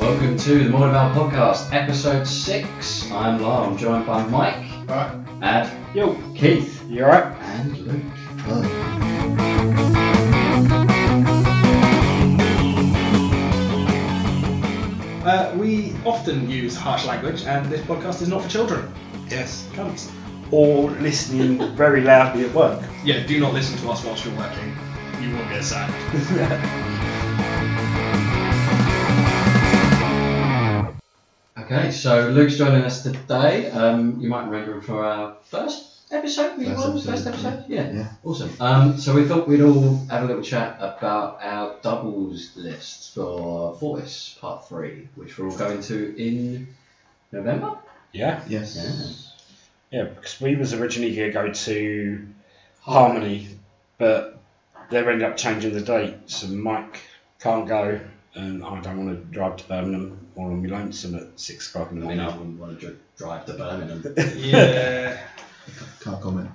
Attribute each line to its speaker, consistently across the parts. Speaker 1: Welcome to the More About Podcast, episode six. I'm Lyle. I'm joined by Mike,
Speaker 2: Right.
Speaker 1: Ad,
Speaker 2: Yo.
Speaker 1: Keith,
Speaker 2: You alright?
Speaker 1: and Luke.
Speaker 2: Uh, we often use harsh language, and this podcast is not for children.
Speaker 3: Yes.
Speaker 2: Cunts.
Speaker 3: Or listening very loudly at work.
Speaker 2: Yeah, do not listen to us whilst you're working. You will get sacked.
Speaker 1: Okay, so Luke's joining us today. Um, you might remember him for our first episode. We
Speaker 4: First
Speaker 1: were on?
Speaker 4: episode,
Speaker 1: first episode, yeah.
Speaker 4: Yeah.
Speaker 1: Awesome. Um, so we thought we'd all have a little chat about our doubles list for Fortis Part Three, which we're all going to in November.
Speaker 3: Yeah.
Speaker 4: Yes.
Speaker 3: Yeah, because we was originally going to go to Harmony, but they've ended up changing the date, so Mike can't go, and I don't want to drive to Birmingham or on my lonesome at six o'clock in the
Speaker 1: I mean, I
Speaker 3: morning.
Speaker 1: wouldn't want to drive to Birmingham.
Speaker 2: Yeah.
Speaker 4: Can't comment.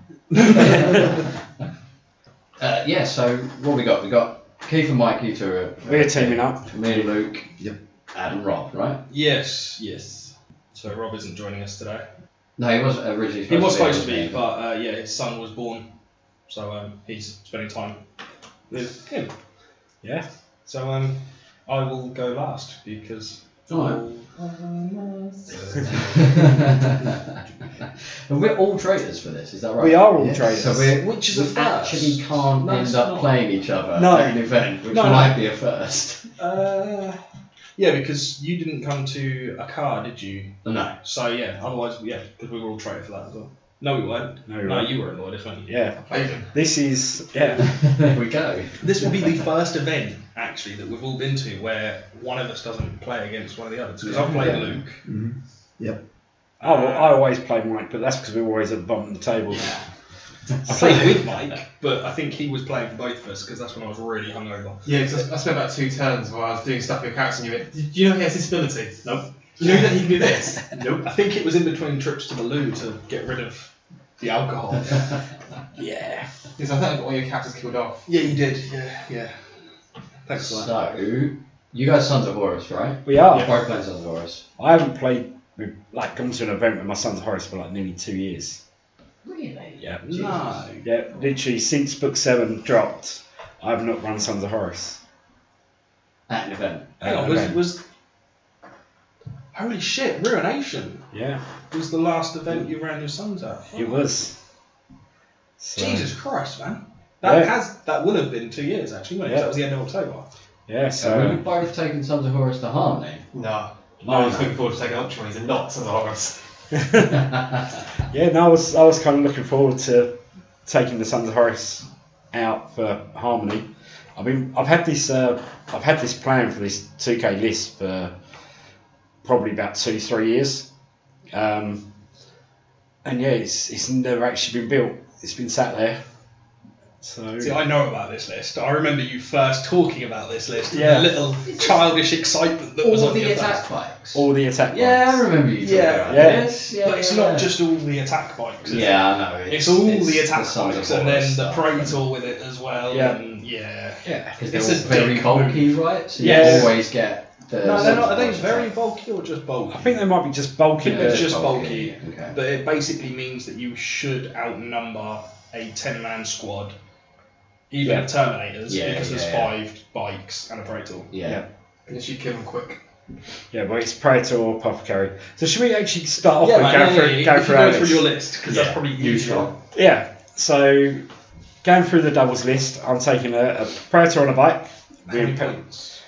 Speaker 1: Uh, yeah, so what we got? We got Keith and Mike, you two are.
Speaker 3: We're teaming up.
Speaker 1: Me and Luke.
Speaker 4: Yep.
Speaker 1: Adam Rob, right?
Speaker 2: yes. Yes. So Rob isn't joining us today.
Speaker 1: No, he wasn't originally supposed
Speaker 2: He was
Speaker 1: to be.
Speaker 2: supposed to be, but uh, yeah, his son was born, so um, he's spending time with him.
Speaker 3: Yeah.
Speaker 2: So um, I will go last because.
Speaker 1: Alright.
Speaker 2: I'm last.
Speaker 1: and we're all traitors for this, is that right?
Speaker 3: We are all
Speaker 4: Yes.
Speaker 3: traitors.
Speaker 1: So we're,
Speaker 2: Which is a
Speaker 1: we
Speaker 2: first.
Speaker 1: actually can't
Speaker 2: No,
Speaker 1: end
Speaker 2: it's
Speaker 1: up
Speaker 2: not.
Speaker 1: playing each other
Speaker 3: No.
Speaker 1: at an event, which
Speaker 2: No, no.
Speaker 1: might be a first.
Speaker 2: Uh, yeah, because you didn't come to a car, did you?
Speaker 1: No.
Speaker 2: So yeah, otherwise yeah, because we were all traded for that as well. No, we weren't.
Speaker 3: No,
Speaker 2: No,
Speaker 3: right.
Speaker 2: you were in Lloydis, weren't you?
Speaker 3: Yeah.
Speaker 2: Yeah.
Speaker 3: This is yeah.
Speaker 1: there we go.
Speaker 2: This will be the first event actually that we've all been to where one of us doesn't play against one of the others. Because I've played
Speaker 1: Yeah.
Speaker 2: Luke.
Speaker 3: I, I always play Mike, but that's because we're always at the bottom of the table.
Speaker 2: Yeah. I played with Mike, but I think he was playing for both of us because that's when I was really hungover.
Speaker 5: Yeah, because I, I spent about two turns while I was doing stuff with your character, and you went, "Do you know he has this ability? Nope. Do you know that he can do this? nope.
Speaker 2: I think it was in between trips to the loo to get rid of the alcohol.
Speaker 3: Yeah.
Speaker 5: Because I think I got all your characters killed off.
Speaker 2: yeah, you did. Yeah, yeah. Thanks for that.
Speaker 1: So, you guys Sons of Horus, right?
Speaker 3: We are.
Speaker 1: Both playing Sons of Horus.
Speaker 3: I haven't played with, like gone to an event with my son's Horace for like nearly two years.
Speaker 1: Really?
Speaker 3: Yeah.
Speaker 1: No.
Speaker 3: Yeah, literally since book seven dropped, I've not run Sons of Horus.
Speaker 1: At an event.
Speaker 2: Hang
Speaker 3: Uh,
Speaker 2: on, was,
Speaker 3: event.
Speaker 2: was holy shit, Ruination
Speaker 3: yeah,
Speaker 2: was the last event you ran your sons at.
Speaker 3: it was. So,
Speaker 2: Oh. Jesus Christ, man. That
Speaker 3: Yeah.
Speaker 2: has that would have been two years actually, wouldn't it? 'Cause
Speaker 3: Yeah.
Speaker 2: That was the end of October.
Speaker 3: Yeah,
Speaker 1: So
Speaker 3: so
Speaker 1: we've both taken Sons of Horus to Harmony.
Speaker 5: No.
Speaker 3: No,
Speaker 5: I was
Speaker 3: no.
Speaker 5: looking forward to taking Ultramarines and not Sons of Horus.
Speaker 2: Uh-huh.
Speaker 3: yeah, no, I was I was kind of looking forward to taking the Sons of Horus out for Harmony. I mean, I've had this uh, I've had this plan for this two K list for probably about two three years, um, and yeah, it's it's never actually been built. It's been sat there. So
Speaker 2: See, I know about this list. I remember you first talking about this list and
Speaker 3: Yeah.
Speaker 2: the little childish excitement that was
Speaker 1: all
Speaker 2: on
Speaker 1: the
Speaker 2: your
Speaker 1: attack
Speaker 2: face.
Speaker 1: bikes.
Speaker 3: all the attack.
Speaker 1: yeah, I
Speaker 3: ones.
Speaker 1: remember you talking
Speaker 2: Yeah.
Speaker 1: about
Speaker 3: Yeah.
Speaker 1: this. Yeah,
Speaker 2: But it's
Speaker 1: yeah, yeah.
Speaker 2: not just all the attack bikes. is it?
Speaker 1: Yeah, I know.
Speaker 2: It's, all the attack
Speaker 1: Sons of
Speaker 2: bikes and
Speaker 1: Horus
Speaker 2: then the
Speaker 1: stuff.
Speaker 2: Praetor with it as well.
Speaker 3: Yeah.
Speaker 2: And yeah.
Speaker 3: Yeah.
Speaker 1: Because they're
Speaker 2: It's
Speaker 1: all
Speaker 2: a
Speaker 1: very
Speaker 2: dick
Speaker 1: bulky, right? So you
Speaker 3: Yes.
Speaker 1: always get the.
Speaker 2: No, they're
Speaker 1: Sons
Speaker 2: not. Are
Speaker 1: of
Speaker 2: they
Speaker 1: Horus
Speaker 2: very
Speaker 1: attack.
Speaker 2: bulky or just bulky?
Speaker 3: I think they might be just bulky.
Speaker 2: think
Speaker 3: but-
Speaker 2: they're just
Speaker 1: Okay.
Speaker 2: But it basically means that you should outnumber a 10 man squad, even
Speaker 3: Yeah.
Speaker 2: the Terminators,
Speaker 1: Yeah,
Speaker 2: because
Speaker 1: yeah,
Speaker 2: there's
Speaker 1: yeah.
Speaker 2: five bikes and a Praetor.
Speaker 1: yeah.
Speaker 3: yeah.
Speaker 5: Unless you kill them quick.
Speaker 3: yeah, but it's Praetor or Puff Carry. So should we actually start
Speaker 1: Oh,
Speaker 3: off with
Speaker 2: Right,
Speaker 3: going through,
Speaker 2: yeah, yeah,
Speaker 3: going
Speaker 2: if you
Speaker 3: through
Speaker 2: go
Speaker 3: our
Speaker 2: through
Speaker 3: list?
Speaker 2: your list, because
Speaker 1: Yeah.
Speaker 2: that's probably
Speaker 1: Usual.
Speaker 2: usual.
Speaker 3: Yeah. So going through the doubles list, I'm taking a, a Praetor on a bike.
Speaker 2: How many
Speaker 3: With-
Speaker 2: points?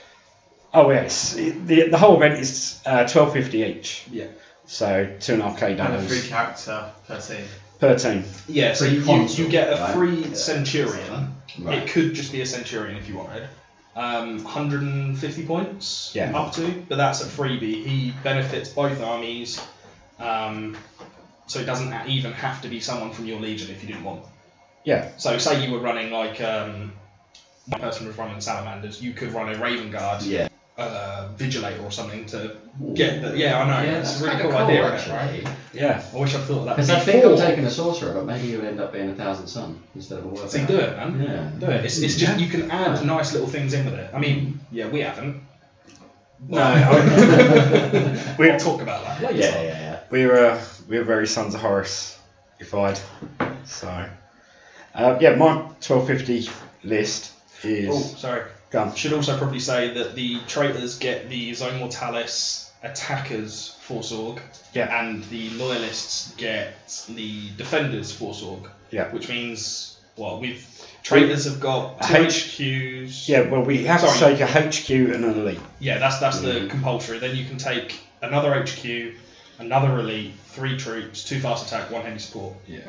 Speaker 3: oh yes, the, the whole event is uh, twelve fifty each.
Speaker 2: Yeah.
Speaker 3: So two and a half k
Speaker 5: And a free
Speaker 3: doubles
Speaker 5: character per team.
Speaker 3: per team.
Speaker 2: Yeah, so
Speaker 1: Free
Speaker 2: you, you,
Speaker 1: console,
Speaker 2: get a
Speaker 1: right?
Speaker 2: free
Speaker 1: Yeah.
Speaker 2: Centurion. It
Speaker 1: Right.
Speaker 2: could just be a Centurion if you wanted. Um, 150 points
Speaker 3: Yeah.
Speaker 2: up to, but that's a freebie. He benefits both armies, um, so it doesn't even have to be someone from your legion if you didn't want
Speaker 3: Yeah.
Speaker 2: So say you were running like um, one person was running salamanders, you could run a raven guard,
Speaker 1: Yeah.
Speaker 2: uh, vigilator or something to get. The, yeah, I know.
Speaker 1: Yeah,
Speaker 2: it's
Speaker 1: that's
Speaker 2: a really
Speaker 1: kinda
Speaker 2: cool,
Speaker 1: cool,
Speaker 2: idea. isn't it, right?
Speaker 1: actually.
Speaker 3: Yeah.
Speaker 2: I wish I thought of that.
Speaker 1: Because I think I'm
Speaker 2: before.
Speaker 1: taking a sorcerer, but maybe you'll end up being a thousand sun instead of a warrior.
Speaker 2: See, do it, man.
Speaker 1: Yeah.
Speaker 2: Do it. It's, it's just you can add nice little things in with it. I mean, yeah, we haven't. No, I- we'll talk about that
Speaker 1: Yeah,
Speaker 2: later.
Speaker 1: yeah, yeah.
Speaker 3: We're uh, we're very sons of Horus, if I'd. So, uh, yeah, my twelve fifty list is
Speaker 2: Oh, sorry.
Speaker 3: gone.
Speaker 2: Should also probably say that the traitors get the Zone Mortalis attackers Force Org,
Speaker 3: Yeah.
Speaker 2: and the loyalists get the defenders Force Org.
Speaker 3: Yeah.
Speaker 2: Which means, well, we've traitors have got two
Speaker 3: H-
Speaker 2: HQs.
Speaker 3: Yeah, well, we have
Speaker 2: Sorry.
Speaker 3: to take a HQ and an elite.
Speaker 2: Yeah, that's that's the
Speaker 3: Mhm.
Speaker 2: compulsory. Then you can take another HQ, another elite, three troops, two fast attack, one heavy support,
Speaker 3: Yeah.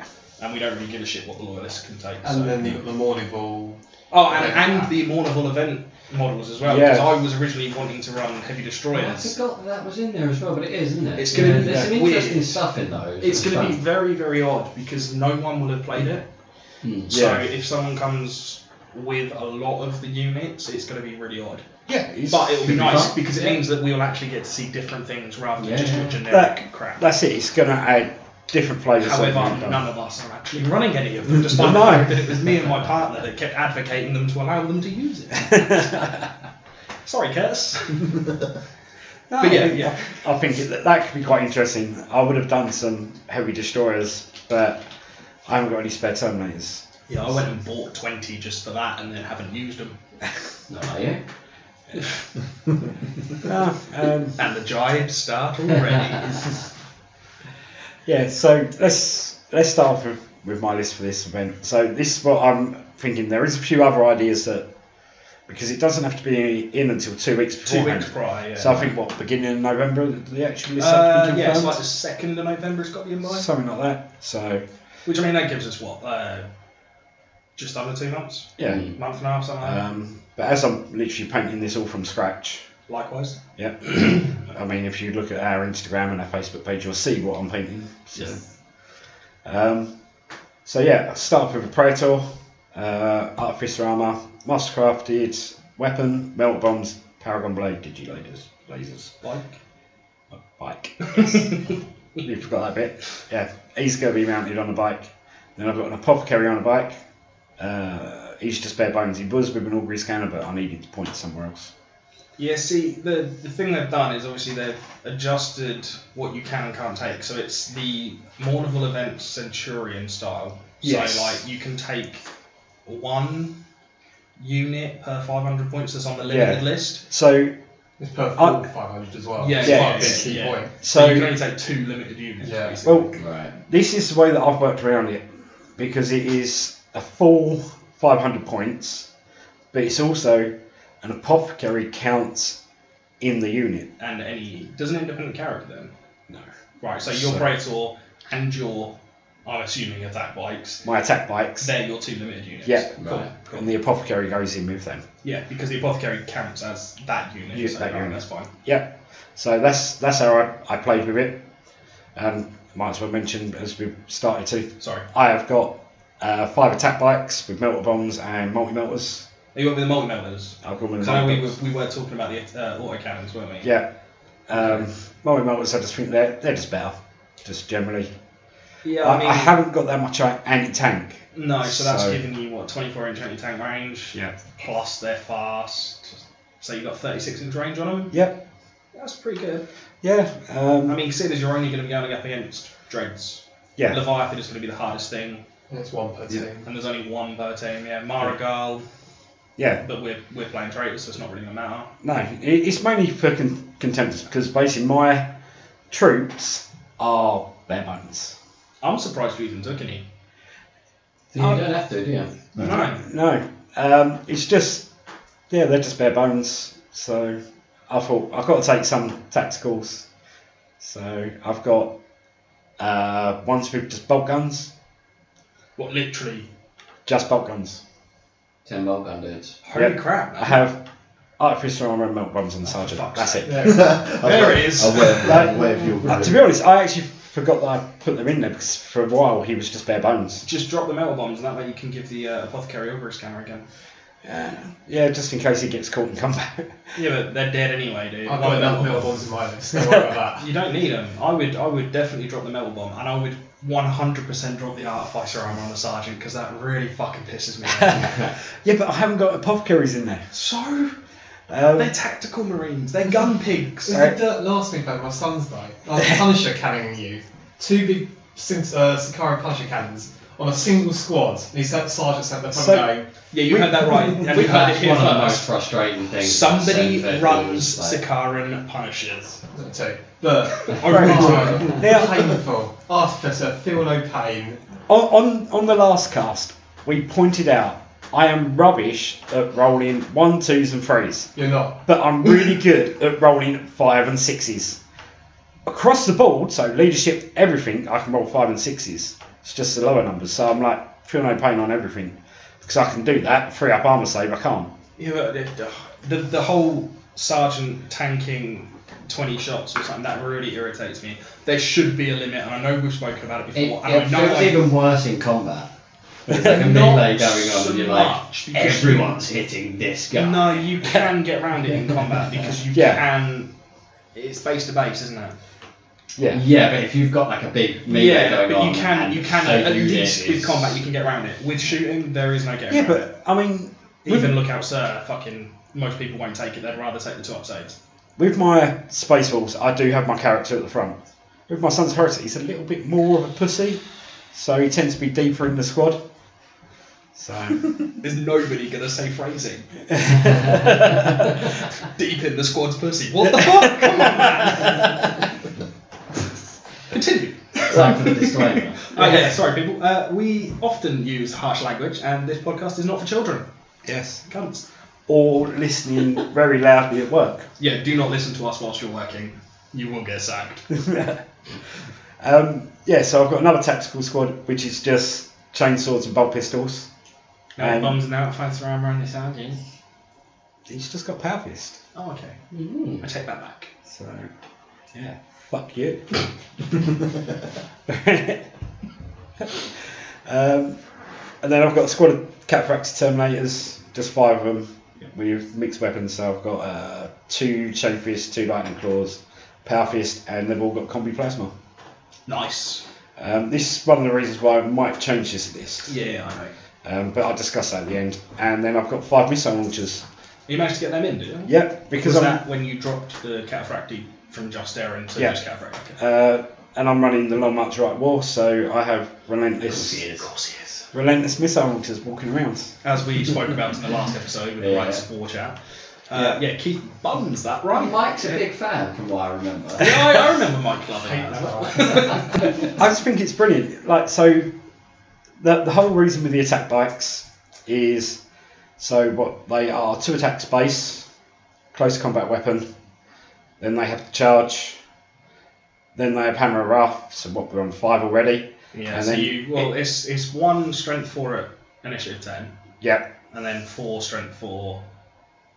Speaker 2: and we don't really give a shit what the loyalists can take. so.
Speaker 5: And then you've got the morning ball.
Speaker 2: Oh, and, and the Mournival event models as well,
Speaker 3: Yeah.
Speaker 2: because I was originally wanting to run heavy
Speaker 1: I
Speaker 2: destroyers.
Speaker 1: forgot that was in there as well, but it is, isn't it?
Speaker 2: It's gonna
Speaker 1: Yeah,
Speaker 2: be
Speaker 1: There's some
Speaker 2: weird.
Speaker 1: interesting stuff in those.
Speaker 2: It's going to be
Speaker 1: fun.
Speaker 2: very, very odd because no one will have played it.
Speaker 1: Hmm.
Speaker 2: So
Speaker 3: Yeah.
Speaker 2: if someone comes with a lot of the units, it's going to be really odd.
Speaker 3: Yeah, it's-
Speaker 2: But it'll be
Speaker 1: Could be
Speaker 2: nice
Speaker 1: fun.
Speaker 2: because it
Speaker 1: Yeah.
Speaker 2: means that we'll actually get to see different things rather than
Speaker 1: Yeah.
Speaker 2: just your generic
Speaker 3: That-
Speaker 2: crap.
Speaker 3: that's it. It's gonna add different flavours.
Speaker 2: However, none of us are actually running any of them, despite the
Speaker 3: No.
Speaker 2: fact that it was me and my partner that kept advocating them to allow them to use it. Sorry, Curtis.
Speaker 3: No,
Speaker 2: But yeah,
Speaker 3: I think,
Speaker 2: yeah.
Speaker 3: I think it, that could be quite interesting. I would have done some heavy destroyers, but I haven't got any spare terminators.
Speaker 2: Yeah, I went and bought 20 just for that and then haven't used them.
Speaker 1: No, are you?
Speaker 3: No,
Speaker 2: Ah,
Speaker 3: um,
Speaker 2: And the jibes start already.
Speaker 3: yeah, so let's let's start off with, with my list for this event. So this is what I'm thinking. There is a few other ideas that because it doesn't have to be in until two weeks
Speaker 2: Two
Speaker 3: beforehand.
Speaker 2: weeks prior, yeah.
Speaker 3: So I think what beginning of November the actual list has
Speaker 2: uh,
Speaker 3: been
Speaker 2: yeah, it's
Speaker 3: confirmed.
Speaker 2: like the 2nd of November it's got to be in by.
Speaker 3: Something like that. So
Speaker 2: Which, I mean, that gives us what? Uh, just under two months?
Speaker 3: yeah.
Speaker 1: Mm.
Speaker 2: Month and a half, something like that.
Speaker 3: Um, but as I'm literally painting this all from scratch,
Speaker 2: Likewise.
Speaker 3: yeah. I mean, if you look at our Instagram and our Facebook page, you'll see what I'm painting. So, um, so yeah, I'll start off with a Praetor, uh, Artificer Armour, Mastercrafted, Weapon, Melt Bombs, Paragon Blade, Digilators, Lasers,
Speaker 2: Like.
Speaker 3: Bike. you forgot that bit. Yeah, he's going to be mounted on a bike. Then I've got an apothecary on a bike. Uh, he's just bare bones. He was with an augury scanner, but I need him to point somewhere else.
Speaker 2: Yeah, see, the, the thing they've done is obviously they've adjusted what you can and can't take. So it's the Mournival event Centurion style.
Speaker 3: Yes.
Speaker 2: So, like, you can take one unit per 500 points that's on the limited
Speaker 3: Yeah.
Speaker 2: list.
Speaker 3: So,
Speaker 5: It's per full
Speaker 3: Uh,
Speaker 5: 500 as well.
Speaker 2: Yeah,
Speaker 5: it's
Speaker 3: yeah,
Speaker 5: quite a big
Speaker 2: yeah,
Speaker 5: key
Speaker 2: yeah.
Speaker 5: point.
Speaker 2: So,
Speaker 3: so
Speaker 2: you can only take two limited units,
Speaker 5: Yeah.
Speaker 2: basically.
Speaker 3: well,
Speaker 1: Right.
Speaker 3: this is the way that I've worked around it because it is a full 500 points, but it's also an apothecary counts in the unit.
Speaker 2: and any does an independent character then.
Speaker 3: No.
Speaker 2: Right, so your
Speaker 3: So-
Speaker 2: Praetor and your I'm assuming attack bikes,
Speaker 3: My attack bikes
Speaker 2: they're your two limited units.
Speaker 3: Yeah.
Speaker 2: Cool.
Speaker 1: Right.
Speaker 2: cool.
Speaker 3: and the apothecary goes in with them.
Speaker 2: Yeah, because the apothecary counts as that unit,
Speaker 3: Yeah,
Speaker 2: so
Speaker 3: that
Speaker 2: right,
Speaker 3: unit.
Speaker 2: that's fine.
Speaker 3: Yeah, so that's that's how I, I played with it. Um, might as well mention as we started to,
Speaker 2: Sorry.
Speaker 3: I have got uh, five attack bikes with melter bombs and multi melters.
Speaker 2: Are you went with the multi melters?
Speaker 3: I've got them in
Speaker 2: Because I know we were,
Speaker 3: multi-melters.
Speaker 2: we were talking about the uh, autocannons, weren't we?
Speaker 3: Yeah, um, multi melters. I just think they're they're just better, just generally.
Speaker 2: Yeah,
Speaker 3: I,
Speaker 2: I mean,
Speaker 3: I haven't got that much anti tank.
Speaker 2: no, so that's
Speaker 3: So-
Speaker 2: giving you what 24 inch anti tank range,
Speaker 3: Yeah.
Speaker 2: plus they're fast, so you've got 36 inch range on them.
Speaker 3: Yep.
Speaker 2: That's pretty good.
Speaker 3: Yeah. Um,
Speaker 2: I mean, seeing as you're only going to be going up against dreads,
Speaker 3: yeah.
Speaker 2: Leviathan is going to be the hardest thing,
Speaker 5: And it's one per
Speaker 3: Yeah.
Speaker 5: team.
Speaker 2: and there's only one per team. Yeah, Marigal,
Speaker 3: Yeah.
Speaker 2: but we're, we're playing traitors, so it's not really going to matter.
Speaker 3: No, it- it's mainly for con- contenders because basically my troops are bare bones.
Speaker 2: I'm surprised you even took any.
Speaker 1: You
Speaker 2: Um,
Speaker 3: Oh.
Speaker 1: don't have to, do you?
Speaker 2: No.
Speaker 3: No, um, it's just yeah, they're just bare bones. So I thought I've got to take some tacticals. So I've got uh, ones with just bolt guns,
Speaker 2: What literally?
Speaker 3: just bolt guns.
Speaker 1: Ten bolt gun dudes.
Speaker 2: Holy
Speaker 3: Yeah.
Speaker 2: crap!
Speaker 3: I have artificer armor and melt bombs on the sergeant.
Speaker 2: fuck's
Speaker 3: That's
Speaker 2: sake.
Speaker 3: it.
Speaker 5: Yeah.
Speaker 2: There it is.
Speaker 4: I'll wait,
Speaker 3: Like-
Speaker 4: I'll wait for your
Speaker 3: Uh, to be honest, I actually forgot that I put them in there because for a while he was just bare bones.
Speaker 2: Just drop the metal bombs, and that way you can give the uh, apothecary over scanner again.
Speaker 3: Yeah, just in case he gets caught in combat.
Speaker 2: Yeah, but they're dead anyway, dude.
Speaker 5: I've
Speaker 2: Like,
Speaker 5: got
Speaker 2: metal
Speaker 5: enough metal bombs in my list. Don't worry about that.
Speaker 2: You don't need them. I would, I would definitely drop the metal bomb, and I would 100% drop the artificer armor on the sergeant because that really fucking pisses me off.
Speaker 3: yeah, but I haven't got apothecaries in there.
Speaker 2: so
Speaker 3: Um,
Speaker 2: They're tactical marines. They're gun pigs.
Speaker 5: This
Speaker 3: Alright.
Speaker 5: is the last week over my son's day. I was Punisher cannoning you. Two big Sin- uh, Sakara Punisher cannons on a single squad. And he sent Sergeant sent the front
Speaker 3: So-
Speaker 5: going,
Speaker 2: Yeah, you had that right. And you heard it
Speaker 1: That's
Speaker 2: here
Speaker 1: one of the most
Speaker 2: first.
Speaker 1: frustrating things.
Speaker 2: Somebody
Speaker 1: I've said that
Speaker 2: runs
Speaker 1: is, like,
Speaker 2: Sakaran Punishers.
Speaker 5: not two. But
Speaker 2: Right.
Speaker 5: oh,
Speaker 3: Now-
Speaker 5: painful. Artificer, feel no pain.
Speaker 3: on, on on the last cast, we pointed out I am rubbish at rolling one, twos, and threes,
Speaker 5: You're not.
Speaker 3: but I'm really good at rolling five and sixes. Across the board, so leadership, everything, I can roll five and sixes. It's just the lower numbers, so I'm like feel no pain on everything because I can do that. Free up armor save, I can't.
Speaker 2: Yeah, but the, the, the whole sergeant tanking 20 shots or something, that really irritates me. There should be a limit, and I know we've spoken about it
Speaker 1: It,
Speaker 2: before. and
Speaker 1: it
Speaker 2: Oh, I know
Speaker 1: feels
Speaker 2: I-
Speaker 1: even worse in combat. There's like a
Speaker 2: Not
Speaker 1: melee going on,
Speaker 2: so
Speaker 1: and you're like,
Speaker 2: much, because
Speaker 1: everyone's hitting this guy.
Speaker 2: No, you can get around it in combat because you
Speaker 3: Yeah.
Speaker 2: can. It's base to base, isn't it?
Speaker 3: Yeah.
Speaker 1: Yeah, but if you've got like a big melee
Speaker 2: yeah,
Speaker 1: going
Speaker 2: but
Speaker 1: on,
Speaker 2: you can.
Speaker 1: and
Speaker 2: You can
Speaker 1: so
Speaker 2: at
Speaker 1: do
Speaker 2: least
Speaker 1: this,
Speaker 2: with combat you can get around it. With shooting, there is no getting
Speaker 3: Yeah,
Speaker 2: around it.
Speaker 3: but I mean, with-
Speaker 2: Even look out, sir. Fucking most people won't take it. They'd rather take the two up saves.
Speaker 3: With my Space Wolves, I do have my character at the front. With my son's Heretic, he's a little bit more of a pussy, so he tends to be deeper in the squad. So.
Speaker 2: There's nobody gonna say phrasing. Deep in the squad's pussy. What the fuck? Come on, man. Continue.
Speaker 1: Time for the disclaimer.
Speaker 2: Okay, Oh, sorry, people. Uh, we often use harsh language, and this podcast is not for children.
Speaker 3: yes.
Speaker 2: Cunts.
Speaker 3: Or listening very loudly at work.
Speaker 2: Yeah, do not listen to us whilst you're working. You will get sacked.
Speaker 3: um, yeah, so I've got another tactical squad, which is just chainsaws and bolt pistols.
Speaker 2: No
Speaker 3: Um,
Speaker 2: bombs and out, fancy around around this hand.
Speaker 3: He's just got power fist.
Speaker 2: Oh, okay.
Speaker 1: Hmm.
Speaker 2: I take that back.
Speaker 3: So, yeah. Fuck you. um, and then I've got a squad of Cataphracts Terminators, just five of them, with mixed weapons. So I've got uh, two Chain Fists, two Lightning Claws, Power Fist, and they've all got Combi Plasma.
Speaker 2: Nice.
Speaker 3: Um, this is one of the reasons why I might change this list,
Speaker 2: Yeah, I know.
Speaker 3: um, but I'll discuss that at the end. And then I've got five missile launchers.
Speaker 2: You managed to get them in, did you?
Speaker 3: Yep, because
Speaker 2: Because
Speaker 3: I'm
Speaker 2: that when you dropped the cataphracty from just Aaron to
Speaker 3: Yeah.
Speaker 2: just cataphracty. Okay.
Speaker 3: uh, and I'm running the Long March Right War, so I have relentless.
Speaker 1: Cheers.
Speaker 2: course he is.
Speaker 3: relentless missile launchers walking around.
Speaker 2: As we spoke about in the last episode with the
Speaker 1: Yeah.
Speaker 2: rights war chat. Uh, yeah. Keith bums that right.
Speaker 1: Mike's a big fan, from what I remember.
Speaker 2: Yeah, I, I remember Mike loving
Speaker 5: Hate
Speaker 2: that.
Speaker 5: that.
Speaker 3: I
Speaker 1: Oh,
Speaker 3: just think it's brilliant. Like so, the the whole reason with the attack bikes is so what they are two attacks base, close combat weapon, then they have the charge, then they have hammer of wrath. So what we're on five already.
Speaker 2: yeah.
Speaker 3: And
Speaker 2: so
Speaker 3: then
Speaker 2: you well, it's it's one strength four at initiative ten,
Speaker 3: Yep,
Speaker 2: and then four strength four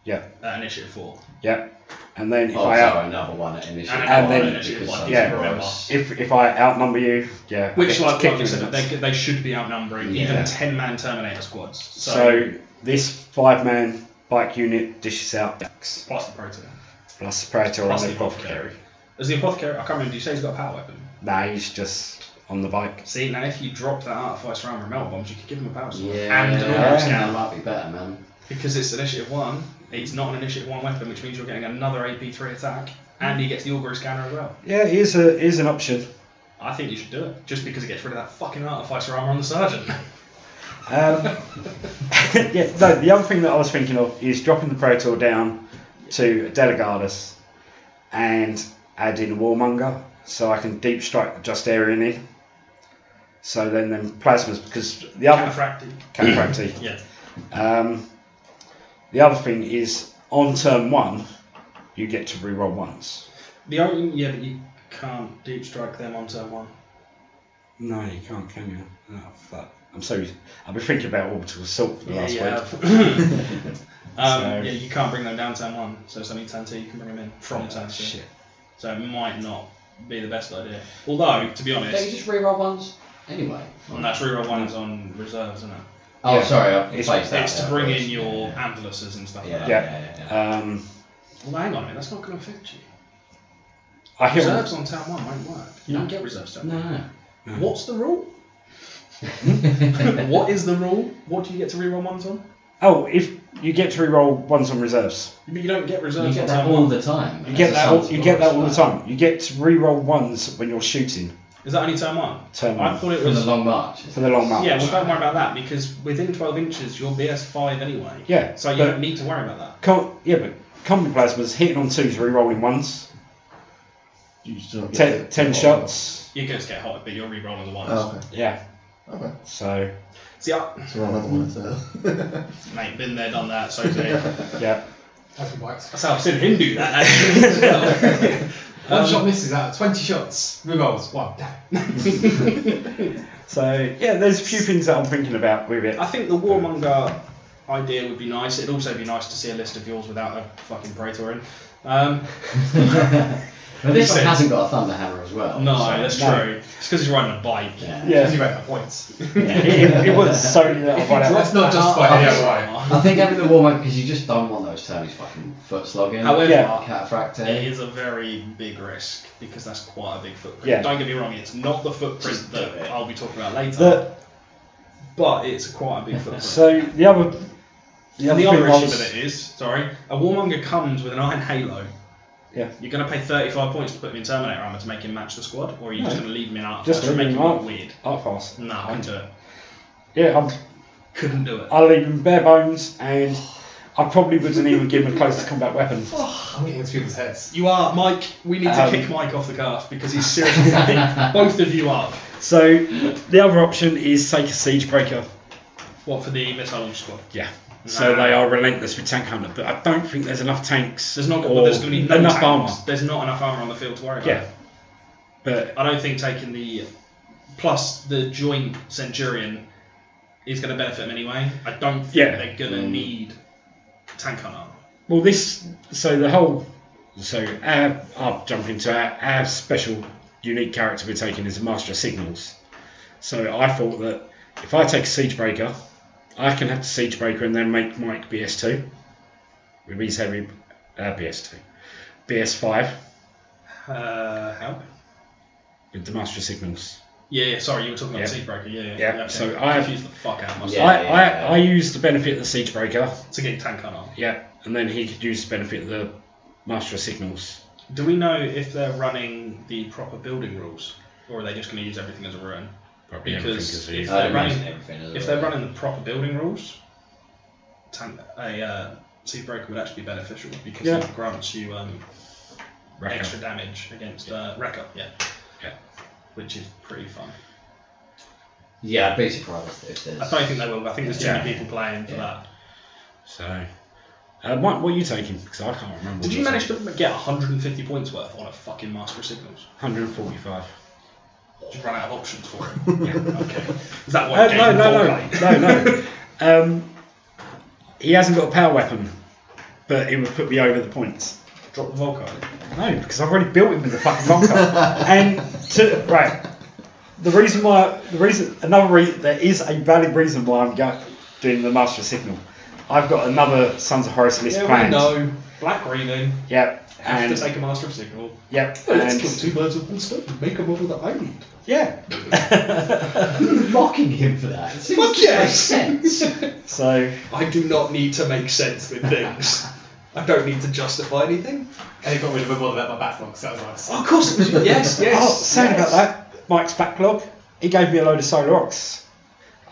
Speaker 3: yep,
Speaker 2: at initiative four.
Speaker 3: yep. And then if
Speaker 1: Oh,
Speaker 3: I out,
Speaker 1: sorry, another one at initiative.
Speaker 2: And
Speaker 3: another one at
Speaker 2: initiative
Speaker 1: because
Speaker 2: one,
Speaker 1: some
Speaker 3: yeah.
Speaker 1: surprise.
Speaker 3: if if I outnumber you, yeah. I
Speaker 2: Which,
Speaker 3: get to
Speaker 2: like,
Speaker 3: kick you
Speaker 2: like we
Speaker 3: in the
Speaker 2: said,
Speaker 3: nuts.
Speaker 2: they, they should be outnumbering
Speaker 1: Yeah.
Speaker 2: even 10 man Terminator squads. So,
Speaker 3: so this five man bike unit dishes out attacks
Speaker 2: plus the Proton.
Speaker 3: plus the Praetor on
Speaker 2: Plus
Speaker 3: the
Speaker 2: the
Speaker 3: apothecary.
Speaker 2: Apothecary. As the Apothecary, I can't remember, did you say he's got a power weapon?
Speaker 3: Nah, he's just on the bike.
Speaker 2: See, now if you dropped that Artifice round Ramel bombs, you could give him a power sword.
Speaker 1: Yeah,
Speaker 2: And an
Speaker 1: yeah,
Speaker 2: Orbital
Speaker 1: I reckon that
Speaker 2: Scout.
Speaker 1: might be better, man.
Speaker 2: Because it's Initiative 1, it's not an Initiative 1 weapon, which means you're getting another AP3 attack, and he gets the Augury Scanner as well.
Speaker 3: Yeah, it is, a, it is an option.
Speaker 2: I think you should do it, just because it gets rid of that fucking Artificer armor on the Sergeant.
Speaker 3: Um, yeah, no, the other thing that I was thinking of is dropping the Protor down to Delegatus and adding Warmonger so I can deep strike the Justarian in. So then, then plasmas, because the other.
Speaker 2: Cataphractic.
Speaker 3: Cataphracti.
Speaker 2: Yeah.
Speaker 3: Um, the other thing is on turn one, you get to reroll once.
Speaker 2: The only, yeah, but you can't deep strike them on turn 1.
Speaker 3: No, you can't, can you? Oh, fuck. I'm so. I've been thinking about orbital assault for the last week.
Speaker 2: um,
Speaker 3: So-
Speaker 2: Yeah, you can't bring them down turn one, so it's only turn two you can bring them in from turn
Speaker 3: Oh,
Speaker 2: two.
Speaker 3: shit.
Speaker 2: So it might not be the best idea. Although, to be
Speaker 1: Don't you
Speaker 2: honest,
Speaker 1: just reroll ones anyway?
Speaker 2: and that's reroll one is on reserves, isn't it?
Speaker 1: Oh,
Speaker 3: Yeah.
Speaker 1: sorry, I
Speaker 3: It's-
Speaker 1: placed that.
Speaker 2: it's to
Speaker 1: there
Speaker 2: bring
Speaker 1: first.
Speaker 2: in your
Speaker 1: Yeah,
Speaker 2: ambulances and stuff
Speaker 1: yeah,
Speaker 2: like that.
Speaker 1: yeah. yeah.
Speaker 3: Um,
Speaker 2: Well, hang on a minute, that's not going to affect you.
Speaker 3: I hear.
Speaker 2: Reserves on turn one won't work. You don't get reserves turn one.
Speaker 1: No.
Speaker 2: What's the rule? what is the rule? What do you get to reroll ones on?
Speaker 3: Oh, if you get to re-roll ones on reserves,
Speaker 2: But you don't get
Speaker 1: You
Speaker 2: reserves
Speaker 1: get
Speaker 2: on
Speaker 1: that
Speaker 2: turn
Speaker 1: all
Speaker 2: one.
Speaker 1: the time.
Speaker 3: you
Speaker 1: As
Speaker 3: get
Speaker 1: a
Speaker 3: that.
Speaker 1: Sons
Speaker 3: All, you
Speaker 1: of
Speaker 3: get that all
Speaker 1: Horus
Speaker 3: the
Speaker 1: fan.
Speaker 3: time. You get to re-roll ones when you're shooting
Speaker 2: Is that only turn one?
Speaker 3: Turn
Speaker 2: I
Speaker 3: one.
Speaker 2: thought it
Speaker 1: For
Speaker 2: was.
Speaker 1: Mm. the long march.
Speaker 3: for the long march.
Speaker 2: Yeah, well, don't worry about that because within 12 inches, you're BS5 anyway.
Speaker 3: Yeah,
Speaker 2: So you
Speaker 3: but-
Speaker 2: don't need to worry about that.
Speaker 3: Com- yeah, but common plasma's hitting on twos, re-rolling ones.
Speaker 4: You still don't get
Speaker 3: Ten,
Speaker 4: the-
Speaker 3: ten shots.
Speaker 2: You can just get hot, but you're re-rolling the ones.
Speaker 4: Oh, okay.
Speaker 3: Yeah.
Speaker 4: Okay.
Speaker 3: So
Speaker 2: See, I,
Speaker 4: So another one. So.
Speaker 2: mate, been there, done that, so be it.
Speaker 3: yeah.
Speaker 5: Has been wiped.
Speaker 2: That's how I've seen him do that, actually, as well.
Speaker 5: One
Speaker 2: Um,
Speaker 5: shot misses out of 20 shots. Re-rolls. One. Damn.
Speaker 3: So yeah, there's a few things that I'm thinking about with it.
Speaker 2: I think the Warmonger idea would be nice. It'd also be nice to see a list of yours without a fucking Praetor in. Um,
Speaker 1: but this one
Speaker 2: Makes
Speaker 1: hasn't got a thunder hammer as well.
Speaker 2: no,
Speaker 1: so-
Speaker 2: that's
Speaker 3: no.
Speaker 2: true. It's because he's riding a bike.
Speaker 1: Yeah.
Speaker 5: Gives
Speaker 3: Yeah,
Speaker 5: you better points.
Speaker 3: it, it, it was solely that I found out.
Speaker 5: That's not
Speaker 2: Uh,
Speaker 5: just by yeah, right.
Speaker 1: I think having the warm up because you just don't want those turnies fucking foot slogging.
Speaker 2: uh, However,
Speaker 3: Yeah.
Speaker 2: it
Speaker 1: Cataphractic.
Speaker 2: is a very big risk because that's quite a big footprint.
Speaker 3: Yeah.
Speaker 2: Don't get me wrong, it's not the footprint
Speaker 1: Just do
Speaker 2: that
Speaker 1: it.
Speaker 2: I'll be talking about later,
Speaker 3: The-
Speaker 2: but it's quite a big footprint.
Speaker 3: So the other, the
Speaker 2: And
Speaker 3: other
Speaker 2: the
Speaker 3: thing
Speaker 2: other issue
Speaker 3: was,
Speaker 2: with it is, sorry, a Warmonger comes with an Iron Halo.
Speaker 3: Yeah.
Speaker 2: You're going to pay 35 points to put him in Terminator armor to make him match the squad, or are you just
Speaker 3: No.
Speaker 2: going to leave him in armor
Speaker 3: Just
Speaker 2: to
Speaker 3: leave
Speaker 2: make him
Speaker 3: him Um,
Speaker 2: look
Speaker 3: up.
Speaker 2: weird?
Speaker 3: art pass.
Speaker 2: No, I couldn't do it.
Speaker 3: Oh, Yeah, I'm,
Speaker 2: Couldn't do it.
Speaker 3: I'll leave him bare bones, and I probably wouldn't even give him close to combat weapons.
Speaker 5: Oh, I'm getting into people's heads.
Speaker 2: You are, Mike, we need to
Speaker 3: Um,
Speaker 2: kick Mike off the calf because he's seriously beat both of you up.
Speaker 3: So the other option is take a siege breaker.
Speaker 2: What, for the missile launch squad?
Speaker 3: Yeah. So they are relentless with tank hunter, but I don't think there's enough tanks.
Speaker 2: There's not well,
Speaker 3: or
Speaker 2: there's going to be no
Speaker 3: enough
Speaker 2: tanks.
Speaker 3: armor.
Speaker 2: There's not enough armor on the field to worry about.
Speaker 3: Yeah. But
Speaker 2: I don't think taking the plus the joint centurion is going to benefit them anyway. I don't think
Speaker 3: Yeah.
Speaker 2: they're going to
Speaker 1: Mm.
Speaker 2: need tank on armor.
Speaker 3: well, this so the whole so our, I'll jump into our, our special unique character we're taking is master of signals. So I thought that if I take a siege breaker, I can have the siege breaker and then make Mike BS two with his heavy uh, BS two, BS five
Speaker 2: Uh, how?
Speaker 3: with the master of signals.
Speaker 2: Yeah, yeah, sorry, you were talking about
Speaker 3: Yeah.
Speaker 2: the seat breaker. Yeah, yeah.
Speaker 3: Yeah,
Speaker 2: okay.
Speaker 3: so I-
Speaker 2: confused the fuck out of myself
Speaker 1: Yeah,
Speaker 3: I,
Speaker 1: yeah, yeah.
Speaker 3: I, I used the benefit of the siege breaker
Speaker 2: to get tank on armor.
Speaker 3: Yeah, and then he could use the benefit of the Master of Signals.
Speaker 2: Do we know if they're running the proper building rules, or are they just going to use everything as a ruin?
Speaker 3: Probably
Speaker 2: Because
Speaker 3: everything 'cause he-
Speaker 2: if-
Speaker 1: I don't
Speaker 2: they're running-
Speaker 1: imagine everything is
Speaker 2: If they're
Speaker 1: alright.
Speaker 2: running the proper building rules, tank a uh, seat breaker would actually be beneficial because
Speaker 3: Yeah.
Speaker 2: it grants you um,
Speaker 3: Rack
Speaker 2: extra
Speaker 3: up.
Speaker 2: damage against uh, rack up, yeah.
Speaker 3: Yeah.
Speaker 2: Which is pretty fun.
Speaker 1: Yeah, I'd be surprised if there's.
Speaker 2: I don't think they will. I think there's too
Speaker 3: Yeah.
Speaker 2: many people playing for
Speaker 1: Yeah.
Speaker 2: that.
Speaker 3: So, uh, what, what are you taking? Because I can't remember.
Speaker 2: Did
Speaker 3: what
Speaker 2: you
Speaker 3: I
Speaker 2: manage
Speaker 3: took.
Speaker 2: to get 150 points worth on a fucking Master of Signals?
Speaker 3: 145.
Speaker 2: Did you run out of options for it?
Speaker 3: Yeah.
Speaker 2: okay. Is that what
Speaker 3: Uh,
Speaker 2: game
Speaker 3: no,
Speaker 2: Paul
Speaker 3: no,
Speaker 2: played?
Speaker 3: no, no, no. Um, he hasn't got a power weapon, but it would put me over the points.
Speaker 2: Drop the Volkite.
Speaker 3: No, because I've already built him with a fucking bunker. and to, right, the reason why, the reason, another reason, there is a valid reason why I'm go, doing the Master Signal. I've got another Sons of Horus list
Speaker 2: Yeah, we
Speaker 3: planned.
Speaker 2: know. Black Reading.
Speaker 3: Yep.
Speaker 2: Have to
Speaker 3: And
Speaker 2: take a Master of Signal.
Speaker 3: yep. And
Speaker 2: birds with one stone. Make a model that I need.
Speaker 3: yeah.
Speaker 1: I'm mocking him for that. It seems
Speaker 2: Fuck
Speaker 1: to make
Speaker 2: yes.
Speaker 1: sense.
Speaker 3: so
Speaker 2: I do not need to make sense with things. I don't need to justify anything.
Speaker 5: And it got rid of a model at my backlog, so that was nice.
Speaker 2: of course it was. Yes, yes.
Speaker 3: oh, saying
Speaker 2: yes.
Speaker 3: about that, Mike's backlog. He gave me a load of solar rocks.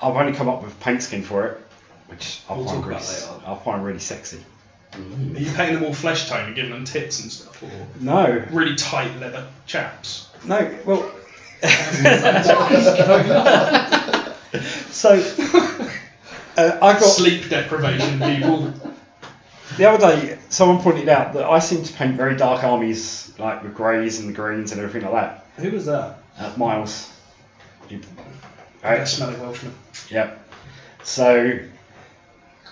Speaker 3: I've only come up with paint skin for it, which I
Speaker 2: We'll
Speaker 3: find
Speaker 2: talk
Speaker 3: really,
Speaker 2: about
Speaker 3: s-
Speaker 2: later.
Speaker 3: I find really sexy.
Speaker 2: Are you painting them all flesh tone and giving them tits and stuff? Or
Speaker 3: No,
Speaker 2: really tight leather chaps?
Speaker 3: no. Well. so uh, I got
Speaker 2: Sleep deprivation, people.
Speaker 3: The other day, someone pointed out that I seem to paint very dark armies, like with greys and greens and everything like that.
Speaker 2: Who was that?
Speaker 3: Uh, Miles. You-
Speaker 2: I
Speaker 3: Right?
Speaker 2: smell of Welshman.
Speaker 3: Yep. So,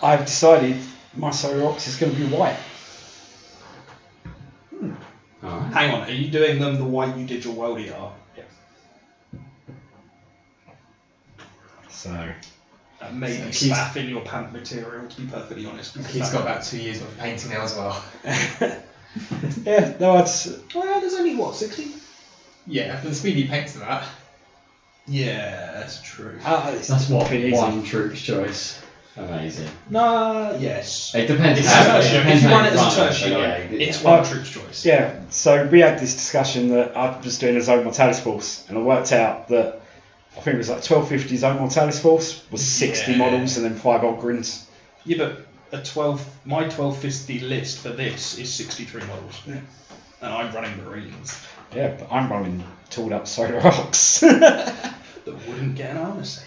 Speaker 3: I've decided my Solar Ox is going to be white.
Speaker 1: Alright.
Speaker 2: Hang on, are you doing them the way you did your world ER?
Speaker 3: So,
Speaker 2: That may be
Speaker 5: He's-
Speaker 2: spaff in your pant material, to be perfectly honest. because
Speaker 5: He's
Speaker 2: that-
Speaker 5: got about two years worth of painting now as well.
Speaker 3: yeah, no, I'd. s-
Speaker 2: Well, there's only what, 60?
Speaker 5: Yeah, for the speed he paints to that.
Speaker 2: Yeah, that's true.
Speaker 3: Uh, it's
Speaker 1: That's what
Speaker 3: pretty easy.
Speaker 1: one troop's choice. Amazing.
Speaker 2: No, yes.
Speaker 1: It depends.
Speaker 2: It's
Speaker 1: how-
Speaker 2: a tertiary.
Speaker 1: depends
Speaker 2: If you
Speaker 1: how
Speaker 2: run it as a
Speaker 1: run it,
Speaker 2: tertiary,
Speaker 1: but yeah, yeah.
Speaker 2: it's one troop's choice.
Speaker 3: Yeah, so we had this discussion that I was doing a zone mortalis force, and I worked out that I think it was like 1250 zone mortalis force was 60
Speaker 2: Yeah.
Speaker 3: models and then 5 Ogrins.
Speaker 2: Yeah, but a twelve, my twelve fifty list for this is sixty three models,
Speaker 3: Yeah.
Speaker 2: and I'm running Marines
Speaker 3: Yeah, but I'm running tooled up solar rocks.
Speaker 2: that wouldn't get an armor save.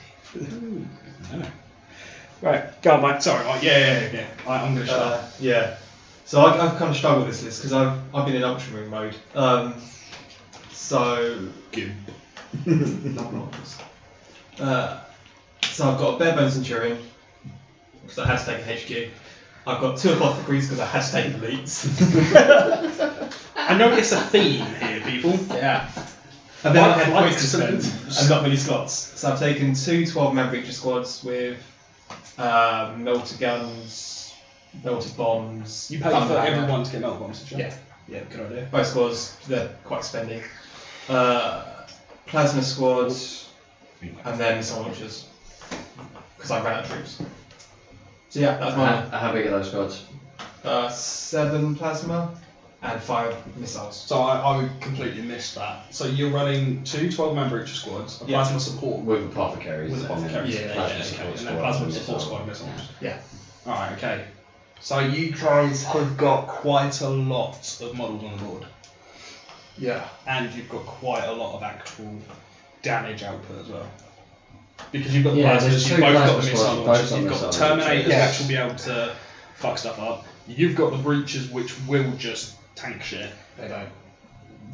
Speaker 3: right, go on, mate.
Speaker 2: Sorry, I, yeah, yeah, yeah, yeah. I, I'm gonna shut up.
Speaker 5: Uh, yeah. So I, I've kind of struggled with this list because I've, I've been in ultra room mode. Um, so not models. Uh, so I've got a bare bones centurion because I had to take a HQ. I've got two apothecaries because I had to take elites.
Speaker 2: I notice a theme here, people.
Speaker 5: yeah. And then I had
Speaker 2: Like-
Speaker 5: points to
Speaker 2: like-
Speaker 5: spend and not many slots. So I've taken two 12 man breacher squads with uh, melter guns, melted bombs.
Speaker 2: You pay for
Speaker 5: gunpowder.
Speaker 2: everyone to get melt bombs, did you?
Speaker 5: Yeah.
Speaker 2: yeah, good idea.
Speaker 5: Both squads, they're quite spendy. Uh, plasma squads, and then missile launchers. Because I ran out of troops. So yeah, that's
Speaker 1: How,
Speaker 5: mine.
Speaker 1: how big are those squads?
Speaker 5: Uh, seven plasma and five missiles.
Speaker 2: So I, I would completely miss that. So you're running two 12 man breacher squads, a
Speaker 5: Yeah.
Speaker 2: plasma support
Speaker 1: With apothecaries.
Speaker 2: with
Speaker 1: and
Speaker 2: apothecaries,
Speaker 1: then
Speaker 5: yeah,
Speaker 1: plasma
Speaker 2: okay,
Speaker 1: support
Speaker 2: and then
Speaker 1: squad
Speaker 2: plasma
Speaker 1: and
Speaker 2: support
Speaker 1: missile.
Speaker 2: squad missiles.
Speaker 5: Yeah.
Speaker 2: Alright, okay. So you guys have got quite a lot of models on board,
Speaker 5: Yeah.
Speaker 2: and you've got quite a lot of actual damage output as well. Because you've got the
Speaker 1: Yeah,
Speaker 2: plasmas,
Speaker 1: there's
Speaker 2: you've
Speaker 1: two
Speaker 2: both got the
Speaker 1: plasma
Speaker 2: missile
Speaker 1: squads, both
Speaker 2: launchers,
Speaker 1: got
Speaker 2: you've got the
Speaker 1: missile launchers.
Speaker 2: terminators
Speaker 3: Yeah.
Speaker 2: which will be able to fuck stuff up, you've got the breaches which will just tank shit.
Speaker 5: They don't.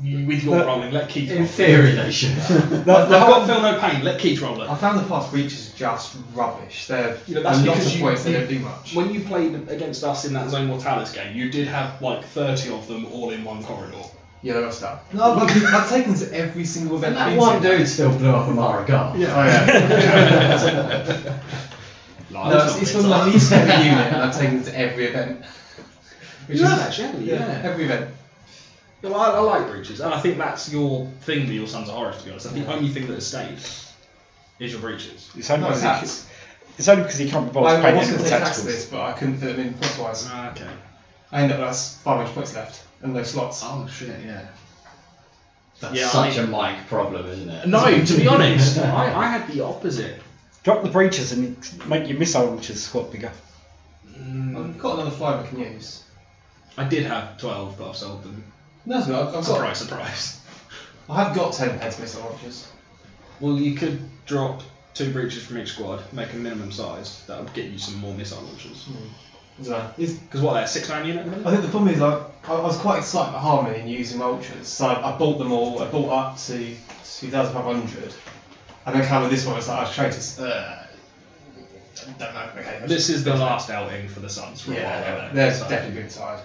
Speaker 2: You- with your
Speaker 3: But-
Speaker 2: rolling, let Keith roll.
Speaker 1: In theory, they should.
Speaker 3: The,
Speaker 2: I've,
Speaker 3: the
Speaker 2: I've
Speaker 3: whole,
Speaker 2: got feel no pain, let Keith roll it.
Speaker 5: I found the past breaches just rubbish. They're
Speaker 2: You know, that's
Speaker 5: a lot
Speaker 2: because
Speaker 5: of
Speaker 2: you-
Speaker 5: points, they
Speaker 2: you-
Speaker 5: don't do much.
Speaker 2: When you played against us in that Zone Mortalis game, you did have like 30 of them all in one corridor.
Speaker 5: Yeah, they got stuck. No, I've, I've, I've taken to every single event. I've
Speaker 1: that
Speaker 5: been
Speaker 1: one
Speaker 5: to.
Speaker 1: dude still blew up a Mara gun.
Speaker 5: Oh, yeah. no, it's, it's from my least favorite unit, and I've taken it to every event. Which is
Speaker 2: actually,
Speaker 5: yeah, every event.
Speaker 2: Well, I, I like breaches, and I think that's your thing with your Sons of Horus, to be honest. I think the only thing that has stayed is your breaches.
Speaker 3: it's, only
Speaker 5: No,
Speaker 3: because he,
Speaker 5: tax.
Speaker 3: it's only because he can't be
Speaker 5: I,
Speaker 3: bothered
Speaker 5: I
Speaker 3: paying
Speaker 5: was
Speaker 3: any
Speaker 5: going
Speaker 3: of
Speaker 5: to
Speaker 3: the
Speaker 5: take tax
Speaker 3: tacticals.
Speaker 5: this, but I couldn't fit them in point wise.
Speaker 2: Ah, okay.
Speaker 5: I ended up with that's five hundred points left and no slots.
Speaker 4: Oh shit, yeah.
Speaker 1: That's
Speaker 2: Yeah, I
Speaker 1: such
Speaker 2: mean-
Speaker 1: a Mike problem, isn't it?
Speaker 2: No, to be honest, I, I had the opposite.
Speaker 3: Drop the breaches and make your missile launchers squad bigger.
Speaker 2: Mm,
Speaker 5: I've got another five I can use.
Speaker 2: I did have 12, but I've sold them.
Speaker 5: No, it's not. I've, I've got.
Speaker 2: Surprise, surprise.
Speaker 5: I have got ten heads missile launchers.
Speaker 2: Well, you could drop two breaches from each squad, make a minimum size. That would get you some more missile launchers.
Speaker 5: I don't know. It's-
Speaker 2: Because what, they're a six man unit? at the
Speaker 5: I
Speaker 2: minute?
Speaker 5: think the problem is I, I I was quite excited about Harmony and using ultras, so I, I bought them all. I bought up to 2,500, and then kind of this one was like I was trying to. Uh, don't know. Okay. let's
Speaker 2: This is the last outing for the Suns for a while.
Speaker 5: Yeah,
Speaker 2: isn't it?
Speaker 5: there's
Speaker 2: So,
Speaker 5: definitely been tired.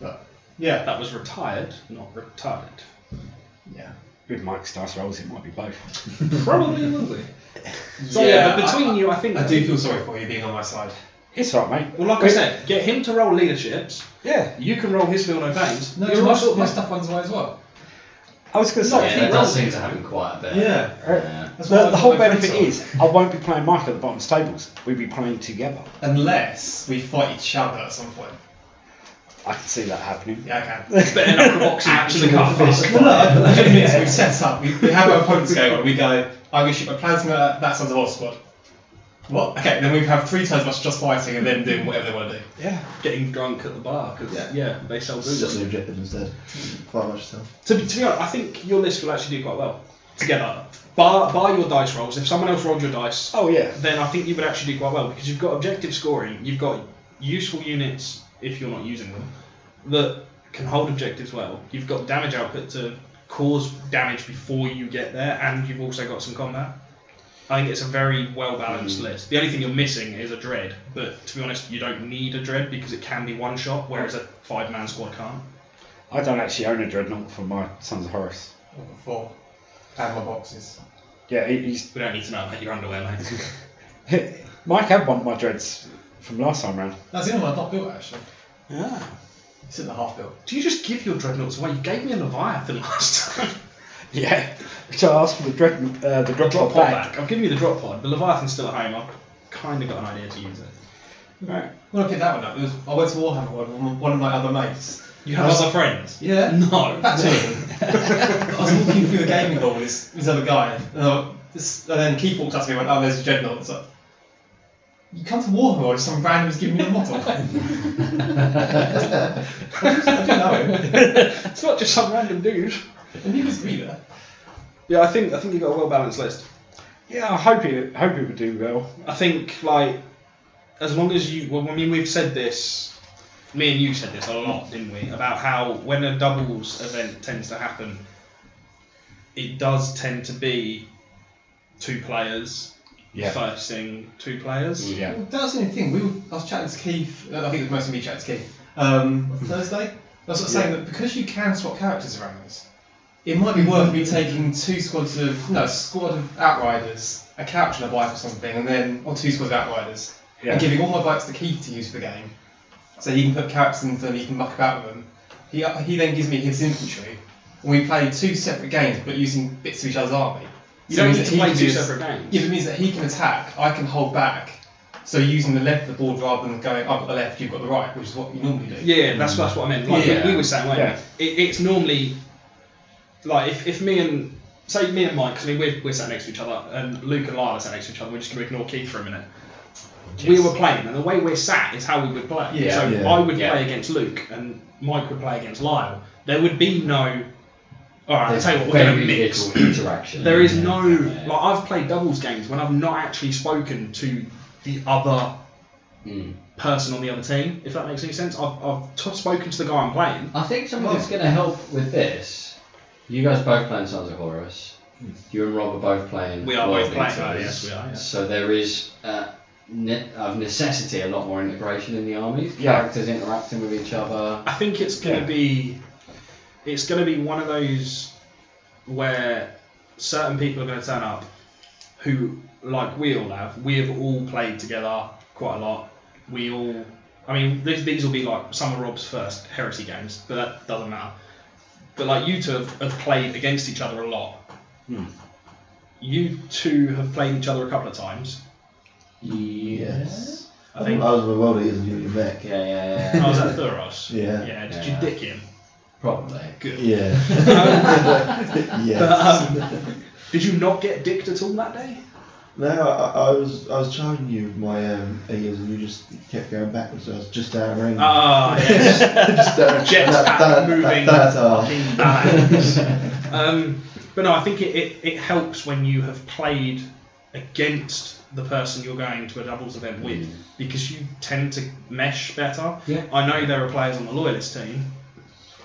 Speaker 5: But yeah,
Speaker 2: That was retired, not retarded.
Speaker 5: yeah.
Speaker 3: With Mike's dice rolls, it might be both.
Speaker 2: Probably will be. So yeah, but between you, I think
Speaker 5: I do feel sorry for you being on my side.
Speaker 3: It's alright, mate.
Speaker 2: Well, like I
Speaker 3: Wait.
Speaker 2: said, get him to roll leaderships.
Speaker 3: Yeah,
Speaker 2: You can roll his feel no pains.
Speaker 5: No,
Speaker 2: You're
Speaker 5: my,
Speaker 2: also-
Speaker 5: my stuff runs away as well.
Speaker 3: I was going to
Speaker 1: Yeah,
Speaker 3: say.
Speaker 1: that does seem to happen quite a bit.
Speaker 5: Yeah.
Speaker 1: Yeah.
Speaker 5: That's
Speaker 3: The,
Speaker 5: what
Speaker 3: the
Speaker 5: I-
Speaker 3: whole
Speaker 5: my friends
Speaker 3: benefit
Speaker 5: are.
Speaker 3: is I won't be playing Mike at the bottom tables. We'll be playing together.
Speaker 5: unless we fight each other at some point.
Speaker 3: I can see that happening.
Speaker 5: Yeah, I can.
Speaker 2: Better knuckle boxing match in the car first.
Speaker 5: Well, no, I- I think it's- we've set up, we, we have our opponents going on, we go, I'm going to shoot my plasma, that sounds a horse squad. What? Okay, then we have three times much just fighting and then doing whatever they want to do.
Speaker 3: Yeah.
Speaker 2: Getting drunk at the bar because yeah.
Speaker 4: Yeah.
Speaker 2: they sell
Speaker 4: It's
Speaker 2: booze.
Speaker 4: just an objective instead. Quite much so.
Speaker 2: To be, to be honest, I think your list will actually do quite well together. Bar, bar your dice rolls. If someone else rolled your dice,
Speaker 3: Oh yeah.
Speaker 2: then I think you would actually do quite well because you've got objective scoring. You've got useful units if you're not using them that can hold objectives well. You've got damage output to cause damage before you get there, and you've also got some combat. I think it's a very well balanced list. The only thing you're missing is a dread, but to be honest, you don't need a dread because it can be one shot, whereas a five man squad can't.
Speaker 3: I don't actually own a dreadnought for my Sons of Horus.
Speaker 5: Four. And my boxes.
Speaker 3: Yeah, he- he's
Speaker 2: We don't need to know about your underwear, mate.
Speaker 3: Mike had one of my dreads from last time round.
Speaker 5: That's the only one I've not built actually.
Speaker 3: Yeah.
Speaker 5: It's in the half built.
Speaker 2: Do you just give your dreadnoughts away? You gave me a Leviathan last time.
Speaker 3: Yeah. Which I asked for the dread, uh, the drop pod
Speaker 2: drop pod
Speaker 3: back.
Speaker 2: back. I've given you the drop pod. The Leviathan's still at home. I'll kind of got an idea to use it.
Speaker 3: Right.
Speaker 5: When I picked that one up, it was, I went to Warhammer with one, of- one of my other mates.
Speaker 2: You have other friends?
Speaker 5: Yeah.
Speaker 2: No.
Speaker 5: That's it. I was walking through the gaming hall with this, this other guy, and, I, this, and then Keith walked up to me and went, Oh, there's a general. It's like, You come to Warhammer or just some random's giving you a model? I don't know.
Speaker 2: It's not just some random dude.
Speaker 5: And he was me there.
Speaker 2: Yeah, I think I think you got a well balanced list.
Speaker 3: Yeah, I hope it. Hope it would do well.
Speaker 2: I think like as long as you well, I mean we've said this me and you said this a lot, didn't we? About how when a doubles event tends to happen, it does tend to be two players
Speaker 3: Yeah.
Speaker 2: first thing, two players.
Speaker 3: Yeah.
Speaker 5: Well, that was the only thing. We were, I was chatting to Keith. uh, I think it was mostly me chatting to Keith. Um, on Thursday. I was sort of saying that because you can swap characters around, it might be worth me taking two squads of no a squad of outriders, a couch and a bike or something, and then or two squads of outriders,
Speaker 3: Yeah.
Speaker 5: and giving all my bikes to Keith to use for the game, so he can put characters into them, he can muck about with them. He uh, he then gives me his infantry, and we play two separate games but using bits of each other's army.
Speaker 2: You
Speaker 5: So
Speaker 2: don't
Speaker 5: it means
Speaker 2: need to
Speaker 5: that he
Speaker 2: play
Speaker 5: can
Speaker 2: two
Speaker 5: do this-
Speaker 2: separate games.
Speaker 5: if it means that he can attack, I can hold back. So using the left of the board rather than going, I've got the left, you've got the right, which is what you normally do.
Speaker 2: Yeah, that's that's what I meant. Like
Speaker 1: Yeah.
Speaker 2: we, we were saying, like,
Speaker 3: Yeah.
Speaker 2: it, it's normally like if, if me and say me and Mike, 'cause I mean we're, we're sat next to each other, and Luke and Lyle are sat next to each other. We're just gonna ignore Keith for a minute. We were playing, and the way we're sat is how we would play.
Speaker 5: Yeah.
Speaker 2: so
Speaker 4: Yeah.
Speaker 2: I would
Speaker 1: Yeah.
Speaker 2: play against Luke, and Mike would play against Lyle. There would be no. All right, I'll tell you what, we're gonna
Speaker 1: Very
Speaker 2: mix.
Speaker 1: little interaction.
Speaker 2: There is
Speaker 1: Yeah.
Speaker 2: no
Speaker 1: Yeah.
Speaker 2: like I've played doubles games when I've not actually spoken to the other
Speaker 1: Mm.
Speaker 2: person on the other team, if that makes any sense. I've, I've t- spoken to the guy I'm playing.
Speaker 1: I think something that's going to help with this. You guys both playing Sons of Horus. You and Rob are both playing.
Speaker 2: We are
Speaker 1: World
Speaker 2: both playing.
Speaker 1: Beaters.
Speaker 2: Oh, yes, we are. Yes.
Speaker 1: So there is uh, ne- of necessity a lot more integration in the armies.
Speaker 3: Yeah.
Speaker 1: Characters interacting with each other.
Speaker 2: I think it's gonna
Speaker 3: Yeah.
Speaker 2: be, it's gonna be one of those where certain people are gonna turn up, who like we all have. We have all played together quite a lot. We all. I mean, these, these will be like some of Rob's first heresy games, but that doesn't matter. But like you two have, have played against each other a lot.
Speaker 3: Hmm.
Speaker 2: You two have played each other a couple of times.
Speaker 1: Yes.
Speaker 2: I think.
Speaker 4: I was with Roddy, isn't you, back?
Speaker 1: Yeah, yeah, yeah.
Speaker 2: I was at Thuros.
Speaker 4: Yeah.
Speaker 2: Yeah, did
Speaker 1: Yeah.
Speaker 2: you dick him?
Speaker 1: Probably.
Speaker 2: Good.
Speaker 4: Yeah.
Speaker 2: But,
Speaker 4: yes.
Speaker 2: um, did you not get dicked at all that day?
Speaker 4: No, I, I was I was charging you with my um, figures and you just kept going backwards. So I was just out of range.
Speaker 2: Ah, yes.
Speaker 4: just out of
Speaker 2: Jetpack
Speaker 4: that, that,
Speaker 2: moving.
Speaker 4: That, that,
Speaker 2: Fucking bad. um, but no, I think it, it, it helps when you have played against the person you're going to a doubles event
Speaker 4: Mm.
Speaker 2: with because you tend to mesh better.
Speaker 1: Yeah.
Speaker 2: I know there are players on the Loyalist team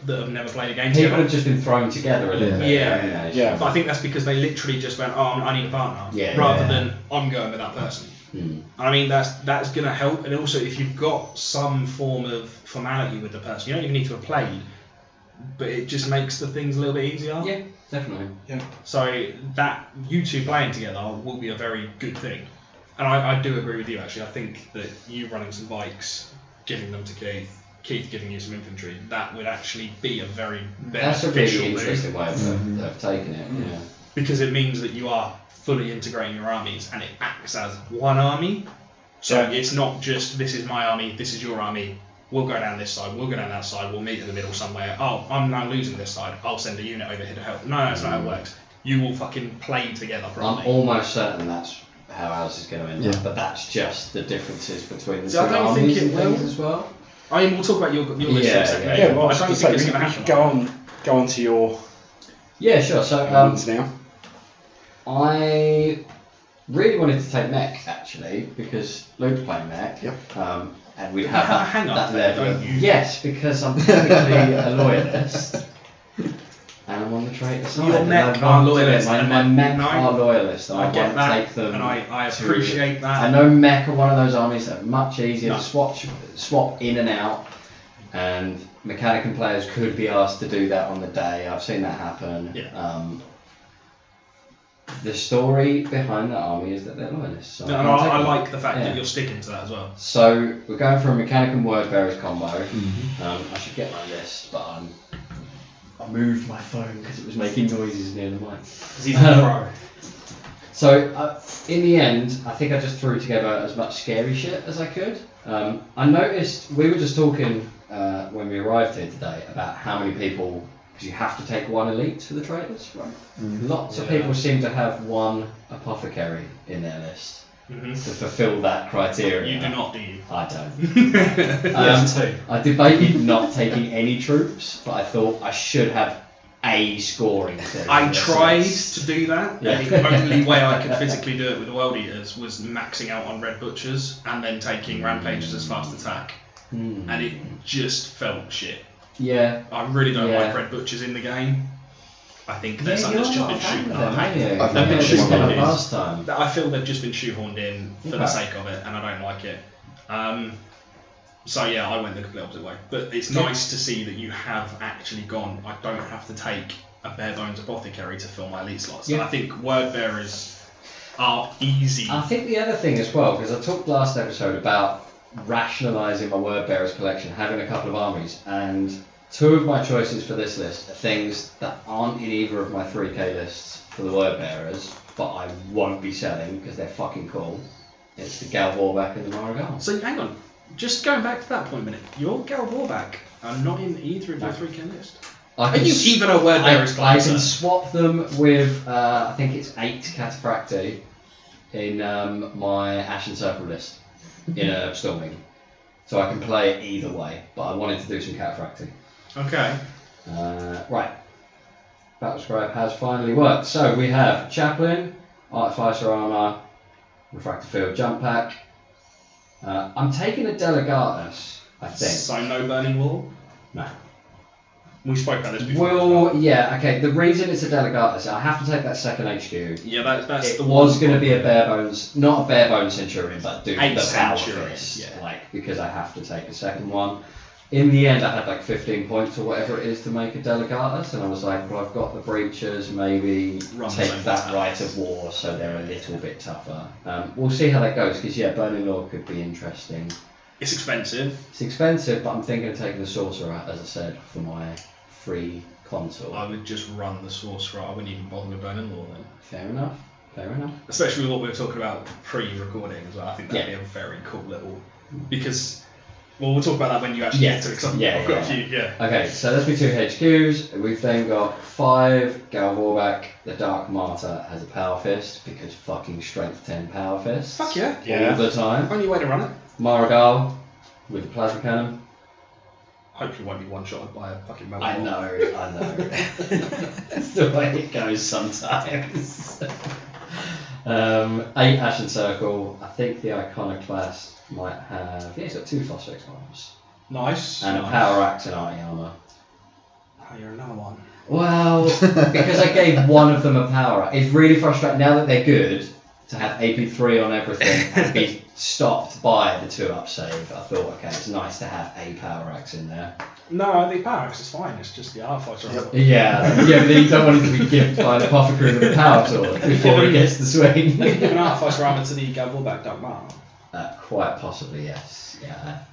Speaker 2: that have never played a game
Speaker 1: People
Speaker 2: together,
Speaker 1: have just been thrown together a little bit.
Speaker 2: Yeah.
Speaker 1: haven't they?
Speaker 3: Yeah.
Speaker 2: but I think that's because they literally just went, oh, I need a partner,
Speaker 1: Yeah,
Speaker 2: rather
Speaker 4: yeah.
Speaker 2: than I'm going with that person.
Speaker 1: Mm.
Speaker 2: And I mean, that's that's going to help. And also, if you've got some form of formality with the person, you don't even need to have played, but it just makes the things a little bit easier.
Speaker 1: Yeah, definitely.
Speaker 2: So that you two playing together will be a very good thing. And I, I do agree with you actually. I think that you running some bikes, giving them to Keith, Keith giving you some infantry, that would actually be a very
Speaker 1: That's a really
Speaker 2: beneficial move
Speaker 1: interesting way of,
Speaker 4: Mhm.
Speaker 1: of taking it. Yeah.
Speaker 2: because it means that you are fully integrating your armies and it acts as one army. So
Speaker 3: Yeah.
Speaker 2: it's not just this is my army, this is your army. We'll go down this side, we'll go down that side, we'll meet in the middle somewhere. Oh, I'm now losing this side. I'll send a unit over here to help. No, no, that's not how it works. You will fucking play together
Speaker 1: Mm. I'm
Speaker 2: properly.
Speaker 1: almost certain that's how ours is going to end
Speaker 4: Yeah.
Speaker 1: up, but that's just the differences between the
Speaker 2: See,
Speaker 1: two
Speaker 2: I don't think
Speaker 1: armies
Speaker 2: it
Speaker 1: and things
Speaker 2: will.
Speaker 1: as well.
Speaker 2: I mean, Oh, we'll talk about your your list in
Speaker 1: Yeah,
Speaker 2: a second.
Speaker 1: yeah.
Speaker 3: Yeah. Well, I
Speaker 2: I
Speaker 3: was
Speaker 2: don't
Speaker 3: going to
Speaker 2: think
Speaker 3: say
Speaker 2: it's
Speaker 3: we,
Speaker 2: going to
Speaker 3: we
Speaker 2: happen.
Speaker 3: should go on. Go on to your
Speaker 1: Yeah, sure. So um,
Speaker 3: ones now.
Speaker 1: I really wanted to take mech actually because Luke's playing mech.
Speaker 4: Yep.
Speaker 1: Um, and we
Speaker 2: You
Speaker 1: have
Speaker 2: have
Speaker 1: that,
Speaker 2: a hang-up
Speaker 1: that
Speaker 2: there,
Speaker 1: level.
Speaker 2: don't you?
Speaker 1: Yes, because I'm technically a loyalist. And I'm on the traitor side.
Speaker 2: Your
Speaker 1: and
Speaker 2: mech
Speaker 1: I
Speaker 2: are
Speaker 1: want to-
Speaker 2: loyalists,
Speaker 1: My,
Speaker 2: and
Speaker 1: my
Speaker 2: I-
Speaker 1: mech
Speaker 2: no,
Speaker 1: are loyalists. And I,
Speaker 2: I get
Speaker 1: want
Speaker 2: that,
Speaker 1: to take them.
Speaker 2: and I, I
Speaker 1: to-
Speaker 2: appreciate that.
Speaker 1: I know mech are one of those armies that are much easier
Speaker 2: No.
Speaker 1: to swap, swap in and out, and mechanic and players could be asked to do that on the day. I've seen that happen.
Speaker 2: Yeah.
Speaker 1: Um, the story behind the army is that they're loyalists. So,
Speaker 2: No,
Speaker 1: I'm
Speaker 2: and I,
Speaker 1: taking
Speaker 2: I
Speaker 1: it.
Speaker 2: like the fact
Speaker 1: Yeah.
Speaker 2: that you're sticking to that as well.
Speaker 1: So we're going for a mechanic and word bearers combo.
Speaker 2: Mm.
Speaker 1: Um, I should get my list, but i I moved my phone because it was making noises near the mic.
Speaker 5: Because he's a pro.
Speaker 1: So uh, in the end, I think I just threw together as much scary shit as I could. Um, I noticed we were just talking uh, when we arrived here today about how many people because you have to take one elite for the traders, right? Lots of
Speaker 2: Yeah.
Speaker 1: people seem to have one apothecary in their list
Speaker 2: hmm
Speaker 1: to fulfil that criteria.
Speaker 2: You do not, do you?
Speaker 1: I don't.
Speaker 2: yeah.
Speaker 1: Um,
Speaker 5: Yes, two.
Speaker 1: I debated not taking any troops, but I thought I should have a scoring. thing.
Speaker 2: I tried to do that, and
Speaker 1: Yeah.
Speaker 2: the only way I could physically do it with the World Eaters was maxing out on Red Butchers and then taking Rampages as fast attack,
Speaker 1: Hmm.
Speaker 2: and it just felt shit.
Speaker 1: Yeah.
Speaker 2: I really don't
Speaker 1: Yeah.
Speaker 2: like Red Butchers in the game. I think
Speaker 1: Yeah,
Speaker 2: they're something
Speaker 1: you
Speaker 2: that's
Speaker 1: are
Speaker 2: just
Speaker 1: a
Speaker 2: been
Speaker 1: fan
Speaker 2: shooting
Speaker 1: of
Speaker 2: up.
Speaker 1: them, aren't you?
Speaker 4: I
Speaker 1: That
Speaker 4: think
Speaker 1: was
Speaker 4: they're
Speaker 1: just
Speaker 4: one
Speaker 1: kind
Speaker 4: of
Speaker 1: of
Speaker 4: these.
Speaker 1: last time.
Speaker 2: That I feel they've just been shoehorned in for
Speaker 1: Okay.
Speaker 2: the sake of it, and I don't like it. Um, so yeah, I went the complete opposite way. But it's nice to see that you have actually gone. I don't have to take a bare bones apothecary to fill my elite slots.
Speaker 1: Yeah.
Speaker 2: I think word bearers are easy.
Speaker 1: I think the other thing as well, because I talked last episode about rationalising my word bearers collection, having a couple of armies, and two of my choices for this list are things that aren't in either of my 3k lists for the word bearers, but I won't be selling because they're fucking cool. It's the Gal Warback and the Maragall.
Speaker 2: so hang on, just going back to that point a minute. Your Gal Warback are not in either of your three K list.
Speaker 1: I
Speaker 2: Are
Speaker 1: can
Speaker 2: you
Speaker 1: s-
Speaker 2: even a word
Speaker 1: I,
Speaker 2: bearers
Speaker 1: I can
Speaker 2: collector?
Speaker 1: swap them with, uh, I think it's eight cataphracti in um, my Ashen Circle list in a storming. So I can play it either way, but I wanted to do some cataphracti.
Speaker 2: Okay.
Speaker 1: Uh, right. Battle Scribe has finally worked. So we have Chaplain, Artificer Armour, Refractor Field Jump Pack. Uh, I'm taking a Delegatus, I think.
Speaker 2: So no burning wall.
Speaker 1: No.
Speaker 2: We spoke about this before.
Speaker 1: Well, yeah, okay. The reason it's a Delegatus, I have to take that second HQ
Speaker 2: Yeah, that, that's
Speaker 1: it
Speaker 2: the
Speaker 1: was
Speaker 2: one
Speaker 1: going to be a
Speaker 2: problem.
Speaker 1: bare bones, not a bare bones centurion, but do the
Speaker 2: A
Speaker 1: power
Speaker 2: centurion,
Speaker 1: fist,
Speaker 2: yeah.
Speaker 1: like because I have to take a second one. In the end, I had like 15 points or whatever it is to make a delegatus, and I was like, well, I've got the breaches, maybe
Speaker 2: Run
Speaker 1: take
Speaker 2: them
Speaker 1: that
Speaker 2: down.
Speaker 1: right of war, so they're a little bit tougher. Um, we'll see how that goes, because yeah, Burning Law could be interesting.
Speaker 2: It's expensive.
Speaker 1: It's expensive, but I'm thinking of taking the sorcerer, as I said, for my free console.
Speaker 2: I would just run the sorcerer. I wouldn't even bother with Burning Law then.
Speaker 1: Fair enough. Fair enough.
Speaker 2: Especially with what we were talking about pre-recording as well. I think that'd
Speaker 1: Yeah.
Speaker 2: be a very cool little because well we'll talk about that when you actually
Speaker 1: Yeah.
Speaker 2: get to it. 'cause I've,
Speaker 1: Yeah,
Speaker 2: I've got
Speaker 1: yeah,
Speaker 2: a few. Yeah.
Speaker 1: Okay, so that's my two HQs. We've then got five Gal Warback, the Dark Martyr has a power fist because fucking strength ten power fist.
Speaker 2: Fuck yeah.
Speaker 1: All
Speaker 3: Yeah.
Speaker 1: the time.
Speaker 2: Only way to run it.
Speaker 1: Maragal with the plasma cannon.
Speaker 2: Hopefully, won't be one shot by a fucking metal.
Speaker 1: I know, I know. That's the way it goes sometimes. um, eight Ashen Circle. I think the Iconoclast might have. Yeah, he's got two Phosphex arms
Speaker 2: Nice.
Speaker 1: and a
Speaker 2: nice.
Speaker 1: Power Axe and Arty Armor.
Speaker 2: Oh, you're another one.
Speaker 1: Well, because I gave one of them a power up. It's really frustrating now that they're good to have AP3 on everything and be stopped by the two up save. I thought, okay, it's nice to have a power axe in there.
Speaker 2: No, the power axe is fine. It's just the R fighter.
Speaker 5: Yep.
Speaker 1: Yeah, yeah, but then you don't want it to be gimped by an apothecary with a power sword before he gets the
Speaker 2: You give
Speaker 1: swing.
Speaker 2: an R fighter armor to the Gavel back, don't mark.
Speaker 1: Uh, quite possibly, yes. Yeah,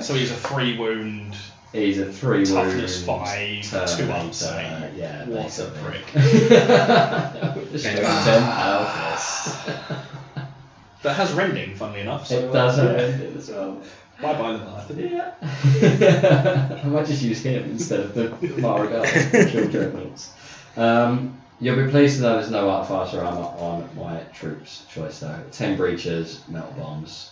Speaker 2: So he's a three wound.
Speaker 1: he's a three
Speaker 2: Toughness
Speaker 1: wound
Speaker 2: five,
Speaker 1: Terminator,
Speaker 2: two up save.
Speaker 1: Yeah,
Speaker 2: What a
Speaker 1: basically.
Speaker 2: prick.
Speaker 1: With the strength
Speaker 2: Ah.
Speaker 1: ten power fist.
Speaker 2: That has rending, funnily enough. So,
Speaker 1: It does have
Speaker 2: Uh,
Speaker 1: ended as well.
Speaker 2: yeah. Bye bye, the Martha.
Speaker 1: Yeah. I might just use him instead of the Marigal Killdrivels. Um, you'll be pleased to know there's no artificer armor on my troops choice though. Ten breaches, metal bombs.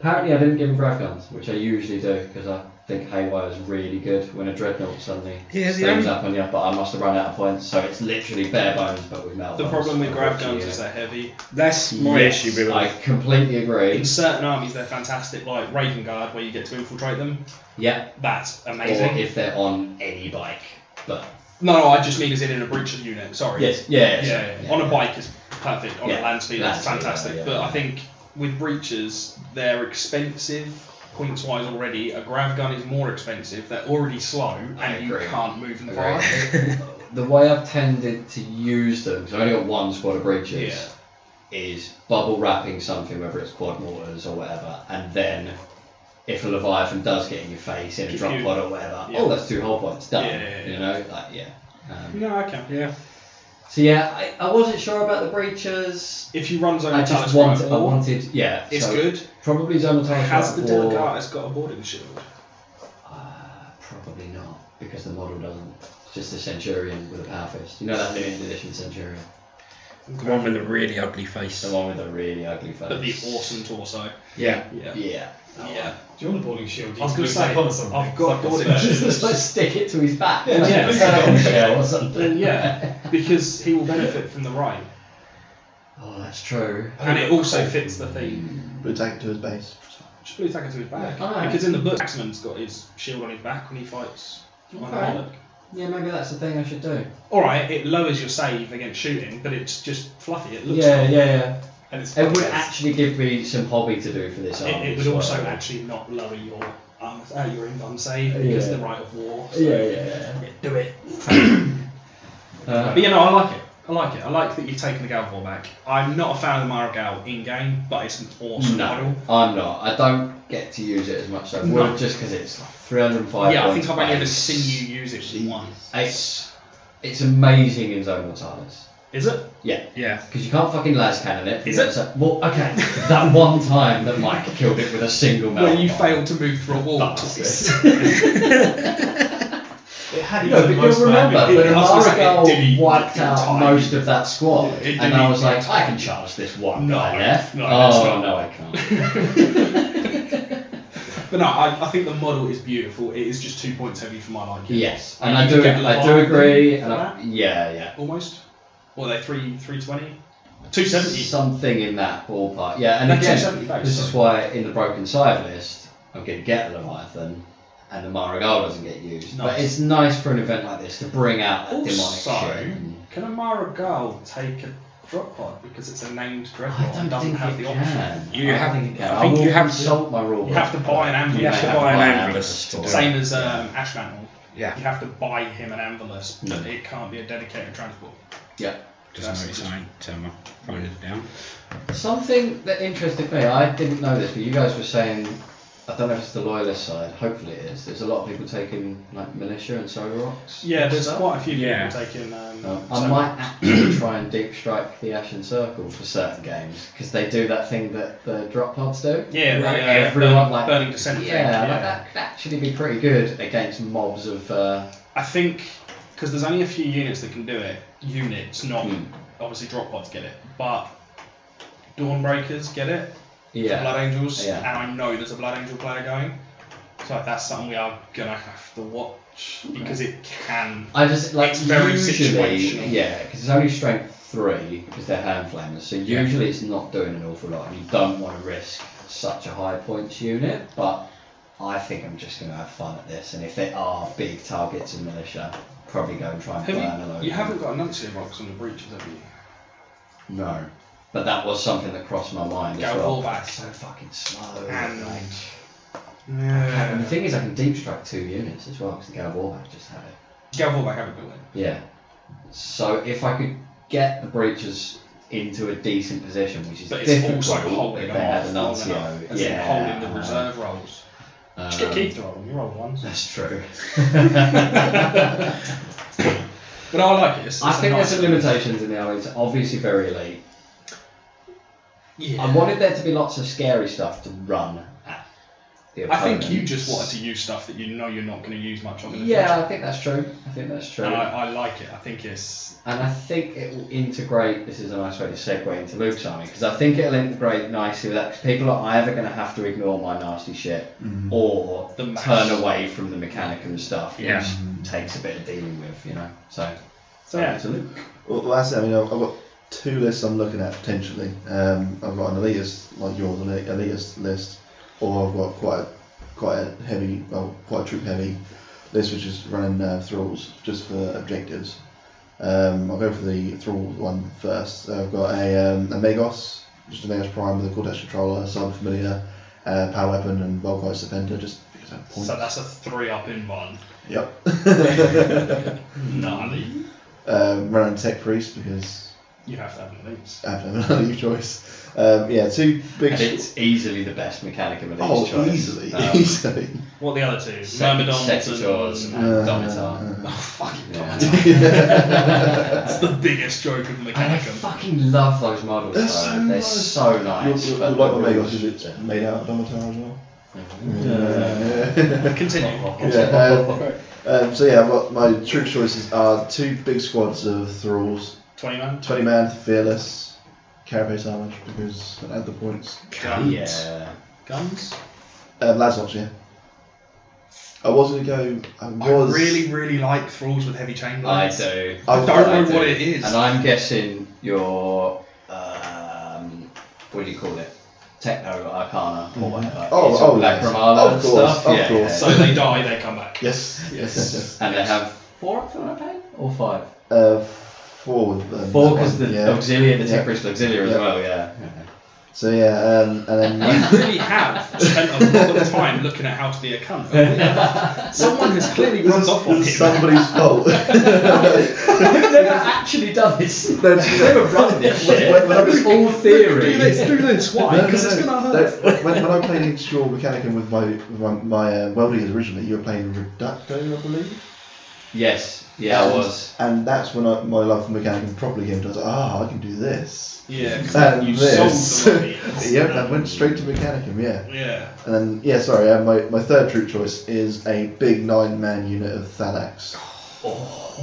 Speaker 1: Apparently, I didn't give him grav guns, which I usually do because I think Haywire's really good when a dreadnought suddenly
Speaker 2: Yeah, the
Speaker 1: springs
Speaker 2: only-
Speaker 1: up on you. But I must have run out of points, so it's literally bare bones, but with metal.
Speaker 2: The
Speaker 1: bombs,
Speaker 2: problem with grav guns
Speaker 1: unfortunately.
Speaker 2: is they're heavy.
Speaker 3: That's my
Speaker 1: Yes,
Speaker 3: issue with
Speaker 1: I
Speaker 3: it.
Speaker 1: completely
Speaker 2: In
Speaker 1: agree.
Speaker 2: certain armies, they're fantastic, like Raven Guard, where you get to infiltrate them.
Speaker 1: Yeah,
Speaker 2: That's
Speaker 1: Or
Speaker 2: amazing.
Speaker 1: if they're on any bike. But
Speaker 2: No, no, I just mean is it in a breach of unit. Sorry.
Speaker 1: yeah,
Speaker 2: Yeah, on a bike is perfect. On
Speaker 1: Yeah,
Speaker 2: a land speeder, it's
Speaker 1: land speeder,
Speaker 2: fantastic.
Speaker 1: yeah.
Speaker 2: But I think with breaches, they're expensive points wise already. A grav gun is more expensive. They're already slow,
Speaker 1: I
Speaker 2: and you
Speaker 1: agree.
Speaker 2: can't move them
Speaker 1: Agree.
Speaker 2: far.
Speaker 1: the way I've tended to use them, because I've only got one squad of breaches, is bubble wrapping something, whether it's quad mortars or whatever, and then if a Leviathan does get in your face in a
Speaker 2: If
Speaker 1: drop
Speaker 2: you-
Speaker 1: pod or whatever,
Speaker 2: Yeah.
Speaker 1: oh, that's two whole points done.
Speaker 2: Yeah, yeah, yeah.
Speaker 1: You know, like yeah. Um,
Speaker 2: No, I can.
Speaker 3: Yeah.
Speaker 1: So yeah, I, I wasn't sure about the breaches.
Speaker 2: If you run Zone
Speaker 1: I
Speaker 2: of
Speaker 1: just
Speaker 2: Talus
Speaker 1: wanted, I
Speaker 2: right wall,
Speaker 1: wanted, yeah.
Speaker 2: it's
Speaker 1: so
Speaker 2: good.
Speaker 1: Probably Zona Talus
Speaker 2: Has the
Speaker 1: right wall.
Speaker 2: Delicatus got a boarding shield?
Speaker 1: Uh, probably not, because the model doesn't. It's just a centurion with a power fist. You know that new edition centurion,
Speaker 3: The one with the really ugly face.
Speaker 1: the one with a really ugly face.
Speaker 2: But the awesome torso.
Speaker 3: Yeah.
Speaker 5: Yeah.
Speaker 1: Yeah.
Speaker 2: Yeah.
Speaker 5: Do you want a boarding shield? You
Speaker 2: I was
Speaker 5: can
Speaker 2: gonna
Speaker 5: put it
Speaker 2: say,
Speaker 5: back on something.
Speaker 2: I've got
Speaker 5: It's like
Speaker 2: boarding
Speaker 5: a spare.
Speaker 2: shield.
Speaker 1: just like stick it to his back.
Speaker 5: Yeah,
Speaker 1: like
Speaker 2: yeah.
Speaker 1: a salad shell or something.
Speaker 2: Yeah, because he will benefit from the right.
Speaker 1: Oh, that's true.
Speaker 2: And it also fits the theme.
Speaker 4: But take it to his base.
Speaker 2: Just put his dagger to his back.
Speaker 1: Alright.
Speaker 2: Because in the book, Axeman's got his shield on his back when he fights on
Speaker 1: Okay. Yeah, maybe that's the thing I should do.
Speaker 2: Alright, it lowers your save against shooting, but it's just fluffy. It looks
Speaker 1: Yeah,
Speaker 2: cool.
Speaker 1: yeah, yeah.
Speaker 5: And it's
Speaker 1: It would
Speaker 5: it's-
Speaker 1: actually give me some hobby to do for this army.
Speaker 2: It, it
Speaker 1: as
Speaker 2: would
Speaker 1: well.
Speaker 2: also actually not lower your um, uh, your ingun save because
Speaker 1: Yeah.
Speaker 2: the right of war. so-
Speaker 1: Yeah, yeah,
Speaker 2: Yeah, Do it.
Speaker 1: yeah. Uh,
Speaker 2: But you know, I like it. I like it. I like that you've taken the Galvor back. I'm not a fan of the Maragal in game, but it's an awesome
Speaker 1: No,
Speaker 2: model.
Speaker 1: I'm not. I don't get to use it as much as I would
Speaker 2: No.
Speaker 1: just because it's like 305.
Speaker 2: yeah, I think
Speaker 1: points
Speaker 2: I've only ever
Speaker 1: base.
Speaker 2: seen you use it once.
Speaker 1: It's, it's amazing in Zone Mortalis.
Speaker 2: Is it?
Speaker 1: Yeah.
Speaker 2: Yeah.
Speaker 1: Because you can't fucking las cannon it.
Speaker 2: Is it?
Speaker 1: So- well, okay. that one time that Mike killed it with a single
Speaker 2: Where
Speaker 1: metal.
Speaker 2: you
Speaker 1: bomb.
Speaker 2: failed to move through a wall twice.
Speaker 1: Bastards.
Speaker 5: It had
Speaker 1: No,
Speaker 5: the
Speaker 1: but you'll
Speaker 5: most
Speaker 1: remember
Speaker 5: value.
Speaker 1: that
Speaker 2: I was gonna say, it
Speaker 1: Amaragal
Speaker 2: didn't
Speaker 1: wiped
Speaker 2: even
Speaker 1: out
Speaker 2: time.
Speaker 1: most of that squad,
Speaker 2: It didn't
Speaker 1: and I was
Speaker 2: even
Speaker 1: like,
Speaker 2: time.
Speaker 1: I can charge this one
Speaker 2: No,
Speaker 1: guy there.
Speaker 2: no, that's
Speaker 1: oh
Speaker 2: not-
Speaker 1: no, I can't.
Speaker 2: But no, I, I think the model is beautiful. It is just two points heavy for my liking.
Speaker 1: Yes, and
Speaker 2: You
Speaker 1: I
Speaker 2: can
Speaker 1: do,
Speaker 2: get
Speaker 1: I do
Speaker 2: Lavarde
Speaker 1: agree,
Speaker 2: for
Speaker 1: and I,
Speaker 2: that?
Speaker 1: yeah, yeah.
Speaker 2: Almost. What are they? Three, three twenty. Two seventy.
Speaker 1: Something in that ballpark. Yeah, and
Speaker 2: No,
Speaker 1: again,
Speaker 2: 270 base,
Speaker 1: this is why in the broken side list, I'm going to get the Leviathan, and the Marigal doesn't get used. But
Speaker 2: Nice.
Speaker 1: it's nice for an event like this to bring out that
Speaker 2: Also,
Speaker 1: demonic shit. and-
Speaker 2: can a Maragal take a drop pod because it's a named
Speaker 1: I
Speaker 2: dreadnought?
Speaker 1: don't
Speaker 2: and doesn't
Speaker 1: think
Speaker 2: have
Speaker 1: it
Speaker 2: the
Speaker 1: can.
Speaker 2: option.
Speaker 3: You
Speaker 1: I don't
Speaker 3: have-
Speaker 1: think it can.
Speaker 3: I think
Speaker 1: will
Speaker 3: you have to-
Speaker 1: consult my rule.
Speaker 2: You have to buy an ambulance.
Speaker 1: You have to buy an ambulance
Speaker 3: to
Speaker 1: for
Speaker 3: do
Speaker 1: it.
Speaker 3: it.
Speaker 2: Same as um, Ash Mantle.
Speaker 3: Yeah.
Speaker 2: You have to buy him an ambulance, but
Speaker 1: Mm.
Speaker 2: it can't be a dedicated transport.
Speaker 1: Yeah.
Speaker 3: Just noticed I ain't turned my phone down.
Speaker 1: Something that interested me, I didn't know this, but you guys were saying, I don't know if it's the loyalist side, hopefully it is, there's a lot of people taking like militia and solar rocks.
Speaker 2: Yeah,
Speaker 1: and
Speaker 2: there's
Speaker 1: stuff.
Speaker 2: quite a few
Speaker 3: Yeah.
Speaker 2: people taking. Um,
Speaker 1: Um, I
Speaker 2: so-
Speaker 1: might actually try and deep strike the Ashen Circle for certain games, because they do that thing that the drop pods do.
Speaker 2: Yeah,
Speaker 1: Where
Speaker 2: the, uh,
Speaker 1: everyone
Speaker 2: burn-
Speaker 1: like.
Speaker 2: burning descent thing,
Speaker 1: Yeah, like,
Speaker 2: yeah.
Speaker 1: that could actually be pretty good against mobs of. Uh,
Speaker 2: I think because there's only a few units that can do it. Units, not
Speaker 1: Hmm.
Speaker 2: obviously drop pods get it, but Dawnbreakers get it.
Speaker 1: yeah.
Speaker 2: Blood Angels,
Speaker 1: Yeah.
Speaker 2: and I know there's a Blood Angel player going. So like, that's something we are gonna have to watch because it can.
Speaker 1: I just like
Speaker 2: It's very
Speaker 1: usually,
Speaker 2: situational.
Speaker 1: yeah, because it's only strength three because they're hand flamers. So usually it's not doing an awful lot, and you don't want to risk such a high points unit. But I think I'm just gonna have fun at this, and if they are big targets in militia, probably go and try and
Speaker 2: Have
Speaker 1: burn a load.
Speaker 2: you, you
Speaker 1: of
Speaker 2: haven't
Speaker 1: them.
Speaker 2: got Annunciate Rocks on the breaches, have you?
Speaker 1: No, but that was something that crossed my mind as
Speaker 2: Go
Speaker 1: well.
Speaker 2: full back.
Speaker 1: So fucking slow.
Speaker 2: And-
Speaker 1: like, and the
Speaker 2: No.
Speaker 1: thing is, I can deep strike two units as well because the Gal Warback just had it.
Speaker 2: Galvorback haven't got it.
Speaker 1: Yeah. So if I could get the breaches into a decent position, which is
Speaker 2: But it's
Speaker 1: difficult,
Speaker 2: also holding
Speaker 1: if
Speaker 2: them
Speaker 1: they had
Speaker 2: off
Speaker 1: an
Speaker 2: long
Speaker 1: Nuncio,
Speaker 2: enough, as in
Speaker 1: yeah,
Speaker 2: holding the reserve rolls.
Speaker 1: um,
Speaker 2: Just get Keith to roll them, you roll ones.
Speaker 1: That's true.
Speaker 2: But I like it. It's,
Speaker 1: I
Speaker 2: it's
Speaker 1: think
Speaker 2: a
Speaker 1: there's
Speaker 2: nice
Speaker 1: some limitations in the army. It's obviously very elite.
Speaker 2: Yeah.
Speaker 1: I wanted there to be lots of scary stuff to run at the
Speaker 2: I
Speaker 1: opponent.
Speaker 2: think you just wanted to use stuff that you know you're not going to use much of in the
Speaker 1: Yeah, I think that's true. I think that's true.
Speaker 2: future. And I, I like it. I think it's.
Speaker 1: And I think it will integrate. This is a nice way to segue into Luke's army because I think it'll integrate nicely with that. Because people are either going to have to ignore my nasty shit
Speaker 4: Mm-hmm.
Speaker 1: or
Speaker 2: The maths.
Speaker 1: turn away from the mechanicum stuff,
Speaker 3: Yeah.
Speaker 1: which takes a bit of dealing with, you know. So,
Speaker 2: So yeah.
Speaker 1: to Luke.
Speaker 4: Well, that's it. I mean, I've, I've got two lists I'm looking at potentially. Um, I've got an elitist, like yours, an elitist list, or I've got quite a, quite a heavy, well, quite a troop heavy list, which is running uh, thralls just for objectives. Um, I'll go for the thrall one first. So I've got a, um, a Megos, just a Megos Prime with a Cortex controller, cyber familiar, uh, power weapon, and Volkite Serpenter, just because I have points.
Speaker 2: So that's a three up in one.
Speaker 4: Yep.
Speaker 2: Gnarly.
Speaker 4: um, running Tech Priest because
Speaker 2: You have to have an elite.
Speaker 4: I have no other choice. Um, yeah, two big.
Speaker 1: And it's easily the best mechanic of an
Speaker 4: oh,
Speaker 1: choice.
Speaker 4: easily,
Speaker 1: Um,
Speaker 4: easily.
Speaker 2: What are the other two?
Speaker 1: Sec-
Speaker 2: Myrmidons
Speaker 1: Secateurs
Speaker 2: and-
Speaker 1: and
Speaker 4: Uh,
Speaker 1: Domitar.
Speaker 4: uh,
Speaker 2: Oh, fucking
Speaker 1: Yeah.
Speaker 2: Domitar. That's the biggest joke of
Speaker 1: And I
Speaker 2: Mechanicum.
Speaker 1: fucking love those models.
Speaker 4: They're
Speaker 1: They're
Speaker 4: so
Speaker 1: so, They're
Speaker 4: nice.
Speaker 1: so nice.
Speaker 4: You'll-
Speaker 1: but
Speaker 4: you'll like
Speaker 1: the
Speaker 4: what Magos
Speaker 1: rules-
Speaker 4: is it's made out of Domitar as well.
Speaker 1: Yeah.
Speaker 2: Continue.
Speaker 4: Yeah, Um, so yeah, what my troop choices are two big squads of thralls,
Speaker 2: 20 man?
Speaker 4: twenty man fearless, carapace armor because I had the points.
Speaker 2: Guns?
Speaker 1: Yeah.
Speaker 2: Guns?
Speaker 4: Um, Lazox, yeah. I was gonna go.
Speaker 2: I
Speaker 4: I was
Speaker 2: really, really like Thralls with heavy chain
Speaker 1: I
Speaker 2: blades.
Speaker 1: do.
Speaker 4: I
Speaker 2: I don't
Speaker 1: I
Speaker 2: know
Speaker 1: do.
Speaker 2: what it is.
Speaker 1: And I'm guessing your um, what do you call it? Techno Arcana or whatever.
Speaker 4: Oh,
Speaker 1: It's all
Speaker 4: oh,
Speaker 1: Black
Speaker 4: yes.
Speaker 1: Bramala
Speaker 4: Of
Speaker 1: and
Speaker 4: course,
Speaker 1: stuff.
Speaker 4: of
Speaker 1: yeah.
Speaker 4: course.
Speaker 2: So they die, they come back.
Speaker 4: Yes, yes, yes.
Speaker 1: and they have four up on a pay or five.
Speaker 4: Uh, four with them.
Speaker 1: Four
Speaker 4: that
Speaker 1: because
Speaker 4: one,
Speaker 1: the
Speaker 4: yeah.
Speaker 1: auxiliary, the
Speaker 4: Yeah.
Speaker 1: temperance auxiliary
Speaker 4: Yeah.
Speaker 1: as well. Yeah.
Speaker 4: So yeah, um, and
Speaker 2: You
Speaker 4: then
Speaker 2: really have spent a lot of time looking at how to be a cunt. haven't you? Someone has clearly
Speaker 4: this
Speaker 2: rubbed
Speaker 4: is,
Speaker 2: off on
Speaker 4: this
Speaker 2: you.
Speaker 4: is somebody's fault.
Speaker 1: I've never actually done this.
Speaker 4: No, do you know-
Speaker 1: never run this shit.
Speaker 4: When- when I was-
Speaker 1: It's all
Speaker 2: Do
Speaker 1: theory.
Speaker 2: this, do this, why?
Speaker 4: No, no,
Speaker 2: Because it's
Speaker 4: no.
Speaker 2: going to hurt.
Speaker 4: That- when, when I played Insure Mechanicum with my with my, my uh, welders originally, you were playing Reducto, I believe.
Speaker 1: Yes. Yeah, I
Speaker 4: And-
Speaker 1: was.
Speaker 4: And that's when I, my love for Mechanicum properly came to. I was like, ah, I can do this.
Speaker 2: Yeah, 'cause
Speaker 4: And
Speaker 2: you
Speaker 4: this.
Speaker 2: sold the lobby.
Speaker 4: Yep, that went straight to Mechanicum, yeah.
Speaker 2: Yeah.
Speaker 4: And then, yeah, sorry, uh, my, my third troop choice is a big nine man unit of Thalax.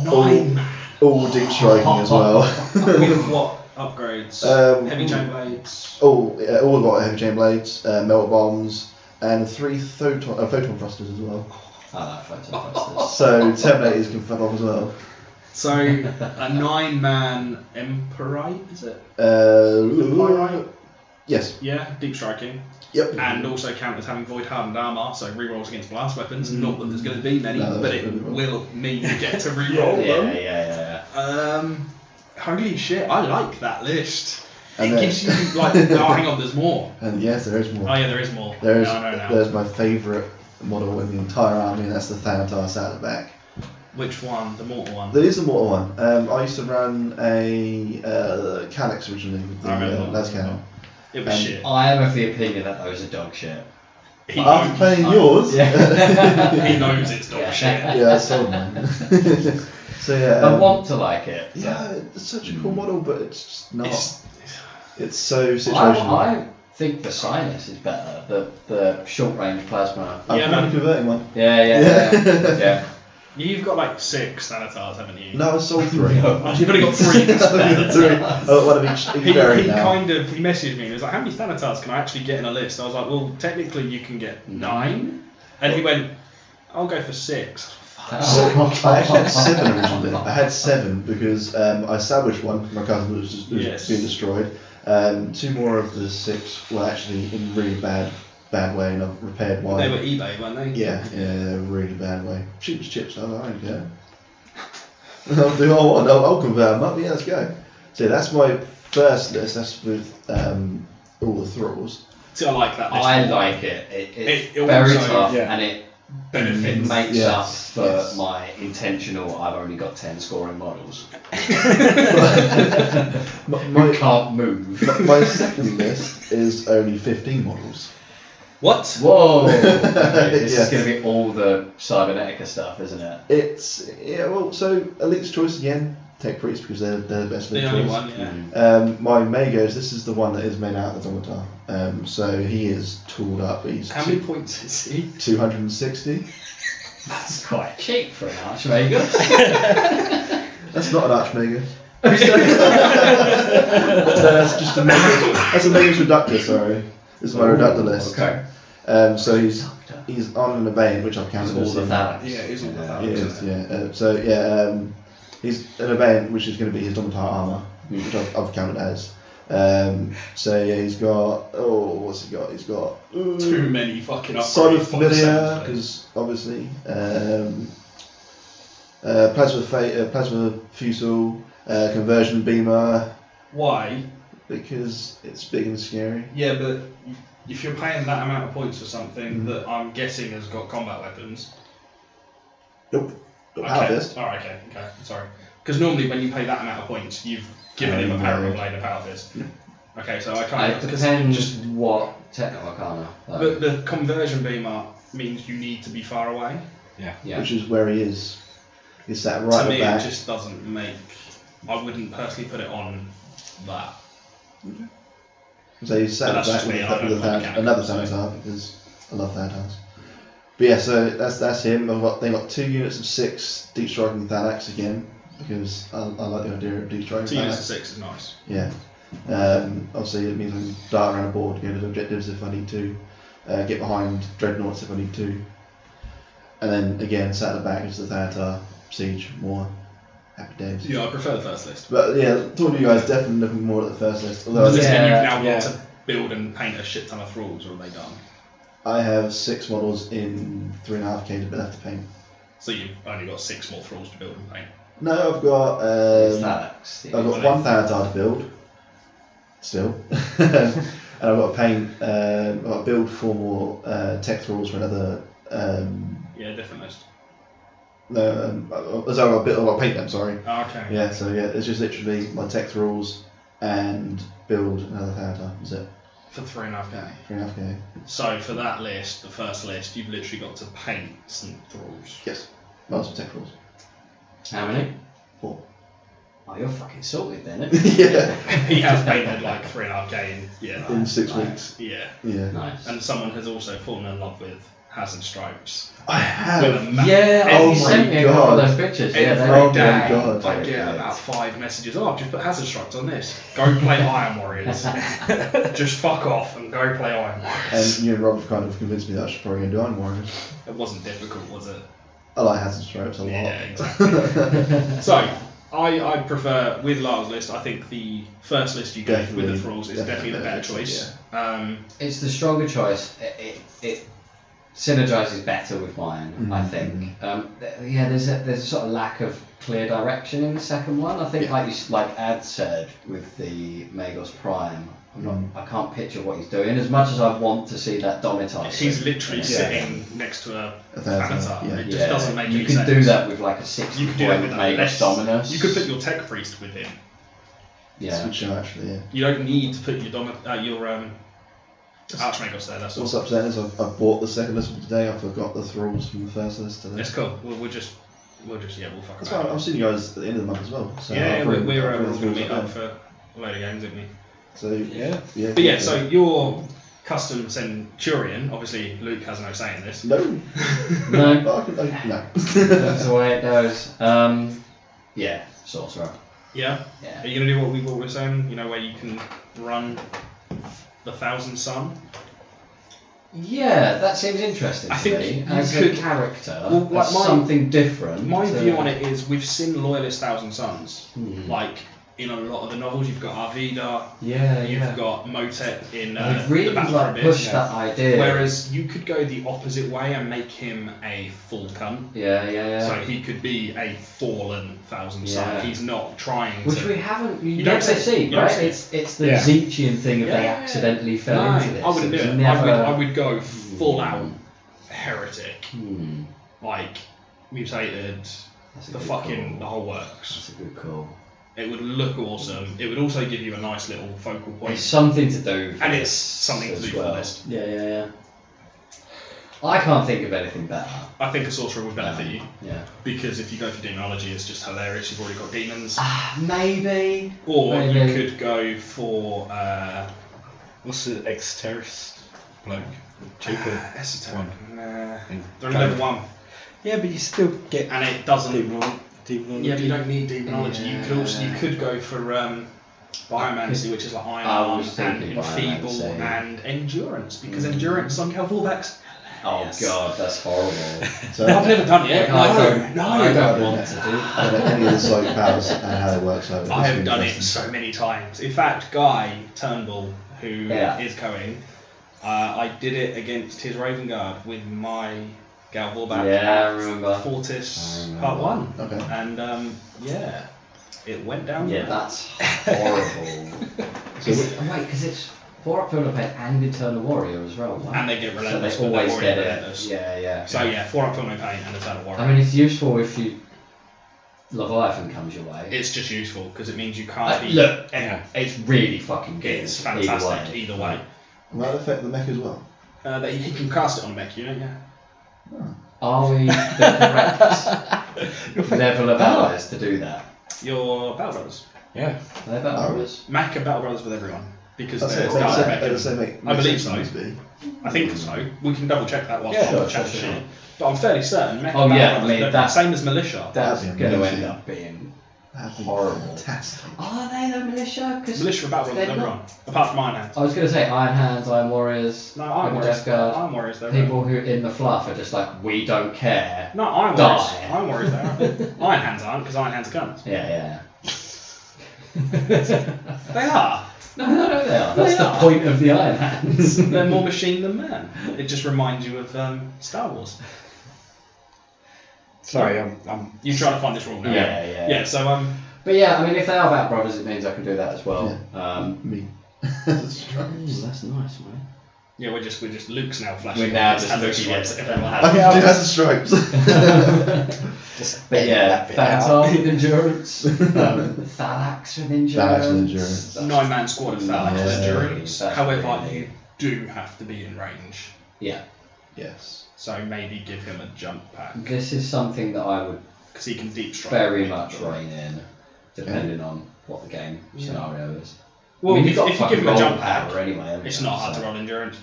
Speaker 2: Nine man.
Speaker 4: All deep striking as well.
Speaker 2: With what upgrades?
Speaker 4: Um,
Speaker 2: Heavy chain blades.
Speaker 4: all, uh, all got heavy chain blades, uh, melt bombs, and three photon, uh, photon thrusters as well.
Speaker 1: I like photo posters.
Speaker 4: So Terminators can fuck off as well.
Speaker 2: So a nine-man Emperite, is it? Am I
Speaker 4: Uh,
Speaker 2: right?
Speaker 4: yes.
Speaker 2: Yeah, deep striking,
Speaker 4: Yep.
Speaker 2: and also counters having void hardened armor, so rerolls against blast weapons. Not that there's going to be many,
Speaker 4: No, that's
Speaker 2: but it
Speaker 4: gonna be one.
Speaker 2: will mean you get to reroll
Speaker 1: Yeah, yeah,
Speaker 2: them.
Speaker 1: yeah,
Speaker 2: Um, holy shit, I like that list.
Speaker 4: And
Speaker 2: it
Speaker 4: then-
Speaker 2: gives you like, oh, hang on, there's more.
Speaker 4: And yes, there is more.
Speaker 2: Oh yeah, there is more.
Speaker 4: There is
Speaker 2: no, no, no.
Speaker 4: there's my favourite model in the entire army, and that's the Thanatar sat at the back.
Speaker 2: Which one? The mortal one.
Speaker 4: There is a mortal one. Um, I used to run a uh, Calyx originally with the
Speaker 2: I remember
Speaker 4: uh,
Speaker 2: that.
Speaker 4: Las Cannon.
Speaker 2: It was
Speaker 4: um,
Speaker 2: shit.
Speaker 1: yeah. I am of the opinion that those are dog shit.
Speaker 2: He
Speaker 4: After
Speaker 2: knows-
Speaker 4: playing
Speaker 2: uh,
Speaker 4: yours,
Speaker 2: he knows it's dog
Speaker 1: Yeah.
Speaker 2: shit.
Speaker 4: yeah, I saw mine. so yeah,
Speaker 1: I
Speaker 4: um,
Speaker 1: want to like it. but-
Speaker 4: yeah, it's such a cool model, but it's just not.
Speaker 2: Hmm. It's,
Speaker 4: It's, so
Speaker 1: I,
Speaker 4: situational.
Speaker 1: I think the Sinus is better. The the short range plasma.
Speaker 4: I'm
Speaker 2: Yeah,
Speaker 4: kind
Speaker 2: man.
Speaker 4: of converting one.
Speaker 1: Yeah, yeah, yeah. yeah.
Speaker 2: you've got like six Thanatars, haven't you?
Speaker 4: No, I sold three.
Speaker 2: Oh, you've only got three. That's better.
Speaker 4: three. I've got one of each,
Speaker 2: He, he
Speaker 4: each variant now.
Speaker 2: kind of he messaged me. He was like, "How many Thanatars can I actually get in a list?" I was like, "Well, technically you can get
Speaker 4: Mm.
Speaker 2: nine. And he went, "I'll go for six.
Speaker 4: So, I actually had seven originally. I had seven because um, I salvaged one for my cousin that was, just, was
Speaker 2: Yes.
Speaker 4: being destroyed. Um, two more of the six were actually in really bad bad way, and I've repaired one.
Speaker 2: They were eBay, weren't they?
Speaker 4: yeah, yeah, they were really bad way. Cheap as chips, I don't like, yeah. I'll do all I want. I'll, I'll convert them up. Yeah, let's go. So that's my first list. That's with um, all the thralls.
Speaker 2: See, I like that. List.
Speaker 1: I like it. it it's
Speaker 2: It- it
Speaker 1: very
Speaker 2: also-
Speaker 1: tough,
Speaker 3: yeah.
Speaker 1: and it, it
Speaker 2: benefits.
Speaker 1: makes
Speaker 4: Yes,
Speaker 1: up for
Speaker 4: Mm, yes.
Speaker 1: my intentional. I've only got ten scoring models.
Speaker 4: My,
Speaker 1: Who
Speaker 4: my,
Speaker 1: can't move.
Speaker 4: my- my second list is only 15 models.
Speaker 2: What?
Speaker 1: Whoa! Okay, this
Speaker 4: Yes.
Speaker 1: is going to be all the Cybernetica stuff, isn't it?
Speaker 4: It's yeah. Well, so Elite's choice again. Tech Priest because they're, they're the best.
Speaker 2: The
Speaker 4: Elite
Speaker 2: only
Speaker 4: choice.
Speaker 2: one. Yeah.
Speaker 4: Um, my Magos. This is the one that is made out of the Domitar. Um, so he is tooled up. He's
Speaker 2: How many points is he?
Speaker 4: two hundred and sixty.
Speaker 1: That's quite cheap for an Archmagus.
Speaker 4: That's not an Archmago. that's just a Magos. That's a Magos Reductor. Sorry, this is my Reductor list.
Speaker 1: Okay.
Speaker 4: Um, so he's
Speaker 1: Reductor.
Speaker 4: he's armed and obeying, which I've
Speaker 1: It's
Speaker 4: counted
Speaker 1: all
Speaker 4: as
Speaker 1: the
Speaker 4: in-
Speaker 1: Thalax.
Speaker 2: Yeah, it is all the Thalax,
Speaker 4: He
Speaker 1: Yeah.
Speaker 4: is, yeah. Uh, so yeah, um, he's an obeyant, which is going to be his Domitar armor,
Speaker 1: Hmm.
Speaker 4: which I've, I've counted as. Um, so yeah, he's got oh, what's he got? He's got
Speaker 2: Too many fucking upgrades.
Speaker 4: Sod of
Speaker 2: for the
Speaker 4: Familiar,
Speaker 2: same thing.
Speaker 4: because obviously um, uh, plasma fa- uh, plasma fusel, uh, conversion beamer,
Speaker 2: Why?
Speaker 4: because it's big and scary.
Speaker 2: Yeah, but if you're paying that amount of points for
Speaker 4: Mm.
Speaker 2: something that I'm guessing has got combat weapons.
Speaker 4: Nope, not
Speaker 2: Okay.
Speaker 4: power fist.
Speaker 2: All right. Okay. Okay. Sorry. Because normally when you pay that amount of points, you've given him a
Speaker 4: Um,
Speaker 2: power blade, a power fist. Okay, so I
Speaker 1: It
Speaker 2: can't. Because
Speaker 1: depends
Speaker 2: just
Speaker 1: just what uh, technical arcana. though.
Speaker 2: the, the conversion beam art means you need to be far away.
Speaker 1: yeah.
Speaker 4: which is where he is. He's sat right
Speaker 2: to
Speaker 4: at
Speaker 2: me,
Speaker 4: the back.
Speaker 2: it just doesn't make. I wouldn't personally put it on that.
Speaker 4: So you sat
Speaker 2: But that's
Speaker 4: back
Speaker 2: just
Speaker 4: with,
Speaker 2: me,
Speaker 4: a-
Speaker 2: I don't
Speaker 4: with a
Speaker 2: like
Speaker 4: thou-
Speaker 2: Gandalf,
Speaker 4: another
Speaker 2: so-
Speaker 4: Thanos because I love Thanos. But yeah, so that's that's him. I've got, they've got two units of six deep striking Thanax again because I, I like the idea of deep striking
Speaker 2: Two
Speaker 4: Thanax.
Speaker 2: units of six is nice.
Speaker 4: Yeah. Um, obviously, it means I can dart around a board, get those objectives if I need to, uh, get behind dreadnoughts if I need to. And then again, sat at the back is the Thanatar, Siege, more happy days.
Speaker 2: Yeah, I prefer the first list.
Speaker 4: But yeah, talking to you guys, definitely looking more at the first list. Although I
Speaker 2: Does
Speaker 4: think
Speaker 2: this mean
Speaker 1: Yeah,
Speaker 2: you now
Speaker 3: yeah.
Speaker 2: want to build and paint a shit ton of thralls, or are they done?
Speaker 4: I have six models in three and a half k to left to paint.
Speaker 2: So you've only got six more thralls to build and paint.
Speaker 4: No, I've got
Speaker 1: It's
Speaker 4: um,
Speaker 1: Thanax.
Speaker 4: I've got one Thanatar to build, still, and I've got to paint. Uh, I've got to build four more uh, tech thralls for another. Um,
Speaker 2: Yeah, different list.
Speaker 4: no, um, uh, so I've got a bit. I've got to paint them. Sorry.
Speaker 2: Ah, okay.
Speaker 4: Yeah. So yeah, it's just literally my tech thralls and build another Thanatar. Is it
Speaker 2: For three and a half k.
Speaker 4: three and a half k?
Speaker 2: So for that list, the first list, you've literally got to paint some thralls.
Speaker 4: Yes. Lots of tech thralls.
Speaker 1: How many?
Speaker 4: Four.
Speaker 1: Oh, you're fucking sorted then. eh?
Speaker 4: yeah.
Speaker 2: he has painted like three and a half k in yeah,
Speaker 4: In six
Speaker 1: Right.
Speaker 4: weeks.
Speaker 2: yeah.
Speaker 4: Yeah.
Speaker 1: Nice.
Speaker 2: And someone has also fallen in love with Hazard Stripes.
Speaker 4: I
Speaker 2: With
Speaker 4: have.
Speaker 2: a ma-
Speaker 1: yeah,
Speaker 2: every
Speaker 1: oh, you sent
Speaker 4: my
Speaker 1: me a couple
Speaker 4: God.
Speaker 1: of those pictures. Yeah,
Speaker 2: Every
Speaker 1: they
Speaker 4: Oh my
Speaker 2: day,
Speaker 4: God.
Speaker 2: I get about five messages. Oh, I've just put Hazard Stripes on this. Go play Iron Warriors. just fuck off and go play Iron
Speaker 4: And
Speaker 2: Warriors.
Speaker 4: you and Rob have kind of convinced me that I should probably go do Iron Warriors.
Speaker 2: it wasn't difficult, was it?
Speaker 4: I like Hazard Stripes a lot.
Speaker 2: Yeah, exactly. So I, I prefer with Lars list. I think the first list you gave with
Speaker 4: Definitely.
Speaker 2: the thralls is definitely, the better
Speaker 4: Definitely,
Speaker 2: choice. Um,
Speaker 1: it's the stronger choice. It, it, it synergizes better with mine, I
Speaker 4: Mhm.
Speaker 1: think. Um, th- yeah, there's a, there's a sort of lack of clear direction in the second one. I think,
Speaker 4: Yeah.
Speaker 1: like you s- like Ad said with the Magos Prime, I'm not, I can't picture what he's doing as much as I want to see that Domitar.
Speaker 2: he's
Speaker 1: suit.
Speaker 2: literally
Speaker 1: Yeah.
Speaker 2: sitting next to a
Speaker 4: A thousand,
Speaker 2: Thanatar.
Speaker 4: uh, yeah.
Speaker 2: It just doesn't make
Speaker 1: you
Speaker 2: any
Speaker 1: could
Speaker 2: sense.
Speaker 1: do that with like a six
Speaker 2: You
Speaker 1: point
Speaker 2: could do that with a
Speaker 1: Magos
Speaker 2: less.
Speaker 1: Dominus.
Speaker 2: You could put your tech priest with him.
Speaker 4: It's a
Speaker 1: yeah.
Speaker 4: good show, actually, yeah.
Speaker 2: You don't need to put your domi- uh, your um, archmagos there. That's all.
Speaker 4: What's upset is I've, I've bought the second list for today. I forgot the thralls from the first list today.
Speaker 2: It's cool. We'll, we'll just we'll just yeah we'll fuck
Speaker 4: That's
Speaker 2: about.
Speaker 4: fine.
Speaker 2: it.
Speaker 4: I've seen you guys at the end of the month as well. So
Speaker 2: yeah,
Speaker 4: I'll
Speaker 2: yeah,
Speaker 4: bring-
Speaker 2: we're, we're,
Speaker 4: I'll
Speaker 2: uh,
Speaker 4: bring
Speaker 2: we're
Speaker 4: the
Speaker 2: all gonna
Speaker 4: thralls
Speaker 2: meet
Speaker 4: up
Speaker 2: up for a load of games, didn't we?
Speaker 4: So yeah, yeah.
Speaker 2: But yeah, so your custom centurion, obviously Luke has no say in this.
Speaker 4: no,
Speaker 1: No.
Speaker 4: but I can, I, no.
Speaker 1: That's the way it goes. Um, yeah, sorcerer.
Speaker 2: Yeah.
Speaker 1: Yeah.
Speaker 2: Are you gonna do what we what we were saying? You know where you can run the Thousand Sun.
Speaker 1: Yeah, that seems interesting.
Speaker 2: I
Speaker 1: to
Speaker 2: think
Speaker 1: me.
Speaker 2: you
Speaker 1: as
Speaker 2: could-
Speaker 1: a character,
Speaker 2: Well, like
Speaker 1: as
Speaker 2: my-
Speaker 1: something different. uh,
Speaker 2: My
Speaker 1: to-
Speaker 2: view on it is we've seen loyalist Thousand Suns,
Speaker 1: Hmm.
Speaker 2: like in a lot of the novels. You've got Arvida,
Speaker 1: yeah,
Speaker 2: you've
Speaker 1: yeah.
Speaker 2: got Motep
Speaker 1: And
Speaker 2: in uh,
Speaker 1: they've really
Speaker 2: the Battle for
Speaker 1: like
Speaker 2: Abyss.
Speaker 1: pushed that idea.
Speaker 2: Whereas you could go the opposite way and make him a full cunt.
Speaker 1: yeah, yeah, yeah.
Speaker 2: So he could be a fallen thousand
Speaker 1: Yeah.
Speaker 2: son. He's not trying
Speaker 1: Which
Speaker 2: to.
Speaker 1: we haven't, you,
Speaker 2: You don't
Speaker 1: never
Speaker 2: see it.
Speaker 1: see,
Speaker 2: You don't
Speaker 1: right?
Speaker 2: see it.
Speaker 1: It's it's the
Speaker 3: Yeah.
Speaker 1: Zeechian thing of
Speaker 2: Yeah,
Speaker 1: they
Speaker 2: yeah, yeah.
Speaker 1: accidentally fell
Speaker 2: no,
Speaker 1: into this.
Speaker 2: I wouldn't do
Speaker 1: was
Speaker 2: it. I,
Speaker 1: Never... Mm.
Speaker 2: would, I would go full out heretic,
Speaker 1: Hmm,
Speaker 2: like mutated,
Speaker 1: that's a
Speaker 2: the
Speaker 1: good
Speaker 2: fucking the
Speaker 1: call.
Speaker 2: whole works.
Speaker 1: That's a good call.
Speaker 2: It would look awesome. It would also give you a nice little focal
Speaker 1: It's
Speaker 2: point.
Speaker 1: something to do. for
Speaker 2: And it's
Speaker 1: this
Speaker 2: something to
Speaker 1: as
Speaker 2: do for
Speaker 1: well.
Speaker 2: this.
Speaker 1: Yeah, yeah, yeah. I can't think of anything better.
Speaker 2: I think a sorcerer would benefit you
Speaker 1: Yeah.
Speaker 2: because if you go for demonology, it's just hilarious. You've already got demons.
Speaker 1: Ah, maybe.
Speaker 2: Or
Speaker 1: Maybe.
Speaker 2: you could go for uh,
Speaker 3: What's the ex-terrorist bloke?
Speaker 1: Ah,
Speaker 3: Cheaper.
Speaker 2: esoteric. Nah.
Speaker 3: thing.
Speaker 2: They're level one,
Speaker 3: Yeah, but you still get
Speaker 2: and it doesn't.
Speaker 3: demonology. demonology.
Speaker 2: Yeah, but you don't need demonology. You could also you could go for um, biomancy, which is like iron
Speaker 1: I
Speaker 2: arm
Speaker 1: was
Speaker 2: and
Speaker 1: thinking
Speaker 2: enfeeble
Speaker 1: biomancy.
Speaker 2: and endurance, because endurance somehow fullbacks.
Speaker 1: Oh
Speaker 2: Yes.
Speaker 1: god, that's horrible.
Speaker 4: So
Speaker 2: I've never done
Speaker 1: Like,
Speaker 2: it.
Speaker 1: Uh, I
Speaker 2: No,
Speaker 1: don't-
Speaker 2: no.
Speaker 1: I don't
Speaker 4: no.
Speaker 1: want to do
Speaker 4: I don't know any of the psych powers and how it works. Over.
Speaker 2: I have done it so many times. In fact, Guy Turnbull, who is
Speaker 1: Yeah.
Speaker 2: going, uh, I did it against his Raven Guard with my Gal Vorback
Speaker 1: Yeah, I
Speaker 2: at
Speaker 1: remember. I
Speaker 2: Fortis
Speaker 1: remember.
Speaker 2: Part One,
Speaker 4: Okay.
Speaker 2: and um, yeah, it went down.
Speaker 1: Yeah, that's horrible.
Speaker 4: So
Speaker 1: Is it, oh, wait, because it's four up Philip and Eternal Warrior as well. right?
Speaker 2: and they get
Speaker 1: so
Speaker 2: relentless.
Speaker 1: they
Speaker 2: but they're
Speaker 1: always
Speaker 2: already
Speaker 1: get it.
Speaker 2: relentless.
Speaker 1: Yeah, yeah.
Speaker 2: So yeah, four up film no pain and a turn of warrior.
Speaker 1: I mean, it's useful if you Leviathan comes your way,
Speaker 2: It's just useful because it means you can't
Speaker 1: I-
Speaker 2: be.
Speaker 1: look,
Speaker 3: Yeah.
Speaker 1: it's really fucking good.
Speaker 2: it's fantastic
Speaker 1: Either way.
Speaker 2: either way.
Speaker 4: Will that affect the mech as well?
Speaker 2: Uh, that he can cast it on a mech unit, yeah.
Speaker 1: Are we the correct level of allies to do that?
Speaker 2: Your Battle Brothers.
Speaker 3: Yeah.
Speaker 1: Are they battle brothers?
Speaker 2: Mac are Battle Brothers with everyone because
Speaker 4: That's
Speaker 2: they're
Speaker 4: it.
Speaker 2: direct
Speaker 4: That's
Speaker 2: mech.
Speaker 4: it. That's it. mate.
Speaker 2: I believe
Speaker 4: Makes
Speaker 2: so.
Speaker 4: sense to be.
Speaker 2: I think so. We can double check that whilst
Speaker 3: Yeah,
Speaker 2: we're on
Speaker 4: sure,
Speaker 2: the chat
Speaker 4: sure,
Speaker 2: sheet.
Speaker 4: sure.
Speaker 2: But I'm fairly certain. Mech
Speaker 1: Oh,
Speaker 2: Battle
Speaker 1: yeah, I
Speaker 2: Brothers,
Speaker 1: mean,
Speaker 2: they're
Speaker 1: that's-
Speaker 2: same as militia.
Speaker 1: That's
Speaker 4: That'd be
Speaker 1: going to
Speaker 4: amazing.
Speaker 1: end up being.
Speaker 4: That'd be
Speaker 1: Horrible.
Speaker 4: Fantastic.
Speaker 1: Are they the militia? 'Cause
Speaker 2: Militia are Battle
Speaker 1: they're
Speaker 2: Brothers with
Speaker 1: not-
Speaker 2: everyone apart from Iron Hands.
Speaker 1: I was going to say Iron Hands, Iron Warriors,
Speaker 2: No, Iron
Speaker 1: Iron
Speaker 2: Warriors.
Speaker 1: Death Guard.
Speaker 2: Iron Warriors. They're
Speaker 1: People who in the fluff are just like, we don't care.
Speaker 2: No, Iron
Speaker 1: Die.
Speaker 2: Warriors. Iron Warriors. They are. Iron Hands aren't because Iron Hands are guns.
Speaker 1: Yeah, yeah.
Speaker 2: They are.
Speaker 1: no, no, no, they are. That's
Speaker 2: They
Speaker 1: the
Speaker 2: are.
Speaker 1: point of the Iron Hands.
Speaker 2: They're more machine than man. It just reminds you of um, Star Wars.
Speaker 3: Sorry, I'm, I'm
Speaker 2: You're trying to find this wrong now.
Speaker 1: Yeah, yeah.
Speaker 2: Yeah. So um,
Speaker 1: But yeah, I mean, if they are Bat Brothers, it means I can do that as well. Um,
Speaker 4: Me.
Speaker 1: ooh, that's nice, man.
Speaker 2: yeah, we're just we're just Luke's now flashing.
Speaker 1: We're now
Speaker 2: It's
Speaker 1: just
Speaker 2: had those
Speaker 1: looking at-
Speaker 2: stripes that everyone
Speaker 4: I
Speaker 2: had.
Speaker 4: can do has the stripes.
Speaker 3: just.
Speaker 1: But yeah,
Speaker 3: that bit out.
Speaker 1: Phantom with endurance, um, Thalax with endurance.
Speaker 4: Thalax with endurance.
Speaker 2: Nine man squad of Phalanx
Speaker 4: Yeah,
Speaker 2: endurance.
Speaker 1: that's
Speaker 2: However,
Speaker 1: really-
Speaker 2: you do have to be in range.
Speaker 1: Yeah,
Speaker 4: yes.
Speaker 2: So maybe give him a jump pack
Speaker 1: this is something that I would
Speaker 2: because he can deep strike.
Speaker 1: very much rein in, depending on what the game
Speaker 2: Yeah.
Speaker 1: scenario is.
Speaker 2: Well,
Speaker 1: I mean,
Speaker 2: if,
Speaker 1: you've got
Speaker 2: if you give him a
Speaker 1: fucking roll
Speaker 2: jump pack,
Speaker 1: power anyway. haven't
Speaker 2: it's
Speaker 1: you?
Speaker 2: not hard to
Speaker 1: So-
Speaker 2: roll endurance.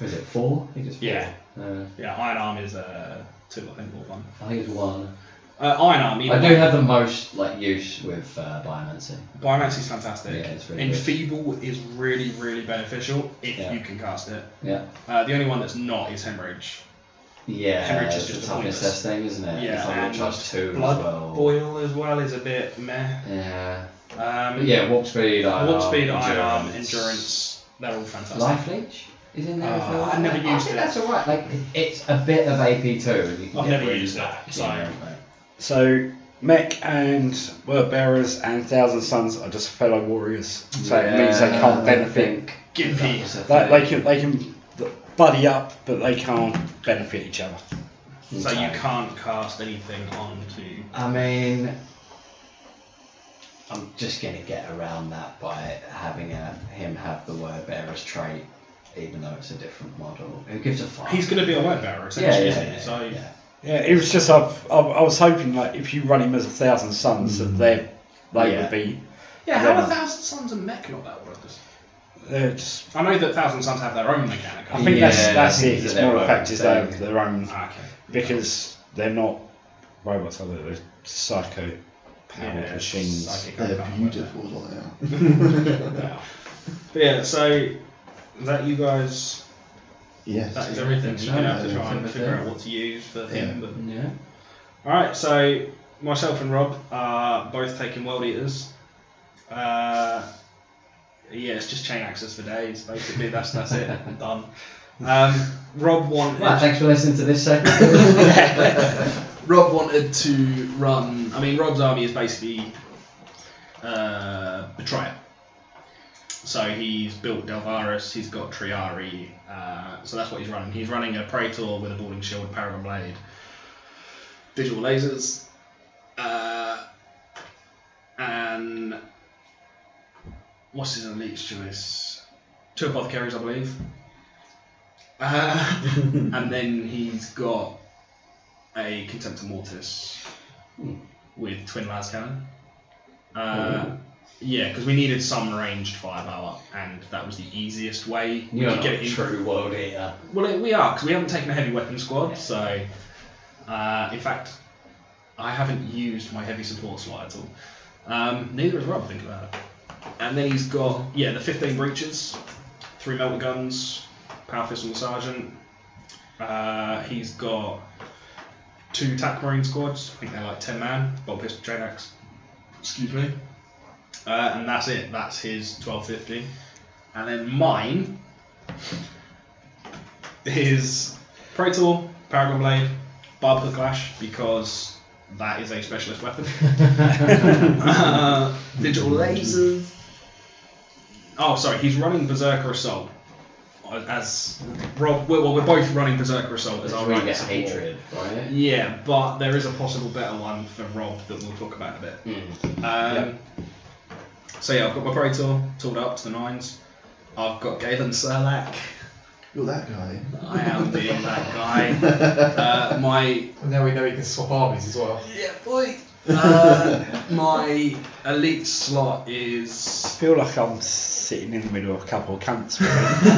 Speaker 1: Is it four? I think it's four.
Speaker 2: Yeah.
Speaker 1: Uh,
Speaker 2: Yeah, Iron Arm is uh, two, I think, or one.
Speaker 1: I think it's one.
Speaker 2: Uh, Iron Arm. either
Speaker 1: I do
Speaker 2: way.
Speaker 1: have the most like use with uh, Biomancy.
Speaker 2: Biomancy is fantastic.
Speaker 1: Yeah, it's really good.
Speaker 2: Enfeeble is really, really beneficial if
Speaker 1: Yeah.
Speaker 2: you can cast it.
Speaker 1: Yeah.
Speaker 2: Uh, the only one that's not is Hemorrhage.
Speaker 1: Yeah,
Speaker 2: Hemorrhage is
Speaker 1: it's
Speaker 2: just
Speaker 1: a toughness
Speaker 2: pointless.
Speaker 1: test thing, isn't it?
Speaker 2: Yeah,
Speaker 1: It's like
Speaker 2: and
Speaker 1: we charge two
Speaker 2: Blood
Speaker 1: as well.
Speaker 2: Boil as well is a bit meh.
Speaker 1: Yeah.
Speaker 2: Um,
Speaker 1: But yeah, walk speed, iron
Speaker 2: Warp
Speaker 1: arm,
Speaker 2: speed,
Speaker 1: endurance.
Speaker 2: Iron Arm, Endurance, they're all fantastic.
Speaker 1: Life Leech is in there as
Speaker 2: Uh,
Speaker 1: well.
Speaker 2: I've never
Speaker 1: I
Speaker 2: used
Speaker 1: think
Speaker 2: it.
Speaker 1: that's alright. Like, it's a bit of AP too. And you can
Speaker 2: I've
Speaker 1: get
Speaker 2: never
Speaker 1: really
Speaker 2: used
Speaker 1: back
Speaker 2: it, so-
Speaker 1: in, right?
Speaker 3: So, Mech and Word Bearers and Thousand Sons are just fellow warriors. So it means they
Speaker 1: Yeah,
Speaker 3: can't
Speaker 1: I
Speaker 3: benefit.
Speaker 1: think
Speaker 2: Gimpy.
Speaker 1: that was a
Speaker 3: They,
Speaker 1: thing.
Speaker 3: they can they can buddy up, but they can't benefit each other.
Speaker 2: So you
Speaker 1: Okay.
Speaker 2: can't cast anything onto.
Speaker 1: I mean, I'm just gonna get around that by having a, him have the word bearer's trait, even though it's a different model. Who gives a fuck?
Speaker 2: He's going to be a word bearer,
Speaker 1: yeah, yeah,
Speaker 2: essentially, isn't he?
Speaker 1: yeah,
Speaker 2: so
Speaker 1: yeah.
Speaker 3: Yeah, it was just I've, I've, I was hoping like if you run him as a Thousand Sons, that they they
Speaker 1: Yeah.
Speaker 3: would be
Speaker 2: yeah, how
Speaker 3: Yeah.
Speaker 2: are Thousand Sons and Mech not that worthless?
Speaker 3: they're just.
Speaker 2: I know that Thousand Sons have their own mechanic.
Speaker 3: I think that's
Speaker 1: Yeah,
Speaker 3: that's
Speaker 1: I think
Speaker 3: it. It's
Speaker 1: they're
Speaker 3: more
Speaker 1: their
Speaker 3: the fact
Speaker 1: own
Speaker 3: is they're
Speaker 1: thing.
Speaker 3: their own
Speaker 2: Ah, okay.
Speaker 3: because they're not robots, are they? They're psycho powered
Speaker 2: Yeah,
Speaker 3: machines.
Speaker 2: psychic, I
Speaker 4: They're
Speaker 2: can't remember.
Speaker 4: beautiful, aren't they?
Speaker 2: But yeah, so that you guys,
Speaker 4: Yes.
Speaker 2: that is everything.
Speaker 1: think
Speaker 2: You're
Speaker 1: so.
Speaker 2: going to have to
Speaker 4: Yeah,
Speaker 2: try
Speaker 4: I
Speaker 2: and
Speaker 1: think
Speaker 2: figure
Speaker 1: so.
Speaker 2: out what to use for
Speaker 4: Yeah.
Speaker 2: him. But...
Speaker 1: Yeah.
Speaker 2: Alright, so myself and Rob are both taking World Eaters. Uh, yeah, it's just chain access for days, basically. That's that's it. I'm done. Um, Rob wanted.
Speaker 1: Well, thanks for listening to this segment.
Speaker 2: Rob wanted to run. I mean, Rob's army is basically uh, Betrayer. So he's built Delvaris, he's got Triari, uh, so that's what he's running. He's running a Praetor with a Balling Shield, Paragon Blade, Digital Lasers, uh, and what's his elite choice? Two Apothecaries, I believe. Uh,
Speaker 1: Hmm.
Speaker 2: and then he's got a Contempt of Mortis
Speaker 1: Hmm. Oh,
Speaker 2: with Twin Las Cannon. Uh, yeah, because we needed some ranged firepower, and that was the easiest way we
Speaker 1: You're
Speaker 2: could
Speaker 1: not
Speaker 2: get
Speaker 1: a
Speaker 2: it in.
Speaker 1: true world eater.
Speaker 2: Well, it- we are, because we haven't taken a heavy weapon squad, so. Uh, in fact, I haven't used my heavy support slot at all. Um, neither has Rob, think about it. And then he's got, yeah, the 15 breaches, three melter guns, power pistol sergeant. Uh, he's got two TAC Marine squads, I think they're like 10 man, bolt pistol train axe. Excuse me. Uh, and that's it, that's his 1250. And then mine is Praetor, Paragon Blade, Barber Clash, because that is a specialist weapon. uh, digital lasers. Oh, sorry, he's running Berserker Assault as Rob, well, we're both running Berserker Assault as
Speaker 1: That's
Speaker 2: our
Speaker 1: where you
Speaker 2: right
Speaker 1: get
Speaker 2: support.
Speaker 1: hatred, right?
Speaker 2: Yeah, but there is a possible better one for Rob that we'll talk about in a bit.
Speaker 1: Mm.
Speaker 2: Um, So yeah, I've got my Praetor tooled up to the nines. I've got Galen Serlak.
Speaker 4: You're that guy.
Speaker 2: I am being that guy.
Speaker 4: guy.
Speaker 2: Uh, my
Speaker 5: And now we know he can swap armies as well.
Speaker 2: yeah boy. Uh, my elite slot is
Speaker 3: feel like I'm sitting in the middle of a couple of cunts. really.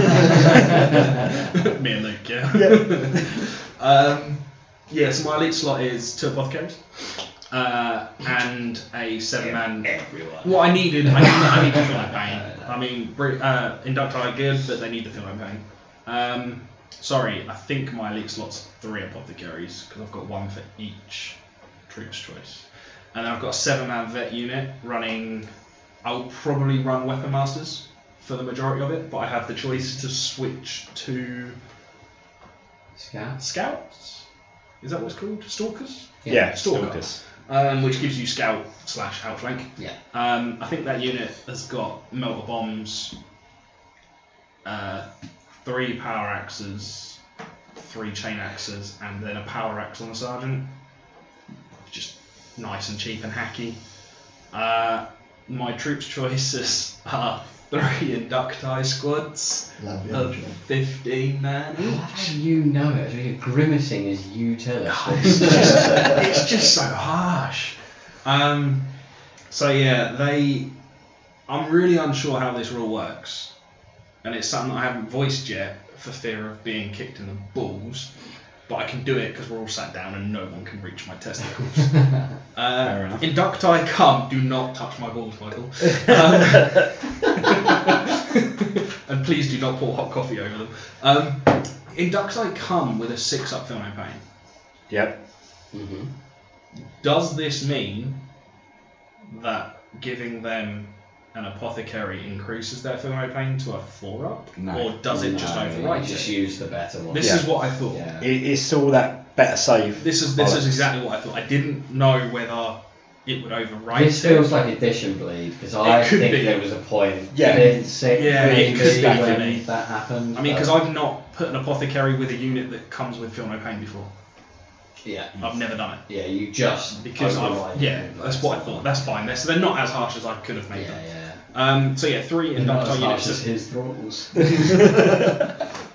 Speaker 2: Me and Luke, yeah. Yeah. um, yeah, so my elite slot is two Bothcos, uh, and a seven man.
Speaker 1: Everyone.
Speaker 2: What I needed, I need, I need to feel like pain. I mean, Bri- uh, Inductor are good, but they need to feel like pain. Um, sorry, I think my elite slot's three apothecaries because I've got one for each troop's choice, and I've got a seven man vet unit running. I'll probably run weapon masters for the majority of it, but I have the choice to switch to
Speaker 1: Scouts.
Speaker 2: scouts. Is that what it's called? Stalkers,
Speaker 3: yeah,
Speaker 2: Stalker.
Speaker 3: stalkers.
Speaker 2: um, which gives you scout slash outflank.
Speaker 1: Yeah.
Speaker 2: Um, I think that unit has got melter bombs, uh, three power axes, three chain axes, and then a power axe on the sergeant. Just nice and cheap and hacky. Uh, my troops choices are three inducti squads
Speaker 4: Love you,
Speaker 2: of
Speaker 4: Joe.
Speaker 2: 15 man
Speaker 1: How do you know it? You're grimacing as you tell
Speaker 2: it's
Speaker 1: us.
Speaker 2: just, it's just so harsh. Um, so yeah, they. I'm really unsure how this rule works, and it's something that I haven't voiced yet for fear of being kicked in the balls. But I can do it because we're all sat down and no one can reach my testicles.
Speaker 3: Fair
Speaker 2: Uh,
Speaker 3: enough.
Speaker 2: inducti come, do not touch my balls, Michael. Um, and please do not pour hot coffee over them. Um, inducti come with a six up film pain.
Speaker 3: Yep.
Speaker 1: hmm
Speaker 2: Does this mean that giving them an apothecary increases their thermo pain to a four up?
Speaker 3: No.
Speaker 2: Or does it just
Speaker 1: No,
Speaker 2: override
Speaker 1: you Just
Speaker 2: it?
Speaker 1: use the better one.
Speaker 2: This
Speaker 3: Yeah.
Speaker 2: is what I thought.
Speaker 1: yeah.
Speaker 3: It, it's all that better save.
Speaker 2: This is this
Speaker 3: bollocks.
Speaker 2: is exactly what I thought. I didn't know whether it would override
Speaker 1: This
Speaker 2: it.
Speaker 1: feels like addition bleed because I
Speaker 2: could
Speaker 1: think
Speaker 2: be.
Speaker 1: there was a point.
Speaker 3: Yeah.
Speaker 1: in six,
Speaker 2: Yeah,
Speaker 3: it could
Speaker 1: maybe,
Speaker 3: be.
Speaker 1: when that happened.
Speaker 2: I mean, because
Speaker 1: but-
Speaker 2: I've not put an apothecary with a unit that comes with feel no pain before.
Speaker 1: yeah,
Speaker 2: I've never done it
Speaker 1: yeah, you just
Speaker 2: because
Speaker 1: override
Speaker 2: I've
Speaker 1: it.
Speaker 2: yeah. That's what I thought. That's fine. They're, so they're not as harsh as I could have
Speaker 1: Yeah,
Speaker 2: made them.
Speaker 1: yeah.
Speaker 2: Um, so yeah, three
Speaker 1: And not as
Speaker 2: inductile
Speaker 1: harsh as
Speaker 2: units.
Speaker 1: his throttles.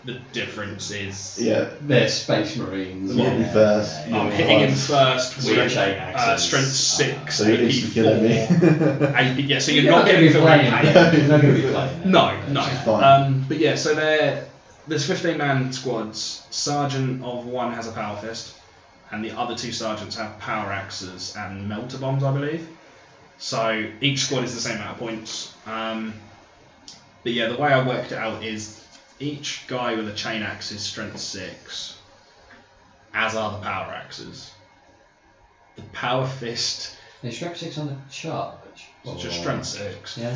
Speaker 2: The difference is
Speaker 4: Yeah.
Speaker 1: They're space marines.
Speaker 2: Yeah.
Speaker 4: Reverse.
Speaker 1: yeah,
Speaker 2: I'm
Speaker 1: yeah.
Speaker 2: hitting him
Speaker 4: Nice.
Speaker 2: first
Speaker 1: Weird
Speaker 2: with
Speaker 1: shape
Speaker 2: uh,
Speaker 1: axes.
Speaker 2: strength 6,
Speaker 4: So it
Speaker 2: AP
Speaker 4: is to kill
Speaker 2: 4,
Speaker 4: me.
Speaker 2: AP, yeah, so you're,
Speaker 1: You're
Speaker 2: not
Speaker 1: gonna
Speaker 2: getting
Speaker 1: be
Speaker 2: the
Speaker 1: playing
Speaker 2: right
Speaker 1: it. You're not going to be playing it.
Speaker 2: No, no.
Speaker 1: That's
Speaker 4: fine.
Speaker 2: Um, but yeah, so there, there's 15 man squads. Sergeant of one has a power fist, and the other two sergeants have power axes and melter bombs, I believe. So each squad is the same amount of points. Um, but yeah, the way I worked it out is each guy with a chain axe is strength six, as are the power axes. The power fist
Speaker 1: They strap six on the chart, which
Speaker 2: is just strength six.
Speaker 1: Yeah.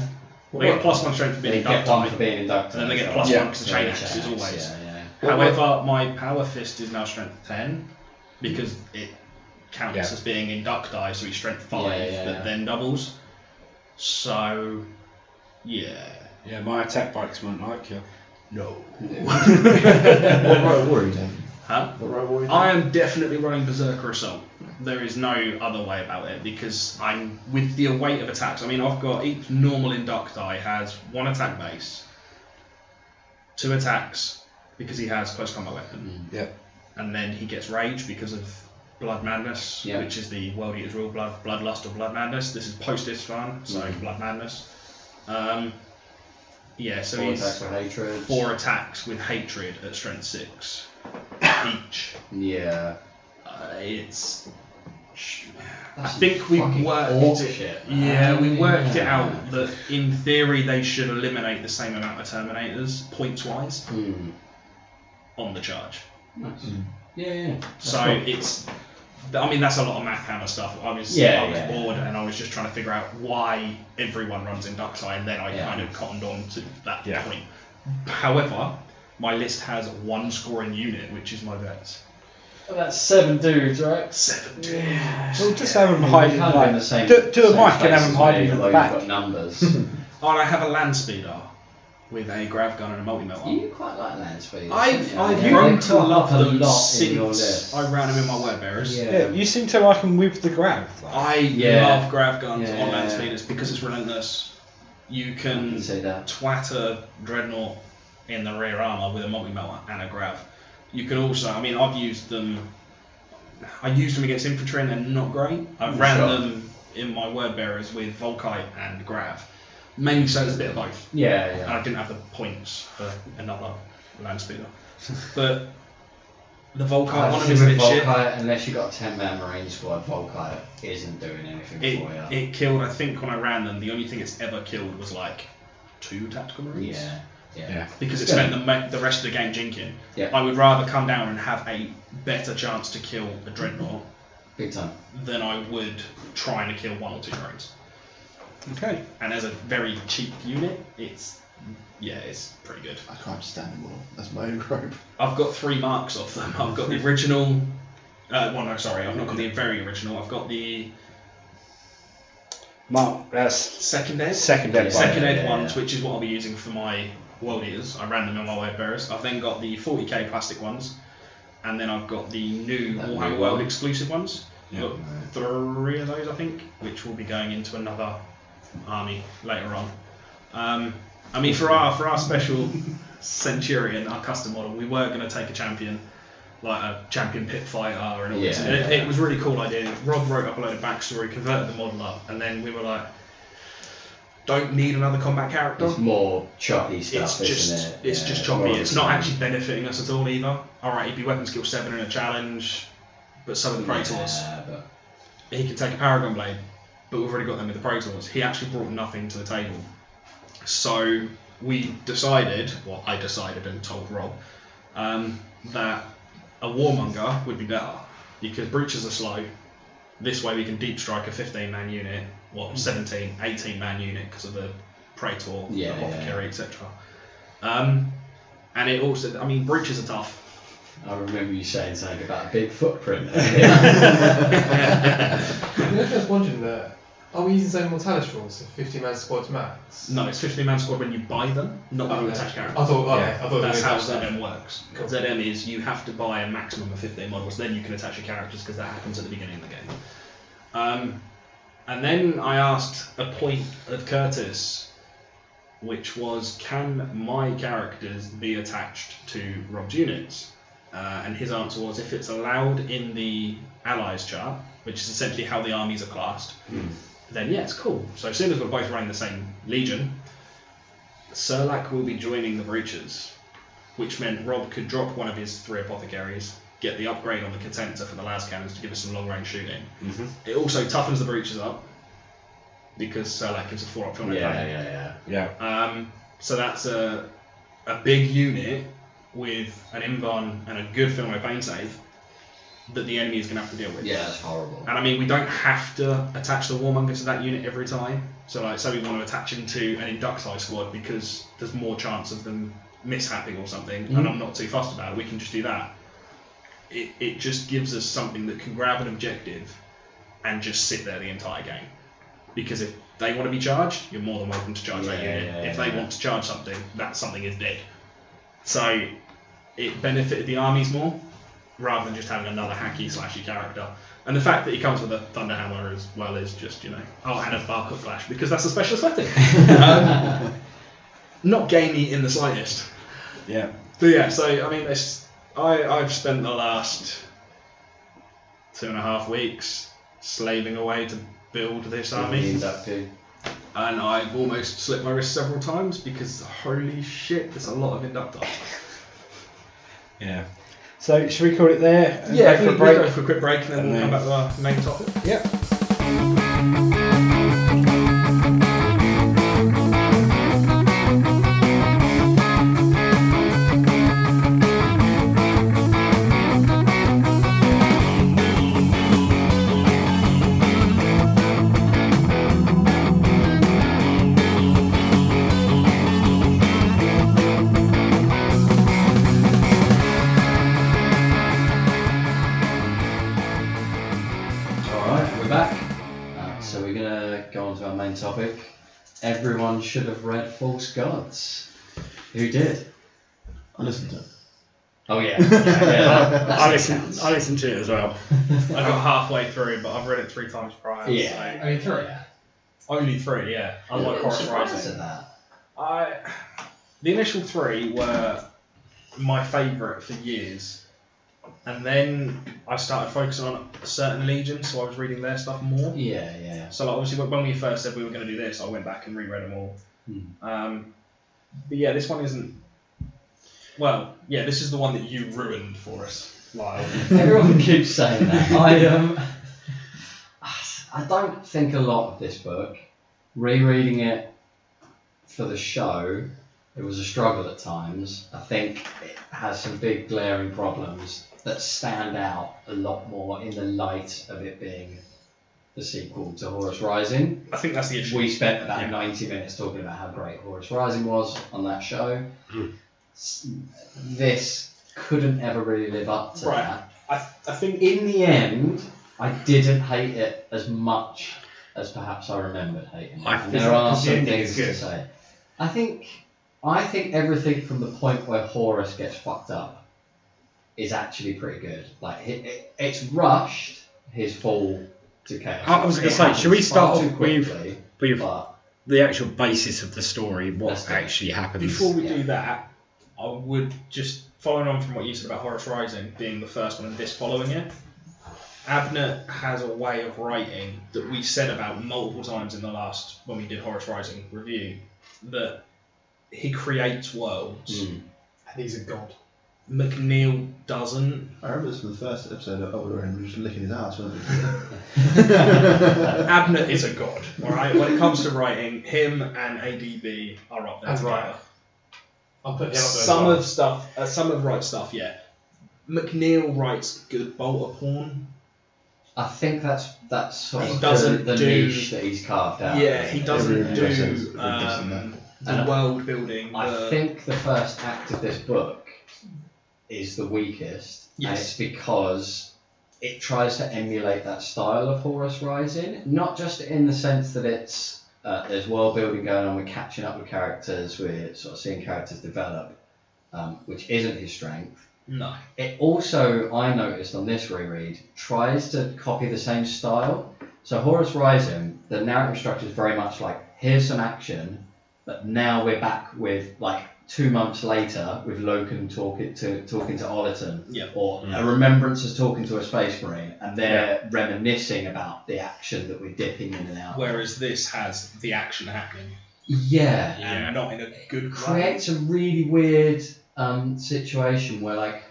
Speaker 2: They get plus one strength for
Speaker 1: Oh. They
Speaker 2: being
Speaker 1: get
Speaker 2: ductile.
Speaker 1: one for being inducted.
Speaker 2: And then they get
Speaker 1: so-
Speaker 2: plus
Speaker 3: Yeah.
Speaker 2: one because the chain
Speaker 1: Yeah,
Speaker 2: axe is
Speaker 1: chain axe,
Speaker 2: always.
Speaker 1: Yeah, yeah.
Speaker 2: However, my power fist is now strength 10 because it counts
Speaker 3: Yeah.
Speaker 2: as being inducti, so he's strength 5
Speaker 1: Yeah, yeah,
Speaker 2: that
Speaker 1: yeah.
Speaker 2: then doubles. So, yeah.
Speaker 3: Yeah, my attack bikes won't like you.
Speaker 2: No.
Speaker 4: What right war are you doing?
Speaker 2: Huh?
Speaker 4: What right war are you
Speaker 2: I am definitely running Berserker Assault. There is no other way about it because I'm with the weight of attacks. I mean, I've got each normal inducti has one attack base, two attacks because he has close combat weapon.
Speaker 1: Mm,
Speaker 3: Yeah.
Speaker 2: And then he gets rage because of Blood Madness,
Speaker 1: Yeah.
Speaker 2: which is the World Eater's Rule, Blood, Bloodlust or Blood Madness. This is post Isfahan, so
Speaker 1: Mhm.
Speaker 2: Blood Madness. Um, yeah, so
Speaker 1: Four
Speaker 2: he's
Speaker 1: attacks for hatred.
Speaker 2: four attacks with hatred at strength six each.
Speaker 1: Yeah.
Speaker 2: Uh, it's. I
Speaker 1: That's
Speaker 2: think we
Speaker 1: fucking
Speaker 2: worked
Speaker 1: orc
Speaker 2: it.
Speaker 1: shit,
Speaker 2: Yeah, we
Speaker 1: man.
Speaker 2: worked it
Speaker 1: Yeah. Hmm.
Speaker 2: out that in theory they should eliminate the same amount of terminators points wise
Speaker 1: Hmm.
Speaker 2: on the charge.
Speaker 1: Nice.
Speaker 4: Mm.
Speaker 1: Yeah, yeah.
Speaker 2: so it's. I mean that's a lot of math hammer stuff. I was
Speaker 1: Yeah,
Speaker 2: I was
Speaker 1: yeah,
Speaker 2: bored and I was just trying to figure out why everyone runs inducti and then I
Speaker 1: Yeah.
Speaker 2: kind of cottoned on to that
Speaker 3: Yeah.
Speaker 2: point. However, my list has one scoring unit, which is my vets.
Speaker 1: That's seven dudes, right?
Speaker 2: Seven.
Speaker 3: So just have them
Speaker 1: You
Speaker 3: hide in
Speaker 1: can't be in the
Speaker 3: like,
Speaker 1: same.
Speaker 3: do, do a
Speaker 1: same
Speaker 3: mic and
Speaker 1: place
Speaker 3: have them
Speaker 1: as
Speaker 3: hiding
Speaker 1: me,
Speaker 3: in
Speaker 1: although
Speaker 3: the
Speaker 1: you've
Speaker 3: back.
Speaker 1: Got numbers.
Speaker 2: Oh, and I have a land speeder. with a grav gun and a multi melter.
Speaker 1: You quite like land speed.
Speaker 2: I've,
Speaker 1: yeah,
Speaker 2: I've
Speaker 1: yeah,
Speaker 2: grown
Speaker 1: they
Speaker 2: to
Speaker 1: crop
Speaker 2: love
Speaker 1: up a
Speaker 2: them
Speaker 1: lot in your
Speaker 2: since
Speaker 1: list.
Speaker 2: I ran them in my web bearers.
Speaker 1: Yeah.
Speaker 3: Yeah, you seem to like him with the grab. Like,
Speaker 2: I
Speaker 1: Yeah.
Speaker 2: love grav guns
Speaker 1: Yeah.
Speaker 2: on land speeders because it's relentless. You
Speaker 1: I
Speaker 2: can
Speaker 1: can see that.
Speaker 2: twatter dreadnought in the rear armor with a multi melter and a grav. You can also, I mean, I've used them. I used them against infantry and they're not great. I've ran
Speaker 1: Mm, Sure.
Speaker 2: them in my word bearers with volkite and grav, mainly so there's a bit of both.
Speaker 1: Yeah,
Speaker 2: And
Speaker 1: yeah.
Speaker 2: I didn't have the points for another land speeder. But the Volkite one
Speaker 1: I've
Speaker 2: of
Speaker 1: seen
Speaker 2: is a
Speaker 1: with
Speaker 2: bit shit.
Speaker 1: Volkite, unless you've got a 10 man Marine squad, Volkite isn't doing anything for
Speaker 2: It,
Speaker 1: you.
Speaker 2: it killed, I think, when I ran them, the only thing it's ever killed was like two tactical marines.
Speaker 1: yeah, yeah.
Speaker 3: yeah.
Speaker 2: Because it
Speaker 1: Yeah.
Speaker 2: spent the, ma- the rest of the game jinking.
Speaker 1: Yeah.
Speaker 2: I would rather come down and have a better chance to kill a dreadnought
Speaker 1: Big time.
Speaker 2: than I would trying to kill one or two marines.
Speaker 3: Okay.
Speaker 2: And as a very cheap unit, it's yeah, it's pretty good.
Speaker 4: I can't stand them all. That's my own group.
Speaker 2: I've got three marks of them. I've got the original. Uh, well, no, sorry, I've not got the very original. I've got the
Speaker 3: Mark, that's
Speaker 2: second ed,
Speaker 3: second ed.
Speaker 2: second
Speaker 1: yeah,
Speaker 2: ed
Speaker 1: yeah,
Speaker 2: ones,
Speaker 1: yeah.
Speaker 2: which is what I'll be using for my world eaters. I ran them in my web bearers. I've then got the 40k plastic ones, and then I've got the new
Speaker 1: That
Speaker 2: Warhammer
Speaker 1: new
Speaker 2: World
Speaker 1: one.
Speaker 2: exclusive ones. I've got three of those, I think, which will be going into another army later on. Um, I mean, for our for our special Centurion, our custom model, we were going to take a champion, like a champion pit fighter, and all this.
Speaker 1: Yeah.
Speaker 2: And it, it was a really cool idea. Rob wrote up a load of backstory, converted the model up, and then we were like, don't need another combat character.
Speaker 1: It's more choppy
Speaker 2: It's
Speaker 1: stuff,
Speaker 2: just
Speaker 1: isn't it?
Speaker 2: it's
Speaker 1: Yeah,
Speaker 2: just choppy.
Speaker 1: more of
Speaker 2: It's
Speaker 1: the
Speaker 2: not
Speaker 1: same.
Speaker 2: actually benefiting us at all either. All right, he'd be weapon skill seven in a challenge, but so are the Praetors
Speaker 1: Yeah, but
Speaker 2: he can take a Paragon Blade, but we've already got them with the Protoss. He actually brought nothing to the table. So we decided, well, I decided and told Rob, um, that a Warmonger would be better because breaches are slow. This way we can deep strike a 15 man unit,
Speaker 1: Mm.
Speaker 2: well, 17, 18 man unit because of the Praetor,
Speaker 1: Yeah,
Speaker 2: the
Speaker 1: yeah.
Speaker 2: Apothecary, etc. Um, and it also, I mean, breaches are tough.
Speaker 1: I remember you saying something about a big footprint.
Speaker 5: You know, I was wondering that. Are we using Zone Mortalis rules if 50 man squads max?
Speaker 2: No, it's 15 man squad when you buy them, not when you
Speaker 5: Okay.
Speaker 2: attach characters.
Speaker 5: I thought, okay,
Speaker 3: Yeah,
Speaker 5: I thought
Speaker 2: That's
Speaker 5: we
Speaker 2: how
Speaker 5: attached that.
Speaker 2: ZM works.
Speaker 5: Cool.
Speaker 2: ZM is you have to buy a maximum of 15 models, then you can attach your characters because that happens at the beginning of the game. Um, and then I asked a point of Curtis, which was can my characters be attached to Rob's units? Uh, and his answer was if it's allowed in the allies chart, which is essentially how the armies are classed, then yeah, it's cool. So as soon as we're both running the same legion, Serlac will be joining the Breachers, which meant Rob could drop one of his three apothecaries, get the upgrade on the Contemptor for the last cannons to give us some long range shooting.
Speaker 3: Mhm.
Speaker 2: It also toughens the Breachers up because Serlac gives a four up
Speaker 1: yeah,
Speaker 2: film
Speaker 1: yeah, yeah.
Speaker 3: Yeah.
Speaker 2: Um, so that's a, a big unit with an Invon and a good film pain save that the enemy is going to have to deal with.
Speaker 1: Yeah, that's horrible.
Speaker 2: And I mean, we don't have to attach the Warmonger to that unit every time. So, like, say we want to attach him to an Inducti squad because there's more chance of them mishapping or something, and I'm not too fussed about it. We can just do that. It, it just gives us something that can grab an objective and just sit there the entire game. Because if they want to be charged, you're more than welcome to charge that
Speaker 1: Yeah,
Speaker 2: unit.
Speaker 1: yeah,
Speaker 2: if they
Speaker 1: yeah.
Speaker 2: want to charge something, that something is dead. So, it benefited the armies more rather than just having another hacky slashy character. And the fact that he comes with a thunder hammer as well is just, you know, oh, and a barcode flash because that's a special aesthetic. um, not gamey in the slightest.
Speaker 3: Yeah.
Speaker 2: But yeah, so I mean, it's, I I've spent the last two and a half weeks slaving away to build this army,
Speaker 1: Means up to-
Speaker 2: and I've almost slipped my wrist several times because holy shit, there's a lot of inductor.
Speaker 3: Yeah. So should we call it there? and
Speaker 2: Yeah,
Speaker 3: go for a
Speaker 2: we-
Speaker 3: break.
Speaker 2: we go for a quick break and
Speaker 3: And
Speaker 2: then we'll come
Speaker 3: then-
Speaker 2: back to our main topic.
Speaker 3: Yep.
Speaker 1: Alright, we're back. Uh, so we're going to go on to our main topic. Everyone should have read False Gods. Who did?
Speaker 4: I listened to it.
Speaker 1: Oh yeah. yeah, yeah.
Speaker 3: I listened, I listened to it as well.
Speaker 2: I got halfway through, but I've read it three times prior.
Speaker 1: Yeah.
Speaker 5: Only three.
Speaker 2: So only three, yeah. Unlike
Speaker 1: I'm
Speaker 2: Horace
Speaker 1: surprised
Speaker 2: Rising.
Speaker 1: at that.
Speaker 2: I, the initial three were my favourite for years, and then I started focusing on a certain legion, so I was reading their stuff more.
Speaker 1: Yeah, yeah.
Speaker 2: So like, obviously, when we first said we were going to do this, I went back and reread them all.
Speaker 1: Hmm.
Speaker 2: Um, but yeah, this one isn't. Well, yeah, this is the one that you ruined for us, Lyle.
Speaker 1: Everyone keeps saying that. I um, I don't think a lot of this book. Rereading it for the show, it was a struggle at times. I think it has some big glaring problems that stand out a lot more in the light of it being the sequel to Horus Rising.
Speaker 2: I think that's the issue.
Speaker 1: we spent about
Speaker 2: Yeah.
Speaker 1: 90 minutes talking about how great Horus Rising was on that show.
Speaker 2: Hmm.
Speaker 3: Mm.
Speaker 1: S- This couldn't ever really live up to
Speaker 2: Right.
Speaker 1: that.
Speaker 2: I, I think
Speaker 1: In the end, I didn't hate it as much as perhaps I remembered hating it.
Speaker 3: I
Speaker 1: And
Speaker 3: think
Speaker 1: there are
Speaker 5: the
Speaker 1: some
Speaker 5: ending
Speaker 1: things
Speaker 5: is
Speaker 1: to
Speaker 5: good.
Speaker 1: say. I think I think everything from the point where Horus gets fucked up is actually pretty good. Like it, it, it's rushed his fall to chaos.
Speaker 3: I was gonna say, should we
Speaker 1: It happens
Speaker 3: start
Speaker 1: far
Speaker 3: off
Speaker 1: too
Speaker 3: with-
Speaker 1: quickly,
Speaker 3: But you've-
Speaker 1: but
Speaker 3: the actual basis of the story,
Speaker 1: That's
Speaker 3: what
Speaker 1: it.
Speaker 3: actually happens.
Speaker 2: Before we
Speaker 1: Yeah.
Speaker 2: do that, I would just following on from what you said about Horace Rising being the first one and this following it. Abner has a way of writing that we said about multiple times in the last when we did Horace Rising review that he creates worlds.
Speaker 1: Mm.
Speaker 5: And he's a god.
Speaker 2: McNeil doesn't.
Speaker 4: I remember this from the first episode of Older and we were just licking his ass, weren't we?
Speaker 2: Abner is a god, all right. When it comes to writing, him and ADB are up there
Speaker 5: And
Speaker 2: together.
Speaker 5: Wright. I'll put him up there. as
Speaker 2: some
Speaker 5: well.
Speaker 2: of stuff, uh, some of right stuff, yeah. McNeil writes good bolter porn.
Speaker 1: I think that's that's sort
Speaker 2: He
Speaker 1: of
Speaker 2: doesn't
Speaker 1: the, the
Speaker 2: do-
Speaker 1: niche that he's carved out.
Speaker 2: Yeah, he
Speaker 1: It
Speaker 2: doesn't
Speaker 1: really
Speaker 4: makes sense. It
Speaker 2: do
Speaker 4: really does
Speaker 2: um, the
Speaker 1: And I-
Speaker 2: world building.
Speaker 1: I
Speaker 2: the-
Speaker 1: think the first act of this book is the weakest, and
Speaker 2: Yes.
Speaker 1: it's because it tries to emulate that style of Horus Rising, not just in the sense that it's uh, there's world building going on, we're catching up with characters, we're sort of seeing characters develop, um, which isn't his strength.
Speaker 2: no.
Speaker 1: It also, I noticed on this reread, tries to copy the same style. So Horus Rising, the narrative structure is very much like here's some action, but now we're back with like two months later with Loken talking to talking to Ollerton,
Speaker 2: Yeah.
Speaker 1: or
Speaker 3: Mm.
Speaker 1: a remembrance is talking to a space marine, and they're reminiscing about the action that we're dipping in and out. of.
Speaker 2: Whereas this has the action happening
Speaker 1: yeah,
Speaker 3: Yeah.
Speaker 2: and not in a good way.
Speaker 1: creates a really weird um, situation where like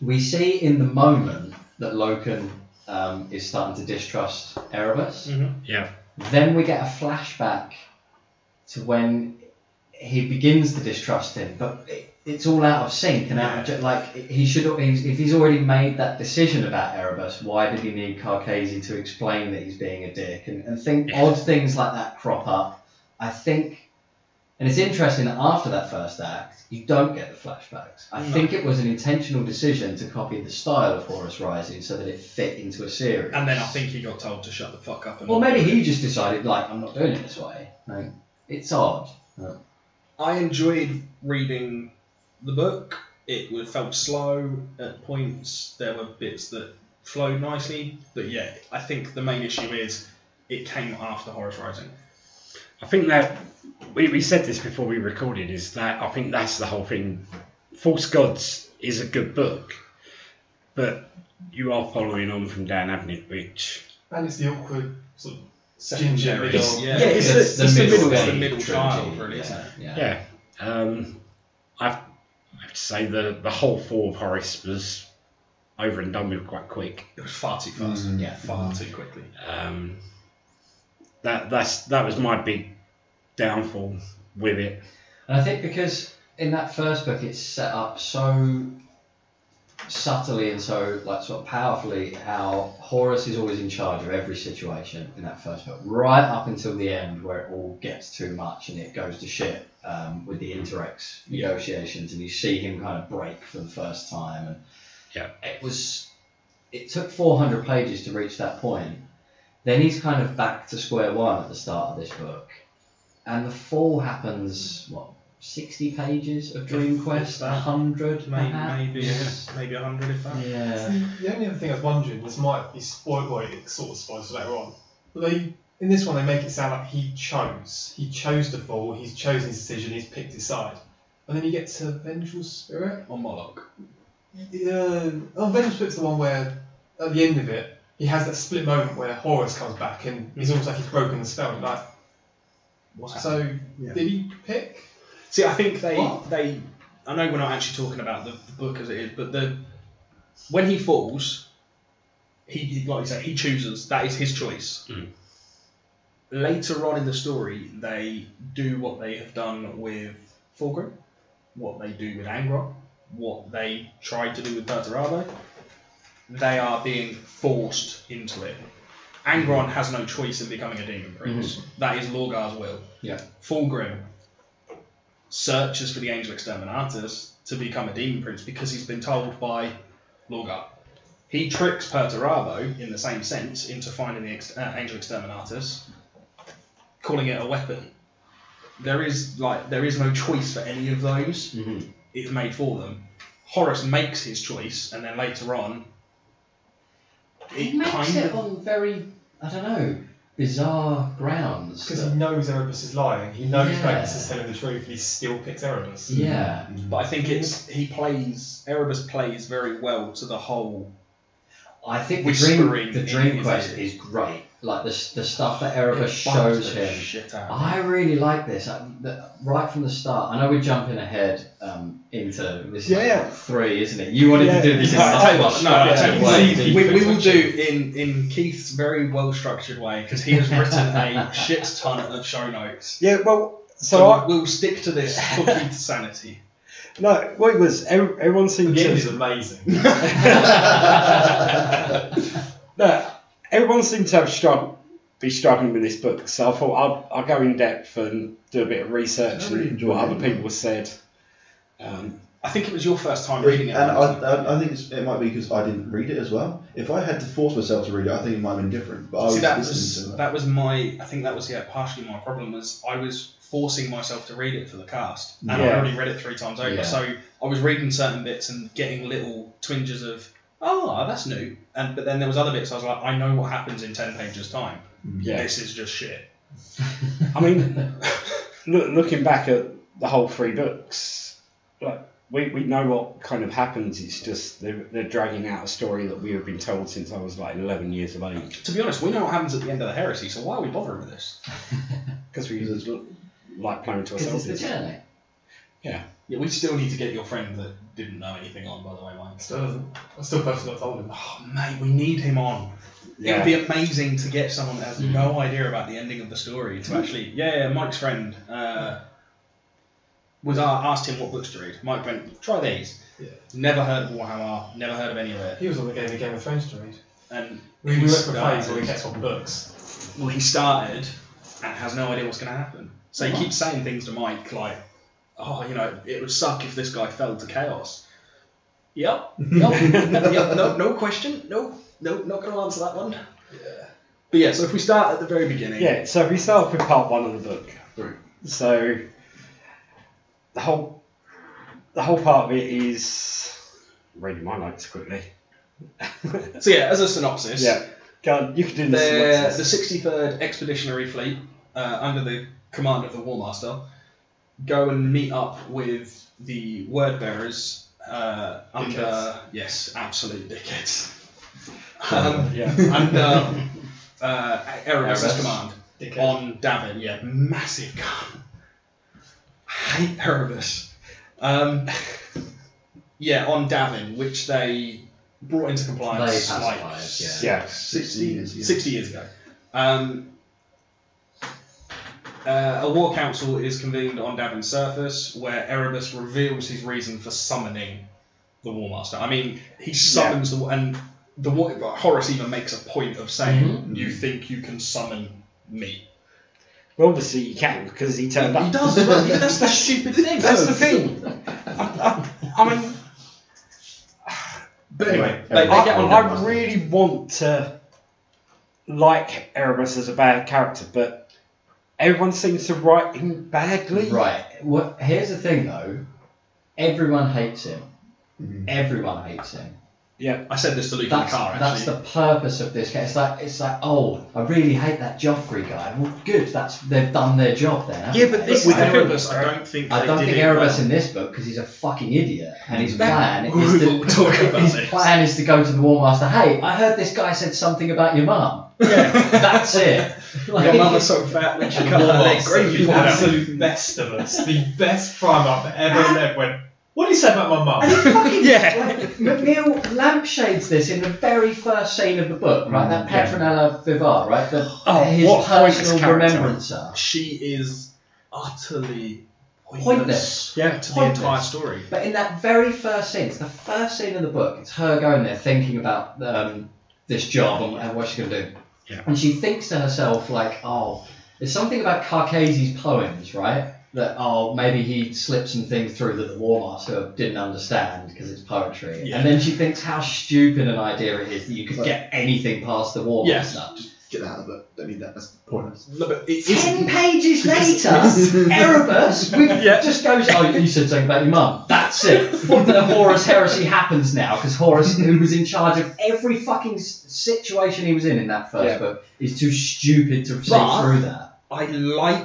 Speaker 1: we see in the moment that Loken um, is starting to distrust Erebus.
Speaker 2: Mhm.
Speaker 3: Yeah.
Speaker 1: Then we get a flashback to when he begins to distrust him, but it, it's all out of sync and out of, ju- like he should he's, if he's already made that decision about Erebus, why did he need Carcasi to explain that he's being a dick and, and think
Speaker 3: Yeah.
Speaker 1: odd things like that crop up. I think and it's interesting that after that first act, you don't get the flashbacks. I
Speaker 2: No.
Speaker 1: think it was an intentional decision to copy the style of Horus Rising so that it fit into a series.
Speaker 2: And then I think he got told to shut the fuck up. And
Speaker 1: Well, maybe he just decided, like, I'm not doing it this way. Like, it's odd.
Speaker 2: I enjoyed reading the book. It was- felt slow at points. There were bits that flowed nicely, but yeah, I think the main issue is it came after Horace Rising.
Speaker 3: I think that we, we said this before we recorded is that I think that's the whole thing. False Gods is a good book, but you are following on from Dan Abnett, which
Speaker 5: And it's the awkward sort of ginger
Speaker 2: Secondary,
Speaker 5: middle.
Speaker 2: yeah.
Speaker 3: yeah, it's the- it's the middle
Speaker 1: game
Speaker 2: the middle
Speaker 1: trilogy,
Speaker 2: child, really,
Speaker 1: yeah,
Speaker 2: isn't it?
Speaker 1: Yeah.
Speaker 3: yeah, um, I, I have to say the the whole four of Horace was over and done with quite quick.
Speaker 2: It was far too fast.
Speaker 4: Mm.
Speaker 1: Yeah.
Speaker 2: Far too quickly.
Speaker 3: Um, that that's that was my big downfall with it.
Speaker 1: And I think because in that first book it's set up so subtly and so like sort of powerfully how Horus is always in charge of every situation in that first book, right up until the end where it all gets too much and it goes to shit um, with the Interex
Speaker 2: Yeah.
Speaker 1: negotiations and you see him kind of break for the first time and
Speaker 3: Yeah.
Speaker 1: it was it took 400 pages to reach that point. Then he's kind of back to square one at the start of this book. And the fall happens, what, 60 pages of Dream Quest,
Speaker 2: that.
Speaker 1: 100
Speaker 2: May-
Speaker 1: perhaps.
Speaker 2: maybe maybe a hundred if that.
Speaker 1: Yeah.
Speaker 5: The only other thing I was wondering, this might be spoil well, it sort of spoils later on. But they in this one they make it sound like he chose. He chose to fall, he's chosen his decision, he's picked his side. And then you get to Vengeful Spirit.
Speaker 2: Or Moloch.
Speaker 5: Uh, oh, Vengeful Spirit's the one where at the end of it, he has that split moment where Horus comes back and it's almost like he's broken the spell. Like, so
Speaker 2: Yeah.
Speaker 5: did he pick?
Speaker 2: See, I think they
Speaker 5: What?
Speaker 2: they. I know we're not actually talking about the, the book as it is, but the when he falls, he- he like you say he chooses. That is his choice.
Speaker 1: Mm.
Speaker 2: Later on in the story, they do what they have done with Fulgrim, what they do with Angron, what they tried to do with Perturabo. They are being forced into it. Angron has no choice in becoming a demon prince. That is Lorgar's will.
Speaker 1: Yeah.
Speaker 2: Fulgrim searches for the Angel Exterminatus to become a demon prince because he's been told by Lorgar. He tricks Perturabo, in the same sense, into finding the ex- uh, Angel Exterminatus, calling it a weapon. There is like there is no choice for any of those.
Speaker 1: Mhm.
Speaker 2: It's made for them. Horus makes his choice, and then later on,
Speaker 1: He makes it on very, I don't know, bizarre grounds.
Speaker 5: Because he knows Erebus is lying. He knows
Speaker 1: Yeah.
Speaker 5: Magnus is telling the truth. He still picks Erebus.
Speaker 1: Yeah.
Speaker 2: But I
Speaker 1: Mm-hmm.
Speaker 2: think it's he plays Erebus plays very well to the whole.
Speaker 1: I think the
Speaker 2: Whispering
Speaker 1: dream, the dream
Speaker 2: in
Speaker 1: quest
Speaker 2: his-
Speaker 1: is great. Like the, s- the stuff that
Speaker 2: It
Speaker 1: Erebus
Speaker 2: bugs
Speaker 1: shows
Speaker 2: the
Speaker 1: him.
Speaker 2: Shit out. of him.
Speaker 1: I really like this. I, the, right from the start, I know we're jumping ahead um, into this. is
Speaker 3: Yeah, yeah.
Speaker 1: Three, isn't it? You wanted to
Speaker 3: Yeah.
Speaker 1: do this.
Speaker 2: No,
Speaker 1: in
Speaker 2: I tell you what, no,
Speaker 3: Uh,
Speaker 2: no, I tell you what,
Speaker 1: Yeah.
Speaker 2: we, we will do in, in Keith's very well structured way because he has written a shit ton of show notes.
Speaker 3: Yeah, well, so,
Speaker 2: So
Speaker 3: I,
Speaker 2: we'll stick to this for Keith's sanity.
Speaker 3: no, what it was, every, everyone
Speaker 5: The
Speaker 3: seemed
Speaker 5: end
Speaker 3: to,
Speaker 5: is amazing.
Speaker 3: no, everyone seemed to have struggle, be struggling with this book. So I thought I'll, I'll go in depth and do a bit of research
Speaker 4: I really
Speaker 3: and
Speaker 4: enjoyed
Speaker 3: what other
Speaker 4: it.
Speaker 3: people said. Um,
Speaker 2: I think it was your first time reading
Speaker 4: And
Speaker 2: it.
Speaker 4: I, I, I think it's, it might be because I didn't read it as well. If I had to force myself to read it, I think it might have been different. But I was
Speaker 2: See, that
Speaker 4: listening
Speaker 2: was
Speaker 4: to it.
Speaker 2: that was my. I think that was yeah, partially my problem was I was forcing myself to read it for the cast, and I
Speaker 3: Yeah.
Speaker 2: already read it three times over.
Speaker 1: Yeah.
Speaker 2: So I was reading certain bits and getting little twinges of, oh, that's new. And but then there was other bits I was like, I know what happens in ten pages time.
Speaker 3: yeah,
Speaker 2: This is just shit.
Speaker 3: I mean, look, looking back at the whole three books, like we, we know what kind of happens. It's just they're, they're dragging out a story that we have been told since I was like 11 years of age.
Speaker 2: To be honest, we know what happens at the end of the heresy, so why are we bothering with this?
Speaker 3: Because we just look like playing to
Speaker 1: 'Cause
Speaker 3: ourselves.
Speaker 1: it's the journey.
Speaker 2: Yeah, we still need to get your friend that didn't know anything on, by the way, Mike.
Speaker 5: Still doesn't. I still personally not told him.
Speaker 2: Oh, mate, we need him on.
Speaker 3: Yeah.
Speaker 2: It would be amazing to get someone that has
Speaker 5: Mm.
Speaker 2: no idea about the ending of the story to actually. Yeah, yeah, Mike's friend uh, was a- asked him what books to read. Mike went, try these.
Speaker 5: Yeah.
Speaker 2: Never heard of Warhammer, never heard of any of it.
Speaker 5: He was on the game of Game of Thrones to read.
Speaker 2: And
Speaker 5: We, we
Speaker 2: he
Speaker 5: went for phase where we
Speaker 2: started,
Speaker 5: kept on books.
Speaker 2: well, he started and has no idea what's going to happen. So he keeps saying things to Mike like, oh, you know, it would suck if this guy fell to chaos. Yep, yep, yep no, no question, no, no, not going to answer that one.
Speaker 5: Yeah.
Speaker 2: But yeah, so if we start at the very beginning.
Speaker 3: Yeah, so we start off with part one of the book. So the whole the whole part of it is reading my notes quickly.
Speaker 2: So yeah, as a synopsis,
Speaker 3: yeah. Go on, you can do
Speaker 2: the,
Speaker 3: this.
Speaker 2: the 63rd Expeditionary Fleet, uh, under the command of the War Master, go and meet up with the Word Bearers uh, under
Speaker 5: Dickheads.
Speaker 2: yes, absolute dickheads. Um,
Speaker 3: yeah.
Speaker 2: under uh, Erebus's
Speaker 1: Erebus.
Speaker 2: command
Speaker 5: Dickhead.
Speaker 2: on Davin, yeah, massive gun. hate Erebus. Um, yeah, on Davin, which they brought into compliance
Speaker 1: They
Speaker 2: like
Speaker 1: pacified, yeah.
Speaker 3: Yeah.
Speaker 4: 60 years ago.
Speaker 2: 60 years ago. Um, uh, a war council is convened on Davin's surface where Erebus reveals his reason for summoning the War Master. I mean, he summons the the and the war, Horus even makes a point of saying, "You think you can summon me?"
Speaker 3: Well obviously you can because he turned
Speaker 2: He
Speaker 3: up.
Speaker 2: does. but that's the stupid thing.
Speaker 3: That's the thing. I, I, I mean
Speaker 2: But anyway,
Speaker 4: Anyway,
Speaker 2: they, they
Speaker 3: I,
Speaker 2: get on.
Speaker 3: I really want to like Erebus as a bad character, but everyone seems to write him badly.
Speaker 1: Right. Well, here's the thing though. Everyone hates him.
Speaker 4: Mhm.
Speaker 1: Everyone hates him.
Speaker 2: I said this to Luke
Speaker 1: That's,
Speaker 2: in the car
Speaker 1: that's
Speaker 2: actually.
Speaker 1: the purpose of this case. It's like it's like oh, I really hate that Joffrey guy. Well, good. That's they've done their job then. haven't
Speaker 3: Yeah, but
Speaker 1: they?
Speaker 3: this-
Speaker 2: with
Speaker 1: I don't-
Speaker 2: Erebus, I don't think
Speaker 1: I
Speaker 2: they
Speaker 1: don't
Speaker 2: did
Speaker 1: think
Speaker 2: it
Speaker 1: Erebus
Speaker 2: well.
Speaker 1: in this book because he's a fucking idiot and his
Speaker 3: That-
Speaker 1: plan
Speaker 2: We
Speaker 1: is
Speaker 2: will
Speaker 1: to
Speaker 2: talk about
Speaker 1: his
Speaker 2: this.
Speaker 1: plan is to go to the War Master. Hey, I heard this guy said something about your mum. That's it. Like,
Speaker 5: Your mum is so fat when she
Speaker 2: The
Speaker 5: cut her
Speaker 2: War
Speaker 5: legs.
Speaker 2: Master,
Speaker 5: The
Speaker 2: you know.
Speaker 5: absolute best of us. The best Primarch that ever lived went, What did he say about my mum?
Speaker 1: fucking
Speaker 3: Yeah.
Speaker 1: like, McNeil lampshades this in the very first scene of the book, right?
Speaker 2: Mm,
Speaker 1: that Petronella Vivar, right? The,
Speaker 3: Oh,
Speaker 1: his
Speaker 3: what a pointless
Speaker 1: personal
Speaker 3: character.
Speaker 1: remembrancer.
Speaker 2: She is utterly pointless,
Speaker 1: Pointless.
Speaker 3: Yeah.
Speaker 2: to
Speaker 1: Pointless.
Speaker 2: the entire story.
Speaker 1: But in that very first scene, it's the first scene in the book. It's her going there thinking about um, this job and, and what she's gonna do.
Speaker 3: Yeah.
Speaker 1: And she thinks to herself like, oh, there's something about Carcase's poems, right? That oh maybe he slipped some things through that the War Master didn't understand because it's poetry.
Speaker 2: Yeah.
Speaker 1: And then she thinks how stupid an idea it is that you could
Speaker 4: Right.
Speaker 1: get anything past the War
Speaker 2: Yes.
Speaker 1: Master.
Speaker 4: Get that out of the book. Don't need that. That's pointless.
Speaker 2: No, but it
Speaker 1: Ten
Speaker 2: isn't.
Speaker 1: pages
Speaker 2: Because-
Speaker 1: later, Erebus with,
Speaker 3: Yeah.
Speaker 1: just goes, "Oh, you said something about your mum. That's it. the Horus heresy happens now because Horus, who was in charge of every fucking s- situation he was in in that first
Speaker 3: Yeah.
Speaker 1: book, is too stupid to see
Speaker 2: But-
Speaker 1: through that.
Speaker 2: I like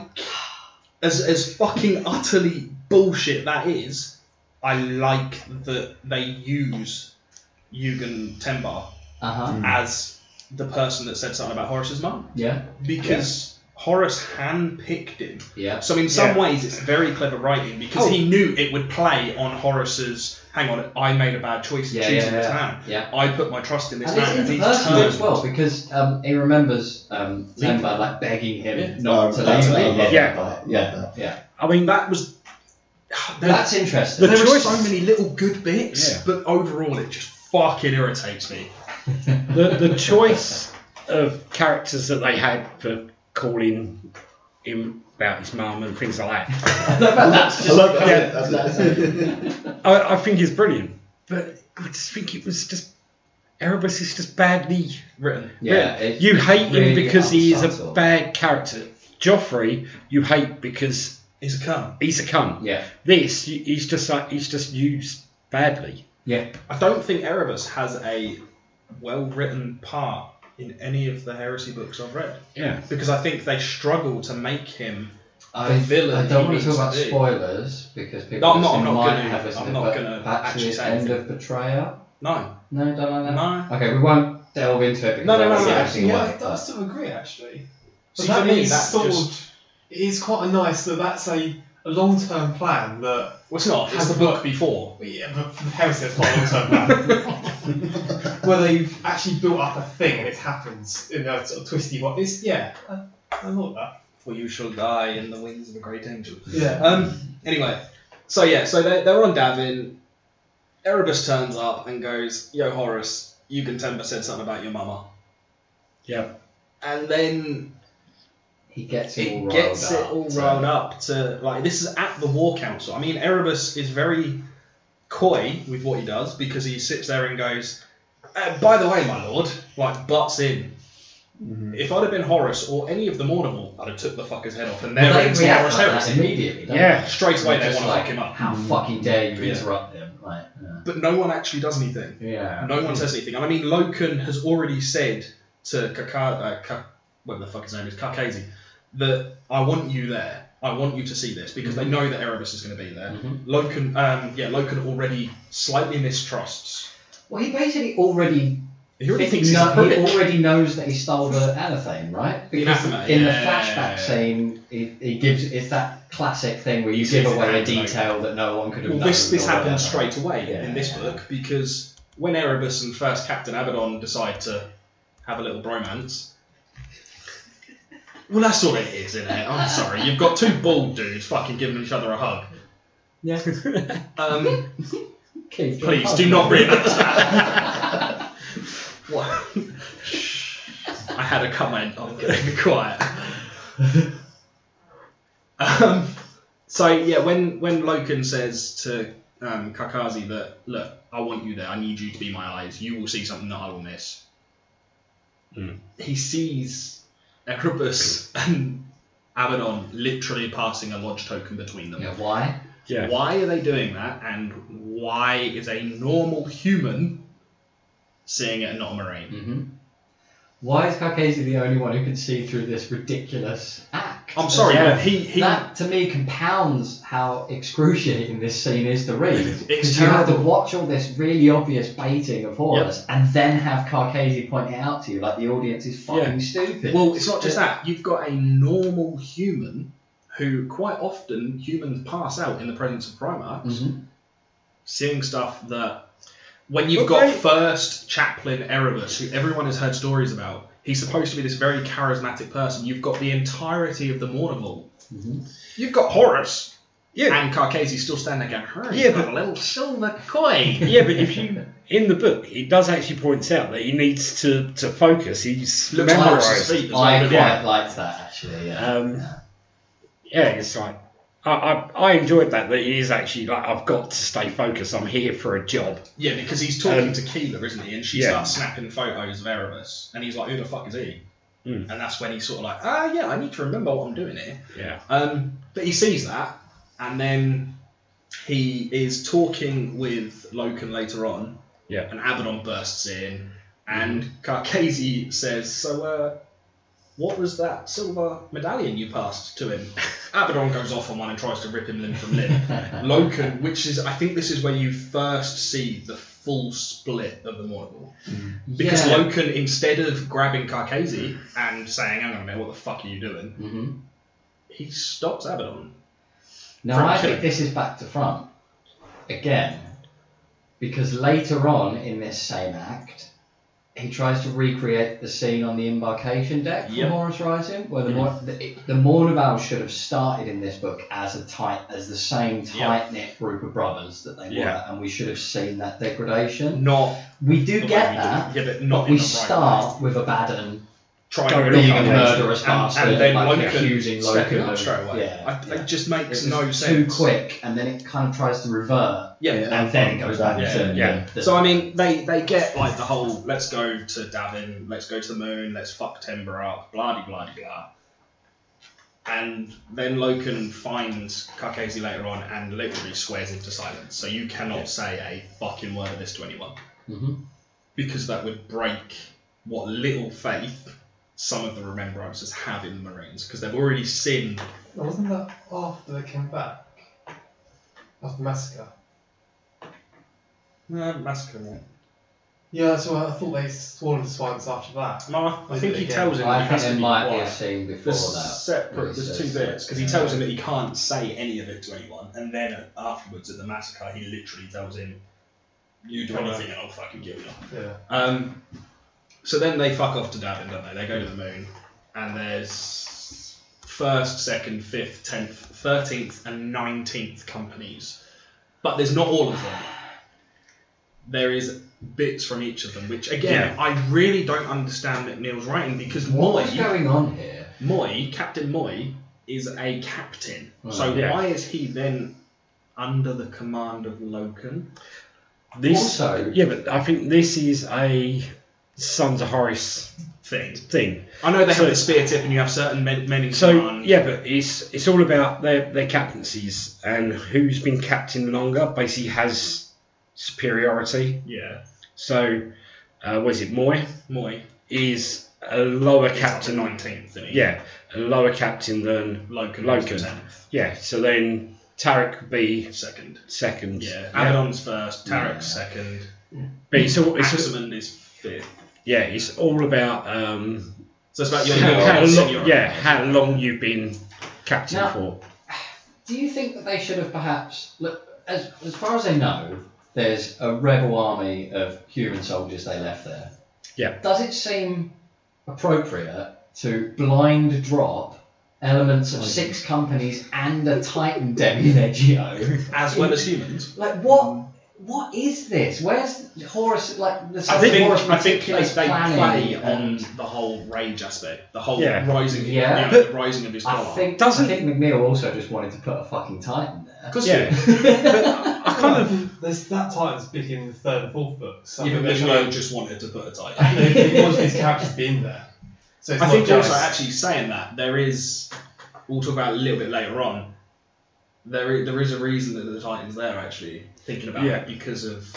Speaker 2: as as fucking utterly bullshit that is. I like that they use Yugen Tembar
Speaker 1: Uh huh.
Speaker 2: as the person that said something about Horace's mum
Speaker 1: Yeah.
Speaker 2: because Horace handpicked him.
Speaker 1: Yeah.
Speaker 2: So in some
Speaker 3: Yeah.
Speaker 2: ways, it's very clever writing because
Speaker 3: Oh.
Speaker 2: he knew it would play on Horace's. Hang on, I made a bad choice in
Speaker 1: Yeah,
Speaker 2: choosing
Speaker 1: yeah,
Speaker 2: this man.
Speaker 1: Yeah.
Speaker 2: I put my trust in this
Speaker 1: And it's
Speaker 2: man, and he's
Speaker 1: interpersonal
Speaker 2: turned.
Speaker 1: as well because um, he remembers um,
Speaker 2: Leave.
Speaker 1: Zenba like begging him
Speaker 2: Yeah.
Speaker 1: not to leave.
Speaker 4: that's
Speaker 1: it.
Speaker 4: I love
Speaker 3: Yeah.
Speaker 4: that.
Speaker 1: Yeah.
Speaker 4: Love
Speaker 3: I mean,
Speaker 2: That was.
Speaker 1: That's interesting.
Speaker 3: The
Speaker 2: there are
Speaker 3: choice-
Speaker 2: so many little good bits,
Speaker 3: Yeah.
Speaker 2: but overall, it just fucking irritates me.
Speaker 3: the, the choice of characters that they had for calling him about his mum and things like that,
Speaker 1: that's
Speaker 4: that. I
Speaker 1: just
Speaker 4: love that.
Speaker 3: yeah,
Speaker 4: That's it.
Speaker 3: I, I think is brilliant. But I just think it was just Erebus is just badly
Speaker 2: Written.
Speaker 1: yeah. it-
Speaker 3: You hate
Speaker 1: really
Speaker 3: him because he is a
Speaker 1: unsubtle.
Speaker 3: bad character. Joffrey, you hate because
Speaker 2: He's a cunt.
Speaker 3: he's a cunt.
Speaker 1: Yeah.
Speaker 3: This, you- he's just like he's just used badly.
Speaker 1: Yeah.
Speaker 2: I don't think Erebus has a well written part in any of the heresy books I've read
Speaker 3: Yeah.
Speaker 2: because I think they struggle to make him.
Speaker 1: I,
Speaker 2: The villain
Speaker 1: I don't want to
Speaker 2: he
Speaker 1: talk
Speaker 2: needs
Speaker 1: about
Speaker 2: to be.
Speaker 1: spoilers because people
Speaker 2: No, I'm not- I'm
Speaker 1: listening
Speaker 2: not
Speaker 1: might
Speaker 2: gonna-
Speaker 1: have listened,
Speaker 2: I'm not
Speaker 1: but
Speaker 2: gonna
Speaker 1: back to
Speaker 2: actually
Speaker 1: the
Speaker 2: say
Speaker 1: end
Speaker 2: anything.
Speaker 1: of Betrayal.
Speaker 2: No.
Speaker 1: No, don't like that.
Speaker 2: No.
Speaker 1: Okay, we won't delve into it because
Speaker 2: No, no,
Speaker 1: I
Speaker 2: no,
Speaker 1: won't
Speaker 2: no,
Speaker 1: give
Speaker 2: no.
Speaker 1: everything away,
Speaker 5: yeah, I, I
Speaker 1: but-
Speaker 5: still agree actually.
Speaker 2: See,
Speaker 5: But
Speaker 2: for
Speaker 5: that
Speaker 2: me,
Speaker 5: means
Speaker 2: that's
Speaker 5: sort
Speaker 2: just-
Speaker 5: of- it is quite nice that that's a, a long term plan that
Speaker 2: Well, it's not. It's
Speaker 5: Has
Speaker 2: the book before.
Speaker 5: well, yeah, but for the Harry says quite a long term plan. Where they've actually built up a thing and it happens in a sort of twisty way. It's yeah, I, I like that.
Speaker 2: For you shall die in the wings of a great angel.
Speaker 5: Yeah.
Speaker 2: Um. Anyway, so yeah, so they, they were on Davin. Erebus turns up and goes, "Yo, Horace, Eugen Temba said something about your mama,"
Speaker 3: Yeah.
Speaker 2: and then
Speaker 1: He gets it all
Speaker 2: it
Speaker 1: riled
Speaker 2: gets it
Speaker 1: up,
Speaker 2: all
Speaker 1: so-
Speaker 2: riled up to like this is at the War Council. I mean, Erebus is very coy with what he does because he sits there and goes, uh, "By the way, my lord," like butts in.
Speaker 4: Mm-hmm.
Speaker 2: If I'd have been Horace or any of the Mortimer, I'd have took the fucker's head off, and
Speaker 1: Well,
Speaker 2: they're
Speaker 1: they
Speaker 2: into
Speaker 1: react
Speaker 2: Horace
Speaker 1: like that
Speaker 2: Heresy.
Speaker 1: immediately. don't
Speaker 3: Yeah.
Speaker 2: Straight
Speaker 1: they?
Speaker 2: away, they
Speaker 1: Just
Speaker 2: want to
Speaker 1: like,
Speaker 2: fuck him up.
Speaker 1: How fucking dare you
Speaker 2: Yeah.
Speaker 1: interrupt him? Like, yeah.
Speaker 2: But no one actually does anything.
Speaker 1: yeah.
Speaker 2: No one says anything. And I mean, Loken has already said to Kaka, uh, Ka- whatever the fuck his name is, Kakazi, that I want you there. I want you to see this because they know that Erebus is going to be there.
Speaker 1: Mhm.
Speaker 2: Loken, um, yeah, Loken already slightly mistrusts.
Speaker 1: Well, he basically already
Speaker 2: He already
Speaker 1: he
Speaker 2: thinks he's a
Speaker 1: kno- he
Speaker 2: prick.
Speaker 1: already knows that he stole the anathane, right?
Speaker 2: The
Speaker 1: Because
Speaker 2: anathema,
Speaker 1: in the
Speaker 2: yeah, yeah, yeah, yeah.
Speaker 1: flashback scene, he, he gives it's that classic thing where you
Speaker 2: He
Speaker 1: give
Speaker 2: says
Speaker 1: away a
Speaker 2: it's an
Speaker 1: detail that no one could have
Speaker 2: Well,
Speaker 1: known.
Speaker 2: this this
Speaker 1: or
Speaker 2: happens
Speaker 1: whatever.
Speaker 2: straight away
Speaker 1: Yeah,
Speaker 2: in this
Speaker 1: yeah.
Speaker 2: book because when Erebus and first Captain Abaddon decide to have a little bromance. Well, that's all it is, isn't it? I'm sorry. You've got two bald dudes fucking giving each other a hug.
Speaker 1: Yeah.
Speaker 2: Um,
Speaker 1: Keith,
Speaker 2: please
Speaker 1: you're
Speaker 2: do
Speaker 1: puzzled.
Speaker 2: not reenact that. what? I had a comment.
Speaker 3: Oh,
Speaker 2: I'm going to be quiet. Um, so yeah, when when Loken says to um, Kakazi that look, I want you there. I need you to be my eyes. You will see something that I will miss.
Speaker 3: Hmm. Hmm.
Speaker 2: He sees Erebus and Abaddon literally passing a lodge token between them.
Speaker 1: Yeah, why?
Speaker 3: Yeah.
Speaker 2: Why are they doing that? And why is a normal human seeing it and not a marine?
Speaker 1: Mm-hmm. Why is Carcasey the only one who can see through this ridiculous act?
Speaker 2: I'm sorry,
Speaker 3: Yeah.
Speaker 2: but he, he
Speaker 1: that to me compounds how excruciating this scene is to read. Because you have
Speaker 2: terrible.
Speaker 1: to watch all this really obvious baiting of Horus and then have Carcasey point it out to you like the audience is fucking stupid.
Speaker 2: Well, it's not just that. You've got a normal human who, quite often, humans pass out in the presence of Primarchs,
Speaker 3: Mm-hmm.
Speaker 1: Mhm.
Speaker 2: seeing stuff that. When you've
Speaker 3: But
Speaker 2: got
Speaker 3: they-
Speaker 2: first chaplain Erebus, who everyone has heard stories about, he's supposed to be this very charismatic person. You've got the entirety of the Mournival.
Speaker 1: Mhm.
Speaker 2: You've got Horus
Speaker 3: Yeah.
Speaker 2: and Carcasey still standing there going, "Hey,
Speaker 3: Yeah,
Speaker 2: yeah, but
Speaker 3: but-
Speaker 2: a little silver coin."
Speaker 3: Yeah, but if you in the book, he does actually points out that he needs to, to focus. He's
Speaker 2: Looks like
Speaker 3: memorized.
Speaker 2: speak as well,
Speaker 1: I
Speaker 2: but
Speaker 1: quite
Speaker 2: yeah.
Speaker 1: liked that actually. Yeah.
Speaker 3: Um, yeah, it's like I, I I enjoyed that. That he is actually like I've got to stay focused. I'm here for a job.
Speaker 2: Yeah, because he's talking
Speaker 3: Um,
Speaker 2: to Keela, isn't he? And she
Speaker 3: yeah.
Speaker 2: starts snapping photos of Erebus, and he's like, "Who the fuck is he?"
Speaker 3: Mm.
Speaker 2: And that's when he's sort of like, "Ah, yeah, I need to remember what I'm doing here."
Speaker 3: Yeah.
Speaker 2: Um, but he sees that, and then he is talking with Loken later on.
Speaker 3: Yeah. Hmm.
Speaker 2: And Abaddon bursts in, and Carcasey says, "So, uh, what was that silver medallion you passed to him?" Abaddon goes off on one and tries to rip him limb from limb. Loken, which is I think this is where you first see the full split of the Mournable. Because
Speaker 1: yeah.
Speaker 2: Loken, instead of grabbing Carcasey and saying, "Hang on a minute, what the fuck are you doing?"
Speaker 1: Mhm.
Speaker 2: he stops Abaddon.
Speaker 1: Now
Speaker 2: Front
Speaker 1: I
Speaker 2: killing.
Speaker 1: think this is back to front again, because later on in this same act, he tries to recreate the scene on the embarkation deck
Speaker 2: Yep.
Speaker 1: from Horus Rising, where the Mor- the, it- the Mournival should have started in this book as a tight as the same tight knit group of brothers that they
Speaker 3: Yeah.
Speaker 1: were, and we should have seen that degradation.
Speaker 2: Not
Speaker 1: We do
Speaker 2: the way
Speaker 1: get
Speaker 2: we
Speaker 1: that,
Speaker 2: did it. Yeah, but
Speaker 1: but
Speaker 2: not in
Speaker 1: we
Speaker 2: the right way.
Speaker 1: start with Abaddon
Speaker 2: trying
Speaker 3: Going
Speaker 2: to
Speaker 1: being a
Speaker 3: Abaddon.
Speaker 1: murderous
Speaker 2: and,
Speaker 1: bastard,
Speaker 2: and then
Speaker 1: like
Speaker 2: Loken
Speaker 1: accusing
Speaker 2: stepping
Speaker 1: Loken
Speaker 2: up
Speaker 1: of-
Speaker 2: straight away.
Speaker 1: yeah,
Speaker 2: I-
Speaker 1: yeah.
Speaker 2: It
Speaker 1: It's
Speaker 2: just makes no
Speaker 1: just
Speaker 2: sense.
Speaker 1: too quick, and then it kind of tries to revert.
Speaker 2: Yeah.
Speaker 4: Yeah.
Speaker 1: and then it goes back
Speaker 4: Yeah,
Speaker 1: to
Speaker 3: yeah.
Speaker 1: The,
Speaker 2: So I mean, they they get like the whole let's go to Davin, let's go to the moon, let's fuck Timber up, blah de blah de blah. And then Loken finds Carcasey later on and literally swears him to silence. So you cannot say a fucking word of this to anyone Mm-hmm.
Speaker 1: Mhm.
Speaker 2: because that would break what little faith some of the remembrances have in the Marines because they've already seen.
Speaker 5: Wasn't that after they came back? After massacre?
Speaker 2: No, massacre. mate.
Speaker 5: Yeah, that's what I thought they swallowed the swans after that.
Speaker 2: No, I- I think he
Speaker 5: Again,
Speaker 2: tells him. he
Speaker 1: I
Speaker 2: has
Speaker 1: think
Speaker 2: to
Speaker 1: there
Speaker 2: be
Speaker 1: might be a
Speaker 2: quiet.
Speaker 1: scene before
Speaker 2: There's
Speaker 1: that.
Speaker 2: separate.
Speaker 1: Yes,
Speaker 2: There's two
Speaker 1: yes,
Speaker 2: bits because he
Speaker 1: yes.
Speaker 2: tells him that he can't say any of it to anyone, and then afterwards at the massacre, he literally tells him, "You do
Speaker 5: Come
Speaker 2: anything, and I'll fucking kill you."
Speaker 5: Yeah.
Speaker 2: Um, so then they fuck off to Davin, don't they? They go to the moon, and there's first, second, fifth, tenth, thirteenth, and nineteenth companies, but there's not all of them. There is bits from each of them, which again I really don't understand McNeil's writing because
Speaker 1: What
Speaker 2: Moy-
Speaker 1: is going on here?
Speaker 2: Moy, Captain Moy, is a captain.
Speaker 1: Right.
Speaker 2: so
Speaker 3: Yeah.
Speaker 2: why is he then under the command of Loken?
Speaker 3: This
Speaker 1: also,
Speaker 3: yeah, but I think this is a Sons of Horus
Speaker 2: Thing.
Speaker 3: thing.
Speaker 2: I know they
Speaker 3: So-
Speaker 2: have the spear tip, and you have certain men, men in
Speaker 3: So
Speaker 2: command.
Speaker 3: yeah, but it's it's all about their their captaincies and who's been captain longer. Basically, has superiority.
Speaker 2: yeah,
Speaker 3: So uh, was it Moy
Speaker 2: Moy
Speaker 3: is a lower
Speaker 2: is
Speaker 3: captain.
Speaker 2: nineteenth.
Speaker 3: Yeah, a lower captain than
Speaker 2: Loken,
Speaker 3: Loken.
Speaker 2: is the tenth,
Speaker 3: Yeah, so then Tarek would be
Speaker 2: second.
Speaker 3: second.
Speaker 2: Yeah, Abaddon's first, Tarek's
Speaker 1: Yeah.
Speaker 2: second,
Speaker 3: But it's all, it's just,
Speaker 2: Axelman is fifth.
Speaker 3: yeah, it's all about um,
Speaker 2: So it's about your
Speaker 3: how, how
Speaker 2: your
Speaker 3: long,
Speaker 2: seniority.
Speaker 3: yeah, how long you've been captain
Speaker 1: Now-
Speaker 3: for.
Speaker 1: do you think that they should have perhaps look as as far as I know, there's a rebel army of human soldiers they left there.
Speaker 3: Yeah.
Speaker 1: Does it seem appropriate to blind drop elements
Speaker 2: Mm.
Speaker 1: of six companies and a Titan Demilegio
Speaker 2: as well as humans.
Speaker 1: Like what? What is this? Where's Horus? Like the
Speaker 2: I think,
Speaker 1: Horus
Speaker 2: I think they,
Speaker 1: meticulous
Speaker 2: they
Speaker 1: planning
Speaker 2: play on
Speaker 1: and-
Speaker 2: the whole rage aspect, the whole
Speaker 3: Yeah.
Speaker 2: rising,
Speaker 1: Yeah.
Speaker 2: you know, the rising of his
Speaker 1: I
Speaker 2: power.
Speaker 1: think
Speaker 3: Doesn't-
Speaker 1: I think McNeil also just wanted to put a fucking Titan there.
Speaker 2: Because
Speaker 3: Yeah. I kind of
Speaker 5: There's that titan's big in the third and fourth books. So
Speaker 2: even
Speaker 5: I think
Speaker 2: Michelin just wanted to put a title.
Speaker 5: they- they- they want these characters being there. So it's
Speaker 2: I
Speaker 5: not
Speaker 2: think
Speaker 5: just
Speaker 2: also actually saying that there is we'll talk about a little bit later on, there i- there is a reason that the Titan's there actually thinking about
Speaker 5: Yeah.
Speaker 2: it because of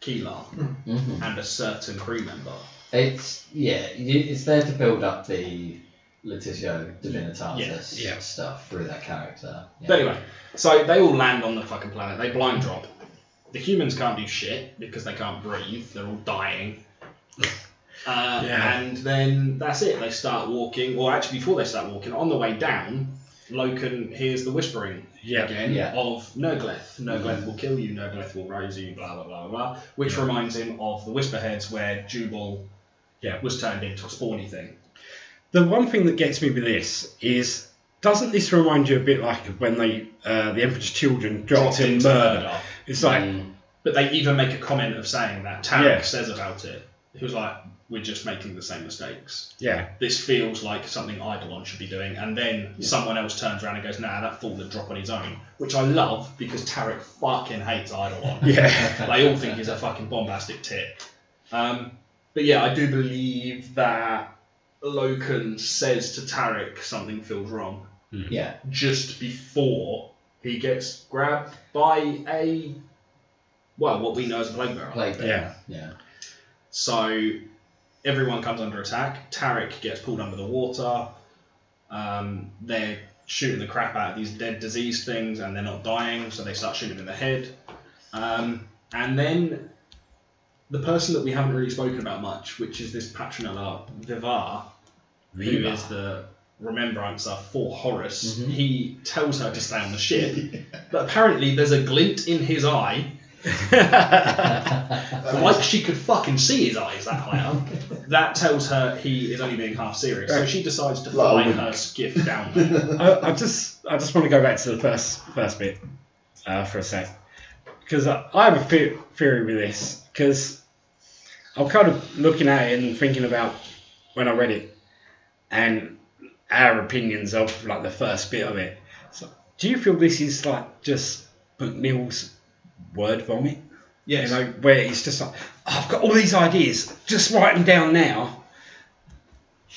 Speaker 2: Keelan
Speaker 1: hmm
Speaker 2: and a certain crew member.
Speaker 1: It's yeah, you, it's there to build up the Letitio Divinitatis
Speaker 2: Yeah, yeah.
Speaker 1: stuff through that character. Yeah.
Speaker 2: But anyway, so they all land on the fucking planet. They blind drop. The humans can't do shit because they can't breathe. They're all dying. Uh,
Speaker 5: Yeah.
Speaker 2: And then that's it. They start walking, or actually, before they start walking, on the way down, Loken hears the whispering
Speaker 3: Yeah.
Speaker 2: again
Speaker 1: Yeah.
Speaker 2: of Nergleth. Nergleth will kill you. Nergleth will raise you. Blah blah blah blah. Which
Speaker 3: Yeah.
Speaker 2: reminds him of the Whisperheads, where Jubal, yeah, was turned into a spawny thing.
Speaker 3: The one thing that gets me with this is, doesn't this remind you a bit like of when they, uh, the Emperor's Children dropped in
Speaker 2: into
Speaker 3: murder? It's like,
Speaker 1: Mm,
Speaker 2: But they even make a comment of saying that. Tarek
Speaker 3: Yeah.
Speaker 2: says about it. He was like, we're just making the same mistakes.
Speaker 3: yeah,
Speaker 2: This feels like something Eidolon should be doing. And then
Speaker 4: Yeah.
Speaker 2: someone else turns around and goes, nah, that fool would drop on his own. Which I love because Tarek fucking hates Eidolon.
Speaker 3: yeah.
Speaker 2: they all think he's a fucking bombastic tit. Um, but yeah, I do believe that Loken says to Tarek something feels wrong
Speaker 1: yeah,
Speaker 2: just before he gets grabbed by a well, what we know as a plague bearer.
Speaker 1: plague bearer.
Speaker 3: Yeah.
Speaker 1: yeah.
Speaker 2: So everyone comes under attack. Tarek gets pulled under the water. Um, they're shooting the crap out of these dead disease things, and they're not dying, so they start shooting in the head. Um, and then the person that we haven't really spoken about much, which is this Patronella Vivar, who
Speaker 3: Vivar.
Speaker 2: is the remembrancer for Horus,
Speaker 1: Mhm.
Speaker 2: he tells her to stay on the ship. but apparently, there's a glint in his eye like she could fucking see his eyes that high up. that tells her he is only being half serious. So she decides to fly
Speaker 4: Like a
Speaker 2: her skiff down there.
Speaker 3: I, I just I just want to go back to the first first bit uh, for a sec because I, I have a the- theory with this because I'm kind of looking at it and thinking about when I read it and our opinions of like the first bit of it. So, do you feel this is like just McNeil's word vomit? You
Speaker 5: Yes.
Speaker 3: know, where it's just like I've got all these ideas, just write them down now,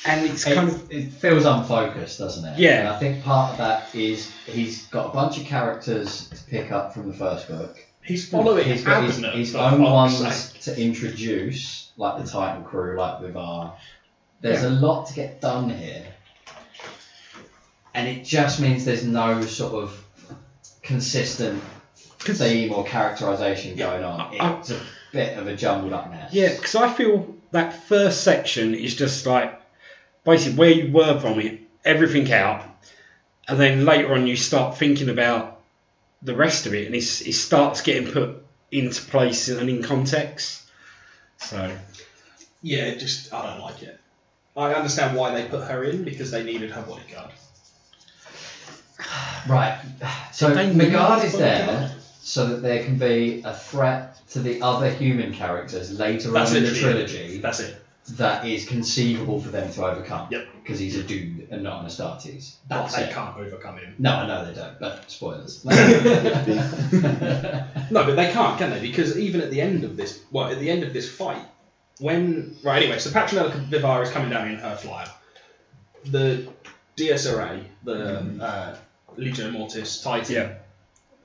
Speaker 3: and it's
Speaker 1: it,
Speaker 3: kind of
Speaker 1: it feels unfocused, doesn't it?
Speaker 3: Yeah.
Speaker 1: And I think part of that is he's got a bunch of characters to pick up from the first book.
Speaker 2: He's following
Speaker 1: He's
Speaker 2: his
Speaker 1: got his,
Speaker 2: Abner,
Speaker 1: his
Speaker 2: for
Speaker 1: own
Speaker 2: fuck's
Speaker 1: ones
Speaker 2: sake.
Speaker 1: to introduce, like the Titan crew, like with our. There's a lot to get done here, and it just means there's no sort of consistent theme or characterization
Speaker 3: Yeah,
Speaker 1: going on.
Speaker 3: I- I-
Speaker 1: It's a bit of a jumbled up mess.
Speaker 3: Yeah, because I feel that first section is just like basically where you were from it, everything out, and then later on you start thinking about the rest of it, and it's, it starts getting put into place and in context. So
Speaker 2: Yeah, it just I don't like it. I understand why they put her in because they needed her bodyguard.
Speaker 1: Right. So
Speaker 3: Did they
Speaker 1: Megard
Speaker 3: know
Speaker 1: is
Speaker 3: what
Speaker 1: there so that there can be a threat to the other human characters later
Speaker 2: That's
Speaker 1: on in the
Speaker 2: literally it.
Speaker 1: trilogy
Speaker 2: That's it.
Speaker 1: that is conceivable for them to overcome.
Speaker 2: Yep.
Speaker 1: Because he's a dude and not an Astartes.
Speaker 2: But
Speaker 1: That's
Speaker 2: they
Speaker 1: it.
Speaker 2: can't overcome him.
Speaker 1: No, I know they don't, but spoilers.
Speaker 2: No, but they can't, can they? Because even at the end of this, well, at the end of this fight, when right anyway, so Patronella Vivar is coming down in her flyer. The DSRA, the uh, Legion of Mortis Titan,
Speaker 3: Yeah.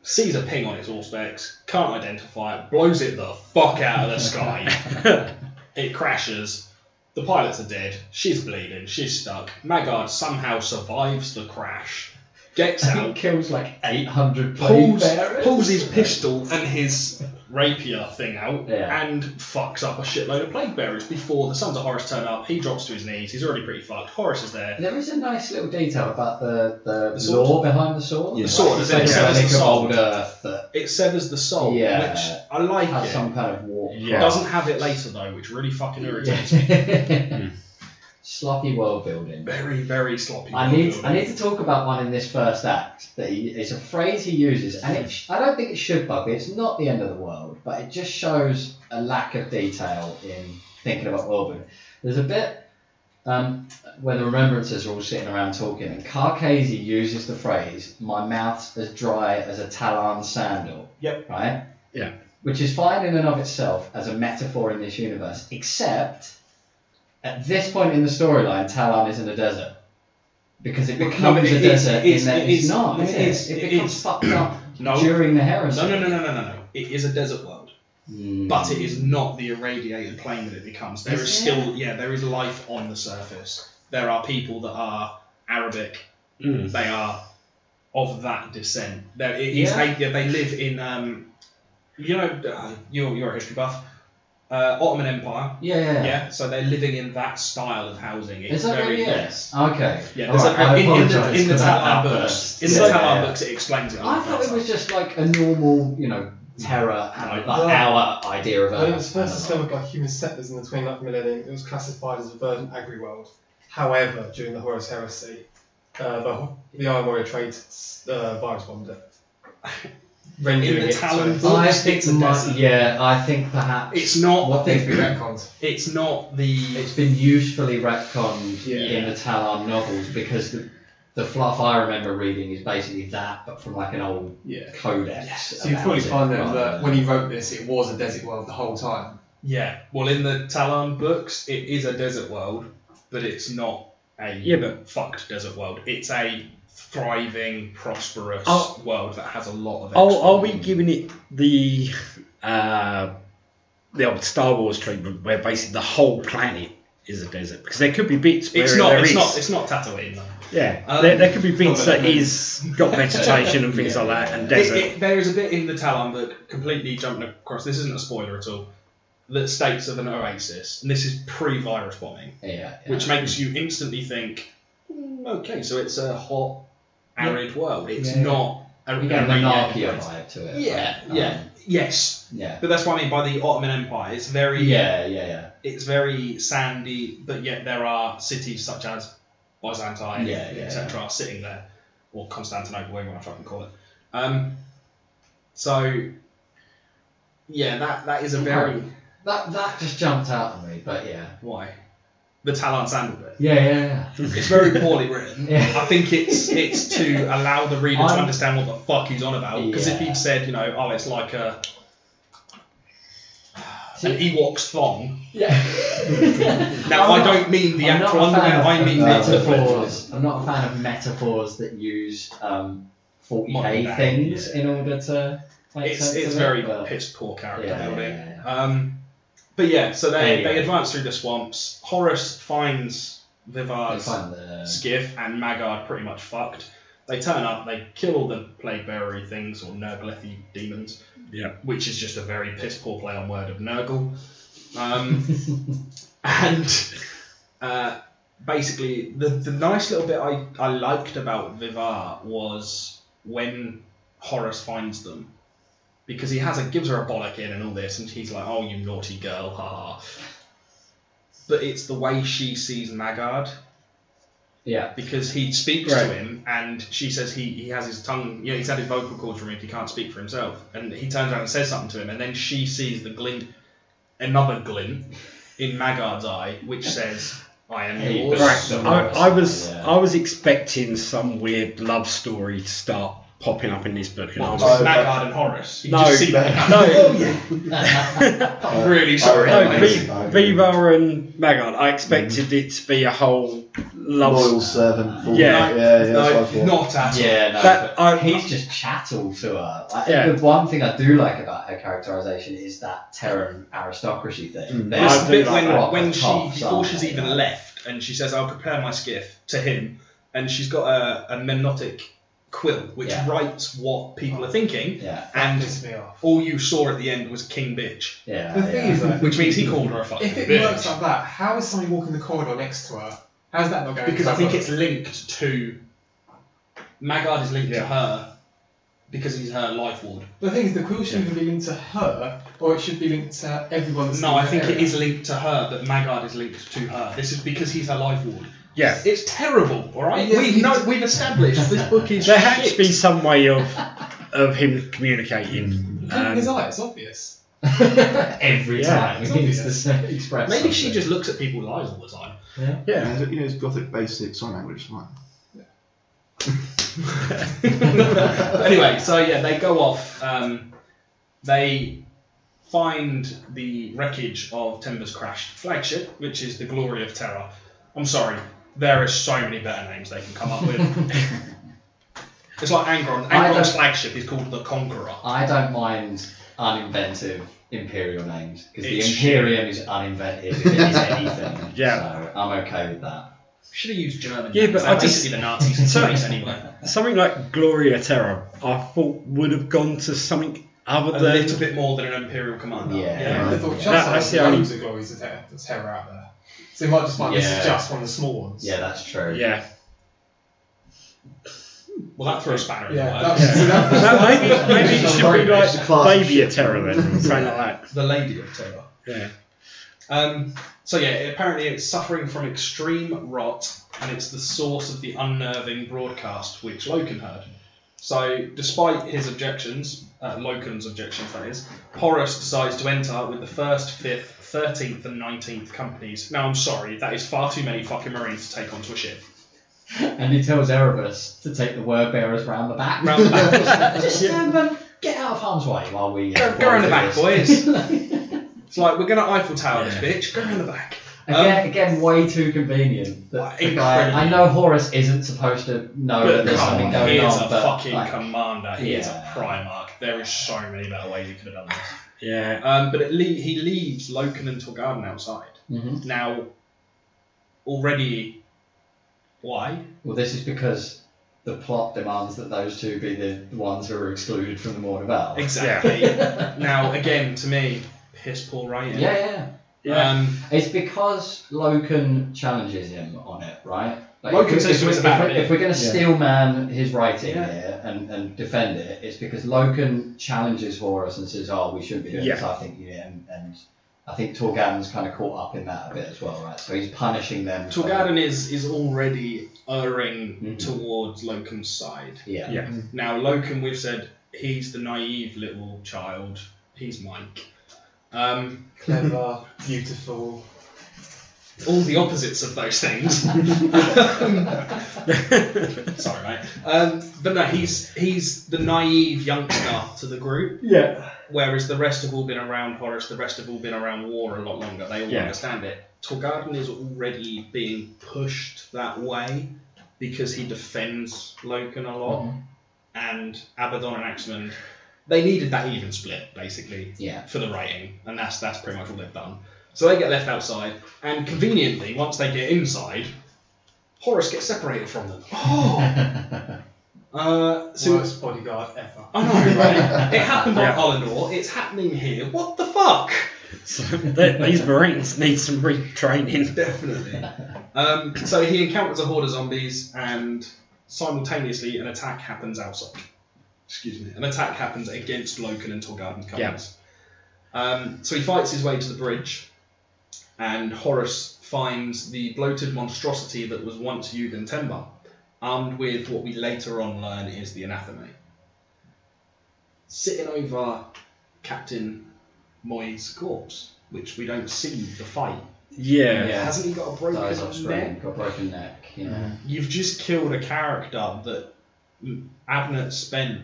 Speaker 2: sees a ping on its all specs, can't identify it, blows it the fuck out of the sky. it crashes. The pilots are dead. She's bleeding. She's stuck. Maggard somehow survives the crash, gets out,
Speaker 1: kills like 800
Speaker 2: pulls,
Speaker 1: pallbearers.
Speaker 2: pulls his pistol and his rapier thing out
Speaker 1: Yeah.
Speaker 2: and fucks up a shitload of plague bearers before the sons of Horus turn up. He drops to his knees. He's already pretty fucked. Horus is there.
Speaker 1: There is a nice little detail about the, the,
Speaker 2: The sword.
Speaker 1: lore behind the sword.
Speaker 4: Yeah. The
Speaker 2: sword is
Speaker 1: Like,
Speaker 2: in
Speaker 1: it's
Speaker 2: it,
Speaker 1: like
Speaker 2: so
Speaker 1: a
Speaker 2: it's the
Speaker 1: relic of old
Speaker 2: sword.
Speaker 1: earth that
Speaker 2: It severs the soul,
Speaker 1: Yeah.
Speaker 2: which I like
Speaker 1: has
Speaker 2: it.
Speaker 1: some kind of warp.
Speaker 3: Yeah.
Speaker 2: Doesn't have it later though, which really fucking irritates me.
Speaker 1: Yeah. Sloppy world building.
Speaker 2: Very, very sloppy.
Speaker 1: I need
Speaker 2: build.
Speaker 1: I need to talk about one in this first act that he, it's a phrase he uses, and it, sh- I don't think it should bug you. It's not the end of the world, but it just shows a lack of detail in thinking about Wilbur. There's a bit um, where the remembrances are all sitting around talking, and Carcasey uses the phrase "my mouth's as dry as a Talon sandal."
Speaker 2: Yep.
Speaker 1: Right.
Speaker 3: Yeah.
Speaker 1: Which is fine in and of itself as a metaphor in this universe, except at this point in the storyline, Talon is in a desert. because it
Speaker 2: No,
Speaker 1: becomes
Speaker 2: but
Speaker 1: a
Speaker 2: it-
Speaker 1: desert
Speaker 2: it's-
Speaker 1: in that
Speaker 2: it
Speaker 1: it's,
Speaker 2: is-
Speaker 1: not.
Speaker 2: it
Speaker 1: It,
Speaker 2: is-
Speaker 1: is. it
Speaker 2: it
Speaker 1: becomes
Speaker 2: is.
Speaker 1: fucked up
Speaker 2: No.
Speaker 1: during the heresy.
Speaker 2: No, no, no, no, no, no, no. It is a desert world,
Speaker 1: Mm.
Speaker 2: but it is not the irradiated plane that it becomes. There is
Speaker 1: Is it?
Speaker 2: still, yeah, there is life on the surface. There are people that are Arabic.
Speaker 1: Hmm.
Speaker 3: Mm.
Speaker 2: They are of that descent. There, it is-
Speaker 1: Yeah.
Speaker 2: they, yeah, they live in, um, you know, uh, you're, you're a history buff. Uh, Ottoman Empire.
Speaker 1: Yeah, yeah,
Speaker 2: Yeah.
Speaker 1: yeah.
Speaker 2: so they're living in that style of housing. It's
Speaker 1: Is that
Speaker 2: very
Speaker 1: really it? Okay.
Speaker 2: Yeah,
Speaker 1: All
Speaker 2: there's
Speaker 1: right,
Speaker 2: a-
Speaker 1: I
Speaker 2: in, in the,
Speaker 1: apologise
Speaker 2: in the
Speaker 1: for that
Speaker 2: Tatlar books,
Speaker 1: outburst.
Speaker 2: in the
Speaker 1: Yeah,
Speaker 2: Tatlar
Speaker 1: yeah.
Speaker 2: books, it explains it. a
Speaker 1: I
Speaker 2: lot
Speaker 1: thought it
Speaker 2: better.
Speaker 1: was just like a normal, you know, terror, and like
Speaker 5: No.
Speaker 1: our idea of
Speaker 5: When it
Speaker 1: Earth.
Speaker 5: was first
Speaker 1: and-
Speaker 5: discovered by human settlers in the 29th millennium, it was classified as a verdant agri-world. However, during the Horus Heresy, uh, the, Ho- the Iron Warrior trade uh, virus bombed it. Rendering
Speaker 2: In the
Speaker 5: it
Speaker 2: Talon
Speaker 5: to
Speaker 2: Book?
Speaker 5: a-
Speaker 1: I
Speaker 2: It's
Speaker 1: think
Speaker 2: a
Speaker 1: my,
Speaker 2: desert.
Speaker 1: yeah, I think perhaps
Speaker 2: It's not.
Speaker 1: what
Speaker 5: Things
Speaker 1: they've
Speaker 5: be retconned.
Speaker 2: It's not the.
Speaker 1: It's been usefully retconned
Speaker 2: Yeah.
Speaker 1: in the Talar novels because the, the fluff I remember reading is basically that, but from like an old
Speaker 2: Yeah.
Speaker 1: codex.
Speaker 2: Yes.
Speaker 5: So you
Speaker 1: about
Speaker 5: probably
Speaker 1: it,
Speaker 5: find out
Speaker 1: rather
Speaker 5: that
Speaker 1: than-
Speaker 5: when he wrote this, it was a desert world the whole time.
Speaker 2: Yeah. Well, in the Talon books, it is a desert world, but it's not a
Speaker 3: Yeah, but-
Speaker 2: fucked desert world. It's a thriving, prosperous
Speaker 3: Are-
Speaker 2: world that has a lot of.
Speaker 3: Are,
Speaker 2: exploring.
Speaker 3: are we giving it the uh, the old Star Wars treatment, where basically the whole planet is a desert? Because there could be bits where
Speaker 2: It's not.
Speaker 3: there
Speaker 2: It's
Speaker 3: is-
Speaker 2: not. It's not Tatooine. Though.
Speaker 3: yeah,
Speaker 2: Um,
Speaker 3: there, there could be bits
Speaker 5: not
Speaker 3: that
Speaker 5: really.
Speaker 3: is got vegetation and things
Speaker 1: Yeah.
Speaker 3: like that, and
Speaker 1: It-
Speaker 2: It,
Speaker 3: desert.
Speaker 2: it, there is a bit in the Talon that completely jumping across. This isn't a spoiler at all. That states of an oasis, and this is pre-virus bombing.
Speaker 1: Yeah, yeah.
Speaker 2: which makes you instantly think, "Mm, okay, so it's a hot, arid world. It's
Speaker 1: Yeah.
Speaker 2: not a,
Speaker 1: you get a
Speaker 2: a maniac
Speaker 1: monarchy
Speaker 2: place."
Speaker 1: vibe to it.
Speaker 2: Yeah,
Speaker 1: right?
Speaker 2: yeah, yes.
Speaker 1: Um, yeah.
Speaker 2: But that's what I mean by the Ottoman Empire. It's very,
Speaker 1: Yeah, yeah, yeah.
Speaker 2: it's very sandy, but yet there are cities such as Byzantium,
Speaker 1: Yeah, yeah,
Speaker 2: etc., sitting there, or Constantinople, whatever you want to fucking call it. Um, so. Yeah, that, that is a very
Speaker 1: That that just jumped out at me, but yeah.
Speaker 2: why the Talon sandal bit.
Speaker 1: Yeah, yeah,
Speaker 2: It's very poorly written.
Speaker 1: yeah.
Speaker 2: I think it's it's to allow the reader to
Speaker 1: I'm-
Speaker 2: understand what the fuck he's on about. Because if
Speaker 1: Yeah.
Speaker 2: he'd said, you know, oh, it's like a an
Speaker 1: See-
Speaker 2: Ewok's thong.
Speaker 1: yeah.
Speaker 2: Now I
Speaker 1: I'm not-
Speaker 2: don't mean the
Speaker 1: I'm not
Speaker 2: actual
Speaker 1: a fan
Speaker 2: underwear.
Speaker 1: of
Speaker 2: I mean
Speaker 4: that.
Speaker 2: the
Speaker 4: No.
Speaker 1: metaphors. I'm not a fan of metaphors that use um, 40k
Speaker 2: Modern day,
Speaker 1: things
Speaker 2: yeah.
Speaker 1: in order to make
Speaker 2: It's
Speaker 1: sense
Speaker 2: it's
Speaker 1: of
Speaker 2: very
Speaker 1: it. but-
Speaker 2: piss poor
Speaker 1: yeah,
Speaker 2: character
Speaker 1: yeah,
Speaker 2: building.
Speaker 1: yeah,
Speaker 2: Um, but yeah, so they
Speaker 1: Anyway.
Speaker 2: they advance through the swamps. Horus finds
Speaker 1: yeah. They
Speaker 2: Vivard's
Speaker 1: find the
Speaker 2: Skiff and Maggard pretty much fucked. They turn up, they kill all the plague bearer things or Nerglethy demons.
Speaker 3: Yeah.
Speaker 2: Which is just a very piss poor play on word of Nurgle. Um, and uh, basically, the, the nice little bit I, I liked about Vivar was when Horace finds them. Because he has a gives her a bollock in and all this, and he's like, "Oh, you naughty girl, ha!" ha." But it's the way she sees Maggard
Speaker 1: yeah.
Speaker 2: because he speaks
Speaker 3: Right.
Speaker 2: to him and she says he, he has his tongue you know he's had his vocal cords removed he can't speak for himself and he turns around and says something to him and then she sees the glint another glint in Maggard's eye which says I am
Speaker 1: Hey,
Speaker 2: yours
Speaker 1: right.
Speaker 3: I, I was
Speaker 1: Yeah.
Speaker 3: I was expecting some weird love story to start popping up in this book, and I
Speaker 2: Well,
Speaker 3: was
Speaker 2: just
Speaker 4: Oh,
Speaker 2: Maggard and Horace you
Speaker 3: No,
Speaker 2: just see
Speaker 4: that-
Speaker 2: that.
Speaker 3: no,
Speaker 2: I'm really sorry
Speaker 3: no,
Speaker 4: I
Speaker 2: mate.
Speaker 4: agree.
Speaker 3: v- Viva and Maggard. I expected it to be a whole love.
Speaker 4: Loyal servant. full-
Speaker 3: Yeah.
Speaker 4: yeah, yeah, that's what I
Speaker 2: no not
Speaker 4: thought.
Speaker 2: at all
Speaker 1: Yeah, no,
Speaker 3: That-
Speaker 1: but
Speaker 3: I-
Speaker 1: he's just chattel to her. Like,
Speaker 3: Yeah.
Speaker 1: The one thing I do like about her characterization is that Terran aristocracy thing.
Speaker 4: Mm.
Speaker 1: They
Speaker 3: I
Speaker 2: There's
Speaker 1: are
Speaker 2: the
Speaker 3: do
Speaker 2: bit
Speaker 3: like
Speaker 2: when,
Speaker 1: proper
Speaker 2: when she,
Speaker 1: tops,
Speaker 2: before
Speaker 1: aren't
Speaker 2: she's
Speaker 1: they?
Speaker 2: even
Speaker 1: Like,
Speaker 2: left, and she says, I'll prepare my skiff to him, and she's got a, a menotic quill which
Speaker 1: Yeah.
Speaker 2: writes what people are thinking,
Speaker 1: Yeah,
Speaker 5: And
Speaker 2: and
Speaker 5: pissed me off.
Speaker 2: all you saw at the end was King Bitch,
Speaker 1: yeah.
Speaker 5: The thing
Speaker 1: yeah.
Speaker 5: is, though,
Speaker 2: which means he called her a fucking
Speaker 5: if it
Speaker 2: bitch.
Speaker 5: works like that, how is somebody walking the corridor next to her? How's that not going?
Speaker 2: because I think
Speaker 5: it's.
Speaker 2: it's linked to. Maggard is linked to
Speaker 3: Yeah.
Speaker 2: her because he's her life ward.
Speaker 5: The thing is, the quill should either be linked to her, or it should be linked to everyone. that's
Speaker 2: No,
Speaker 5: in
Speaker 2: I
Speaker 5: the
Speaker 2: think it
Speaker 5: area.
Speaker 2: is linked to her, but Maggard is linked to her. This is because he's her life ward.
Speaker 3: Yeah,
Speaker 2: It's terrible, all right?
Speaker 5: Yeah,
Speaker 2: we
Speaker 5: it's-
Speaker 2: know we've established this book is
Speaker 3: there had
Speaker 2: shit.
Speaker 3: to be some way of of him communicating.
Speaker 5: Look at his
Speaker 3: Um,
Speaker 5: eye, it's obvious.
Speaker 1: Every
Speaker 3: Yeah,
Speaker 1: time
Speaker 5: it's
Speaker 1: he needs
Speaker 5: obvious.
Speaker 1: to say- express.
Speaker 2: Maybe she
Speaker 1: something.
Speaker 2: just looks at people's eyes all the time.
Speaker 3: yeah,
Speaker 4: Yeah, you know, it's gothic basic sign language, like.
Speaker 2: anyway, so yeah, they go off. Um, they find the wreckage of Timber's crashed flagship, which is the Glory of Terror. I'm sorry, There are so many better names they can come up with. it's like Angron.
Speaker 1: I
Speaker 2: Angron's
Speaker 1: don't-
Speaker 2: flagship is called the Conqueror.
Speaker 1: I don't mind uninventive imperial names because the
Speaker 2: It's-
Speaker 1: Imperium is uninventive if it is anything.
Speaker 3: Yeah.
Speaker 1: So I'm okay with that.
Speaker 2: Should have used German.
Speaker 3: Yeah,
Speaker 2: names.
Speaker 3: but
Speaker 2: They're
Speaker 3: I just-
Speaker 2: basically the Nazis in
Speaker 3: So-
Speaker 2: space anyway.
Speaker 3: Something like Gloria Terra, I thought would have gone to something other
Speaker 2: A
Speaker 3: than.
Speaker 2: little bit more than an Imperial commander.
Speaker 1: Yeah.
Speaker 5: Yeah, I thought
Speaker 1: Yeah.
Speaker 5: just
Speaker 3: That-
Speaker 5: like
Speaker 3: that's the
Speaker 5: loads of glories of terror, that's terror out there. So you might just find this
Speaker 1: Yeah.
Speaker 5: is just one of the small ones.
Speaker 1: Yeah, that's true.
Speaker 3: Yeah.
Speaker 2: Well, that throws spanner in
Speaker 5: Yeah,
Speaker 2: the
Speaker 5: that-
Speaker 2: works.
Speaker 5: see, that-
Speaker 3: No, maybe, maybe it should be
Speaker 4: It's a class
Speaker 3: like
Speaker 4: of
Speaker 3: Baby
Speaker 4: shit.
Speaker 3: Terra then, or something like that.
Speaker 2: The Lady of Terror.
Speaker 3: Yeah.
Speaker 2: Um, so yeah, apparently it's suffering from extreme rot, and it's the source of the unnerving broadcast which Loken heard. So, despite his objections, uh, Loken's objections that is, Horus decides to enter with the first, fifth, thirteenth, and nineteenth companies. Now, I'm sorry, that is far too many fucking marines to take onto a ship.
Speaker 1: And he tells Erebus to take the word bearers round the back.
Speaker 2: Round the back.
Speaker 1: Just stand and get out of harm's way while we. uh,
Speaker 2: Go-
Speaker 1: while
Speaker 2: go
Speaker 1: we
Speaker 2: round the
Speaker 1: do
Speaker 2: back,
Speaker 1: this.
Speaker 2: It's like we're gonna Eiffel Tower this bitch. Go round the back.
Speaker 1: again,
Speaker 2: Um,
Speaker 1: again, way too convenient. that
Speaker 2: Like,
Speaker 1: the guy, I
Speaker 2: incredibly.
Speaker 1: know Horace isn't supposed to know that
Speaker 2: But
Speaker 1: there's
Speaker 2: come
Speaker 1: something
Speaker 2: on,
Speaker 1: going
Speaker 2: he is
Speaker 1: on,
Speaker 2: a
Speaker 1: but
Speaker 2: fucking
Speaker 1: like,
Speaker 2: commander. He is a
Speaker 1: Yeah.
Speaker 2: Primarch. There is so many better ways he could have done this.
Speaker 3: Yeah.
Speaker 2: Um, but it le- he leaves Loken and Torgarden outside.
Speaker 1: mhm.
Speaker 2: Now, already, why?
Speaker 1: Well, this is because the plot demands that those two be the ones who are excluded from the Morn of Elves.
Speaker 2: Exactly. now, again, to me, piss poor writing.
Speaker 1: Yeah, yeah.
Speaker 3: Yeah.
Speaker 2: Um,
Speaker 1: It's because Loken challenges him on it, right?
Speaker 2: Loken
Speaker 1: if,
Speaker 2: says
Speaker 1: if,
Speaker 2: to
Speaker 1: we-
Speaker 2: us
Speaker 1: if
Speaker 2: about
Speaker 1: we-
Speaker 2: it.
Speaker 1: if we're going to
Speaker 4: Yeah.
Speaker 1: steel man his writing
Speaker 2: Yeah.
Speaker 1: here and, and defend it, it's because Loken challenges Horus and says, "Oh, we shouldn't be doing this." I think you and, and I think Torgan's kind of caught up in that a bit as well, right? So he's punishing them. for-
Speaker 2: Torgarden is, is already erring
Speaker 1: Mhm.
Speaker 2: towards Loken's side.
Speaker 1: Yeah.
Speaker 3: Yeah.
Speaker 2: Now, Loken, we've said he's the naive little child. He's Mike. Um,
Speaker 5: Clever, beautiful.
Speaker 2: all the opposites of those things. Sorry, mate. Um, but no, he's he's the naive youngster to the group,
Speaker 3: Yeah.
Speaker 2: whereas the rest have all been around Horus, the rest have all been around war a lot longer. They all
Speaker 3: Yeah.
Speaker 2: understand it. Torgarden is already being pushed that way because he defends Loken a lot,
Speaker 3: Mm-hmm.
Speaker 2: and Abaddon and Axmund. They needed that even split, basically
Speaker 1: Yeah.
Speaker 2: for the rating, and that's that's pretty much all they've done. So they get left outside, and conveniently, once they get inside, Horus gets separated from them. Oh, uh, so
Speaker 5: Worst bodyguard ever.
Speaker 2: I know, right? It happened
Speaker 3: Yeah.
Speaker 2: on Eleanor. It's happening here. What the fuck?
Speaker 3: So th- these Marines need some retraining.
Speaker 2: Definitely. Um, so he encounters a horde of zombies, and simultaneously, an attack happens outside. Excuse me. An attack happens against Loken and Torgarden companies. Um, so he fights his way to the bridge, and Horus finds the bloated monstrosity that was once Yugen Temba, armed with what we later on learn is the anathema. Sitting over Captain Moy's corpse, which we don't see the fight
Speaker 3: Yeah.
Speaker 1: Yeah.
Speaker 2: Hasn't he got a
Speaker 1: Dies off
Speaker 2: broken
Speaker 1: screen,
Speaker 2: neck? Mm-hmm.
Speaker 1: got broken neck. You know.
Speaker 2: You've just killed a character that Abnett spent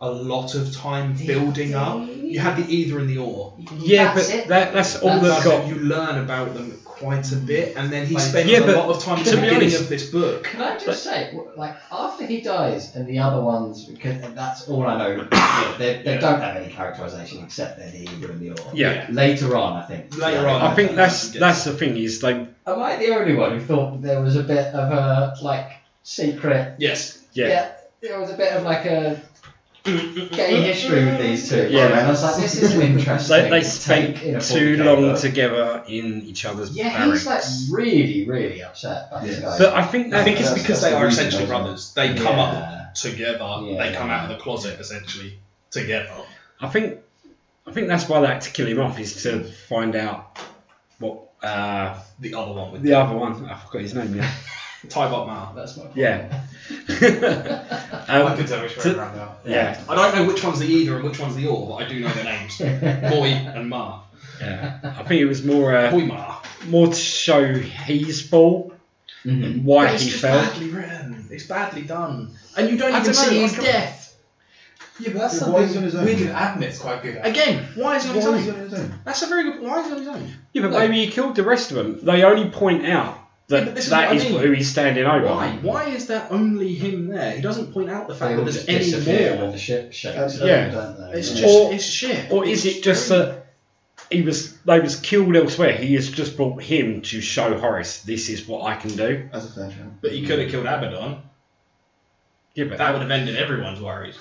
Speaker 2: a lot of time building up. You had the either and the or.
Speaker 3: Yeah,
Speaker 1: That's
Speaker 3: but
Speaker 1: it.
Speaker 3: that, that's all
Speaker 1: That's-
Speaker 3: they've got.
Speaker 2: You learn about them quite a bit, and then he
Speaker 1: Like-
Speaker 2: spends
Speaker 3: Yeah,
Speaker 2: a
Speaker 3: but
Speaker 2: lot of time at
Speaker 3: to
Speaker 2: the
Speaker 3: be
Speaker 2: beginning
Speaker 3: honest-
Speaker 2: of this book.
Speaker 1: Can I just say, w- like, after he dies and the other ones, because that's all I know, yeah, they, they
Speaker 2: Yeah.
Speaker 1: don't have any characterization except they're the either and the or.
Speaker 3: Yeah.
Speaker 1: Later on, I think.
Speaker 2: Later
Speaker 1: Yeah.
Speaker 2: on.
Speaker 3: I think that's that's the thing is they
Speaker 1: Am I the only one who thought there was a bit of a, like, secret.
Speaker 2: Yes.
Speaker 3: yeah.
Speaker 1: There was a bit of, like, a gay history with these two.
Speaker 3: Mm-hmm. Yeah.
Speaker 1: And I was like, this is an interesting.
Speaker 3: They, they
Speaker 1: take in a
Speaker 3: spent too
Speaker 1: 40K
Speaker 3: long
Speaker 1: book.
Speaker 3: together in each other's
Speaker 1: Yeah,
Speaker 3: barracks.
Speaker 1: he's, like, really, really upset about this
Speaker 4: Yeah.
Speaker 1: guy.
Speaker 3: But I think that,
Speaker 2: I think it's
Speaker 4: That's-
Speaker 2: because
Speaker 4: that's
Speaker 2: they
Speaker 4: the
Speaker 2: are
Speaker 4: reason,
Speaker 2: essentially
Speaker 4: isn't it?
Speaker 2: brothers. They come up
Speaker 1: Yeah.
Speaker 2: together.
Speaker 1: Yeah.
Speaker 2: They come out of the closet essentially together.
Speaker 3: I think I think that's why they had to kill him off is to find out what uh,
Speaker 2: The other one with
Speaker 3: the other one. I forgot his name. Yeah.
Speaker 2: Ty Bob Mao.
Speaker 1: That's my point.
Speaker 3: Yeah.
Speaker 5: I
Speaker 3: um,
Speaker 5: could tell which way
Speaker 3: to-
Speaker 5: around now.
Speaker 3: yeah.
Speaker 2: I don't know which one's the either and which one's the or, but I do know their names. Boy and Ma.
Speaker 3: Yeah. I think it was more uh,
Speaker 2: Boy Ma.
Speaker 3: more to show his fault
Speaker 1: Mhm.
Speaker 3: and why
Speaker 2: But it's
Speaker 3: he
Speaker 2: just
Speaker 3: fell.
Speaker 2: badly written. It's badly done. And you don't
Speaker 3: I
Speaker 2: even
Speaker 3: don't
Speaker 2: see
Speaker 3: know,
Speaker 2: his
Speaker 3: like-
Speaker 2: death.
Speaker 5: Yeah, but that's
Speaker 4: Yeah, why is he
Speaker 5: something
Speaker 4: on his own?
Speaker 5: weird Abnett's quite good at.
Speaker 2: Again, why is he on his
Speaker 4: What is
Speaker 2: own?
Speaker 4: he gonna do?
Speaker 2: That's a very good Why is he on his own?
Speaker 3: Yeah, but maybe he killed the rest of them. They only point out
Speaker 2: Yeah,
Speaker 3: That,
Speaker 2: but this is
Speaker 3: that
Speaker 2: what I
Speaker 3: is
Speaker 2: mean.
Speaker 3: who he's standing over.
Speaker 2: Why? Why is that only him there? He doesn't point out the
Speaker 1: They
Speaker 2: fact
Speaker 1: all
Speaker 2: that
Speaker 1: just
Speaker 2: there's
Speaker 1: disappear
Speaker 2: any
Speaker 1: when
Speaker 2: more.
Speaker 1: the ship shakes.
Speaker 4: Absolutely,
Speaker 3: Yeah.
Speaker 4: don't they?
Speaker 2: It's
Speaker 4: Yeah.
Speaker 2: just
Speaker 3: Or-
Speaker 2: it's shit.
Speaker 3: Or is it just that he was they was killed elsewhere? He has just brought him to show Horace this is what I can do.
Speaker 4: As a fashion.
Speaker 2: But he could have killed Abaddon.
Speaker 3: Yeah, but
Speaker 2: That would have ended everyone's worries.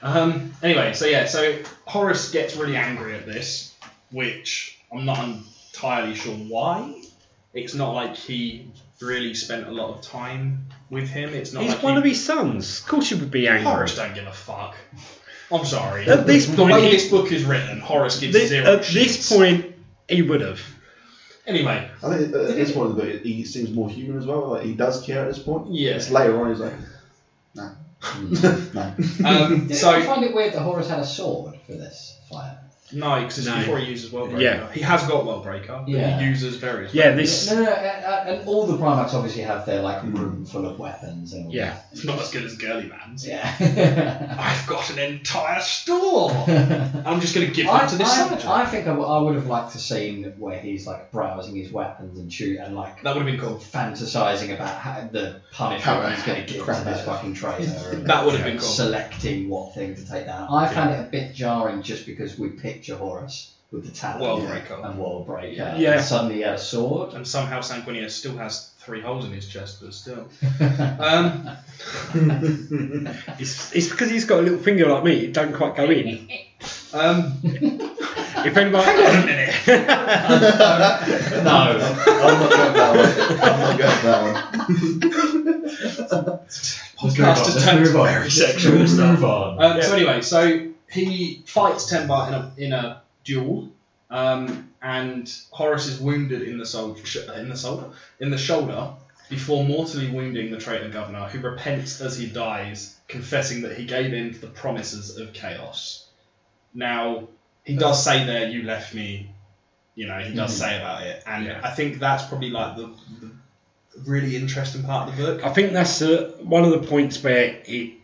Speaker 2: Um, anyway, so yeah, so Horace gets really angry at this, which I'm not entirely sure why. It's not like he really spent a lot of time with him. It's not
Speaker 3: he's
Speaker 2: like
Speaker 3: one
Speaker 2: he,
Speaker 3: of his sons. Of course, you would be angry.
Speaker 2: Horace don't give a fuck. I'm sorry.
Speaker 3: At this
Speaker 2: the
Speaker 3: point,
Speaker 2: way
Speaker 3: he-
Speaker 2: this book is written, Horace gives
Speaker 3: This-
Speaker 2: zero.
Speaker 3: at this
Speaker 2: shits.
Speaker 3: point, he would have.
Speaker 2: anyway,
Speaker 4: I think at this point of the book, he seems more human as well. Like he does care at this point.
Speaker 2: yeah.
Speaker 4: It's later on he's like, nah, nah.
Speaker 2: Um,
Speaker 1: So I
Speaker 2: so
Speaker 1: find it weird that Horus had a sword for this fight.
Speaker 2: no, because it's
Speaker 3: No.
Speaker 2: before he uses Worldbreaker.
Speaker 3: Yeah.
Speaker 2: he has got Worldbreaker. but
Speaker 1: Yeah.
Speaker 2: he uses various.
Speaker 3: Yeah, this.
Speaker 1: No, no, no, and, and all the Primarchs obviously have their like room full of weapons and all
Speaker 3: Yeah.
Speaker 2: it's not as good as Girly Man's.
Speaker 1: that.
Speaker 2: I've got an entire store.
Speaker 1: Yeah.
Speaker 2: I'm just going to give
Speaker 1: I,
Speaker 2: that to this
Speaker 1: I,
Speaker 2: soldier.
Speaker 1: I think I, w- I would have liked to seen where he's like browsing his weapons and shoot and like
Speaker 2: that would have been cool.
Speaker 1: fantasizing about how, the punishment
Speaker 4: How-
Speaker 1: he's going to give
Speaker 4: crap
Speaker 1: to this
Speaker 4: it.
Speaker 1: fucking traitor. and
Speaker 2: That would have been cool.
Speaker 1: Selecting what thing to take down. I found it a bit jarring just because we picture Horus with the talent
Speaker 2: Well,
Speaker 4: Yeah.
Speaker 2: very cool.
Speaker 1: and world breaker.
Speaker 2: Yeah.
Speaker 1: and
Speaker 3: Yeah.
Speaker 1: suddenly he had a sword.
Speaker 2: And somehow Sanguinius still has three holes in his chest, but still. Um,
Speaker 3: It's, it's because he's got a little finger like me. It don't quite go in.
Speaker 2: um,
Speaker 3: If anybody,
Speaker 2: hang on a minute.
Speaker 1: no.
Speaker 4: I'm not going for that one. I'm not going for that one.
Speaker 2: Podcast has turned to very sexual stuff.
Speaker 1: on.
Speaker 2: Um, So anyway, so he fights Tenbar in a, in a duel, um, and Horace is wounded in the soul, sh- in the soul, in the shoulder before mortally wounding the traitor governor, who repents as he dies, confessing that he gave in to the promises of chaos. Now he does say there, "You left me," you know, he does
Speaker 1: Mhm.
Speaker 2: say about it, and
Speaker 3: Yeah.
Speaker 2: I think that's probably like the, the really interesting part of the book.
Speaker 3: I think that's uh, one of the points where it,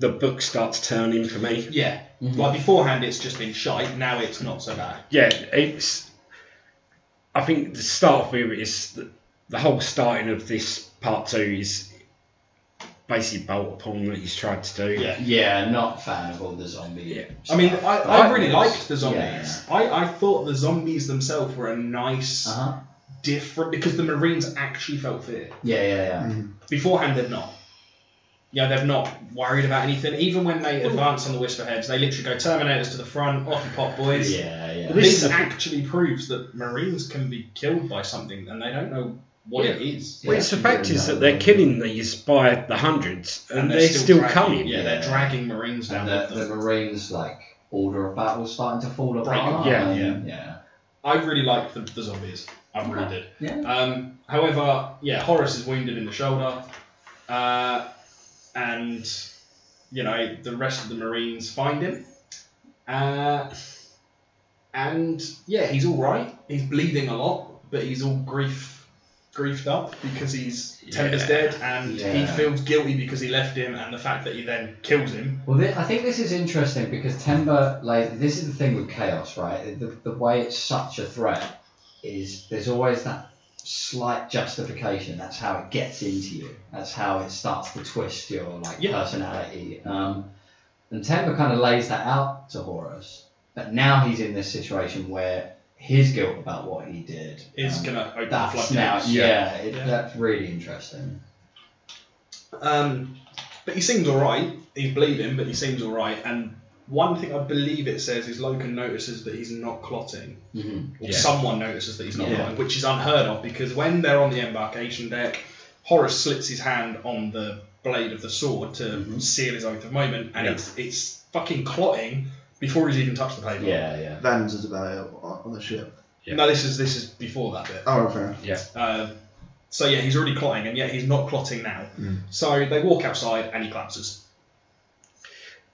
Speaker 3: the book starts turning for me.
Speaker 2: Yeah, Like beforehand, it's just been shite. Now it's not so bad.
Speaker 3: yeah, it's. I think the start of it is the, the whole starting of this part two is basically built upon what he's tried to do.
Speaker 2: Yeah.
Speaker 1: Yeah, not fan of all the zombie.
Speaker 3: Yeah.
Speaker 2: I mean, I, I really liked the zombies.
Speaker 1: Yeah.
Speaker 2: I, I thought the zombies themselves were a nice,
Speaker 1: Uh-huh.
Speaker 2: different because the Marines actually felt fear.
Speaker 1: Yeah, yeah, yeah.
Speaker 2: Beforehand, they're not. You know, they're not worried about anything. Even when they advance on the Whisperheads, they literally go Terminators to the front, off you pop, boys.
Speaker 1: Yeah, yeah.
Speaker 2: This
Speaker 3: This is-
Speaker 2: actually proves that Marines can be killed by something and they don't know what it is.
Speaker 3: Well, it's the fact is that they're killing these by the hundreds, and, they're, still,
Speaker 2: dragging-
Speaker 3: coming.
Speaker 2: Yeah,
Speaker 1: Yeah.
Speaker 2: they're dragging Marines
Speaker 1: And
Speaker 2: down with
Speaker 1: the,
Speaker 2: them.
Speaker 1: the Marines, like, order of battle starting to fall
Speaker 2: Break
Speaker 1: apart.
Speaker 3: apart,
Speaker 1: and- yeah.
Speaker 2: I really liked the, the zombies. I really did.
Speaker 1: Yeah.
Speaker 2: Um, however, yeah, Horace is wounded in the shoulder, uh, and you know the rest of the Marines find him, uh, and yeah, he's all right. He's bleeding a lot, but he's all grief, griefed up because he's Temper's
Speaker 3: Yeah.
Speaker 2: dead, and he
Speaker 1: Yeah.
Speaker 2: feels guilty because he left him, and the fact that he then kills him.
Speaker 1: Well, thi- I think this is interesting because Temba, like, this is the thing with chaos, right? The, the way it's such a threat is there's always that slight justification. That's how it gets into you. That's how it starts to twist your like
Speaker 2: Yeah.
Speaker 1: personality. Um, and Temba kind of lays that out to Horus, but now he's in this situation where his guilt about what he did
Speaker 2: Is
Speaker 1: um,
Speaker 2: gonna open the
Speaker 1: that's
Speaker 2: floodgates.
Speaker 1: now yeah, it,
Speaker 2: Yeah.
Speaker 1: that's really interesting.
Speaker 2: Um, but he seems alright. He's bleeding, but he seems alright. And one thing I believe it says is Logan notices that he's not clotting.
Speaker 1: Mhm.
Speaker 2: Or
Speaker 3: Yeah.
Speaker 2: someone notices that he's not
Speaker 1: Yeah.
Speaker 2: clotting, which is unheard of because when they're on the embarkation deck, Horace slits his hand on the blade of the sword to
Speaker 1: Mhm.
Speaker 2: seal his oath of moment, and
Speaker 3: Yeah.
Speaker 2: it's it's fucking clotting before he's even touched the paper.
Speaker 1: Yeah, yeah.
Speaker 4: Vans is about it uh, on on the ship.
Speaker 3: Yeah.
Speaker 2: No, this is this is before that bit.
Speaker 4: Oh, fair enough.
Speaker 2: Uh, so yeah, he's already clotting, and yet he's not clotting now.
Speaker 4: Mm.
Speaker 2: So they walk outside, and he collapses.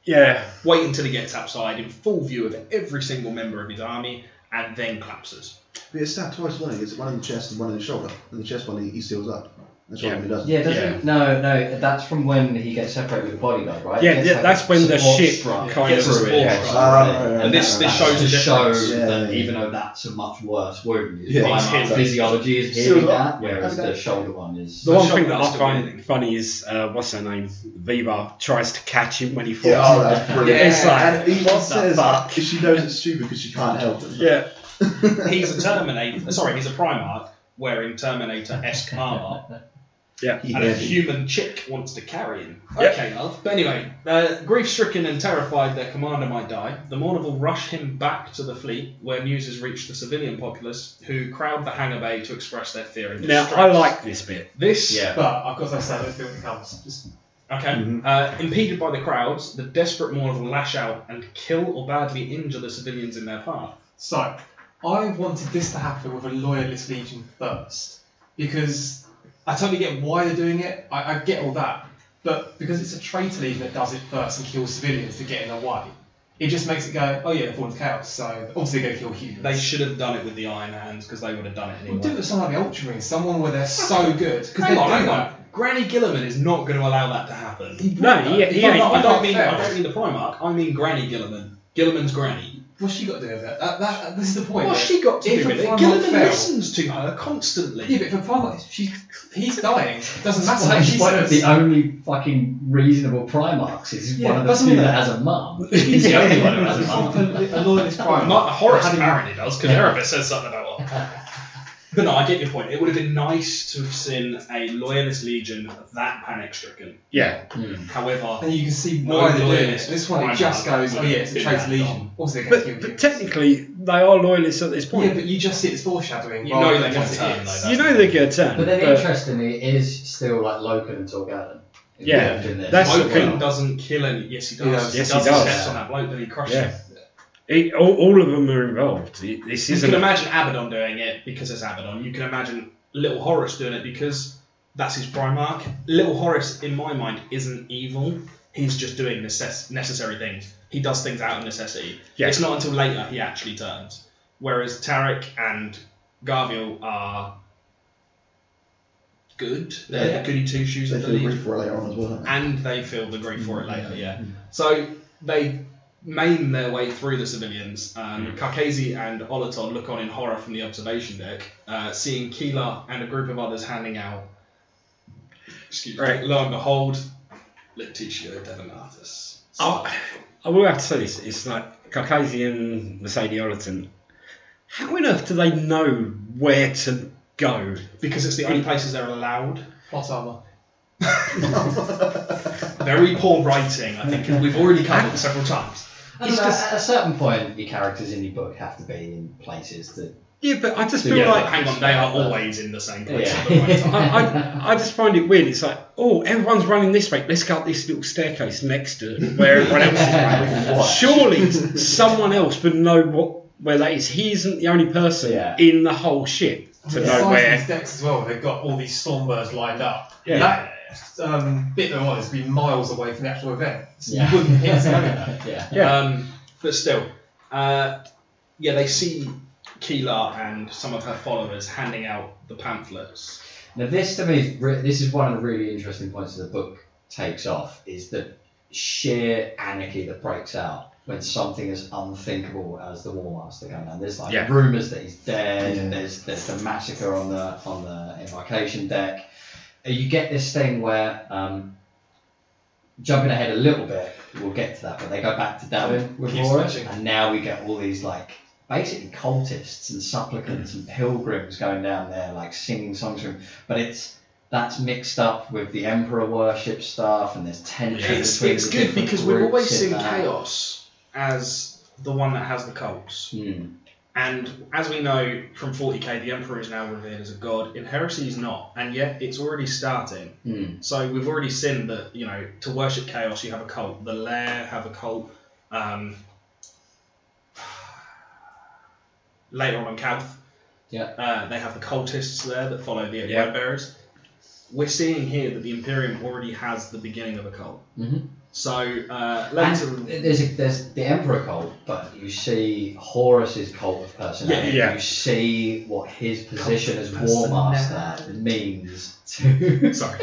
Speaker 3: Yeah,
Speaker 2: wait until he gets outside in full view of every single member of his army, and then collapses.
Speaker 4: But it's stabbed twice, wasn't it? It's one in the chest and one in the shoulder. In the chest one, he, he seals up. That's what
Speaker 3: Yeah.
Speaker 4: he does.
Speaker 1: Yeah, doesn't
Speaker 3: Yeah.
Speaker 1: no, no. That's from when he gets separated with the body, though, right?
Speaker 3: Yeah,
Speaker 1: Gets,
Speaker 3: yeah,
Speaker 1: like,
Speaker 3: that's when the
Speaker 1: support
Speaker 3: ship
Speaker 1: struck.
Speaker 3: kind
Speaker 2: Gets
Speaker 3: of
Speaker 2: a
Speaker 3: through it.
Speaker 2: support
Speaker 3: yeah.
Speaker 2: struck.
Speaker 4: Ah, right, right,
Speaker 1: And
Speaker 4: right,
Speaker 1: this this
Speaker 4: right, right.
Speaker 1: shows to
Speaker 2: the
Speaker 1: show
Speaker 2: difference.
Speaker 1: that
Speaker 4: Yeah.
Speaker 1: even though that's a much worse wound, his
Speaker 4: Yeah,
Speaker 2: it's
Speaker 1: fine
Speaker 2: his-
Speaker 1: physiology is
Speaker 4: Still
Speaker 1: healing
Speaker 4: got-
Speaker 1: that, whereas
Speaker 4: okay.
Speaker 1: the shoulder one is.
Speaker 3: The
Speaker 2: The
Speaker 3: one
Speaker 2: shoulder
Speaker 3: thing that I
Speaker 2: must have been
Speaker 3: find
Speaker 2: in.
Speaker 3: funny is uh, what's her name? Viva tries to catch him when he falls.
Speaker 4: Yeah, oh, that's brilliant.
Speaker 2: Yeah.
Speaker 3: It's like,
Speaker 4: and he
Speaker 3: what the
Speaker 4: says
Speaker 3: fuck?
Speaker 4: she knows it's stupid because she can't help it.
Speaker 3: Yeah.
Speaker 2: He's a Terminator. Sorry, he's a Primarch wearing Terminator-esque armor,
Speaker 4: He
Speaker 2: and a
Speaker 4: heavy.
Speaker 2: human chick wants to carry him.
Speaker 3: Yeah.
Speaker 2: Okay, love. But anyway, uh, grief-stricken and terrified their commander might die, the Mournival rush him back to the fleet, where news has reached the civilian populace, who crowd the hangar bay to express their fear and
Speaker 3: Now,
Speaker 2: distress.
Speaker 3: I like this bit.
Speaker 2: this.
Speaker 1: Yeah.
Speaker 5: But I've got to say, this film comes just
Speaker 2: Okay.
Speaker 5: Mm-hmm.
Speaker 2: Uh, impeded by the crowds, the desperate Mournival lash out and kill or badly injure the civilians in their path.
Speaker 5: So, I wanted this to happen with a loyalist legion first, because I totally get why they're doing it. I, I get all that, but because it's a traitor legion that does it first and kills civilians to get in the way, it just makes it go, oh yeah, fall into chaos. So obviously they're going to kill humans.
Speaker 2: They should have done it with the Iron Hands because they would have done it
Speaker 5: well, do
Speaker 2: anyway.
Speaker 5: it with someone like the Ultramarines, someone where they're so good because they
Speaker 2: Hang on,
Speaker 5: do
Speaker 2: hang
Speaker 5: that.
Speaker 2: on. Granny Gilliman is not going to allow that to happen.
Speaker 3: No, yeah,
Speaker 5: He
Speaker 3: yeah,
Speaker 5: won't-
Speaker 2: No, I don't
Speaker 5: won't
Speaker 2: mean
Speaker 5: fail.
Speaker 2: I don't mean the Primarch. I mean Granny Gilliman. Gilliman's granny.
Speaker 5: What's she got to do with it? That, that, this is the point.
Speaker 2: What's she got to
Speaker 5: If
Speaker 2: do with
Speaker 5: the
Speaker 2: it?
Speaker 5: Primarch
Speaker 2: Gilliman
Speaker 5: fell-
Speaker 2: listens to her constantly.
Speaker 5: Yeah, but for Primarch, she, he's dying. Doesn't matter.
Speaker 1: Like,
Speaker 5: she
Speaker 1: she's one of
Speaker 5: says-
Speaker 1: the only fucking reasonable Primarchs. He's
Speaker 5: Yeah,
Speaker 1: one of the
Speaker 5: doesn't
Speaker 1: few
Speaker 5: he?
Speaker 1: that has a mum. He's the only one who has a
Speaker 5: Apart
Speaker 1: mum.
Speaker 5: from the- the loyalist crime.
Speaker 2: Not Horace
Speaker 5: Having-
Speaker 2: Marini does, because
Speaker 1: Yeah.
Speaker 2: Erebus says something about her. But no, I get your point. It would have been nice to have seen a loyalist legion that panic stricken.
Speaker 3: Yeah.
Speaker 1: Hmm.
Speaker 2: However,
Speaker 5: And you can see
Speaker 2: No
Speaker 5: why they're doing
Speaker 2: loyalist
Speaker 5: it. This one,
Speaker 2: crime
Speaker 5: it just
Speaker 2: hub
Speaker 5: goes, oh
Speaker 2: would
Speaker 5: yeah, it's a
Speaker 2: have
Speaker 5: traitor
Speaker 2: been that
Speaker 5: legion. Also, they're
Speaker 3: But,
Speaker 5: going to kill
Speaker 3: but
Speaker 5: you.
Speaker 3: technically, they are loyalists at this
Speaker 5: Yeah,
Speaker 3: point.
Speaker 5: but you just see it's foreshadowing.
Speaker 2: You
Speaker 5: rather
Speaker 2: know
Speaker 5: than
Speaker 2: they're gonna
Speaker 5: what it
Speaker 2: turn,
Speaker 5: is.
Speaker 2: though,
Speaker 3: you know they're going to turn.
Speaker 1: But then,
Speaker 3: but-
Speaker 1: interestingly, it is still like Loken and Torgallen.
Speaker 3: Yeah,
Speaker 1: involved in this.
Speaker 3: that's the
Speaker 2: Logan
Speaker 3: thing.
Speaker 2: doesn't kill any. Yes, he does.
Speaker 5: Yes,
Speaker 2: he
Speaker 3: yes, he
Speaker 2: does.
Speaker 3: does.
Speaker 2: steps on that bloke, then he crushes
Speaker 3: Yeah.
Speaker 2: him.
Speaker 3: It, all, all of them are involved. It- This
Speaker 2: You
Speaker 3: isn't.
Speaker 2: can imagine Abaddon doing it because it's Abaddon. You can imagine Little Horace doing it because that's his Primarch. Little Horace, in my mind, isn't evil. He's just doing necess- necessary things. He does things out of necessity.
Speaker 3: Yeah.
Speaker 2: It's not until later he actually turns. Whereas Tarek and Garville are good. They're
Speaker 4: Yeah.
Speaker 2: the goody two shoes
Speaker 4: They
Speaker 2: of the
Speaker 4: feel
Speaker 2: league
Speaker 4: grief for it later on as well, don't they?
Speaker 2: and they feel the grief for it
Speaker 1: Mm-hmm.
Speaker 2: later. Yeah. So they maim their way through the civilians.
Speaker 1: Mm.
Speaker 2: Um, Carcasi and Olaton look on in horror from the observation deck, uh, seeing Keela and a group of others handing out. Excuse
Speaker 3: Right.
Speaker 2: me. Lo and behold, Letitia Devonatus.
Speaker 3: Oh, I will have to say this. It's like Caucasian Mercedes Ollerton. How on earth do they know where to go?
Speaker 2: Because it's the only places they're allowed.
Speaker 5: Plot armor.
Speaker 2: Very poor writing, I think, and we've already covered several times.
Speaker 1: And
Speaker 3: It's
Speaker 1: at-
Speaker 3: just-
Speaker 1: at a certain point, your characters in your book have to be in places that
Speaker 3: Yeah, but I just feel
Speaker 1: Yeah.
Speaker 2: Like,
Speaker 3: like
Speaker 2: hang on, they are always in the same place at the
Speaker 1: Yeah.
Speaker 2: right time.
Speaker 3: I, I, I just find it weird. It's like, oh, everyone's running this way. Let's go up this little staircase next to where everyone else is running. Surely someone else would know what where that is. He isn't the only person
Speaker 1: Yeah.
Speaker 3: in the whole ship to know
Speaker 5: The size of
Speaker 3: where.
Speaker 5: these decks as well, they've got all these stormbirds lined up.
Speaker 3: Yeah.
Speaker 5: That um, bit that was would be miles away from the actual event. So
Speaker 1: Yeah.
Speaker 5: You wouldn't hit something.
Speaker 1: yeah.
Speaker 3: Yeah.
Speaker 2: Um, but still, uh, yeah, they see Keelar and some of her followers handing out the pamphlets.
Speaker 1: Now this to me, is re- this is one of the really interesting points that the book takes off is the sheer anarchy that breaks out when something as unthinkable as the War Master comes down. There's like
Speaker 3: Yeah.
Speaker 1: rumors that he's dead.
Speaker 4: Yeah.
Speaker 1: There's there's the massacre on the on the embarkation deck. Uh, You get this thing where um, jumping ahead a little bit, we'll get to that, but they go back to Davin with
Speaker 5: Keep
Speaker 1: Laura,
Speaker 5: switching.
Speaker 1: and now we get all these like basically cultists and supplicants and pilgrims going down there like singing songs from but it's that's mixed up with the emperor worship stuff and there's tension
Speaker 2: It's,
Speaker 1: between
Speaker 2: it's
Speaker 1: the
Speaker 2: good
Speaker 1: different
Speaker 2: because we've
Speaker 1: groups
Speaker 2: always
Speaker 1: in
Speaker 2: seen
Speaker 1: that.
Speaker 2: chaos as the one that has the cults.
Speaker 1: Hmm.
Speaker 2: And as we know from 40k, the Emperor is now revered as a god. In Heresy, he's not, and yet it's already starting.
Speaker 1: Hmm.
Speaker 2: So we've already seen that you know to worship chaos you have a cult. The Lair have a cult. Um, later on on Kalth,
Speaker 1: Yeah.
Speaker 2: uh, they have the cultists there that follow the
Speaker 3: Yeah.
Speaker 2: word bearers. We're seeing here that the Imperium already has the beginning of a cult.
Speaker 1: Mhm.
Speaker 2: So uh, later,
Speaker 1: And there's, a, there's the Emperor cult, but you see Horus's cult of personality.
Speaker 3: Yeah, yeah.
Speaker 1: You see what his position as
Speaker 2: Cult of
Speaker 1: War Master
Speaker 2: personality.
Speaker 1: means to
Speaker 2: sorry.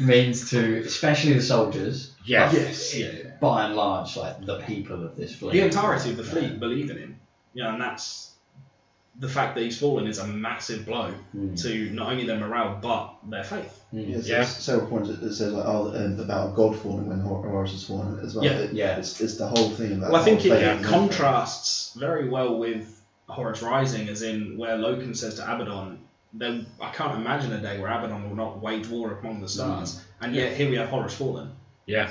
Speaker 1: means to especially the soldiers.
Speaker 3: Yeah.
Speaker 2: yes. Yeah.
Speaker 1: but By and large, like the people of this fleet.
Speaker 2: The entirety of the fleet believe in him. Yeah, and that's the fact that he's fallen is a massive blow
Speaker 1: Mm.
Speaker 2: to not only their morale but their faith.
Speaker 1: Mm.
Speaker 4: Yes,
Speaker 3: Yeah.
Speaker 4: yeah. Several points it it says like oh and about God falling when Hor- Horus is fallen as well.
Speaker 2: Yeah,
Speaker 4: It-
Speaker 1: yeah.
Speaker 4: It's, it's the whole thing about.
Speaker 2: Well, I
Speaker 4: the whole
Speaker 2: think it,
Speaker 4: faith
Speaker 2: it
Speaker 4: and
Speaker 2: contrasts very well with Horus Rising, as in where Loken says to Abaddon, "Then I can't imagine a day where Abaddon will not wage war among the stars." And yet here we have Horus Fallen.
Speaker 3: Yeah.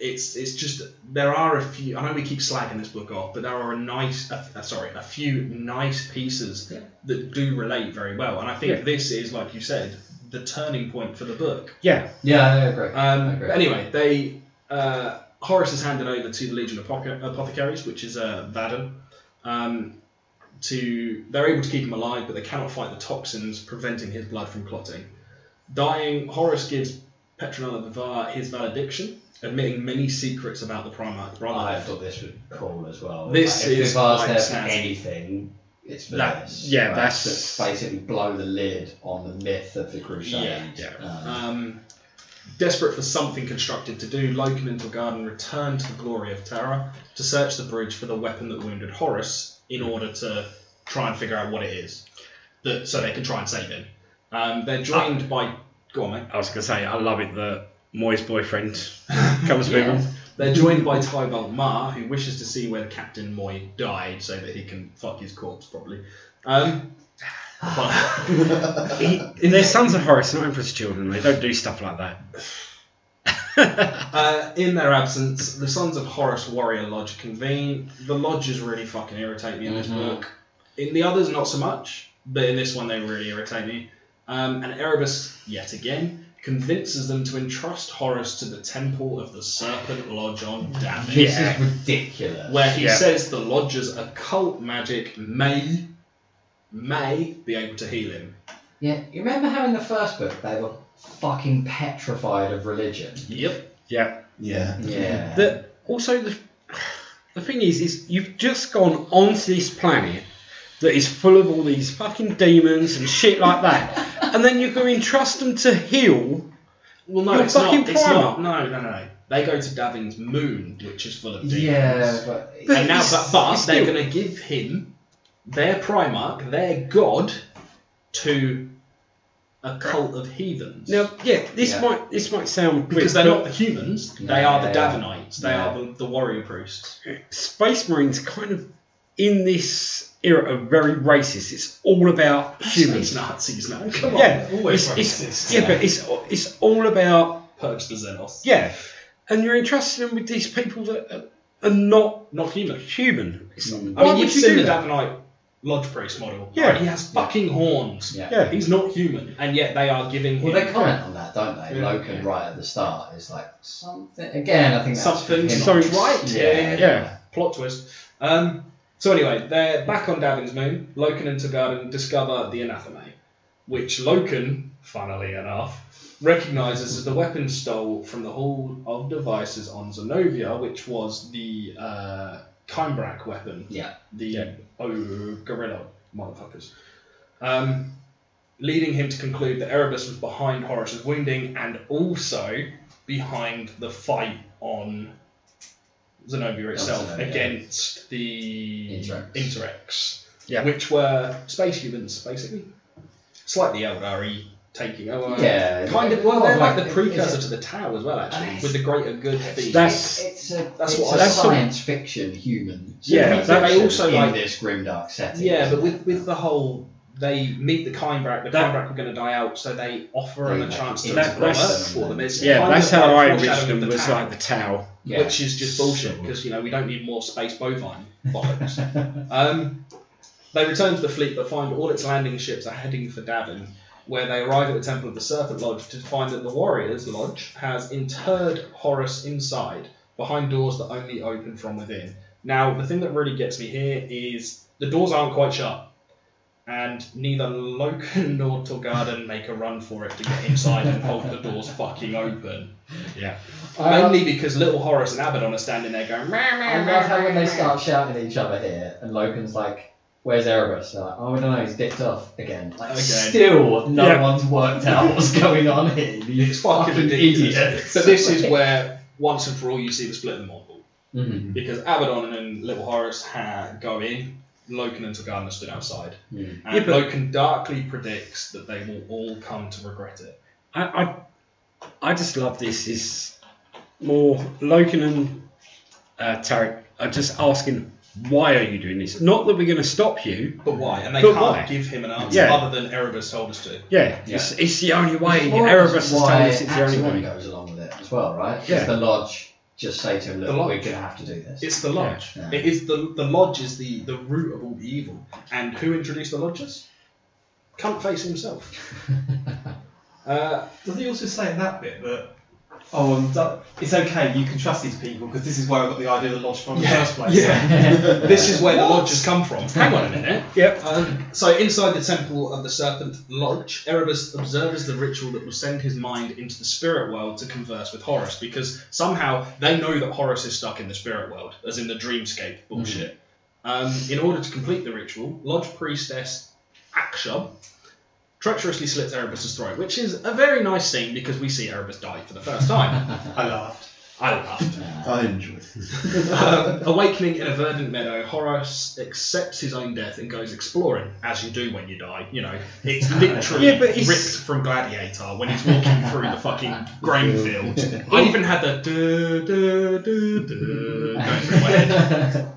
Speaker 2: It's it's just there are a few. I know we keep slagging this book off, but there are a nice, a, uh, sorry, a few nice pieces
Speaker 1: Yeah.
Speaker 2: that do relate very well. And I think
Speaker 3: Yeah.
Speaker 2: this is, like you said, the turning point for the book.
Speaker 3: Yeah.
Speaker 1: Yeah, I agree.
Speaker 2: Um,
Speaker 1: Okay.
Speaker 2: but anyway, they uh, Horace is handed over to the Legion of Apoca- Apothecaries, which is uh, Vadon. Um, to they're able to keep him alive, but they cannot fight the toxins, preventing his blood from clotting. Dying, Horace gives Petronella Vivar his valediction, admitting many secrets about the Primarch
Speaker 1: I
Speaker 2: Brotherhood.
Speaker 1: thought this was cool as well.
Speaker 2: This
Speaker 1: if
Speaker 2: is
Speaker 1: if I was
Speaker 2: quite
Speaker 1: there for
Speaker 2: snazzy.
Speaker 1: anything, it's for
Speaker 2: That-
Speaker 1: this.
Speaker 3: yeah,
Speaker 1: right?
Speaker 3: that's-
Speaker 1: Let's basically blow the lid on the myth of the crusade.
Speaker 3: Yeah,
Speaker 1: Um,
Speaker 2: Um, desperate for something constructive to do, Loken and Torgarden return to the glory of Terra to search the bridge for the weapon that wounded Horus in order to try and figure out what it is, that, so they can try and save him. Um, they're joined by. Go on, mate.
Speaker 3: I was gonna say I love it that Moy's boyfriend comes with
Speaker 1: Yeah.
Speaker 3: him.
Speaker 2: They're joined by Tybalt Ma, who wishes to see where Captain Moy died so that he can fuck his corpse properly. Um, but-
Speaker 4: everything.
Speaker 3: He, they're sons of Horace, not Emperor's children. They don't do stuff like that.
Speaker 2: Uh, in their absence, the Sons of Horus Warrior Lodge convene. The lodges really fucking irritate me in this
Speaker 1: Mhm.
Speaker 3: Mm-hmm.
Speaker 2: book. In the others, not so much, but in this one, they really irritate me. Um, and Erebus, yet again, convinces them to entrust Horus to the Temple of the Serpent Lodge on Davin,
Speaker 1: this
Speaker 3: yeah.
Speaker 1: is ridiculous.
Speaker 2: where he
Speaker 3: Yeah.
Speaker 2: says the lodger's occult magic may may be able to heal him.
Speaker 1: Yeah, you remember how in the first book they were fucking petrified of religion?
Speaker 2: Yep.
Speaker 4: yeah.
Speaker 1: Yeah.
Speaker 3: The, also, the, the thing is, is you've just gone onto this planet that is full of all these fucking demons and shit like that, and then you're going to entrust them to heal.
Speaker 2: Well, no,
Speaker 3: You're
Speaker 2: it's not.
Speaker 3: fucking
Speaker 2: It's not.
Speaker 3: primal.
Speaker 2: No, no, no, no. They go to Davin's moon, which is full of demons.
Speaker 1: yeah, but,
Speaker 3: But-
Speaker 2: and now, but,
Speaker 3: it's-
Speaker 2: but
Speaker 3: it's
Speaker 2: they're
Speaker 3: still-
Speaker 2: going to give him their Primarch, their god, to a cult of heathens.
Speaker 3: Now, yeah, this
Speaker 1: Yeah.
Speaker 3: might this might sound
Speaker 2: because
Speaker 3: weird,
Speaker 2: they're not
Speaker 3: but
Speaker 2: the humans,
Speaker 1: No,
Speaker 2: they are the
Speaker 1: yeah,
Speaker 2: Davanites, they
Speaker 1: yeah.
Speaker 2: are the, the warrior priests.
Speaker 3: Space Marines kind of in this era are very racist. It's all about
Speaker 2: Humans,
Speaker 3: humans.
Speaker 2: Nazis, no, come on.
Speaker 3: Yeah,
Speaker 5: Always
Speaker 3: it's-
Speaker 5: racist.
Speaker 3: yeah, but it's it's all about
Speaker 2: Purge the Xenos.
Speaker 3: Yeah, and you're entrusting them with these people that are, are not
Speaker 2: Not human.
Speaker 3: human. It's
Speaker 1: Mm.
Speaker 3: like,
Speaker 2: I
Speaker 3: why
Speaker 2: mean, you've
Speaker 3: would you
Speaker 2: seen
Speaker 3: do
Speaker 2: the
Speaker 3: that?
Speaker 2: Davanite lodge priest model.
Speaker 3: Yeah.
Speaker 2: Right, He has fucking horns.
Speaker 1: yeah.
Speaker 3: Yeah,
Speaker 2: He's not human, and yet they are giving
Speaker 1: Well,
Speaker 2: him
Speaker 1: they comment on that, don't they?
Speaker 5: Yeah.
Speaker 1: Loken right at the start is like something. Again, I think that's
Speaker 2: something.
Speaker 1: him.
Speaker 3: Sorry.
Speaker 2: Something's right
Speaker 1: Yeah.
Speaker 2: here. plot twist. Um, so anyway, they're back on Davin's moon. Loken and Togarden discover the anathema, which Loken, funnily enough, recognizes as the weapon stole from the Hall of Devices on Zenovia, which was the uh, Kimbrak weapon.
Speaker 1: Yeah.
Speaker 2: The
Speaker 3: Yeah.
Speaker 2: oh gorilla motherfuckers. Um, leading him to conclude that Erebus was behind Horus's wounding and also behind the fight on Zenobia itself
Speaker 1: Oh, Zenobia.
Speaker 2: against the
Speaker 1: Interrex.
Speaker 2: Interrex,
Speaker 3: Yeah.
Speaker 2: which were space humans, basically. Slightly Eldari taking over.
Speaker 1: Yeah.
Speaker 2: Kind of, well,
Speaker 1: Well,
Speaker 2: they're like
Speaker 1: like,
Speaker 2: the precursor
Speaker 1: it's
Speaker 2: to the Tau as well, actually,
Speaker 1: It's-
Speaker 2: with the greater good theme.
Speaker 3: That's-
Speaker 1: it's, it's a,
Speaker 2: that's
Speaker 1: it's
Speaker 2: what
Speaker 1: a
Speaker 2: I- that's
Speaker 1: science fiction human.
Speaker 3: Yeah,
Speaker 1: civilization
Speaker 3: but
Speaker 2: they also
Speaker 1: in
Speaker 2: like-
Speaker 1: this grimdark setting.
Speaker 2: yeah,
Speaker 1: isn't
Speaker 2: but
Speaker 1: it?
Speaker 2: with, with the whole they meet the Kindrak, the
Speaker 3: That-
Speaker 2: Kindrak were going to die out, so they offer him a
Speaker 1: Yeah.
Speaker 2: chance to
Speaker 1: That-
Speaker 2: to work
Speaker 3: that's-
Speaker 2: for them. It's
Speaker 3: yeah,
Speaker 2: kind
Speaker 3: that's
Speaker 2: of
Speaker 3: how I
Speaker 2: like
Speaker 3: envisioned
Speaker 2: foreshadowing
Speaker 3: them
Speaker 2: the
Speaker 3: was
Speaker 2: Tau.
Speaker 3: like the towel.
Speaker 1: yeah.
Speaker 2: which is just bullshit because you know we don't need more space bovine bollocks. um, they return to the fleet but find all its landing ships are heading for Davin, where they arrive at the Temple of the Serpent Lodge to find that the Warriors Lodge has interred Horus inside behind doors that only open from within. Now, the thing that really gets me here is the doors aren't quite shut. and neither Loken nor Torgarden make a run for it to get inside and hold the doors fucking open.
Speaker 3: Yeah.
Speaker 2: Mainly because little Horace and Abaddon are standing there going, "Meow, meow,
Speaker 1: I love how
Speaker 2: meow,
Speaker 1: when they
Speaker 2: meow."
Speaker 1: start shouting at each other here, and Logan's like, "Where's Erebus?" And they're like, "Oh, I don't know. He's dipped off again." Like,
Speaker 2: Again.
Speaker 1: still, no
Speaker 3: Yeah.
Speaker 1: one's worked out what's going on here. You
Speaker 2: It's fucking ridiculous.
Speaker 1: idiots.
Speaker 2: But this is where, once and for all, you see the split in the model.
Speaker 1: Mhm.
Speaker 2: Because Abaddon and Little Horace ha- go in, Loken and Torgarden are stood outside.
Speaker 1: Mm.
Speaker 2: And
Speaker 3: Yeah, but-
Speaker 2: Loken darkly predicts that they will all come to regret it.
Speaker 3: I, I, I just love this. Is more Logan and uh, Tarek are just asking, why are you doing this? Not that we're going to stop you.
Speaker 2: But why? And they
Speaker 3: But
Speaker 2: can't
Speaker 3: why?
Speaker 2: give him an answer
Speaker 3: Yeah.
Speaker 2: other than Erebus told us to.
Speaker 3: Yeah, It's, it's the only way. Erebus has told us it's the only
Speaker 1: Axelrod
Speaker 3: way.
Speaker 1: goes along with it as well, right? 'Cause
Speaker 3: Yeah.
Speaker 1: the lodge just say to him,
Speaker 2: The
Speaker 1: "Look,
Speaker 2: lodge.
Speaker 1: we're gonna have to do this."
Speaker 2: It's the lodge.
Speaker 1: Yeah.
Speaker 2: It is the the lodge is the, the root of all the evil. And who introduced the lodges? Cunt face himself. Uh,
Speaker 5: Does he also say in that bit that, oh, I'm done. it's okay, you can trust these people because this is where I got the idea of the lodge from in the
Speaker 2: Yeah,
Speaker 5: first place.
Speaker 2: yeah. this is where the
Speaker 5: What?
Speaker 2: lodge has come from. Hang on a minute.
Speaker 3: Yep.
Speaker 2: Um, so inside the temple of the serpent lodge, Erebus observes the ritual that will send his mind into the spirit world to converse with Horus, because somehow they know that Horus is stuck in the spirit world, as in the dreamscape bullshit. Um, in order to complete the ritual, lodge priestess Akshub treacherously slits Erebus's throat, which is a very nice scene because we see Erebus die for the first time.
Speaker 5: I laughed.
Speaker 2: I laughed.
Speaker 4: I enjoy it.
Speaker 2: Um, awakening in a verdant meadow, Horus accepts his own death and goes exploring, as you do when you die. You know, it's literally
Speaker 3: Yeah, but he's-
Speaker 2: ripped from Gladiator when he's walking through the fucking grain field. I even had the duh, duh, duh, duh, going through my head.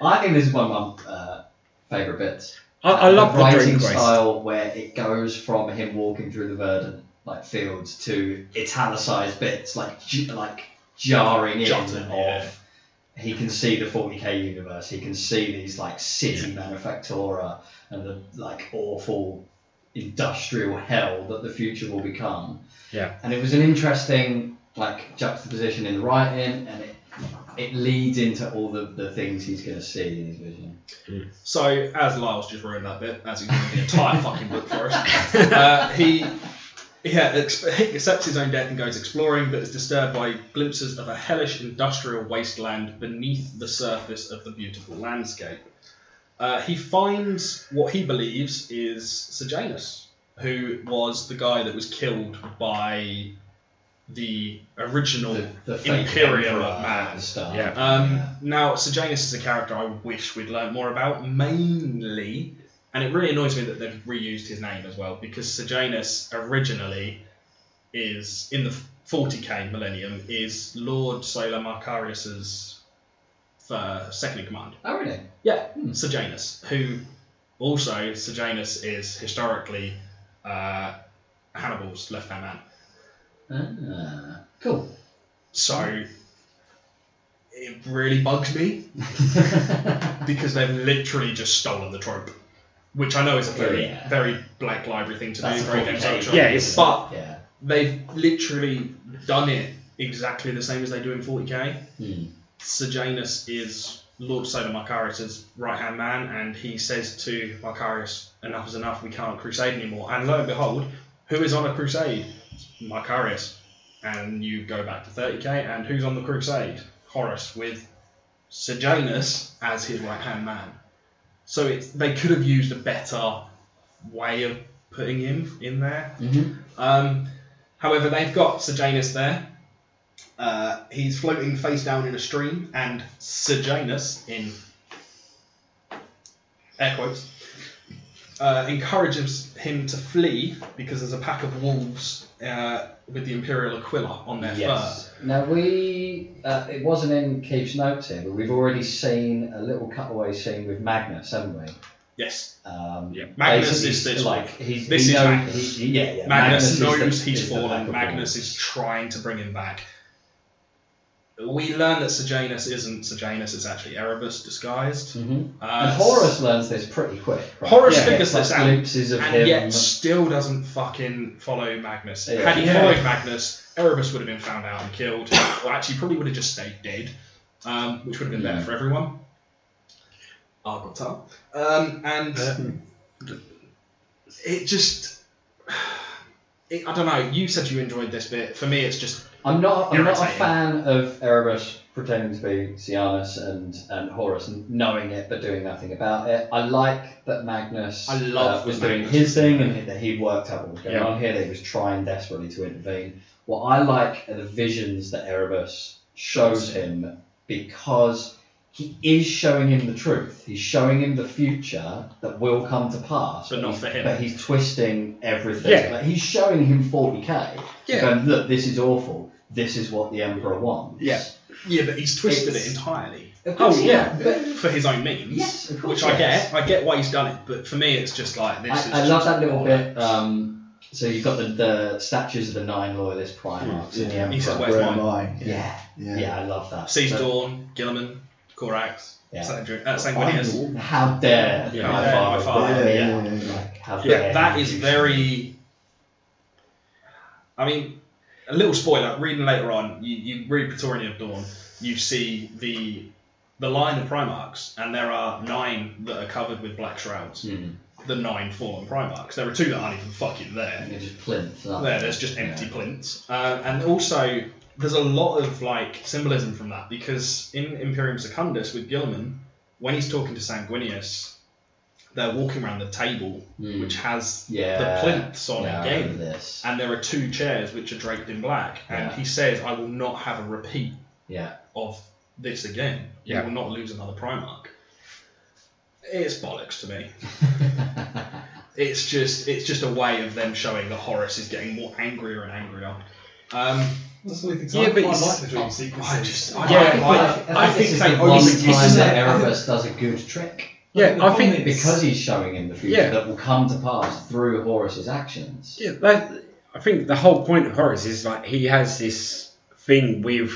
Speaker 1: I think this is one of my uh, favourite bits.
Speaker 3: I, I love the
Speaker 1: writing
Speaker 3: dream quest.
Speaker 1: style where it goes from him walking through the verdant like fields to italicized bits, like j- like jarring in
Speaker 2: Jutting,
Speaker 1: of.
Speaker 2: yeah.
Speaker 1: He can see the 40k universe. He can see these like city manufactura and the like awful industrial hell that the future will become.
Speaker 3: Yeah.
Speaker 1: And it was an interesting like juxtaposition in the writing, and it it leads into all the, the things he's going to see in his vision.
Speaker 2: So, as Lyle's just ruined that bit, as he's ruined the entire fucking book for us, uh, he yeah, ex- he accepts his own death and goes exploring, but is disturbed by glimpses of a hellish industrial wasteland beneath the surface of the beautiful landscape. Uh, he finds what he believes is Sejanus, who was the guy that was killed by the original
Speaker 1: The, the fake
Speaker 2: Imperium
Speaker 1: Emperor
Speaker 2: of Man.
Speaker 1: and stuff.
Speaker 3: Yeah.
Speaker 2: um,
Speaker 1: Yeah.
Speaker 2: Now, Sejanus is a character I wish we'd learned more about, mainly, and it really annoys me that they've reused his name as well, because Sejanus originally is, in the 40k millennium, is Lord Solar Marcarius's uh, second in command.
Speaker 1: Oh really?
Speaker 2: Yeah,
Speaker 1: Hmm.
Speaker 2: Sejanus, who also, Sejanus is historically uh, Hannibal's left hand man.
Speaker 1: Ah, cool.
Speaker 2: So, it really bugs me
Speaker 1: yeah,
Speaker 2: because they've literally just stolen the trope, which I know is a very,
Speaker 1: Yeah.
Speaker 2: very Black Library thing to
Speaker 1: That's
Speaker 2: do.
Speaker 1: a
Speaker 2: Very
Speaker 1: full
Speaker 2: Games
Speaker 1: game.
Speaker 2: Workshop.
Speaker 3: Yeah, it's-
Speaker 2: but they've literally done it exactly the same as they do in 40k.
Speaker 1: Hmm.
Speaker 2: Sejanus is Lord Soda Marcarius's right hand man, and he says to Marcarius, "Enough is enough. We can't crusade anymore." And lo and behold, who is on a crusade? Marcarius. And you go back to 30k, and who's on the crusade? Horus with Sejanus as his right hand man. So it's, they could have used a better way of putting him in there.
Speaker 1: Mhm.
Speaker 2: Um, however, they've got Sejanus there. Uh, he's floating face down in a stream, and Sejanus, in air quotes, uh, encourages him to flee because there's a pack of wolves uh, with the Imperial Aquila on their
Speaker 1: Yes. Now we uh, it wasn't in Keith's notes here, but we've already seen a little cutaway scene with Magnus, haven't we?
Speaker 2: fur. Yes.
Speaker 1: Um,
Speaker 3: Yeah.
Speaker 1: basically,
Speaker 2: Magnus is this
Speaker 1: like he's
Speaker 2: This
Speaker 1: he
Speaker 2: is
Speaker 1: knows-
Speaker 2: Magnus.
Speaker 1: he- he- yeah, yeah,
Speaker 2: Magnus,
Speaker 1: is the-
Speaker 2: knows
Speaker 1: is
Speaker 2: he's
Speaker 1: the
Speaker 2: fallen.
Speaker 1: backup
Speaker 2: Magnus
Speaker 1: man.
Speaker 2: is trying to bring him back. We learn that Sejanus isn't Sejanus, it's actually Erebus disguised.
Speaker 1: Mhm.
Speaker 2: Uh,
Speaker 1: And Horus learns this pretty quick. Right?
Speaker 2: Horus
Speaker 1: Yeah.
Speaker 2: figures
Speaker 1: Like
Speaker 2: this out,
Speaker 1: glimpses of him.
Speaker 2: and yet still doesn't fucking follow Magnus.
Speaker 1: Yeah.
Speaker 2: Had he
Speaker 1: Yeah.
Speaker 2: followed Magnus, Erebus would have been found out and killed, or actually probably would have just stayed dead, um, which would have been better for everyone. Argotel. Um, and It just. It, I don't know. You said you enjoyed this bit. For me, it's just.
Speaker 1: I'm not. I'm not a
Speaker 2: Irritating.
Speaker 1: fan of Erebus pretending to be Cianus and and Horus and knowing it but doing nothing about it. I like that Magnus. uh,
Speaker 2: I love
Speaker 1: was
Speaker 2: that
Speaker 1: doing
Speaker 2: Magnus-
Speaker 1: his thing and he- that he worked out what was going
Speaker 3: Yeah.
Speaker 1: on here. That he was trying desperately to intervene. What I like are the visions that Erebus shows him because he is showing him the truth. He's showing him the future that will come to pass.
Speaker 2: But not for him.
Speaker 1: But he's twisting everything.
Speaker 3: Yeah.
Speaker 1: Like, he's showing him 40k. Going, look, this is awful. This is what the Emperor wants.
Speaker 3: Yeah.
Speaker 2: Yeah, but he's twisted
Speaker 1: It's-
Speaker 2: it entirely
Speaker 1: Of
Speaker 3: Oh,
Speaker 1: course he
Speaker 3: yeah.
Speaker 1: has, but-
Speaker 2: for his own means.
Speaker 1: Yes, of course
Speaker 2: Which I
Speaker 1: he has.
Speaker 2: get. I get why he's done it. But for me, it's just like this. is
Speaker 1: I, I love
Speaker 2: just
Speaker 1: that little
Speaker 2: bollocks.
Speaker 1: bit. Um, so you've got the, the statues of the nine loyalist primarchs and the
Speaker 4: Yeah.
Speaker 1: Emperor.
Speaker 2: He said,
Speaker 4: Where
Speaker 2: "Where's
Speaker 4: am I?
Speaker 1: yeah. yeah, I love that.
Speaker 2: Sees
Speaker 1: But
Speaker 2: Dawn, Gilliman, Corax,
Speaker 1: Yeah.
Speaker 2: Sandri- uh, Sanguinius.
Speaker 1: How dare
Speaker 2: Yeah.
Speaker 1: my
Speaker 2: Yeah,
Speaker 1: father?
Speaker 2: my father,
Speaker 1: die.
Speaker 4: yeah, yeah, yeah.
Speaker 1: Like, how
Speaker 2: Yeah,
Speaker 1: dare
Speaker 2: that
Speaker 1: you
Speaker 2: is
Speaker 1: do
Speaker 2: very. I mean, a little spoiler. Reading later on, you, you read Praetorian of Dawn. You see the the line of Primarchs, and there are nine that are covered with black shrouds.
Speaker 1: Hmm.
Speaker 2: The nine fallen Primarchs. There are two that aren't even fucking there.
Speaker 1: You're just plinth. aren't
Speaker 2: There,
Speaker 1: you?
Speaker 2: there's just empty
Speaker 1: Yeah.
Speaker 2: plinths. Uh, and also, there's a lot of like symbolism from that because in Imperium Secundus with Gilliman, when he's talking to Sanguinius, they're walking around the table
Speaker 1: Hmm.
Speaker 2: which has
Speaker 1: Yeah.
Speaker 2: the plinths on
Speaker 1: yeah, I
Speaker 2: again.
Speaker 1: remember this.
Speaker 2: And there are two chairs which are draped in black. And
Speaker 1: Yeah.
Speaker 2: he says, I will not have a repeat
Speaker 1: Yeah.
Speaker 2: of this again.
Speaker 3: Yeah.
Speaker 2: You will not lose another Primarch. It's bollocks to me. It's just it's just a way of them showing that Horace is getting more angrier and angrier. Um,
Speaker 5: That's the only thing.
Speaker 2: Yeah,
Speaker 5: I
Speaker 2: but
Speaker 5: quite like
Speaker 2: it's-
Speaker 5: the dream sequences.
Speaker 2: I just I,
Speaker 1: Yeah, I,
Speaker 2: yeah,
Speaker 1: think,
Speaker 2: I, I,
Speaker 1: this
Speaker 2: think
Speaker 1: is
Speaker 2: they
Speaker 1: the one
Speaker 2: overuse
Speaker 5: overuse-
Speaker 1: time
Speaker 5: it's-
Speaker 1: that
Speaker 5: I think-
Speaker 1: Erebus does a good trick
Speaker 3: Yeah,
Speaker 5: The
Speaker 3: I
Speaker 5: problem
Speaker 3: think
Speaker 5: is-
Speaker 1: because he's showing him the future
Speaker 3: Yeah.
Speaker 1: that will come to pass through Horus's actions.
Speaker 3: Yeah, that, I think the whole point of Horace is like he has this thing with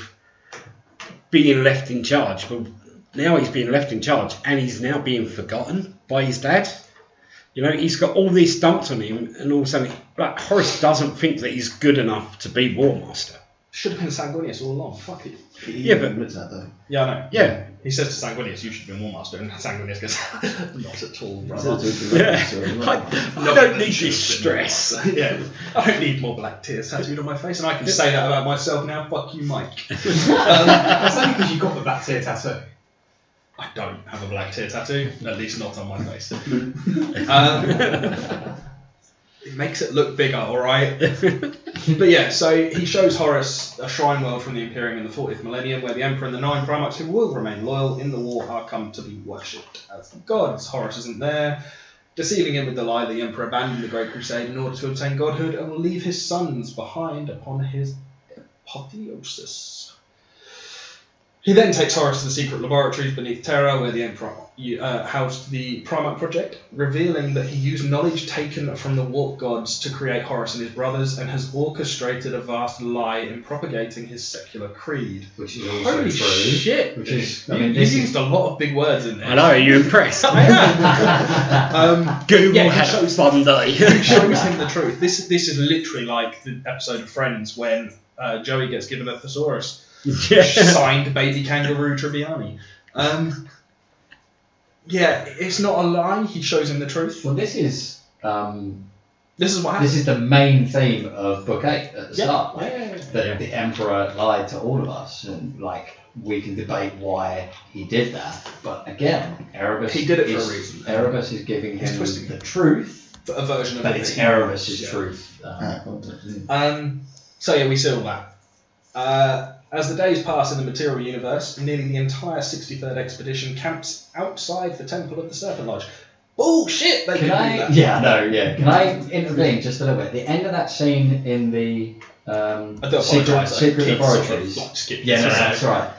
Speaker 3: being left in charge, but now he's being left in charge and he's now being forgotten by his dad. You know, he's got all these stumps on him, and all of a sudden, like Horace doesn't think that he's good enough to be War Master.
Speaker 2: should have been Sanguinius all along. Fuck it.
Speaker 4: He
Speaker 3: Yeah, but-
Speaker 4: admits that though.
Speaker 2: Yeah, I know.
Speaker 3: Yeah,
Speaker 2: He says to Sanguinius, "You should be a War Master," and Sanguinius goes, "Not at all,
Speaker 4: He
Speaker 2: brother."
Speaker 4: said it to
Speaker 3: yeah.
Speaker 4: his brother, so,
Speaker 3: I,
Speaker 4: right.
Speaker 3: I don't need this stress.
Speaker 2: yeah, I don't need more black tears tattooed on my face, and I can say that about myself now. Fuck you, Mike. Um,
Speaker 5: That's only because you got the back tear tattoo.
Speaker 2: I don't have a black tear tattoo, at least not on my face. Um, it makes it look bigger, all right. But yeah, so he shows Horace a shrine world from the Imperium in the 40th millennium, where the Emperor and the nine Primarchs who will remain loyal in the war are come to be worshipped as gods. Horace isn't there, deceiving him with the lie that the Emperor abandoned the Great Crusade in order to obtain godhood and will leave his sons behind upon his apotheosis. He then takes Horace to the secret laboratories beneath Terra, where the Emperor uh, housed the Primarch Project, revealing that he used knowledge taken from the Warp Gods to create Horus and his brothers, and has orchestrated a vast lie in propagating his secular creed.
Speaker 1: Which is also true.
Speaker 2: Holy shit!
Speaker 1: Which is-
Speaker 2: you,
Speaker 1: I mean,
Speaker 2: you
Speaker 1: this is-
Speaker 2: used a lot of big words in there.
Speaker 3: I know, are you impressed?
Speaker 2: Um,
Speaker 3: Google
Speaker 2: Yeah, he
Speaker 3: had a
Speaker 2: shows-
Speaker 3: fun
Speaker 2: it
Speaker 3: day.
Speaker 2: shows him the truth. This this is literally like the episode of Friends when uh, Joey gets given a thesaurus.
Speaker 3: yeah.
Speaker 2: signed baby kangaroo Triviani. Um, yeah, it's not a lie. He shows him the truth.
Speaker 1: Well, this is um,
Speaker 2: This is what
Speaker 1: this
Speaker 2: happens.
Speaker 1: is the main theme of Book Eight at the
Speaker 2: Yeah,
Speaker 1: start.
Speaker 2: yeah,
Speaker 1: Like,
Speaker 2: yeah, yeah.
Speaker 1: that
Speaker 3: Yeah.
Speaker 1: the Emperor lied to all of us, and like we can debate why he did that. But again, Erebus
Speaker 2: He did it for a
Speaker 1: is-
Speaker 2: reason.
Speaker 1: Erebus is giving
Speaker 2: He's
Speaker 1: him
Speaker 2: twisting
Speaker 1: the truth,
Speaker 2: a version of
Speaker 1: but
Speaker 2: it.
Speaker 1: it's Erebus's
Speaker 2: Yeah.
Speaker 1: truth. Um,
Speaker 4: Ah, contact, yeah.
Speaker 2: Um, so yeah, we see all that. Uh, as the days pass in the material universe, nearly the entire 63rd expedition camps outside the Temple of the Serpent Lodge. Bullshit! They
Speaker 1: Can
Speaker 2: can, do
Speaker 1: I?
Speaker 2: that.
Speaker 1: Yeah, no, yeah. Can I intervene just a little bit? The end of that scene in the um,
Speaker 2: I do
Speaker 1: secret,
Speaker 2: apologise. I
Speaker 1: secret
Speaker 2: keep sort of,
Speaker 1: laboratories.
Speaker 2: like, skipping
Speaker 1: Yeah, no, no,
Speaker 2: through.
Speaker 1: that's all right.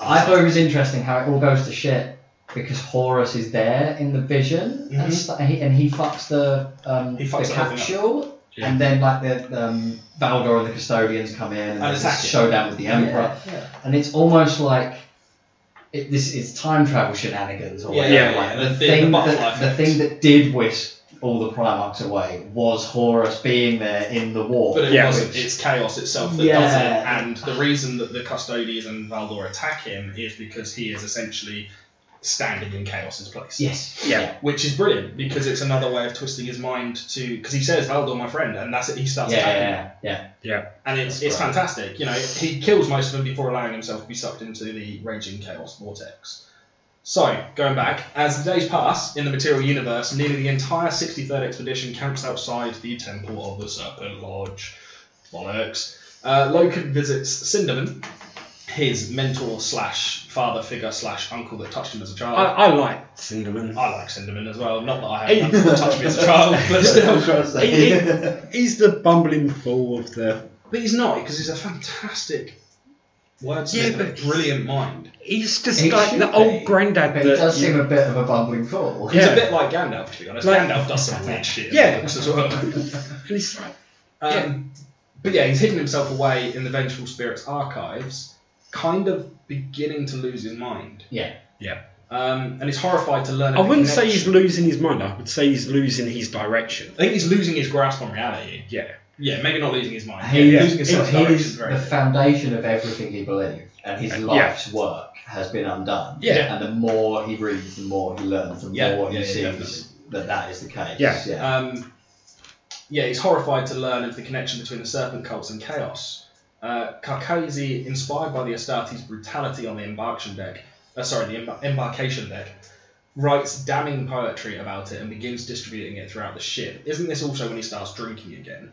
Speaker 1: I thought it was interesting how it all goes to shit because Horus is there in the vision
Speaker 2: Mhm.
Speaker 1: and, st- and, he, and he fucks the um,
Speaker 2: He fucks
Speaker 1: the
Speaker 2: everything up.
Speaker 1: capsule.
Speaker 3: Yeah.
Speaker 1: And then, like the um, Valdor and the custodians come in, and, there's
Speaker 2: attack
Speaker 1: this
Speaker 2: it.
Speaker 1: showdown with the Emperor,
Speaker 2: Oh, Yeah, yeah.
Speaker 1: and it's almost like it, this is time travel shenanigans, or
Speaker 2: Yeah,
Speaker 1: whatever.
Speaker 3: yeah, yeah.
Speaker 1: like,
Speaker 2: The-
Speaker 1: The,
Speaker 2: the-
Speaker 1: thing
Speaker 2: the
Speaker 1: that,
Speaker 2: butterfly
Speaker 1: the
Speaker 2: effect.
Speaker 1: thing that did whisk all the Primarchs away was Horus being there in the war.
Speaker 2: But it
Speaker 3: Yeah.
Speaker 2: wasn't. It's chaos itself that
Speaker 1: Yeah.
Speaker 2: does it. And the reason that the custodians and Valdor attack him is because he is essentially standing in Chaos's place.
Speaker 1: Yes.
Speaker 3: Yeah.
Speaker 2: Which is brilliant because it's another way of twisting his mind to because he says Haldor, my friend, and that's it. He
Speaker 1: Yeah,
Speaker 2: starts
Speaker 1: yeah,
Speaker 2: attacking,
Speaker 1: yeah, yeah.
Speaker 2: and it's
Speaker 1: That's
Speaker 2: it's
Speaker 1: right.
Speaker 2: fantastic. You know, he kills most of them before allowing himself to be sucked into the raging chaos vortex. So going back, as the days pass in the material universe, nearly the entire 63rd expedition camps outside the Temple of the Serpent Lodge. Bollocks. Uh, Loken visits Cinderman, his mentor slash father figure slash uncle that touched him as a child.
Speaker 3: I, I like Cinderman.
Speaker 2: I like Cinderman as well. Not that I had that touched me as a child, but
Speaker 4: I'm
Speaker 2: still.
Speaker 4: trying to say.
Speaker 3: He's the bumbling fool of the.
Speaker 2: But he's not because he's a fantastic wordsmith,
Speaker 3: Yeah,
Speaker 2: and a
Speaker 3: but-
Speaker 2: brilliant mind.
Speaker 3: He's just
Speaker 1: He
Speaker 3: like
Speaker 1: should
Speaker 3: the old
Speaker 1: be.
Speaker 3: granddad.
Speaker 1: But it
Speaker 3: that
Speaker 1: does
Speaker 3: you-
Speaker 1: seem a bit of a bumbling fool.
Speaker 2: He's
Speaker 3: Yeah.
Speaker 2: a bit like Gandalf, to be honest.
Speaker 3: Like-
Speaker 2: Gandalf does some weird shit. in
Speaker 3: Yeah.
Speaker 2: the books as well.
Speaker 3: and he's like,
Speaker 2: Um,
Speaker 3: Yeah.
Speaker 2: But yeah, he's hidden himself away in the Vengeful Spirits archives, kind of beginning to lose his mind.
Speaker 1: Yeah.
Speaker 3: Yeah.
Speaker 2: Um, and he's horrified to learn.
Speaker 3: I
Speaker 2: of the
Speaker 3: wouldn't say he's
Speaker 2: connection.
Speaker 3: losing his mind. I would say he's losing his direction.
Speaker 2: I think he's losing his grasp on reality.
Speaker 3: Yeah.
Speaker 2: Yeah, maybe not losing his mind.
Speaker 1: He,
Speaker 2: yeah,
Speaker 1: is-
Speaker 2: losing his sense of
Speaker 1: he
Speaker 2: direction is
Speaker 1: is
Speaker 2: very
Speaker 1: the foundation of everything he believed, and his
Speaker 3: Yeah.
Speaker 1: life's work has been undone.
Speaker 2: Yeah.
Speaker 1: And the more he reads, the more he learns, the
Speaker 2: Yeah,
Speaker 1: more he
Speaker 2: yeah, yeah,
Speaker 1: sees
Speaker 2: definitely.
Speaker 1: that that is the case.
Speaker 3: Yeah.
Speaker 2: Um, yeah, he's horrified to learn of the connection between the serpent cults and chaos. Uh, Carcazi, inspired by the Astartes' brutality on the embarkation deck, uh, sorry, the emb- embarkation deck, writes damning poetry about it and begins distributing it throughout the ship. Isn't this also when he starts drinking again?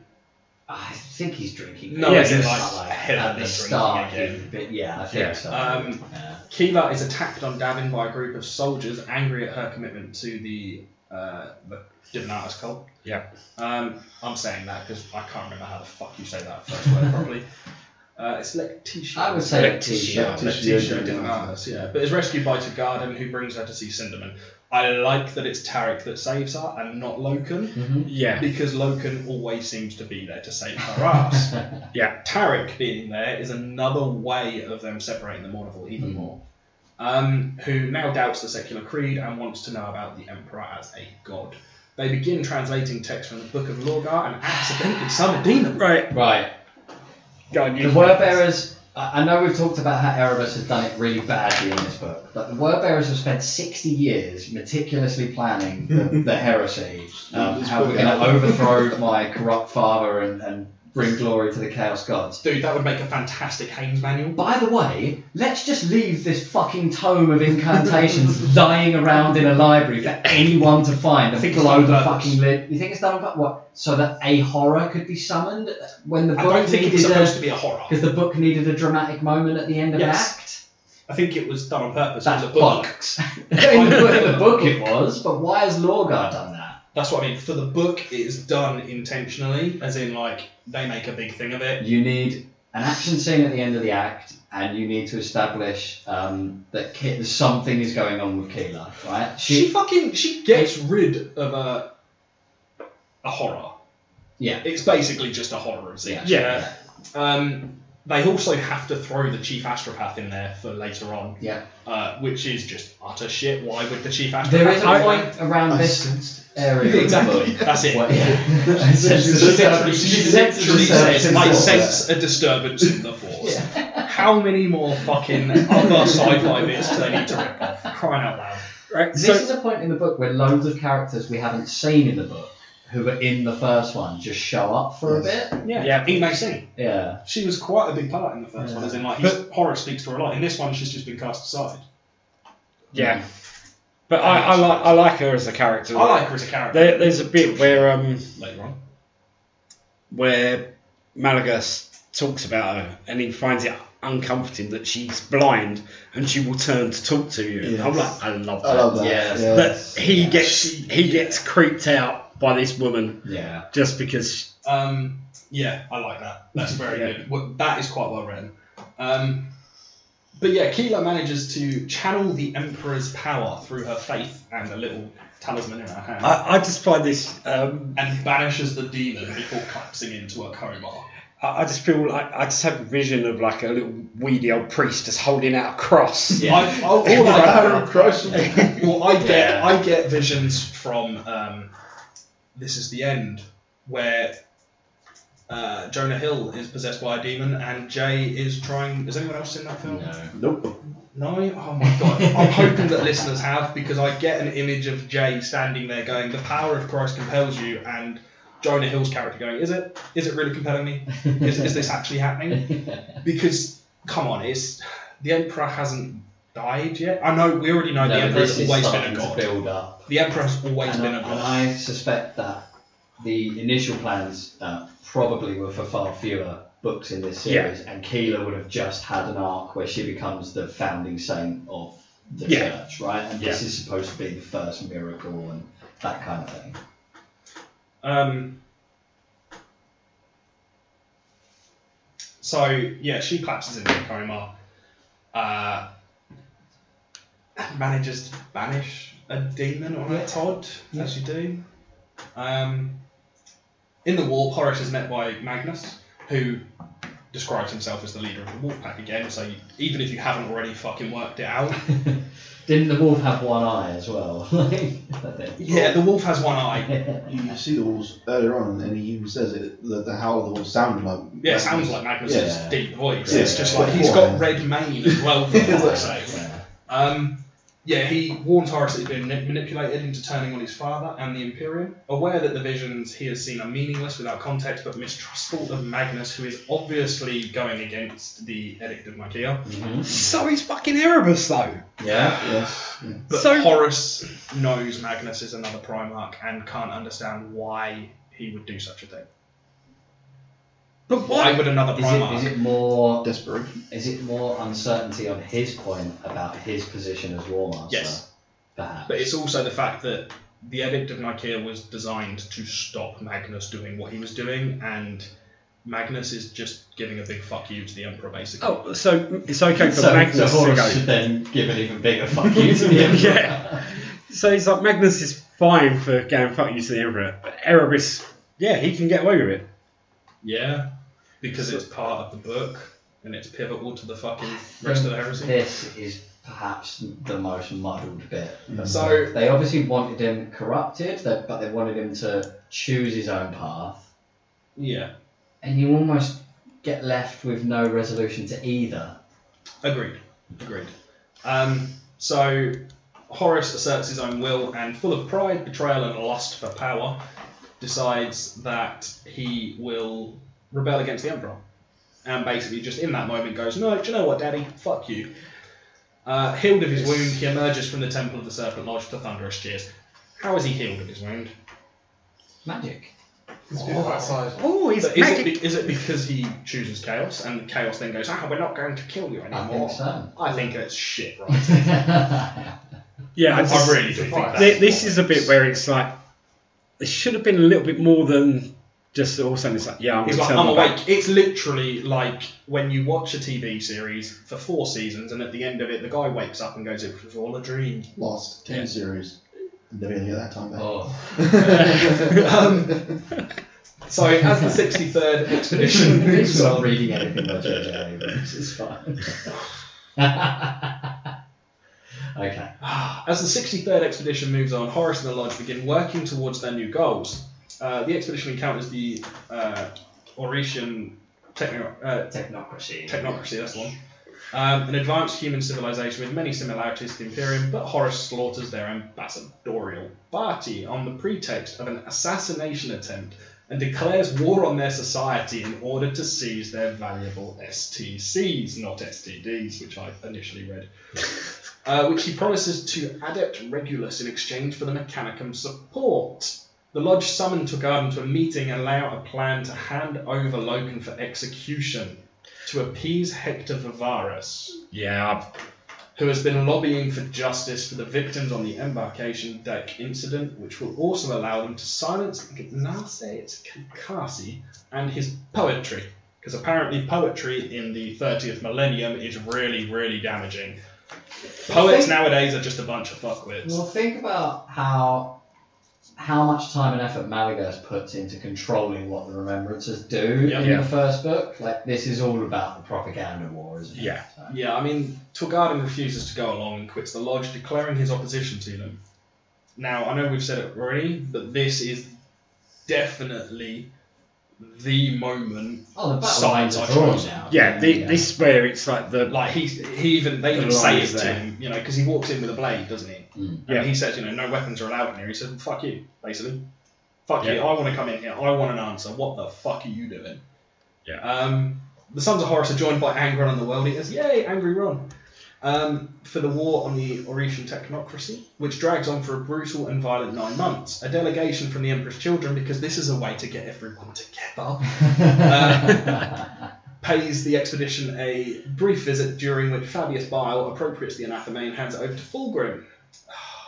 Speaker 1: I think he's drinking.
Speaker 2: No,
Speaker 1: Yeah,
Speaker 3: he's
Speaker 1: it's
Speaker 2: like head
Speaker 1: at
Speaker 2: under
Speaker 1: the
Speaker 2: drinking
Speaker 1: start.
Speaker 2: again.
Speaker 1: he- But yeah, I think
Speaker 3: Yeah.
Speaker 1: so.
Speaker 2: Um,
Speaker 1: yeah.
Speaker 2: Keela is attacked on Davin by a group of soldiers angry at her commitment to the uh, the Divinatus cult.
Speaker 3: Yeah.
Speaker 2: Um, I'm saying that because I can't remember how the fuck you say that first word properly. Uh, it's Letitia.
Speaker 1: I would say
Speaker 3: Letitia.
Speaker 1: Letitia.
Speaker 2: Letitia Divinatus, yeah. But is rescued by Tagarden, who brings her to see Cinderman. I like that it's Tarek that saves her and not Loken,
Speaker 1: Mhm.
Speaker 3: Yeah.
Speaker 2: because Loken always seems to be there to save her ass. Tarek being there is another way of them separating the Mournival even
Speaker 1: Hmm.
Speaker 2: more. Um, who now doubts the secular creed and wants to know about the Emperor as a god. They begin translating text from the Book of Lorgar and accidentally summon a demon.
Speaker 3: Right.
Speaker 1: Right.
Speaker 3: Go on,
Speaker 1: The word bearers. I I know we've talked about how Erebus has done it really badly in this book, but the word bearers have spent 60 years meticulously planning the, the heresy, um,
Speaker 4: This
Speaker 1: how we're
Speaker 4: book
Speaker 1: going to
Speaker 4: out.
Speaker 1: overthrow my corrupt father and, and bring glory to the Chaos Gods.
Speaker 2: Dude, that would make a fantastic Haynes manual.
Speaker 1: By the way, let's just leave this fucking tome of incantations lying around in a library for anyone to find
Speaker 2: I
Speaker 1: and
Speaker 2: think it's
Speaker 1: blow
Speaker 2: done
Speaker 1: the
Speaker 2: on purpose.
Speaker 1: fucking lid. You think it's done on purpose? What? So that a horror could be summoned when the
Speaker 2: I
Speaker 1: book
Speaker 2: don't think it
Speaker 1: needed
Speaker 2: was
Speaker 1: a-
Speaker 2: supposed to be a horror.
Speaker 1: because the book needed a dramatic moment at the end of
Speaker 2: Yes.
Speaker 1: act.
Speaker 2: I think it was done on purpose. It
Speaker 1: That's
Speaker 2: was a book.
Speaker 1: bollocks. in, the book, in the book it was, but why has Lorgar done that?
Speaker 2: That's what I mean. For the book, it is done intentionally, as in, like, they make a big thing of it.
Speaker 1: You need an action scene at the end of the act, and you need to establish um, that Ki- something is going on with Keela, right?
Speaker 2: She fucking she gets rid of a a horror.
Speaker 1: Yeah.
Speaker 2: It's basically just a horror scene.
Speaker 1: Yeah.
Speaker 3: Yeah.
Speaker 2: Um, they also have to throw the chief astropath in there for later on.
Speaker 1: Yeah.
Speaker 2: Uh, which is just utter shit. Why would the chief astropath?
Speaker 1: There is a
Speaker 2: be
Speaker 1: point around
Speaker 4: I
Speaker 1: this
Speaker 4: sensed
Speaker 1: area of the
Speaker 2: Exactly.
Speaker 1: book.
Speaker 2: That's it.
Speaker 1: Where, yeah.
Speaker 4: She says
Speaker 1: She
Speaker 4: the
Speaker 2: Literally,
Speaker 1: literally-
Speaker 2: she
Speaker 1: she
Speaker 2: literally
Speaker 1: disturbance
Speaker 2: says,
Speaker 1: in
Speaker 2: "I
Speaker 1: the
Speaker 2: sense a disturbance in the force."
Speaker 1: Yeah.
Speaker 2: How many more fucking other sci-fi bits do they need to rip off? Crying out loud!
Speaker 3: Right.
Speaker 1: This
Speaker 3: So,
Speaker 1: is a point in the book where loads of characters we haven't seen in the book, who were in the first one, just show up for
Speaker 4: Yes.
Speaker 1: a bit.
Speaker 3: Yeah.
Speaker 2: he may sing.
Speaker 1: Yeah.
Speaker 2: She was quite a big part in the first
Speaker 1: Yeah.
Speaker 2: one, as in like he's, horror speaks to her a lot. In this one, she's just been cast aside.
Speaker 3: yeah. But I, I like I like her as a character.
Speaker 2: I like her as a character
Speaker 3: There, there's a bit where um
Speaker 2: later on.
Speaker 3: where Malagas talks about her and he finds it uncomforting that she's blind and she will turn to talk to you. And I'm like,
Speaker 4: Yes.
Speaker 3: I love that.
Speaker 4: I love that.
Speaker 1: Yes.
Speaker 3: But
Speaker 4: yes.
Speaker 3: he
Speaker 1: Yeah.
Speaker 3: gets he gets creeped out by this woman
Speaker 1: Yeah.
Speaker 3: just because
Speaker 2: Um, yeah, I like that. That's very
Speaker 3: Yeah.
Speaker 2: good. Well, that is quite well written. Um, but yeah, Keela manages to channel the Emperor's power through her faith and a little talisman in her hand,
Speaker 1: Ah.
Speaker 3: I, I just find this um
Speaker 2: and banishes the demon before collapsing into a coma.
Speaker 3: I, I just feel like I just have a vision of like a little weedy old priest just holding out a cross.
Speaker 1: Yeah.
Speaker 2: I, all I
Speaker 4: Adam Christ.
Speaker 2: Well, I get
Speaker 1: Yeah.
Speaker 2: I get visions from um, this is the end where Uh, Jonah Hill is possessed by a demon, and Jay is trying. Is anyone else in that film?
Speaker 1: No.
Speaker 4: Nope.
Speaker 2: No? Oh my god. I'm hoping that listeners have because I get an image of Jay standing there going, The power of Christ compels you, and Jonah Hill's character going, Is it? Is it really compelling me? Is, is this actually happening? Because, come on, it's. The Emperor hasn't died yet. I know, we already know the
Speaker 1: no,
Speaker 2: Emperor's
Speaker 1: this is
Speaker 2: always been
Speaker 1: starting
Speaker 2: a
Speaker 1: to
Speaker 2: god.
Speaker 1: build up.
Speaker 2: The Emperor's always
Speaker 1: And,
Speaker 2: been a
Speaker 1: I- and I
Speaker 2: god.
Speaker 1: suspect that the initial plans uh, probably were for far fewer books in this
Speaker 2: Yeah.
Speaker 1: series, and Keela would have just had an arc where she becomes the founding saint of the
Speaker 2: Yeah.
Speaker 1: church, right? And this is supposed to be the first miracle and that kind of thing.
Speaker 2: Um, so yeah, she collapses into a coma, uh, and manages to banish a demon on her Todd, as you do. Um, in the war, Horace is met by Magnus, who describes himself as the leader of the Wolf Pack again. So you, even if you haven't already fucking worked it out,
Speaker 1: Didn't the wolf have one eye as well?
Speaker 2: yeah, the wolf has one eye.
Speaker 1: yeah.
Speaker 4: You, you see the wolves earlier on, and he even says it. The, the howl of the wolves sounded like.
Speaker 2: Yeah, it sounds like Magnus's
Speaker 1: Yeah.
Speaker 2: deep voice.
Speaker 4: Yeah.
Speaker 2: It's just like he's got red mane as well. For fuck's sake. Um, yeah, he warns Horace that he's been manip- manipulated into turning on his father and the Imperium. Aware that the visions he has seen are meaningless without context, but mistrustful of Magnus, who is obviously going against the Edict of Nicaea.
Speaker 1: Mhm.
Speaker 6: So he's fucking Erebus, though.
Speaker 1: Yeah.
Speaker 4: Yes. Yeah.
Speaker 2: But
Speaker 6: So-
Speaker 2: Horace knows Magnus is another Primarch and can't understand why he would do such a thing.
Speaker 6: But
Speaker 2: Why
Speaker 6: why?
Speaker 2: would another
Speaker 1: Is it,
Speaker 2: Primarch?
Speaker 1: is it more
Speaker 4: Desperation.
Speaker 1: Is it more uncertainty on his point about his position as War Master?
Speaker 2: Yes.
Speaker 1: Perhaps.
Speaker 2: But it's also the fact that the Edict of Nicaea was designed to stop Magnus doing what he was doing, and Magnus is just giving a big fuck you to the Emperor, basically.
Speaker 6: Oh, so it's okay for
Speaker 1: so,
Speaker 6: Magnus
Speaker 1: so
Speaker 6: to
Speaker 1: Horus
Speaker 6: go.
Speaker 1: should then give an even bigger fuck you to the Emperor.
Speaker 6: Yeah. So he's like Magnus is fine for going fuck you to the Emperor. But Erebus, yeah, he can get away with it.
Speaker 2: Yeah, because it's part of the book, and it's pivotal to the fucking rest of the heresy.
Speaker 1: This is perhaps the most muddled bit.
Speaker 2: So-
Speaker 1: they obviously wanted him corrupted, they- but they wanted him to choose his own path,
Speaker 2: Yeah,
Speaker 1: and you almost get left with no resolution to either.
Speaker 2: agreed. Agreed. Um, so Horace asserts his own will and, full of pride, betrayal, and lust for power, decides that he will rebel against the Emperor. And basically, just in that moment, goes, No, do you know what, Daddy? Fuck you. Uh, healed of his wound, he emerges from the Temple of the Serpent Lodge to thunderous cheers. How is he healed of his wound?
Speaker 1: Magic.
Speaker 5: It's beautiful outside.
Speaker 6: Oh, he's
Speaker 2: But is,
Speaker 6: magic.
Speaker 2: it be- is it because he chooses chaos and chaos then goes, ah, we're not going to kill you
Speaker 1: I
Speaker 2: anymore?
Speaker 1: think so.
Speaker 2: I think that's shit, right?
Speaker 6: yeah, I,
Speaker 2: I
Speaker 6: just,
Speaker 2: really do think
Speaker 5: Surprise.
Speaker 2: that.
Speaker 6: thi- this is a bit where it's like it should have been a little bit more than just all of a sudden it's like yeah, I'm
Speaker 2: He's
Speaker 6: gonna
Speaker 2: like,
Speaker 6: turn
Speaker 2: I'm
Speaker 6: my back."
Speaker 2: awake. It's literally like when you watch a TV series for four seasons, and at the end of it, the guy wakes up and goes, "It was all a dream."
Speaker 4: Last ten
Speaker 6: Yeah.
Speaker 4: series. Never gonna get that time back.
Speaker 1: oh.
Speaker 2: So, as the 63rd expedition moves
Speaker 1: Stop
Speaker 2: on,
Speaker 1: reading anything by J.J. Abrams. It's fine. okay.
Speaker 2: As the 63rd expedition moves on, Horace and the Lodge begin working towards their new goals. Uh, the expedition encounters the uh, Orician techno- uh,
Speaker 1: Technocracy.
Speaker 2: technocracy, that's the one. Um, an advanced human civilization with many similarities to the Imperium, but Horace slaughters their ambassadorial party on the pretext of an assassination attempt and declares war on their society in order to seize their valuable STCs, not STDs, which I initially read, uh, which he promises to Adept Regulus in exchange for the Mechanicum support. The Lodge summoned Togarden to a meeting and lay out a plan to hand over Logan for execution to appease Hector Vivarus,
Speaker 6: Yeah,
Speaker 2: who has been lobbying for justice for the victims on the embarkation deck incident, which will also allow them to silence Ignace Kakasi and his poetry. Because apparently, poetry in the 30th millennium is really, really damaging. Poets nowadays are just a bunch of fuckwits.
Speaker 1: Well, think about how how much time and effort Malagas puts into controlling what the Remembrances do
Speaker 2: Yeah.
Speaker 1: in
Speaker 6: Yeah.
Speaker 1: the first book. Like, this is all about the propaganda war, isn't it?
Speaker 6: Yeah.
Speaker 1: So-
Speaker 2: Yeah, I mean, Torgarden refuses to go along and quits the lodge, declaring his opposition to them. Now, I know we've said it already, but this is definitely the moment.
Speaker 1: Oh, the battle lines
Speaker 2: Signs
Speaker 1: are
Speaker 2: are
Speaker 1: drawn
Speaker 2: drawn.
Speaker 1: now.
Speaker 6: Yeah, the, this is where it's like the
Speaker 2: Like he, he even they
Speaker 6: The
Speaker 2: even
Speaker 6: line
Speaker 2: say
Speaker 6: is
Speaker 2: it to
Speaker 6: there. Hmm.
Speaker 2: him, you know, because he walks in with a blade, doesn't he?
Speaker 1: Mm.
Speaker 2: And
Speaker 6: Yeah.
Speaker 2: he says, you know, no weapons are allowed in here. He said, fuck you, basically. Fuck you.
Speaker 6: Yeah.
Speaker 2: I want to come in here. I want an answer. What the fuck are you doing?
Speaker 6: Yeah.
Speaker 2: Um, the Sons of Horus are joined by Angron and the World Eaters. Yay, Angry Ron. Um, for the war on the Orishan technocracy, which drags on for a brutal and violent nine months. A delegation from the Emperor's children, because this is a way to get everyone together
Speaker 1: Uh,
Speaker 2: pays the expedition a brief visit during which Fabius Bile appropriates the anathema and hands it over to Fulgrim.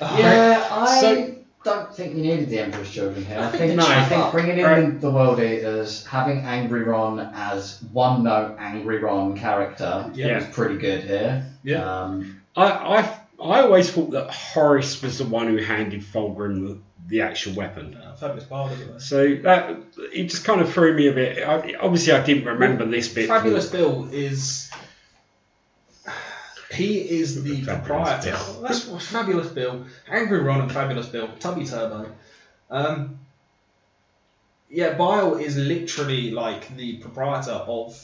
Speaker 1: yeah, I
Speaker 6: So-
Speaker 1: don't think you needed the Emperor's Children here. I think,
Speaker 6: No,
Speaker 1: I think
Speaker 6: but-
Speaker 1: bringing in
Speaker 6: right.
Speaker 1: the World Eaters, having Angry Ron as one note Angry Ron character
Speaker 2: Yeah.
Speaker 1: was pretty good here.
Speaker 2: Yeah.
Speaker 1: Um,
Speaker 6: I, I I always thought that Horace was the one who handed Fulgrim the, the actual weapon.
Speaker 2: Uh, Fabius Bile, doesn't it?
Speaker 6: So that it just kind of threw me a bit. I, obviously, I didn't remember this bit. from-
Speaker 2: Fabulous Bill is. He is the
Speaker 6: Fabulous
Speaker 2: proprietor.
Speaker 6: Bill.
Speaker 2: That's what's Fabulous Bill, Angry Ron, and Fabulous Bill, Tubby Turbo. Um, yeah, Bile is literally like the proprietor of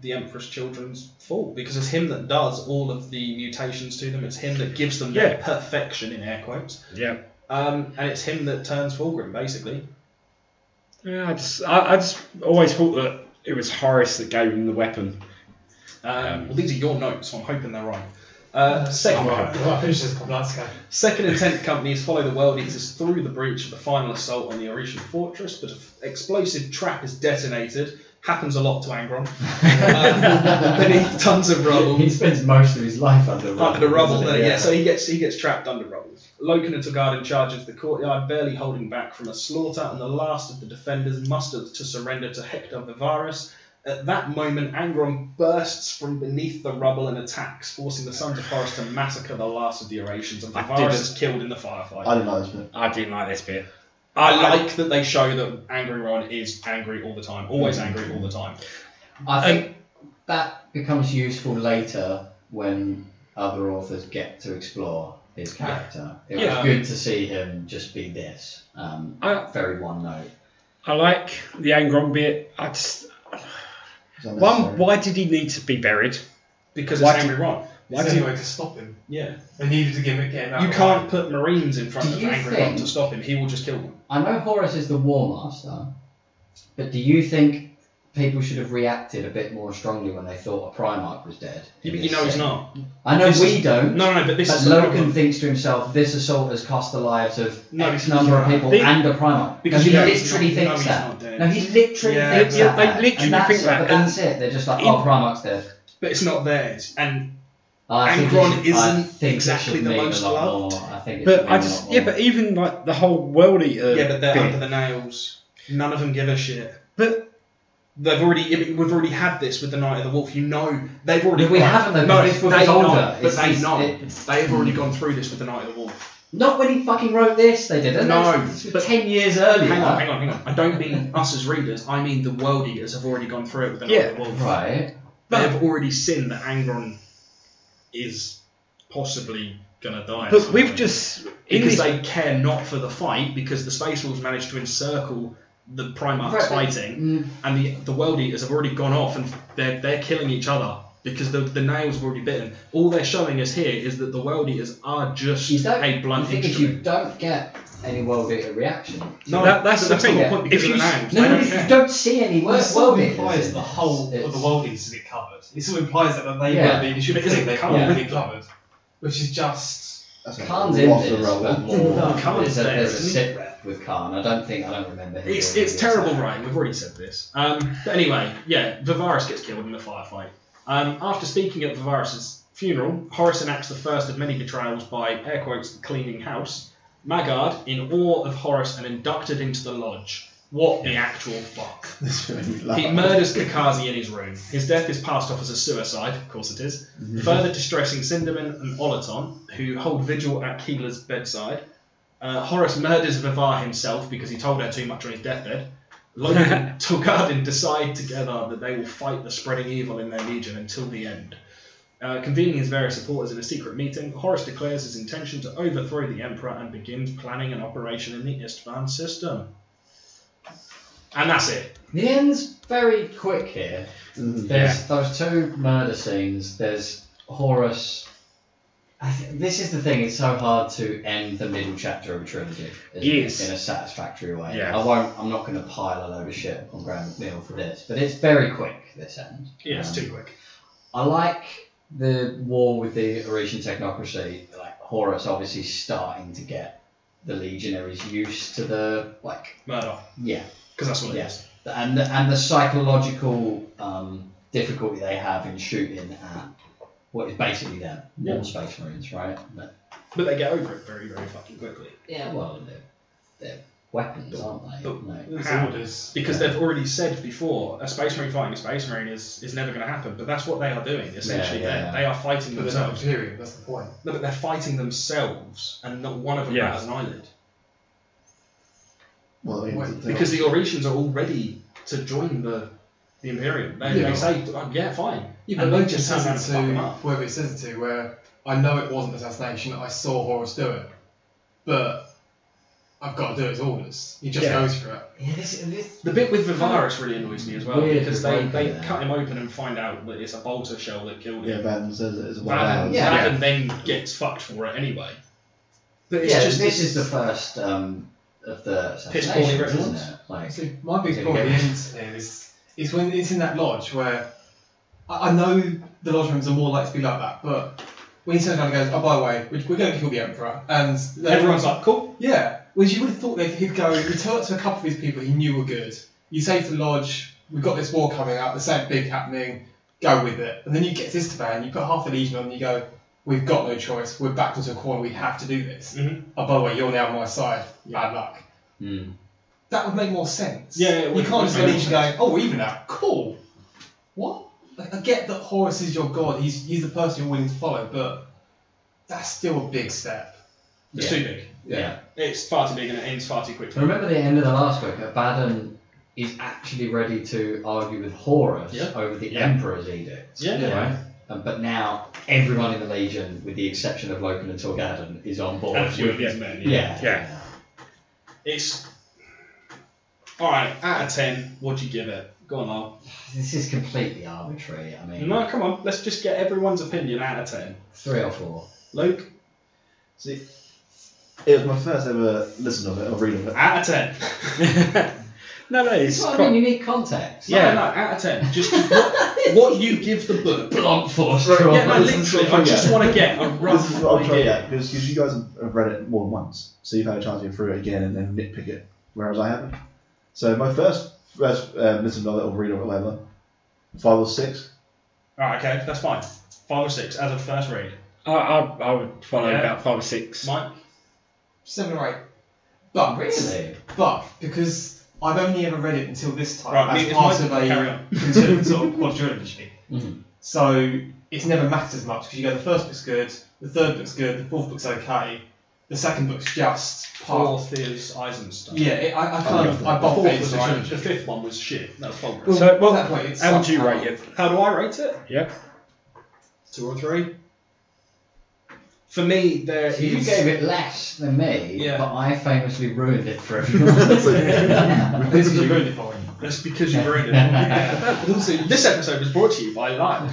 Speaker 2: the Empress Children's Fall because it's him that does all of the mutations to them. It's him that gives them their
Speaker 6: Yeah.
Speaker 2: perfection in air quotes,
Speaker 6: Yeah.
Speaker 2: um, and it's him that turns Fulgrim basically.
Speaker 6: yeah I just I, I just always thought that it was Horace that gave him the weapon.
Speaker 2: Um,
Speaker 6: Um,
Speaker 2: well, these are your notes, so I'm hoping they're right. Uh, second
Speaker 6: I'm
Speaker 2: one.
Speaker 6: hoping.
Speaker 5: I finished this a couple nights ago.
Speaker 2: Second intent companies follow the world eaters through the breach of the final assault on the Orishan fortress, but an explosive trap is detonated. Happens a lot to Angron. Um, beneath tons of rubble.
Speaker 1: he spends most of his life under rubble.
Speaker 2: Under rubble,
Speaker 1: doesn't
Speaker 2: there,
Speaker 1: he?
Speaker 2: yeah. So he gets he gets trapped under rubble. Loken and Togardin charges the courtyard, barely holding back from a slaughter, and the last of the defenders musters to surrender to Hector Vivarus. At that moment, Angron bursts from beneath the rubble and attacks, forcing the Sons of Horus to massacre the last of the Orations, and
Speaker 6: I
Speaker 2: Vivarus
Speaker 6: didn't-
Speaker 2: is killed in the firefight.
Speaker 4: I didn't like this bit.
Speaker 6: I didn't like this bit.
Speaker 2: I like that they show that Angry Ron is angry all the time,
Speaker 1: Mm.
Speaker 2: always angry all the time. Um,
Speaker 1: I think that becomes useful later when other authors get to explore his character. It
Speaker 2: Yeah.
Speaker 1: was good to see him just be this, um,
Speaker 6: I-
Speaker 1: very one note.
Speaker 6: I like the Angron bit. I just
Speaker 4: It's unnecessary.
Speaker 6: one. Why did he need to be buried?
Speaker 2: Because
Speaker 6: Why
Speaker 2: it's
Speaker 6: do-
Speaker 2: Angry Ron.
Speaker 6: Why
Speaker 5: Is
Speaker 6: do
Speaker 5: there any way to stop him?
Speaker 2: Yeah.
Speaker 5: They needed to give it, get him out.
Speaker 2: You
Speaker 5: of the
Speaker 2: can't
Speaker 5: way.
Speaker 2: put Marines in front
Speaker 1: Do
Speaker 2: of
Speaker 1: you
Speaker 2: Angry Ron
Speaker 1: think-
Speaker 2: to stop him, he will just kill them.
Speaker 1: I know Horus is the War Master, but do you think people should have reacted a bit more strongly when they thought a Primarch was dead?
Speaker 2: Yeah,
Speaker 1: in
Speaker 2: but you
Speaker 1: this
Speaker 2: know he's
Speaker 1: scene?
Speaker 2: not.
Speaker 1: I know
Speaker 2: This
Speaker 1: we
Speaker 2: is-
Speaker 1: don't.
Speaker 2: No, no, but this
Speaker 1: But
Speaker 2: is the
Speaker 1: Logan
Speaker 2: problem.
Speaker 1: thinks to himself, this assault has cost the lives of
Speaker 2: No,
Speaker 1: X
Speaker 2: he's
Speaker 1: number of
Speaker 2: not.
Speaker 1: people
Speaker 6: They-
Speaker 1: and a Primarch. Because
Speaker 2: Because
Speaker 1: he
Speaker 2: you know he's
Speaker 1: literally
Speaker 2: not- you know
Speaker 1: thinks
Speaker 2: he's
Speaker 1: that.
Speaker 2: not dead.
Speaker 1: No, he literally
Speaker 5: Yeah,
Speaker 1: thinks
Speaker 5: yeah,
Speaker 1: that.
Speaker 6: they literally
Speaker 1: and that's,
Speaker 6: think that,
Speaker 1: But
Speaker 6: and-
Speaker 1: that's it. They're just like,
Speaker 6: In-
Speaker 1: oh, Primarch's dead.
Speaker 2: But it's not theirs. And
Speaker 1: I think
Speaker 2: Angron
Speaker 1: it should- I
Speaker 2: isn't
Speaker 1: think it
Speaker 2: exactly
Speaker 1: should
Speaker 2: the
Speaker 1: mean a
Speaker 2: most
Speaker 1: lot
Speaker 2: loved.
Speaker 1: more. I think it should
Speaker 6: But
Speaker 1: mean
Speaker 6: I
Speaker 1: a
Speaker 6: just
Speaker 1: lot
Speaker 6: yeah.
Speaker 1: more.
Speaker 6: But even like the whole world eater.
Speaker 2: yeah, but they're
Speaker 6: bit.
Speaker 2: under the nails. None of them give a shit.
Speaker 6: But-
Speaker 2: they've already yeah, but we've already had this with the Night of the Wolf. You know they've already
Speaker 1: No, we
Speaker 2: gone-
Speaker 1: haven't, though,
Speaker 2: No,
Speaker 1: because this book
Speaker 2: they
Speaker 1: is older.
Speaker 2: know, but
Speaker 1: It's-
Speaker 2: they
Speaker 1: it's-
Speaker 2: know.
Speaker 1: it- Hmm.
Speaker 2: They've already gone through this with the Night of the Wolf.
Speaker 1: Not when he fucking wrote this, they didn't.
Speaker 2: No,
Speaker 1: This was
Speaker 2: but-
Speaker 1: ten years earlier.
Speaker 2: Hang on, hang on, hang on. I don't mean us as readers. I mean the world eaters have already gone through it with the Night of the Wolf.
Speaker 1: Right.
Speaker 2: They've already seen that Angron is possibly gonna die. at
Speaker 6: But
Speaker 2: some
Speaker 6: we've
Speaker 2: point.
Speaker 6: just in
Speaker 2: because
Speaker 6: this
Speaker 2: they care not for the fight because the Space Wolves managed to encircle the
Speaker 1: Right,
Speaker 2: Primarchs
Speaker 1: but-
Speaker 2: fighting,
Speaker 1: Mm,
Speaker 2: and the the World Eaters have already gone off and they're they're killing each other because the the nails have already bitten. All they're showing us here is that the World Eaters are just
Speaker 1: you don't,
Speaker 2: a blunt
Speaker 1: the thing is, you
Speaker 2: instrument.
Speaker 1: don't get any world beater reaction.
Speaker 2: No,
Speaker 6: That- that's
Speaker 2: but
Speaker 6: the
Speaker 2: the
Speaker 6: thing.
Speaker 2: whole point because
Speaker 6: If
Speaker 2: of the
Speaker 6: you-
Speaker 2: nails.
Speaker 1: No,
Speaker 2: They
Speaker 1: no,
Speaker 2: don't
Speaker 1: you
Speaker 2: care.
Speaker 1: don't see any
Speaker 5: Well,
Speaker 1: world
Speaker 5: it still
Speaker 1: beaters
Speaker 5: implies
Speaker 1: in
Speaker 5: the
Speaker 1: this.
Speaker 5: whole of
Speaker 1: It's-
Speaker 5: the world needs to get covered. It still implies that they
Speaker 1: Yeah.
Speaker 5: yeah. were being
Speaker 2: But is it
Speaker 5: they've
Speaker 2: covered?
Speaker 5: already covered, which is just
Speaker 4: That's a
Speaker 1: Khan's
Speaker 4: lot
Speaker 1: in
Speaker 4: of
Speaker 1: this,
Speaker 4: rubble.
Speaker 1: but
Speaker 2: No, Khan's
Speaker 1: there's a,
Speaker 2: there,
Speaker 1: there's a
Speaker 2: isn't he?
Speaker 1: sit rep with Khan. I don't think I don't remember. him
Speaker 2: It's,
Speaker 1: doing
Speaker 2: it's
Speaker 1: this.
Speaker 2: terrible, right? We've already said this. Um, but anyway, yeah, Vivarus gets killed in the firefight. Um, after speaking at Vivarus's funeral, Horace enacts the first of many betrayals by, air quotes, cleaning house. Maggard, in awe of Horace and inducted into the lodge. What the actual fuck?
Speaker 4: This made me laugh.
Speaker 2: He murders Kakazi in his room. His death is passed off as a suicide, of course it is, further distressing Cinderman and Olaton, who hold vigil at Keeler's bedside. Uh, Horace murders Vivar himself because he told her too much on his deathbed. Logan and Togardin decide together that they will fight the spreading evil in their legion until the end. Uh, convening his various supporters in a secret meeting, Horus declares his intention to overthrow the Emperor and begins planning an operation in the Istvan system. And that's it.
Speaker 1: The end's very quick here. There's those two murder scenes. There's Horus. I th- this is the thing. It's so hard to end the middle chapter of a trilogy. isn't it,
Speaker 6: Yes.
Speaker 1: In a satisfactory way.
Speaker 6: Yeah.
Speaker 1: I won't. I'm not going to pile a load of shit on Graham McNeil for this, but it's very quick. This end.
Speaker 2: Yeah, it's
Speaker 1: Um,
Speaker 2: too quick.
Speaker 1: I like the war with the Orisian technocracy. Like Horus, obviously starting to get the legionaries used to the like.
Speaker 2: Murder.
Speaker 1: Yeah.
Speaker 2: Because that's what it is.
Speaker 1: Yes, and the, and the psychological um, difficulty they have in shooting at what is basically them, more
Speaker 2: Yeah.
Speaker 1: space marines, right? But,
Speaker 2: But they get over it very, very fucking quickly.
Speaker 1: yeah, well, they're, they're weapons, aren't they?
Speaker 2: But-
Speaker 1: No.
Speaker 5: There's
Speaker 2: How?
Speaker 5: orders.
Speaker 2: Because they've already said before, a space marine fighting a space marine is, is never going to happen. But that's what they are doing, essentially.
Speaker 1: Yeah, yeah,
Speaker 2: They're-
Speaker 1: yeah.
Speaker 2: They are fighting
Speaker 5: But they're not
Speaker 2: themselves.
Speaker 5: Imperium, that's the point.
Speaker 2: No, but they're fighting themselves, and not one of them
Speaker 6: Yeah.
Speaker 2: has an eyelid.
Speaker 4: Well, I mean,
Speaker 5: Wait,
Speaker 4: they're
Speaker 2: Because
Speaker 4: not-
Speaker 2: the Oretians are all ready to join the, the Imperium. They,
Speaker 5: Yeah.
Speaker 2: they say, "Oh, yeah, fine.
Speaker 5: Yeah, but
Speaker 2: And they
Speaker 5: Logan
Speaker 2: just
Speaker 5: says
Speaker 2: turn around
Speaker 5: it
Speaker 2: and fuck
Speaker 5: to
Speaker 2: them up.
Speaker 5: whoever he says it to, where I know it wasn't assassination, I saw Horus do it, but I've got to do his orders. He just
Speaker 6: Yeah.
Speaker 5: goes for it.
Speaker 1: Yeah, this, this,
Speaker 2: The bit with Vivaris really annoys me as well,
Speaker 1: Weird
Speaker 2: because they,
Speaker 1: Vivaris,
Speaker 2: they
Speaker 1: yeah.
Speaker 2: cut him open and find out that it's a bolter shell that killed him.
Speaker 4: yeah, Van says it as well.
Speaker 2: Valen,
Speaker 1: Yeah.
Speaker 2: Valen then gets fucked for it anyway. But it's
Speaker 1: yeah,
Speaker 2: just
Speaker 1: this is the first um, of the
Speaker 2: Piss poorly
Speaker 1: assassinations, isn't
Speaker 2: referenced.
Speaker 1: it? Like,
Speaker 5: See, my big
Speaker 1: Yeah,
Speaker 5: problem
Speaker 1: yeah.
Speaker 5: is here is is when it's in that lodge where I, I know the lodge rooms are more likely to be like that, but when he turns around and goes, oh by the way, we- we're going to kill the emperor, and they-
Speaker 2: everyone's like, cool.
Speaker 5: yeah, which you would have thought that he'd go. You turn up to a couple of these people he knew were good. You say to the lodge, we've got this war coming up, there's something big happening, go with it. And then you get to Istvan, you put half the legion on, and you go, we've got no choice, we're backed into a corner, we have to do this.
Speaker 2: Mhm.
Speaker 5: Oh by the way, you're now on my side. Bad luck
Speaker 1: mm.
Speaker 5: that would make more sense.
Speaker 2: Yeah, yeah, it
Speaker 5: you
Speaker 2: would-
Speaker 5: can't
Speaker 2: would
Speaker 5: just
Speaker 2: make
Speaker 5: go
Speaker 2: more
Speaker 5: into going, oh, we're even now, cool. What? Like, I get that Horus is your god. He's he's the person you're willing to follow, but that's still a big step.
Speaker 2: It's
Speaker 1: Yeah.
Speaker 2: too big.
Speaker 1: yeah.
Speaker 2: It's far too big and it ends far too quickly.
Speaker 1: Remember the end of the last book, Abaddon is actually ready to argue with Horus
Speaker 2: Yeah.
Speaker 1: over the
Speaker 6: Yeah.
Speaker 1: Emperor's edicts.
Speaker 2: Yeah, yeah.
Speaker 1: Right? Um, but now everyone in the Legion, with the exception of Loken and Torgadon, is on board.
Speaker 2: And a few of
Speaker 1: with-
Speaker 2: these men. Yeah.
Speaker 1: yeah.
Speaker 6: Yeah.
Speaker 2: It's all right. Out of ten, what'd you give it? Go on, Lyle.
Speaker 1: This is completely arbitrary. I mean,
Speaker 2: No, come on. Let's just get everyone's opinion out of ten.
Speaker 1: three or four.
Speaker 2: Luke,
Speaker 4: See, it was my first ever listen of it or read of it.
Speaker 2: out of ten.
Speaker 6: no, no,
Speaker 1: It's
Speaker 6: it's
Speaker 1: not
Speaker 6: quite,
Speaker 1: in unique context.
Speaker 2: No, no, out of ten. Just what, what you give the book.
Speaker 1: Blunt force.
Speaker 4: Right,
Speaker 1: to
Speaker 2: Yeah, no,
Speaker 1: Abaddon.
Speaker 2: literally. I just want to get a
Speaker 4: This is
Speaker 2: rough
Speaker 4: what I'm trying to
Speaker 2: idea.
Speaker 4: get because you guys have read it more than once, so you've had a chance to go through it again and then nitpick it, whereas I haven't. So my first first uh, listen of it or read of it, whatever, five or six.
Speaker 2: All right, okay, that's fine. Five or six as a first read.
Speaker 6: I, I, I would follow
Speaker 2: Yeah.
Speaker 6: about five or six.
Speaker 2: Mike,
Speaker 5: Seven or eight. But
Speaker 1: Really?
Speaker 5: but because I've only ever read it until this time
Speaker 2: Right,
Speaker 5: as
Speaker 2: me-
Speaker 5: part
Speaker 2: it's
Speaker 5: of
Speaker 2: my- carry
Speaker 5: a
Speaker 2: on.
Speaker 5: continuing sort of quadrilogy.
Speaker 1: Mhm.
Speaker 5: So it's never mattered as much because you go the first book's good, the third book's good, the fourth book's okay, the second book's just part.
Speaker 2: fourth is Eisenstein.
Speaker 5: Yeah, it, I, I kind of I
Speaker 2: The
Speaker 5: bobbed
Speaker 2: fourth
Speaker 5: it into
Speaker 2: was
Speaker 5: the
Speaker 2: right.
Speaker 5: trilogy.
Speaker 2: The fifth one was shit. That was Fulgrim.
Speaker 6: So, well,
Speaker 5: that way it's
Speaker 6: how would you
Speaker 5: somehow-
Speaker 6: rate it?
Speaker 2: How do I rate it?
Speaker 6: Yeah.
Speaker 2: Two or three. For me, there
Speaker 1: So you
Speaker 2: is-
Speaker 1: gave it less than me,
Speaker 2: Yeah.
Speaker 1: but I famously ruined it for everyone.
Speaker 5: This is you ruined it for me.
Speaker 2: That's because you ruined it. but also, this episode was brought to you by Lime.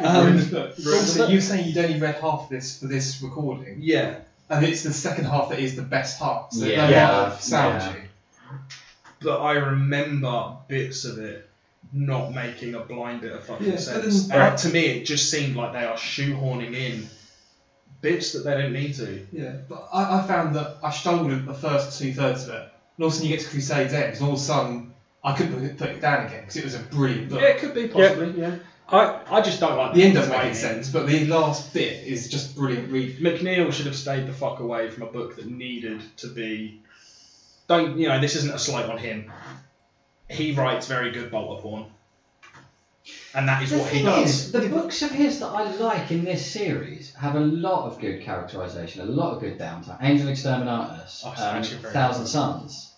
Speaker 2: Um,
Speaker 5: Also, you saying you'd only read half this for this recording,
Speaker 2: yeah,
Speaker 5: and it's the second half that is the best half. So
Speaker 1: Yeah.
Speaker 5: no
Speaker 1: Yeah.
Speaker 5: half sound
Speaker 1: Yeah.
Speaker 5: you.
Speaker 2: but I remember bits of it not making a blind bit of fucking
Speaker 5: Yeah, but
Speaker 2: sense.
Speaker 5: then-
Speaker 2: And to me, it just seemed like they are shoehorning in bits that they don't need to.
Speaker 5: Yeah, but I, I found that I struggled with the first two thirds of it. And all of a sudden you get to Crusades End, and all of a sudden I couldn't put it, put it down again because it was a brilliant book.
Speaker 2: Yeah, it could be possibly. Yeah,
Speaker 6: I,
Speaker 2: I just don't like
Speaker 5: The end doesn't make
Speaker 2: writing.
Speaker 5: any sense, but the last bit is just brilliant read.
Speaker 2: McNeil should have stayed the fuck away from a book that needed to be. Don't you know? This isn't a slight on him. He writes very good bolter porn, and that is
Speaker 1: The
Speaker 2: what he
Speaker 1: thing
Speaker 2: does.
Speaker 1: is, the books of his that I like in this series have a lot of good characterization, a lot of good downtime. Angel Exterminatus,
Speaker 2: Oh, it's
Speaker 1: um,
Speaker 2: actually very
Speaker 1: Thousand Suns.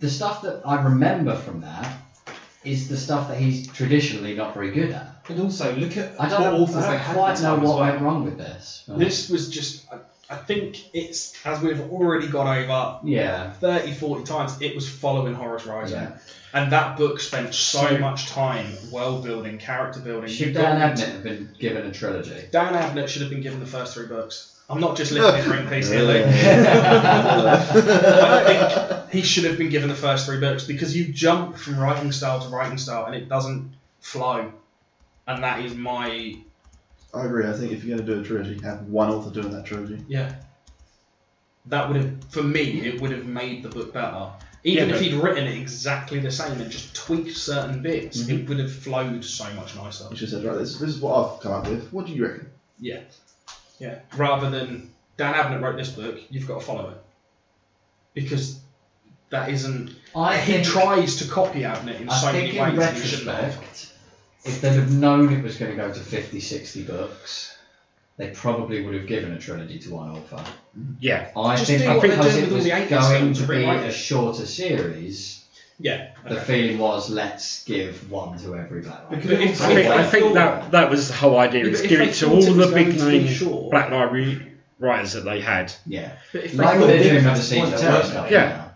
Speaker 1: The stuff that I remember from that is the stuff that he's traditionally not very good at.
Speaker 5: And also, look at
Speaker 1: I
Speaker 5: what
Speaker 1: don't,
Speaker 5: authors
Speaker 1: know, I
Speaker 5: they
Speaker 1: don't
Speaker 5: had
Speaker 1: quite
Speaker 5: this
Speaker 1: know
Speaker 5: time as
Speaker 1: what
Speaker 5: well.
Speaker 1: went wrong with this. but-
Speaker 2: This was just, I, I think it's, as we've already got over
Speaker 1: yeah,
Speaker 2: 30, 40 times, it was following Horace Rising.
Speaker 1: Yeah.
Speaker 2: And that book spent so,
Speaker 3: So-
Speaker 2: much time world building, character building.
Speaker 1: should
Speaker 2: You've got
Speaker 1: Dan Abnett have been given a trilogy?
Speaker 2: Dan Abnett should have been given the first three books. I'm not just lifting his ring piece here, Luke. I think he should have been given the first three books because you jump from writing style to writing style and it doesn't flow. And that is my
Speaker 4: I agree. I think if you're going to do a trilogy, have one author doing that trilogy.
Speaker 2: yeah. That would have for me it would have made the book better. Even
Speaker 3: Yeah,
Speaker 2: if
Speaker 3: but-
Speaker 2: he'd written it exactly the same and just tweaked certain bits, it would have flowed so much nicer.
Speaker 4: You should have said, right, this, this is what I've come up with. What do you reckon?
Speaker 2: Yeah. Yeah. Rather than Dan Abnett wrote this book, you've got to follow it. Because that isn't
Speaker 1: I
Speaker 2: he
Speaker 1: think,
Speaker 2: tries to copy Abnett in
Speaker 1: I
Speaker 2: so
Speaker 1: think
Speaker 2: many
Speaker 1: in
Speaker 2: ways that he shouldn't have.
Speaker 1: retrospect, if they'd have known it was going to go to 50, 60 books, they probably would have given a trilogy to one author.
Speaker 3: Yeah.
Speaker 1: I
Speaker 2: Just
Speaker 1: think
Speaker 2: do what they're
Speaker 1: because
Speaker 2: doing
Speaker 1: it
Speaker 2: with all
Speaker 1: was
Speaker 2: the Anchor
Speaker 1: going to
Speaker 2: stuff to
Speaker 1: be
Speaker 2: rewrite
Speaker 1: a
Speaker 2: it.
Speaker 1: shorter series,
Speaker 2: Yeah.
Speaker 1: the
Speaker 2: okay.
Speaker 1: feeling was let's give one to every black library.
Speaker 5: Because
Speaker 2: But
Speaker 5: it
Speaker 2: if-
Speaker 5: also-
Speaker 3: I think, I
Speaker 2: if they
Speaker 3: think
Speaker 2: thought-
Speaker 3: that that was the whole idea
Speaker 2: Yeah,
Speaker 3: is
Speaker 2: but if
Speaker 3: give
Speaker 2: they
Speaker 3: it to
Speaker 2: thought
Speaker 3: all
Speaker 2: it was
Speaker 3: the
Speaker 2: going
Speaker 3: big
Speaker 2: to be
Speaker 3: name
Speaker 2: short-
Speaker 3: Black Library writers that they had.
Speaker 1: Yeah.
Speaker 2: But if they,
Speaker 1: Like
Speaker 2: thought,
Speaker 1: they're
Speaker 5: think
Speaker 1: doing with the
Speaker 5: that's the
Speaker 1: Siege
Speaker 5: point
Speaker 1: of
Speaker 5: they're
Speaker 1: Terror
Speaker 5: working
Speaker 1: stuff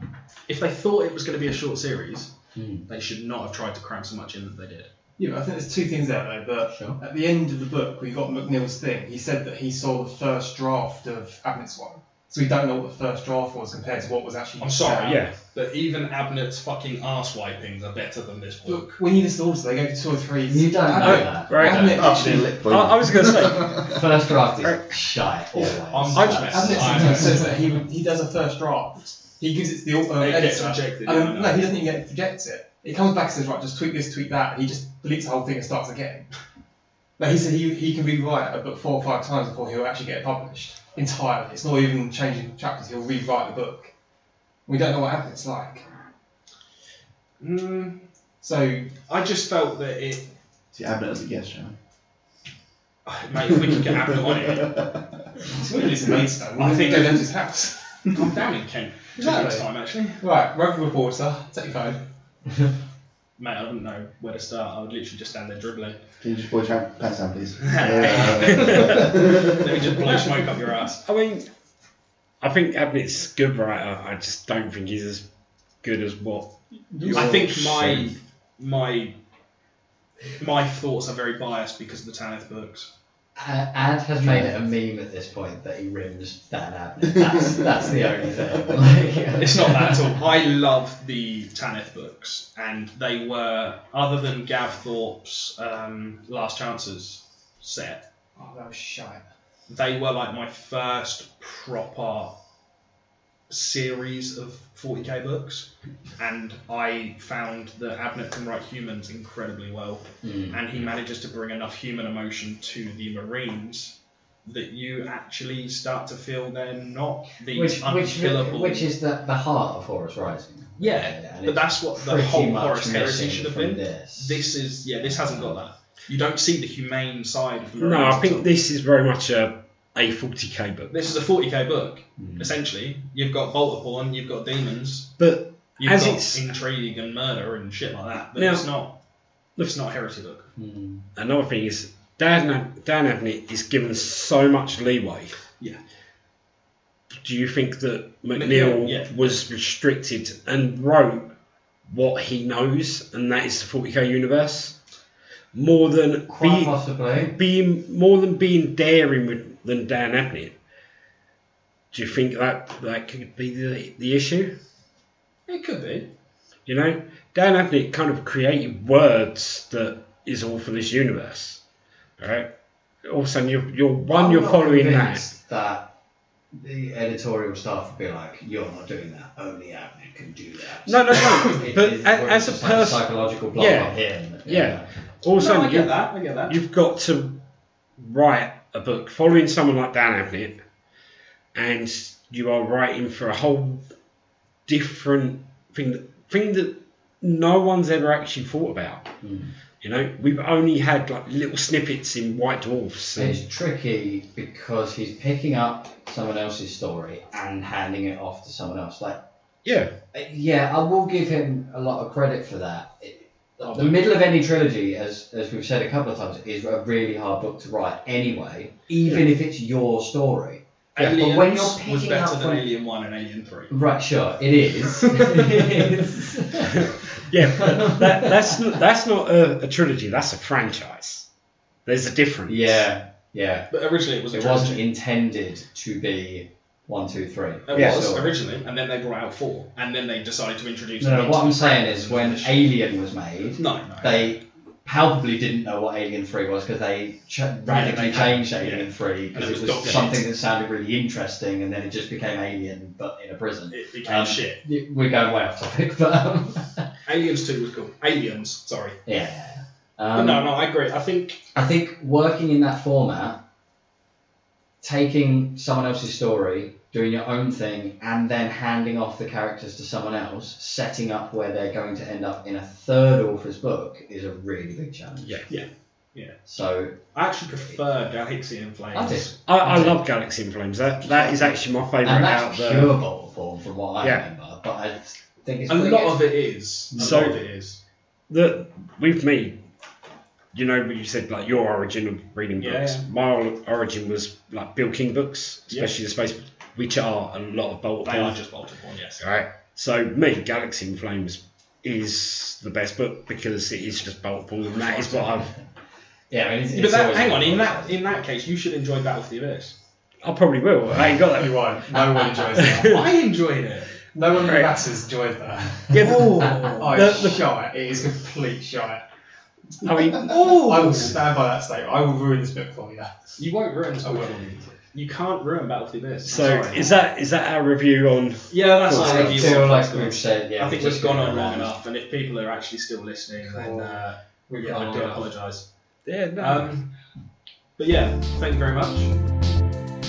Speaker 3: on.
Speaker 1: now.
Speaker 2: if they thought it was going to be a short series,
Speaker 1: Hmm.
Speaker 2: they should not have tried to cram so much in that they did.
Speaker 5: Yeah, but I think there's two things there though. But
Speaker 1: Sure.
Speaker 5: at the end of the book, we got McNeil's thing. He said that he saw the first draft of Abnett's one, so we don't know what the first draft was compared to what was actually.
Speaker 2: I'm sorry,
Speaker 5: set out.
Speaker 3: Yeah.
Speaker 2: But even Abnett's fucking ass wipings are better than this book.
Speaker 5: Look, when you listen to authors, they go to two or three.
Speaker 1: You don't know
Speaker 5: Abnett-
Speaker 1: that.
Speaker 3: Right.
Speaker 1: You don't.
Speaker 5: Abnett actually-
Speaker 3: I, I was going to say,
Speaker 1: First draft
Speaker 3: Right.
Speaker 1: is shy
Speaker 2: I'm
Speaker 1: always.
Speaker 3: I-
Speaker 2: just-
Speaker 5: Abnett sometimes says that he he does a first draft. He gives it to the uh,
Speaker 2: They get
Speaker 5: editor.
Speaker 2: rejected.
Speaker 5: And,
Speaker 2: yeah, I
Speaker 5: um,
Speaker 2: know.
Speaker 5: no, he doesn't even get rejects it. It comes back and says, right, just tweak this, tweak that, and he just deletes the whole thing and starts again. Like he said, he, he can rewrite a book four or five times before he'll actually get it published entirely. It's not even changing chapters, he'll rewrite the book. We don't know what happens like.
Speaker 2: Mm,
Speaker 5: So,
Speaker 2: I just felt that it.
Speaker 4: See, Abnett as a guest, shall
Speaker 2: Mate, if we could get Abnett on it,
Speaker 5: it's really just amazing.
Speaker 2: I
Speaker 5: I
Speaker 2: think-
Speaker 5: think they his house.
Speaker 2: I'm down in Kent. Two
Speaker 5: Exactly.
Speaker 2: weeks' time, actually.
Speaker 5: Right, Rover Reporter, take your phone.
Speaker 2: Mate, I wouldn't know where to start. I would literally just stand there dribbling.
Speaker 4: Can you just boy chat pants down, please? Uh,
Speaker 2: Let me just blow smoke up your ass.
Speaker 3: I mean, I think Abnett's a good writer. I just don't think he's as good as what.
Speaker 2: I think my my my thoughts are very biased because of the Tanith books.
Speaker 1: A- Ad has made it a meme at this point that he rims Dan Abnett. That's, that's the only thing. Like,
Speaker 2: It's not that at all. I love the Tanith books, and they were other than Gav Thorpe's um, Last Chances set.
Speaker 5: Oh, that was shite.
Speaker 2: They were like my first proper series of 40k books, and I found that Abnett can write humans incredibly well.
Speaker 1: Mm.
Speaker 2: and he manages to bring enough human emotion to the Marines that you actually start to feel they're not these
Speaker 1: Which, which,
Speaker 2: unfillable.
Speaker 1: which is the, the heart of Horus Rising.
Speaker 2: yeah,
Speaker 1: and
Speaker 2: but
Speaker 1: it's
Speaker 2: that's what the
Speaker 1: pretty
Speaker 2: whole
Speaker 1: much
Speaker 2: Horus
Speaker 1: missing
Speaker 2: heresy should have
Speaker 1: from
Speaker 2: been.
Speaker 1: This.
Speaker 2: This is yeah, this hasn't got that. You don't see the humane side of the Marines.
Speaker 3: No, I
Speaker 2: at all.
Speaker 3: think this is very much a a 40k book.
Speaker 2: this is a 40k book
Speaker 1: Mm.
Speaker 2: essentially. You've got Voltaporn, you've got demons,
Speaker 3: But
Speaker 2: you've
Speaker 3: As
Speaker 2: got
Speaker 3: it's-
Speaker 2: intrigue and murder and shit like that. But
Speaker 3: Now-
Speaker 2: it's not. It's not a heresy book.
Speaker 1: Mm.
Speaker 3: another thing is Dan Ab- Dan Abnett is given so much leeway.
Speaker 2: Yeah.
Speaker 3: Do you think that McNeil
Speaker 2: McNeil, yeah.
Speaker 3: was restricted and wrote what he knows, and that is the 40k universe, more than
Speaker 1: Quite
Speaker 3: being,
Speaker 1: possibly.
Speaker 3: being more than being daring with, than Dan Abnett? Do you think that that could be the, the issue?
Speaker 2: It could be.
Speaker 3: You know, Dan Abnett kind of created words that is all for this universe, right? All of a sudden, you're, you're one,
Speaker 1: I'm
Speaker 3: you're
Speaker 1: not
Speaker 3: following that.
Speaker 1: convinced that. The editorial staff would be like, "You're not doing that. Only Abnett can do that."
Speaker 3: No, no, no.
Speaker 1: It
Speaker 3: but
Speaker 1: is-
Speaker 3: a-
Speaker 1: or it's
Speaker 3: as a
Speaker 1: just like
Speaker 3: person,
Speaker 1: psychological block
Speaker 3: yeah,
Speaker 1: on him. you
Speaker 3: yeah.
Speaker 1: know.
Speaker 3: all of a
Speaker 2: No, I
Speaker 3: sudden,
Speaker 2: get
Speaker 3: you,
Speaker 2: that. I get that.
Speaker 3: you've got to write a book following someone like Dan Abnett, and you are writing for a whole different thing that, thing that no one's ever actually thought about.
Speaker 2: Hmm.
Speaker 1: Mm.
Speaker 3: You know, we've only had like little snippets in White Dwarfs.
Speaker 1: So it's tricky because he's picking up someone else's story and handing it off to someone else. Like,
Speaker 3: yeah.
Speaker 1: uh, yeah, I will give him a lot of credit for that. It-
Speaker 5: Oh,
Speaker 1: the the middle of any trilogy, as as we've said a couple of times, is a really hard book to write anyway, even if it's your story. Yeah, but when you're
Speaker 2: Aliens was
Speaker 1: picking
Speaker 2: better
Speaker 1: up
Speaker 2: than
Speaker 1: on-
Speaker 2: Alien One and Alien Three.
Speaker 1: Right, sure, it is.
Speaker 3: Yeah, but that, that's not, that's not a, a trilogy. That's a franchise. There's a difference.
Speaker 1: yeah, yeah.
Speaker 2: But originally it was a
Speaker 1: It
Speaker 2: trilogy.
Speaker 1: wasn't intended to be one, two, three.
Speaker 2: It
Speaker 3: Yeah,
Speaker 2: was
Speaker 1: So-
Speaker 2: originally, and then they brought out four, and then they decided to introduce.
Speaker 1: No, no,
Speaker 2: into
Speaker 1: what I'm
Speaker 2: the
Speaker 1: saying
Speaker 2: brand
Speaker 1: is when
Speaker 2: and finish.
Speaker 1: Alien was made,
Speaker 2: no, no,
Speaker 1: they palpably didn't know what Alien 3 was because they ch- radically
Speaker 2: they had-
Speaker 1: changed Alien 3
Speaker 2: And
Speaker 1: because
Speaker 2: it
Speaker 1: it
Speaker 2: was
Speaker 1: was
Speaker 2: dog shit.
Speaker 1: something that sounded really interesting and then it just became Alien but in a prison.
Speaker 2: it became
Speaker 1: Um,
Speaker 2: shit.
Speaker 1: Y- We're going way off topic, but um,
Speaker 2: Aliens Two was cool. Aliens, sorry,
Speaker 1: yeah.
Speaker 2: but
Speaker 1: Um,
Speaker 2: no, no, I agree. I think
Speaker 1: I think working in that format, taking someone else's story, doing your own thing, and then handing off the characters to someone else, setting up where they're going to end up in a third author's book is a really big challenge.
Speaker 3: Yeah.
Speaker 2: Yeah. Yeah.
Speaker 1: So
Speaker 2: I actually prefer Galaxy in Flames.
Speaker 1: I did.
Speaker 3: I, I love Galaxy in Flames. That that is actually my favourite
Speaker 1: And
Speaker 3: out
Speaker 1: that's
Speaker 3: there.
Speaker 1: pure bottle form from what I
Speaker 3: Yeah.
Speaker 1: remember, but I think it's
Speaker 2: A
Speaker 1: pretty
Speaker 2: lot
Speaker 1: good.
Speaker 2: of it is. A
Speaker 3: So-
Speaker 2: lot of it is.
Speaker 3: The, with me, you know, when you said like your origin of reading
Speaker 2: Yeah,
Speaker 3: books. My origin was like Bill King books,
Speaker 2: Yeah.
Speaker 3: especially the space, which are a lot of bolt.
Speaker 2: They are just multiple, yes.
Speaker 3: Right. So me, Galaxy in Flames is the best book because it is just Boltful, and that is what I've.
Speaker 1: Yeah, I mean, it's,
Speaker 2: But
Speaker 1: it's
Speaker 2: that,
Speaker 1: always
Speaker 2: hang on, in
Speaker 1: been-
Speaker 2: that in that case, you should enjoy Battle for the Abyss.
Speaker 3: I probably will. I ain't got that.
Speaker 5: You won't. No one enjoys that.
Speaker 2: I enjoyed it.
Speaker 5: No one in the
Speaker 3: Right.
Speaker 5: masses enjoys that.
Speaker 3: Yeah, but-
Speaker 5: Oh, it's
Speaker 3: The- the-
Speaker 5: shite. It is complete shite.
Speaker 3: I mean,
Speaker 5: I will stand by that statement. I will ruin this book for you.
Speaker 2: You won't ruin this
Speaker 5: I will.
Speaker 2: book. Oh, You can't ruin Battle for the Abyss. I'm
Speaker 3: so
Speaker 2: sorry.
Speaker 3: is that is that our review on?
Speaker 2: Yeah, that's
Speaker 3: Cool.
Speaker 2: our
Speaker 1: I
Speaker 2: review
Speaker 1: feel
Speaker 2: on
Speaker 1: like
Speaker 2: Flames.
Speaker 1: we've said, yeah,
Speaker 2: I think
Speaker 1: we've
Speaker 2: we've gone on long
Speaker 1: around.
Speaker 2: enough, and if people are actually still listening, then uh,
Speaker 5: We
Speaker 2: yeah, I
Speaker 5: can't
Speaker 2: do
Speaker 5: do it.
Speaker 2: apologise.
Speaker 3: Yeah, no.
Speaker 2: Um, but yeah, thank you very much.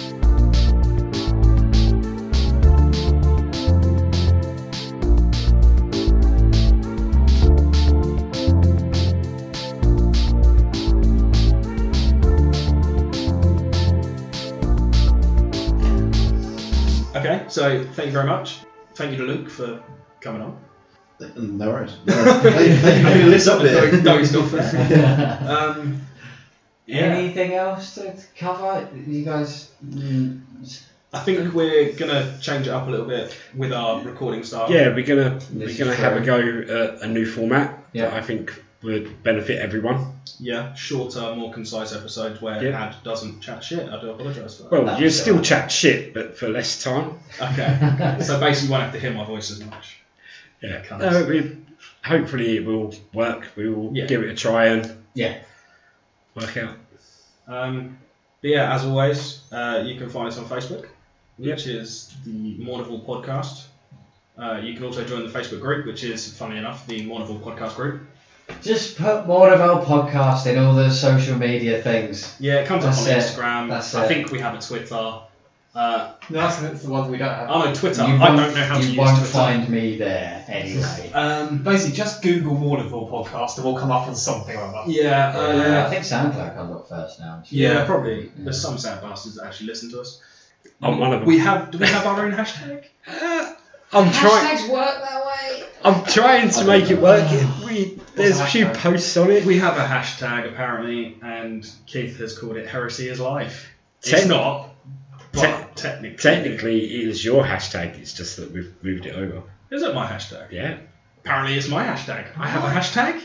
Speaker 2: Okay, so thank you very much. Thank you to Luke for coming on.
Speaker 4: No worries. No, they, they, they lit up there.
Speaker 2: No, he's still there.
Speaker 1: Yeah.
Speaker 2: Um, yeah,
Speaker 1: Anything else to cover? You guys. mm.
Speaker 2: I think we're gonna change it up a little bit with our recording style.
Speaker 3: yeah, we're gonna
Speaker 1: This
Speaker 3: we're
Speaker 1: is
Speaker 3: gonna have a go at a new format
Speaker 1: Yeah.
Speaker 3: that I think would benefit everyone.
Speaker 2: yeah, shorter, more concise episodes where
Speaker 3: Yeah.
Speaker 2: Ad doesn't chat shit. I do apologise for that.
Speaker 3: Well,
Speaker 1: That'd
Speaker 3: you
Speaker 1: be
Speaker 3: still
Speaker 1: alright.
Speaker 3: chat shit, but for less time.
Speaker 2: okay, so basically, you won't have to hear my voice as much.
Speaker 3: Yeah,
Speaker 2: Cunts.
Speaker 3: no, we, hopefully it will work. We will
Speaker 2: Yeah.
Speaker 3: give it a try and
Speaker 1: Yeah.
Speaker 3: work out.
Speaker 2: Um, but yeah, as always, uh, you can find us on Facebook,
Speaker 3: Yep.
Speaker 2: which is the Mournival Podcast. Uh, you can also join the Facebook group, which is, funny enough, the Mournival Podcast group.
Speaker 1: Just put more of our podcast in all the social media things.
Speaker 2: Yeah, it comes up
Speaker 1: That's
Speaker 2: on
Speaker 1: it.
Speaker 2: Instagram.
Speaker 1: That's
Speaker 2: I
Speaker 1: it.
Speaker 2: think we have a Twitter. Uh,
Speaker 5: No, that's, that's the one we don't have.
Speaker 2: Oh no, Twitter.
Speaker 1: you
Speaker 2: I don't
Speaker 1: won't-
Speaker 2: know how to
Speaker 1: you
Speaker 2: use
Speaker 1: won't
Speaker 2: Twitter.
Speaker 1: find me there anyway.
Speaker 2: Um,
Speaker 5: Basically, just Google Mournful podcast and we'll come up with something or other.
Speaker 2: yeah,
Speaker 1: Uh, I
Speaker 2: uh,
Speaker 1: think SoundCloud comes up first now. actually.
Speaker 2: yeah, probably.
Speaker 1: Yeah.
Speaker 2: There's some sad bastards that actually listen to us.
Speaker 3: I'm one
Speaker 1: Mm.
Speaker 3: of them.
Speaker 2: We have. Do we have our own hashtag?
Speaker 3: Uh, I'm trying.
Speaker 7: work that way.
Speaker 3: I'm trying to
Speaker 1: I
Speaker 3: make
Speaker 1: don't
Speaker 3: it work. It- we, there's a few
Speaker 5: hashtag?
Speaker 3: posts on it.
Speaker 2: We have a hashtag apparently, and Keith has called it "Heresy is Life." it's
Speaker 3: Tec-
Speaker 2: not, but technically,
Speaker 3: Technically, it is your hashtag. It's just that we've moved it over.
Speaker 2: is it my hashtag?
Speaker 3: Yeah.
Speaker 2: Apparently, it's my hashtag. I have a hashtag.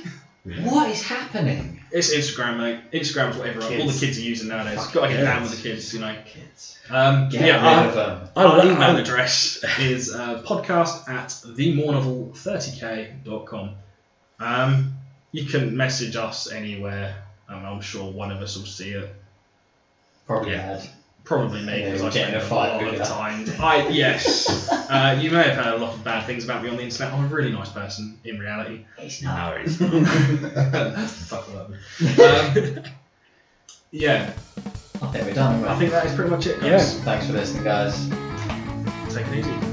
Speaker 1: What is happening?
Speaker 2: It's Instagram, mate. Instagram's what everyone, all the
Speaker 5: Kids.
Speaker 2: kids are using nowadays.
Speaker 1: Fuck
Speaker 2: Got to get
Speaker 3: kids.
Speaker 2: down with the kids, you know.
Speaker 1: Kids.
Speaker 2: Um,
Speaker 1: Get
Speaker 2: yeah, I-
Speaker 1: rid of them.
Speaker 3: I
Speaker 2: Our
Speaker 3: love-
Speaker 2: email
Speaker 3: I-
Speaker 2: address is uh, podcast at themornival30k.com. Um, you can message us anywhere, and I'm sure one of us will see it.
Speaker 1: Probably
Speaker 3: Yeah.
Speaker 1: bad.
Speaker 2: Probably me, because
Speaker 1: Yeah,
Speaker 2: I
Speaker 1: we'll get in
Speaker 2: spend
Speaker 1: a
Speaker 2: a
Speaker 1: fight
Speaker 2: lot
Speaker 1: with
Speaker 2: of
Speaker 1: that.
Speaker 2: time. I, yes, uh, you may have heard a lot of bad things about me on the internet. I'm a really nice person in reality.
Speaker 1: It's
Speaker 3: No,
Speaker 1: not.
Speaker 3: it's-
Speaker 2: Fuck all that. Um, yeah,
Speaker 1: I think we're done.
Speaker 2: I
Speaker 1: right?
Speaker 2: think that is pretty much it, guys.
Speaker 1: Thanks for listening, guys.
Speaker 2: Take it easy.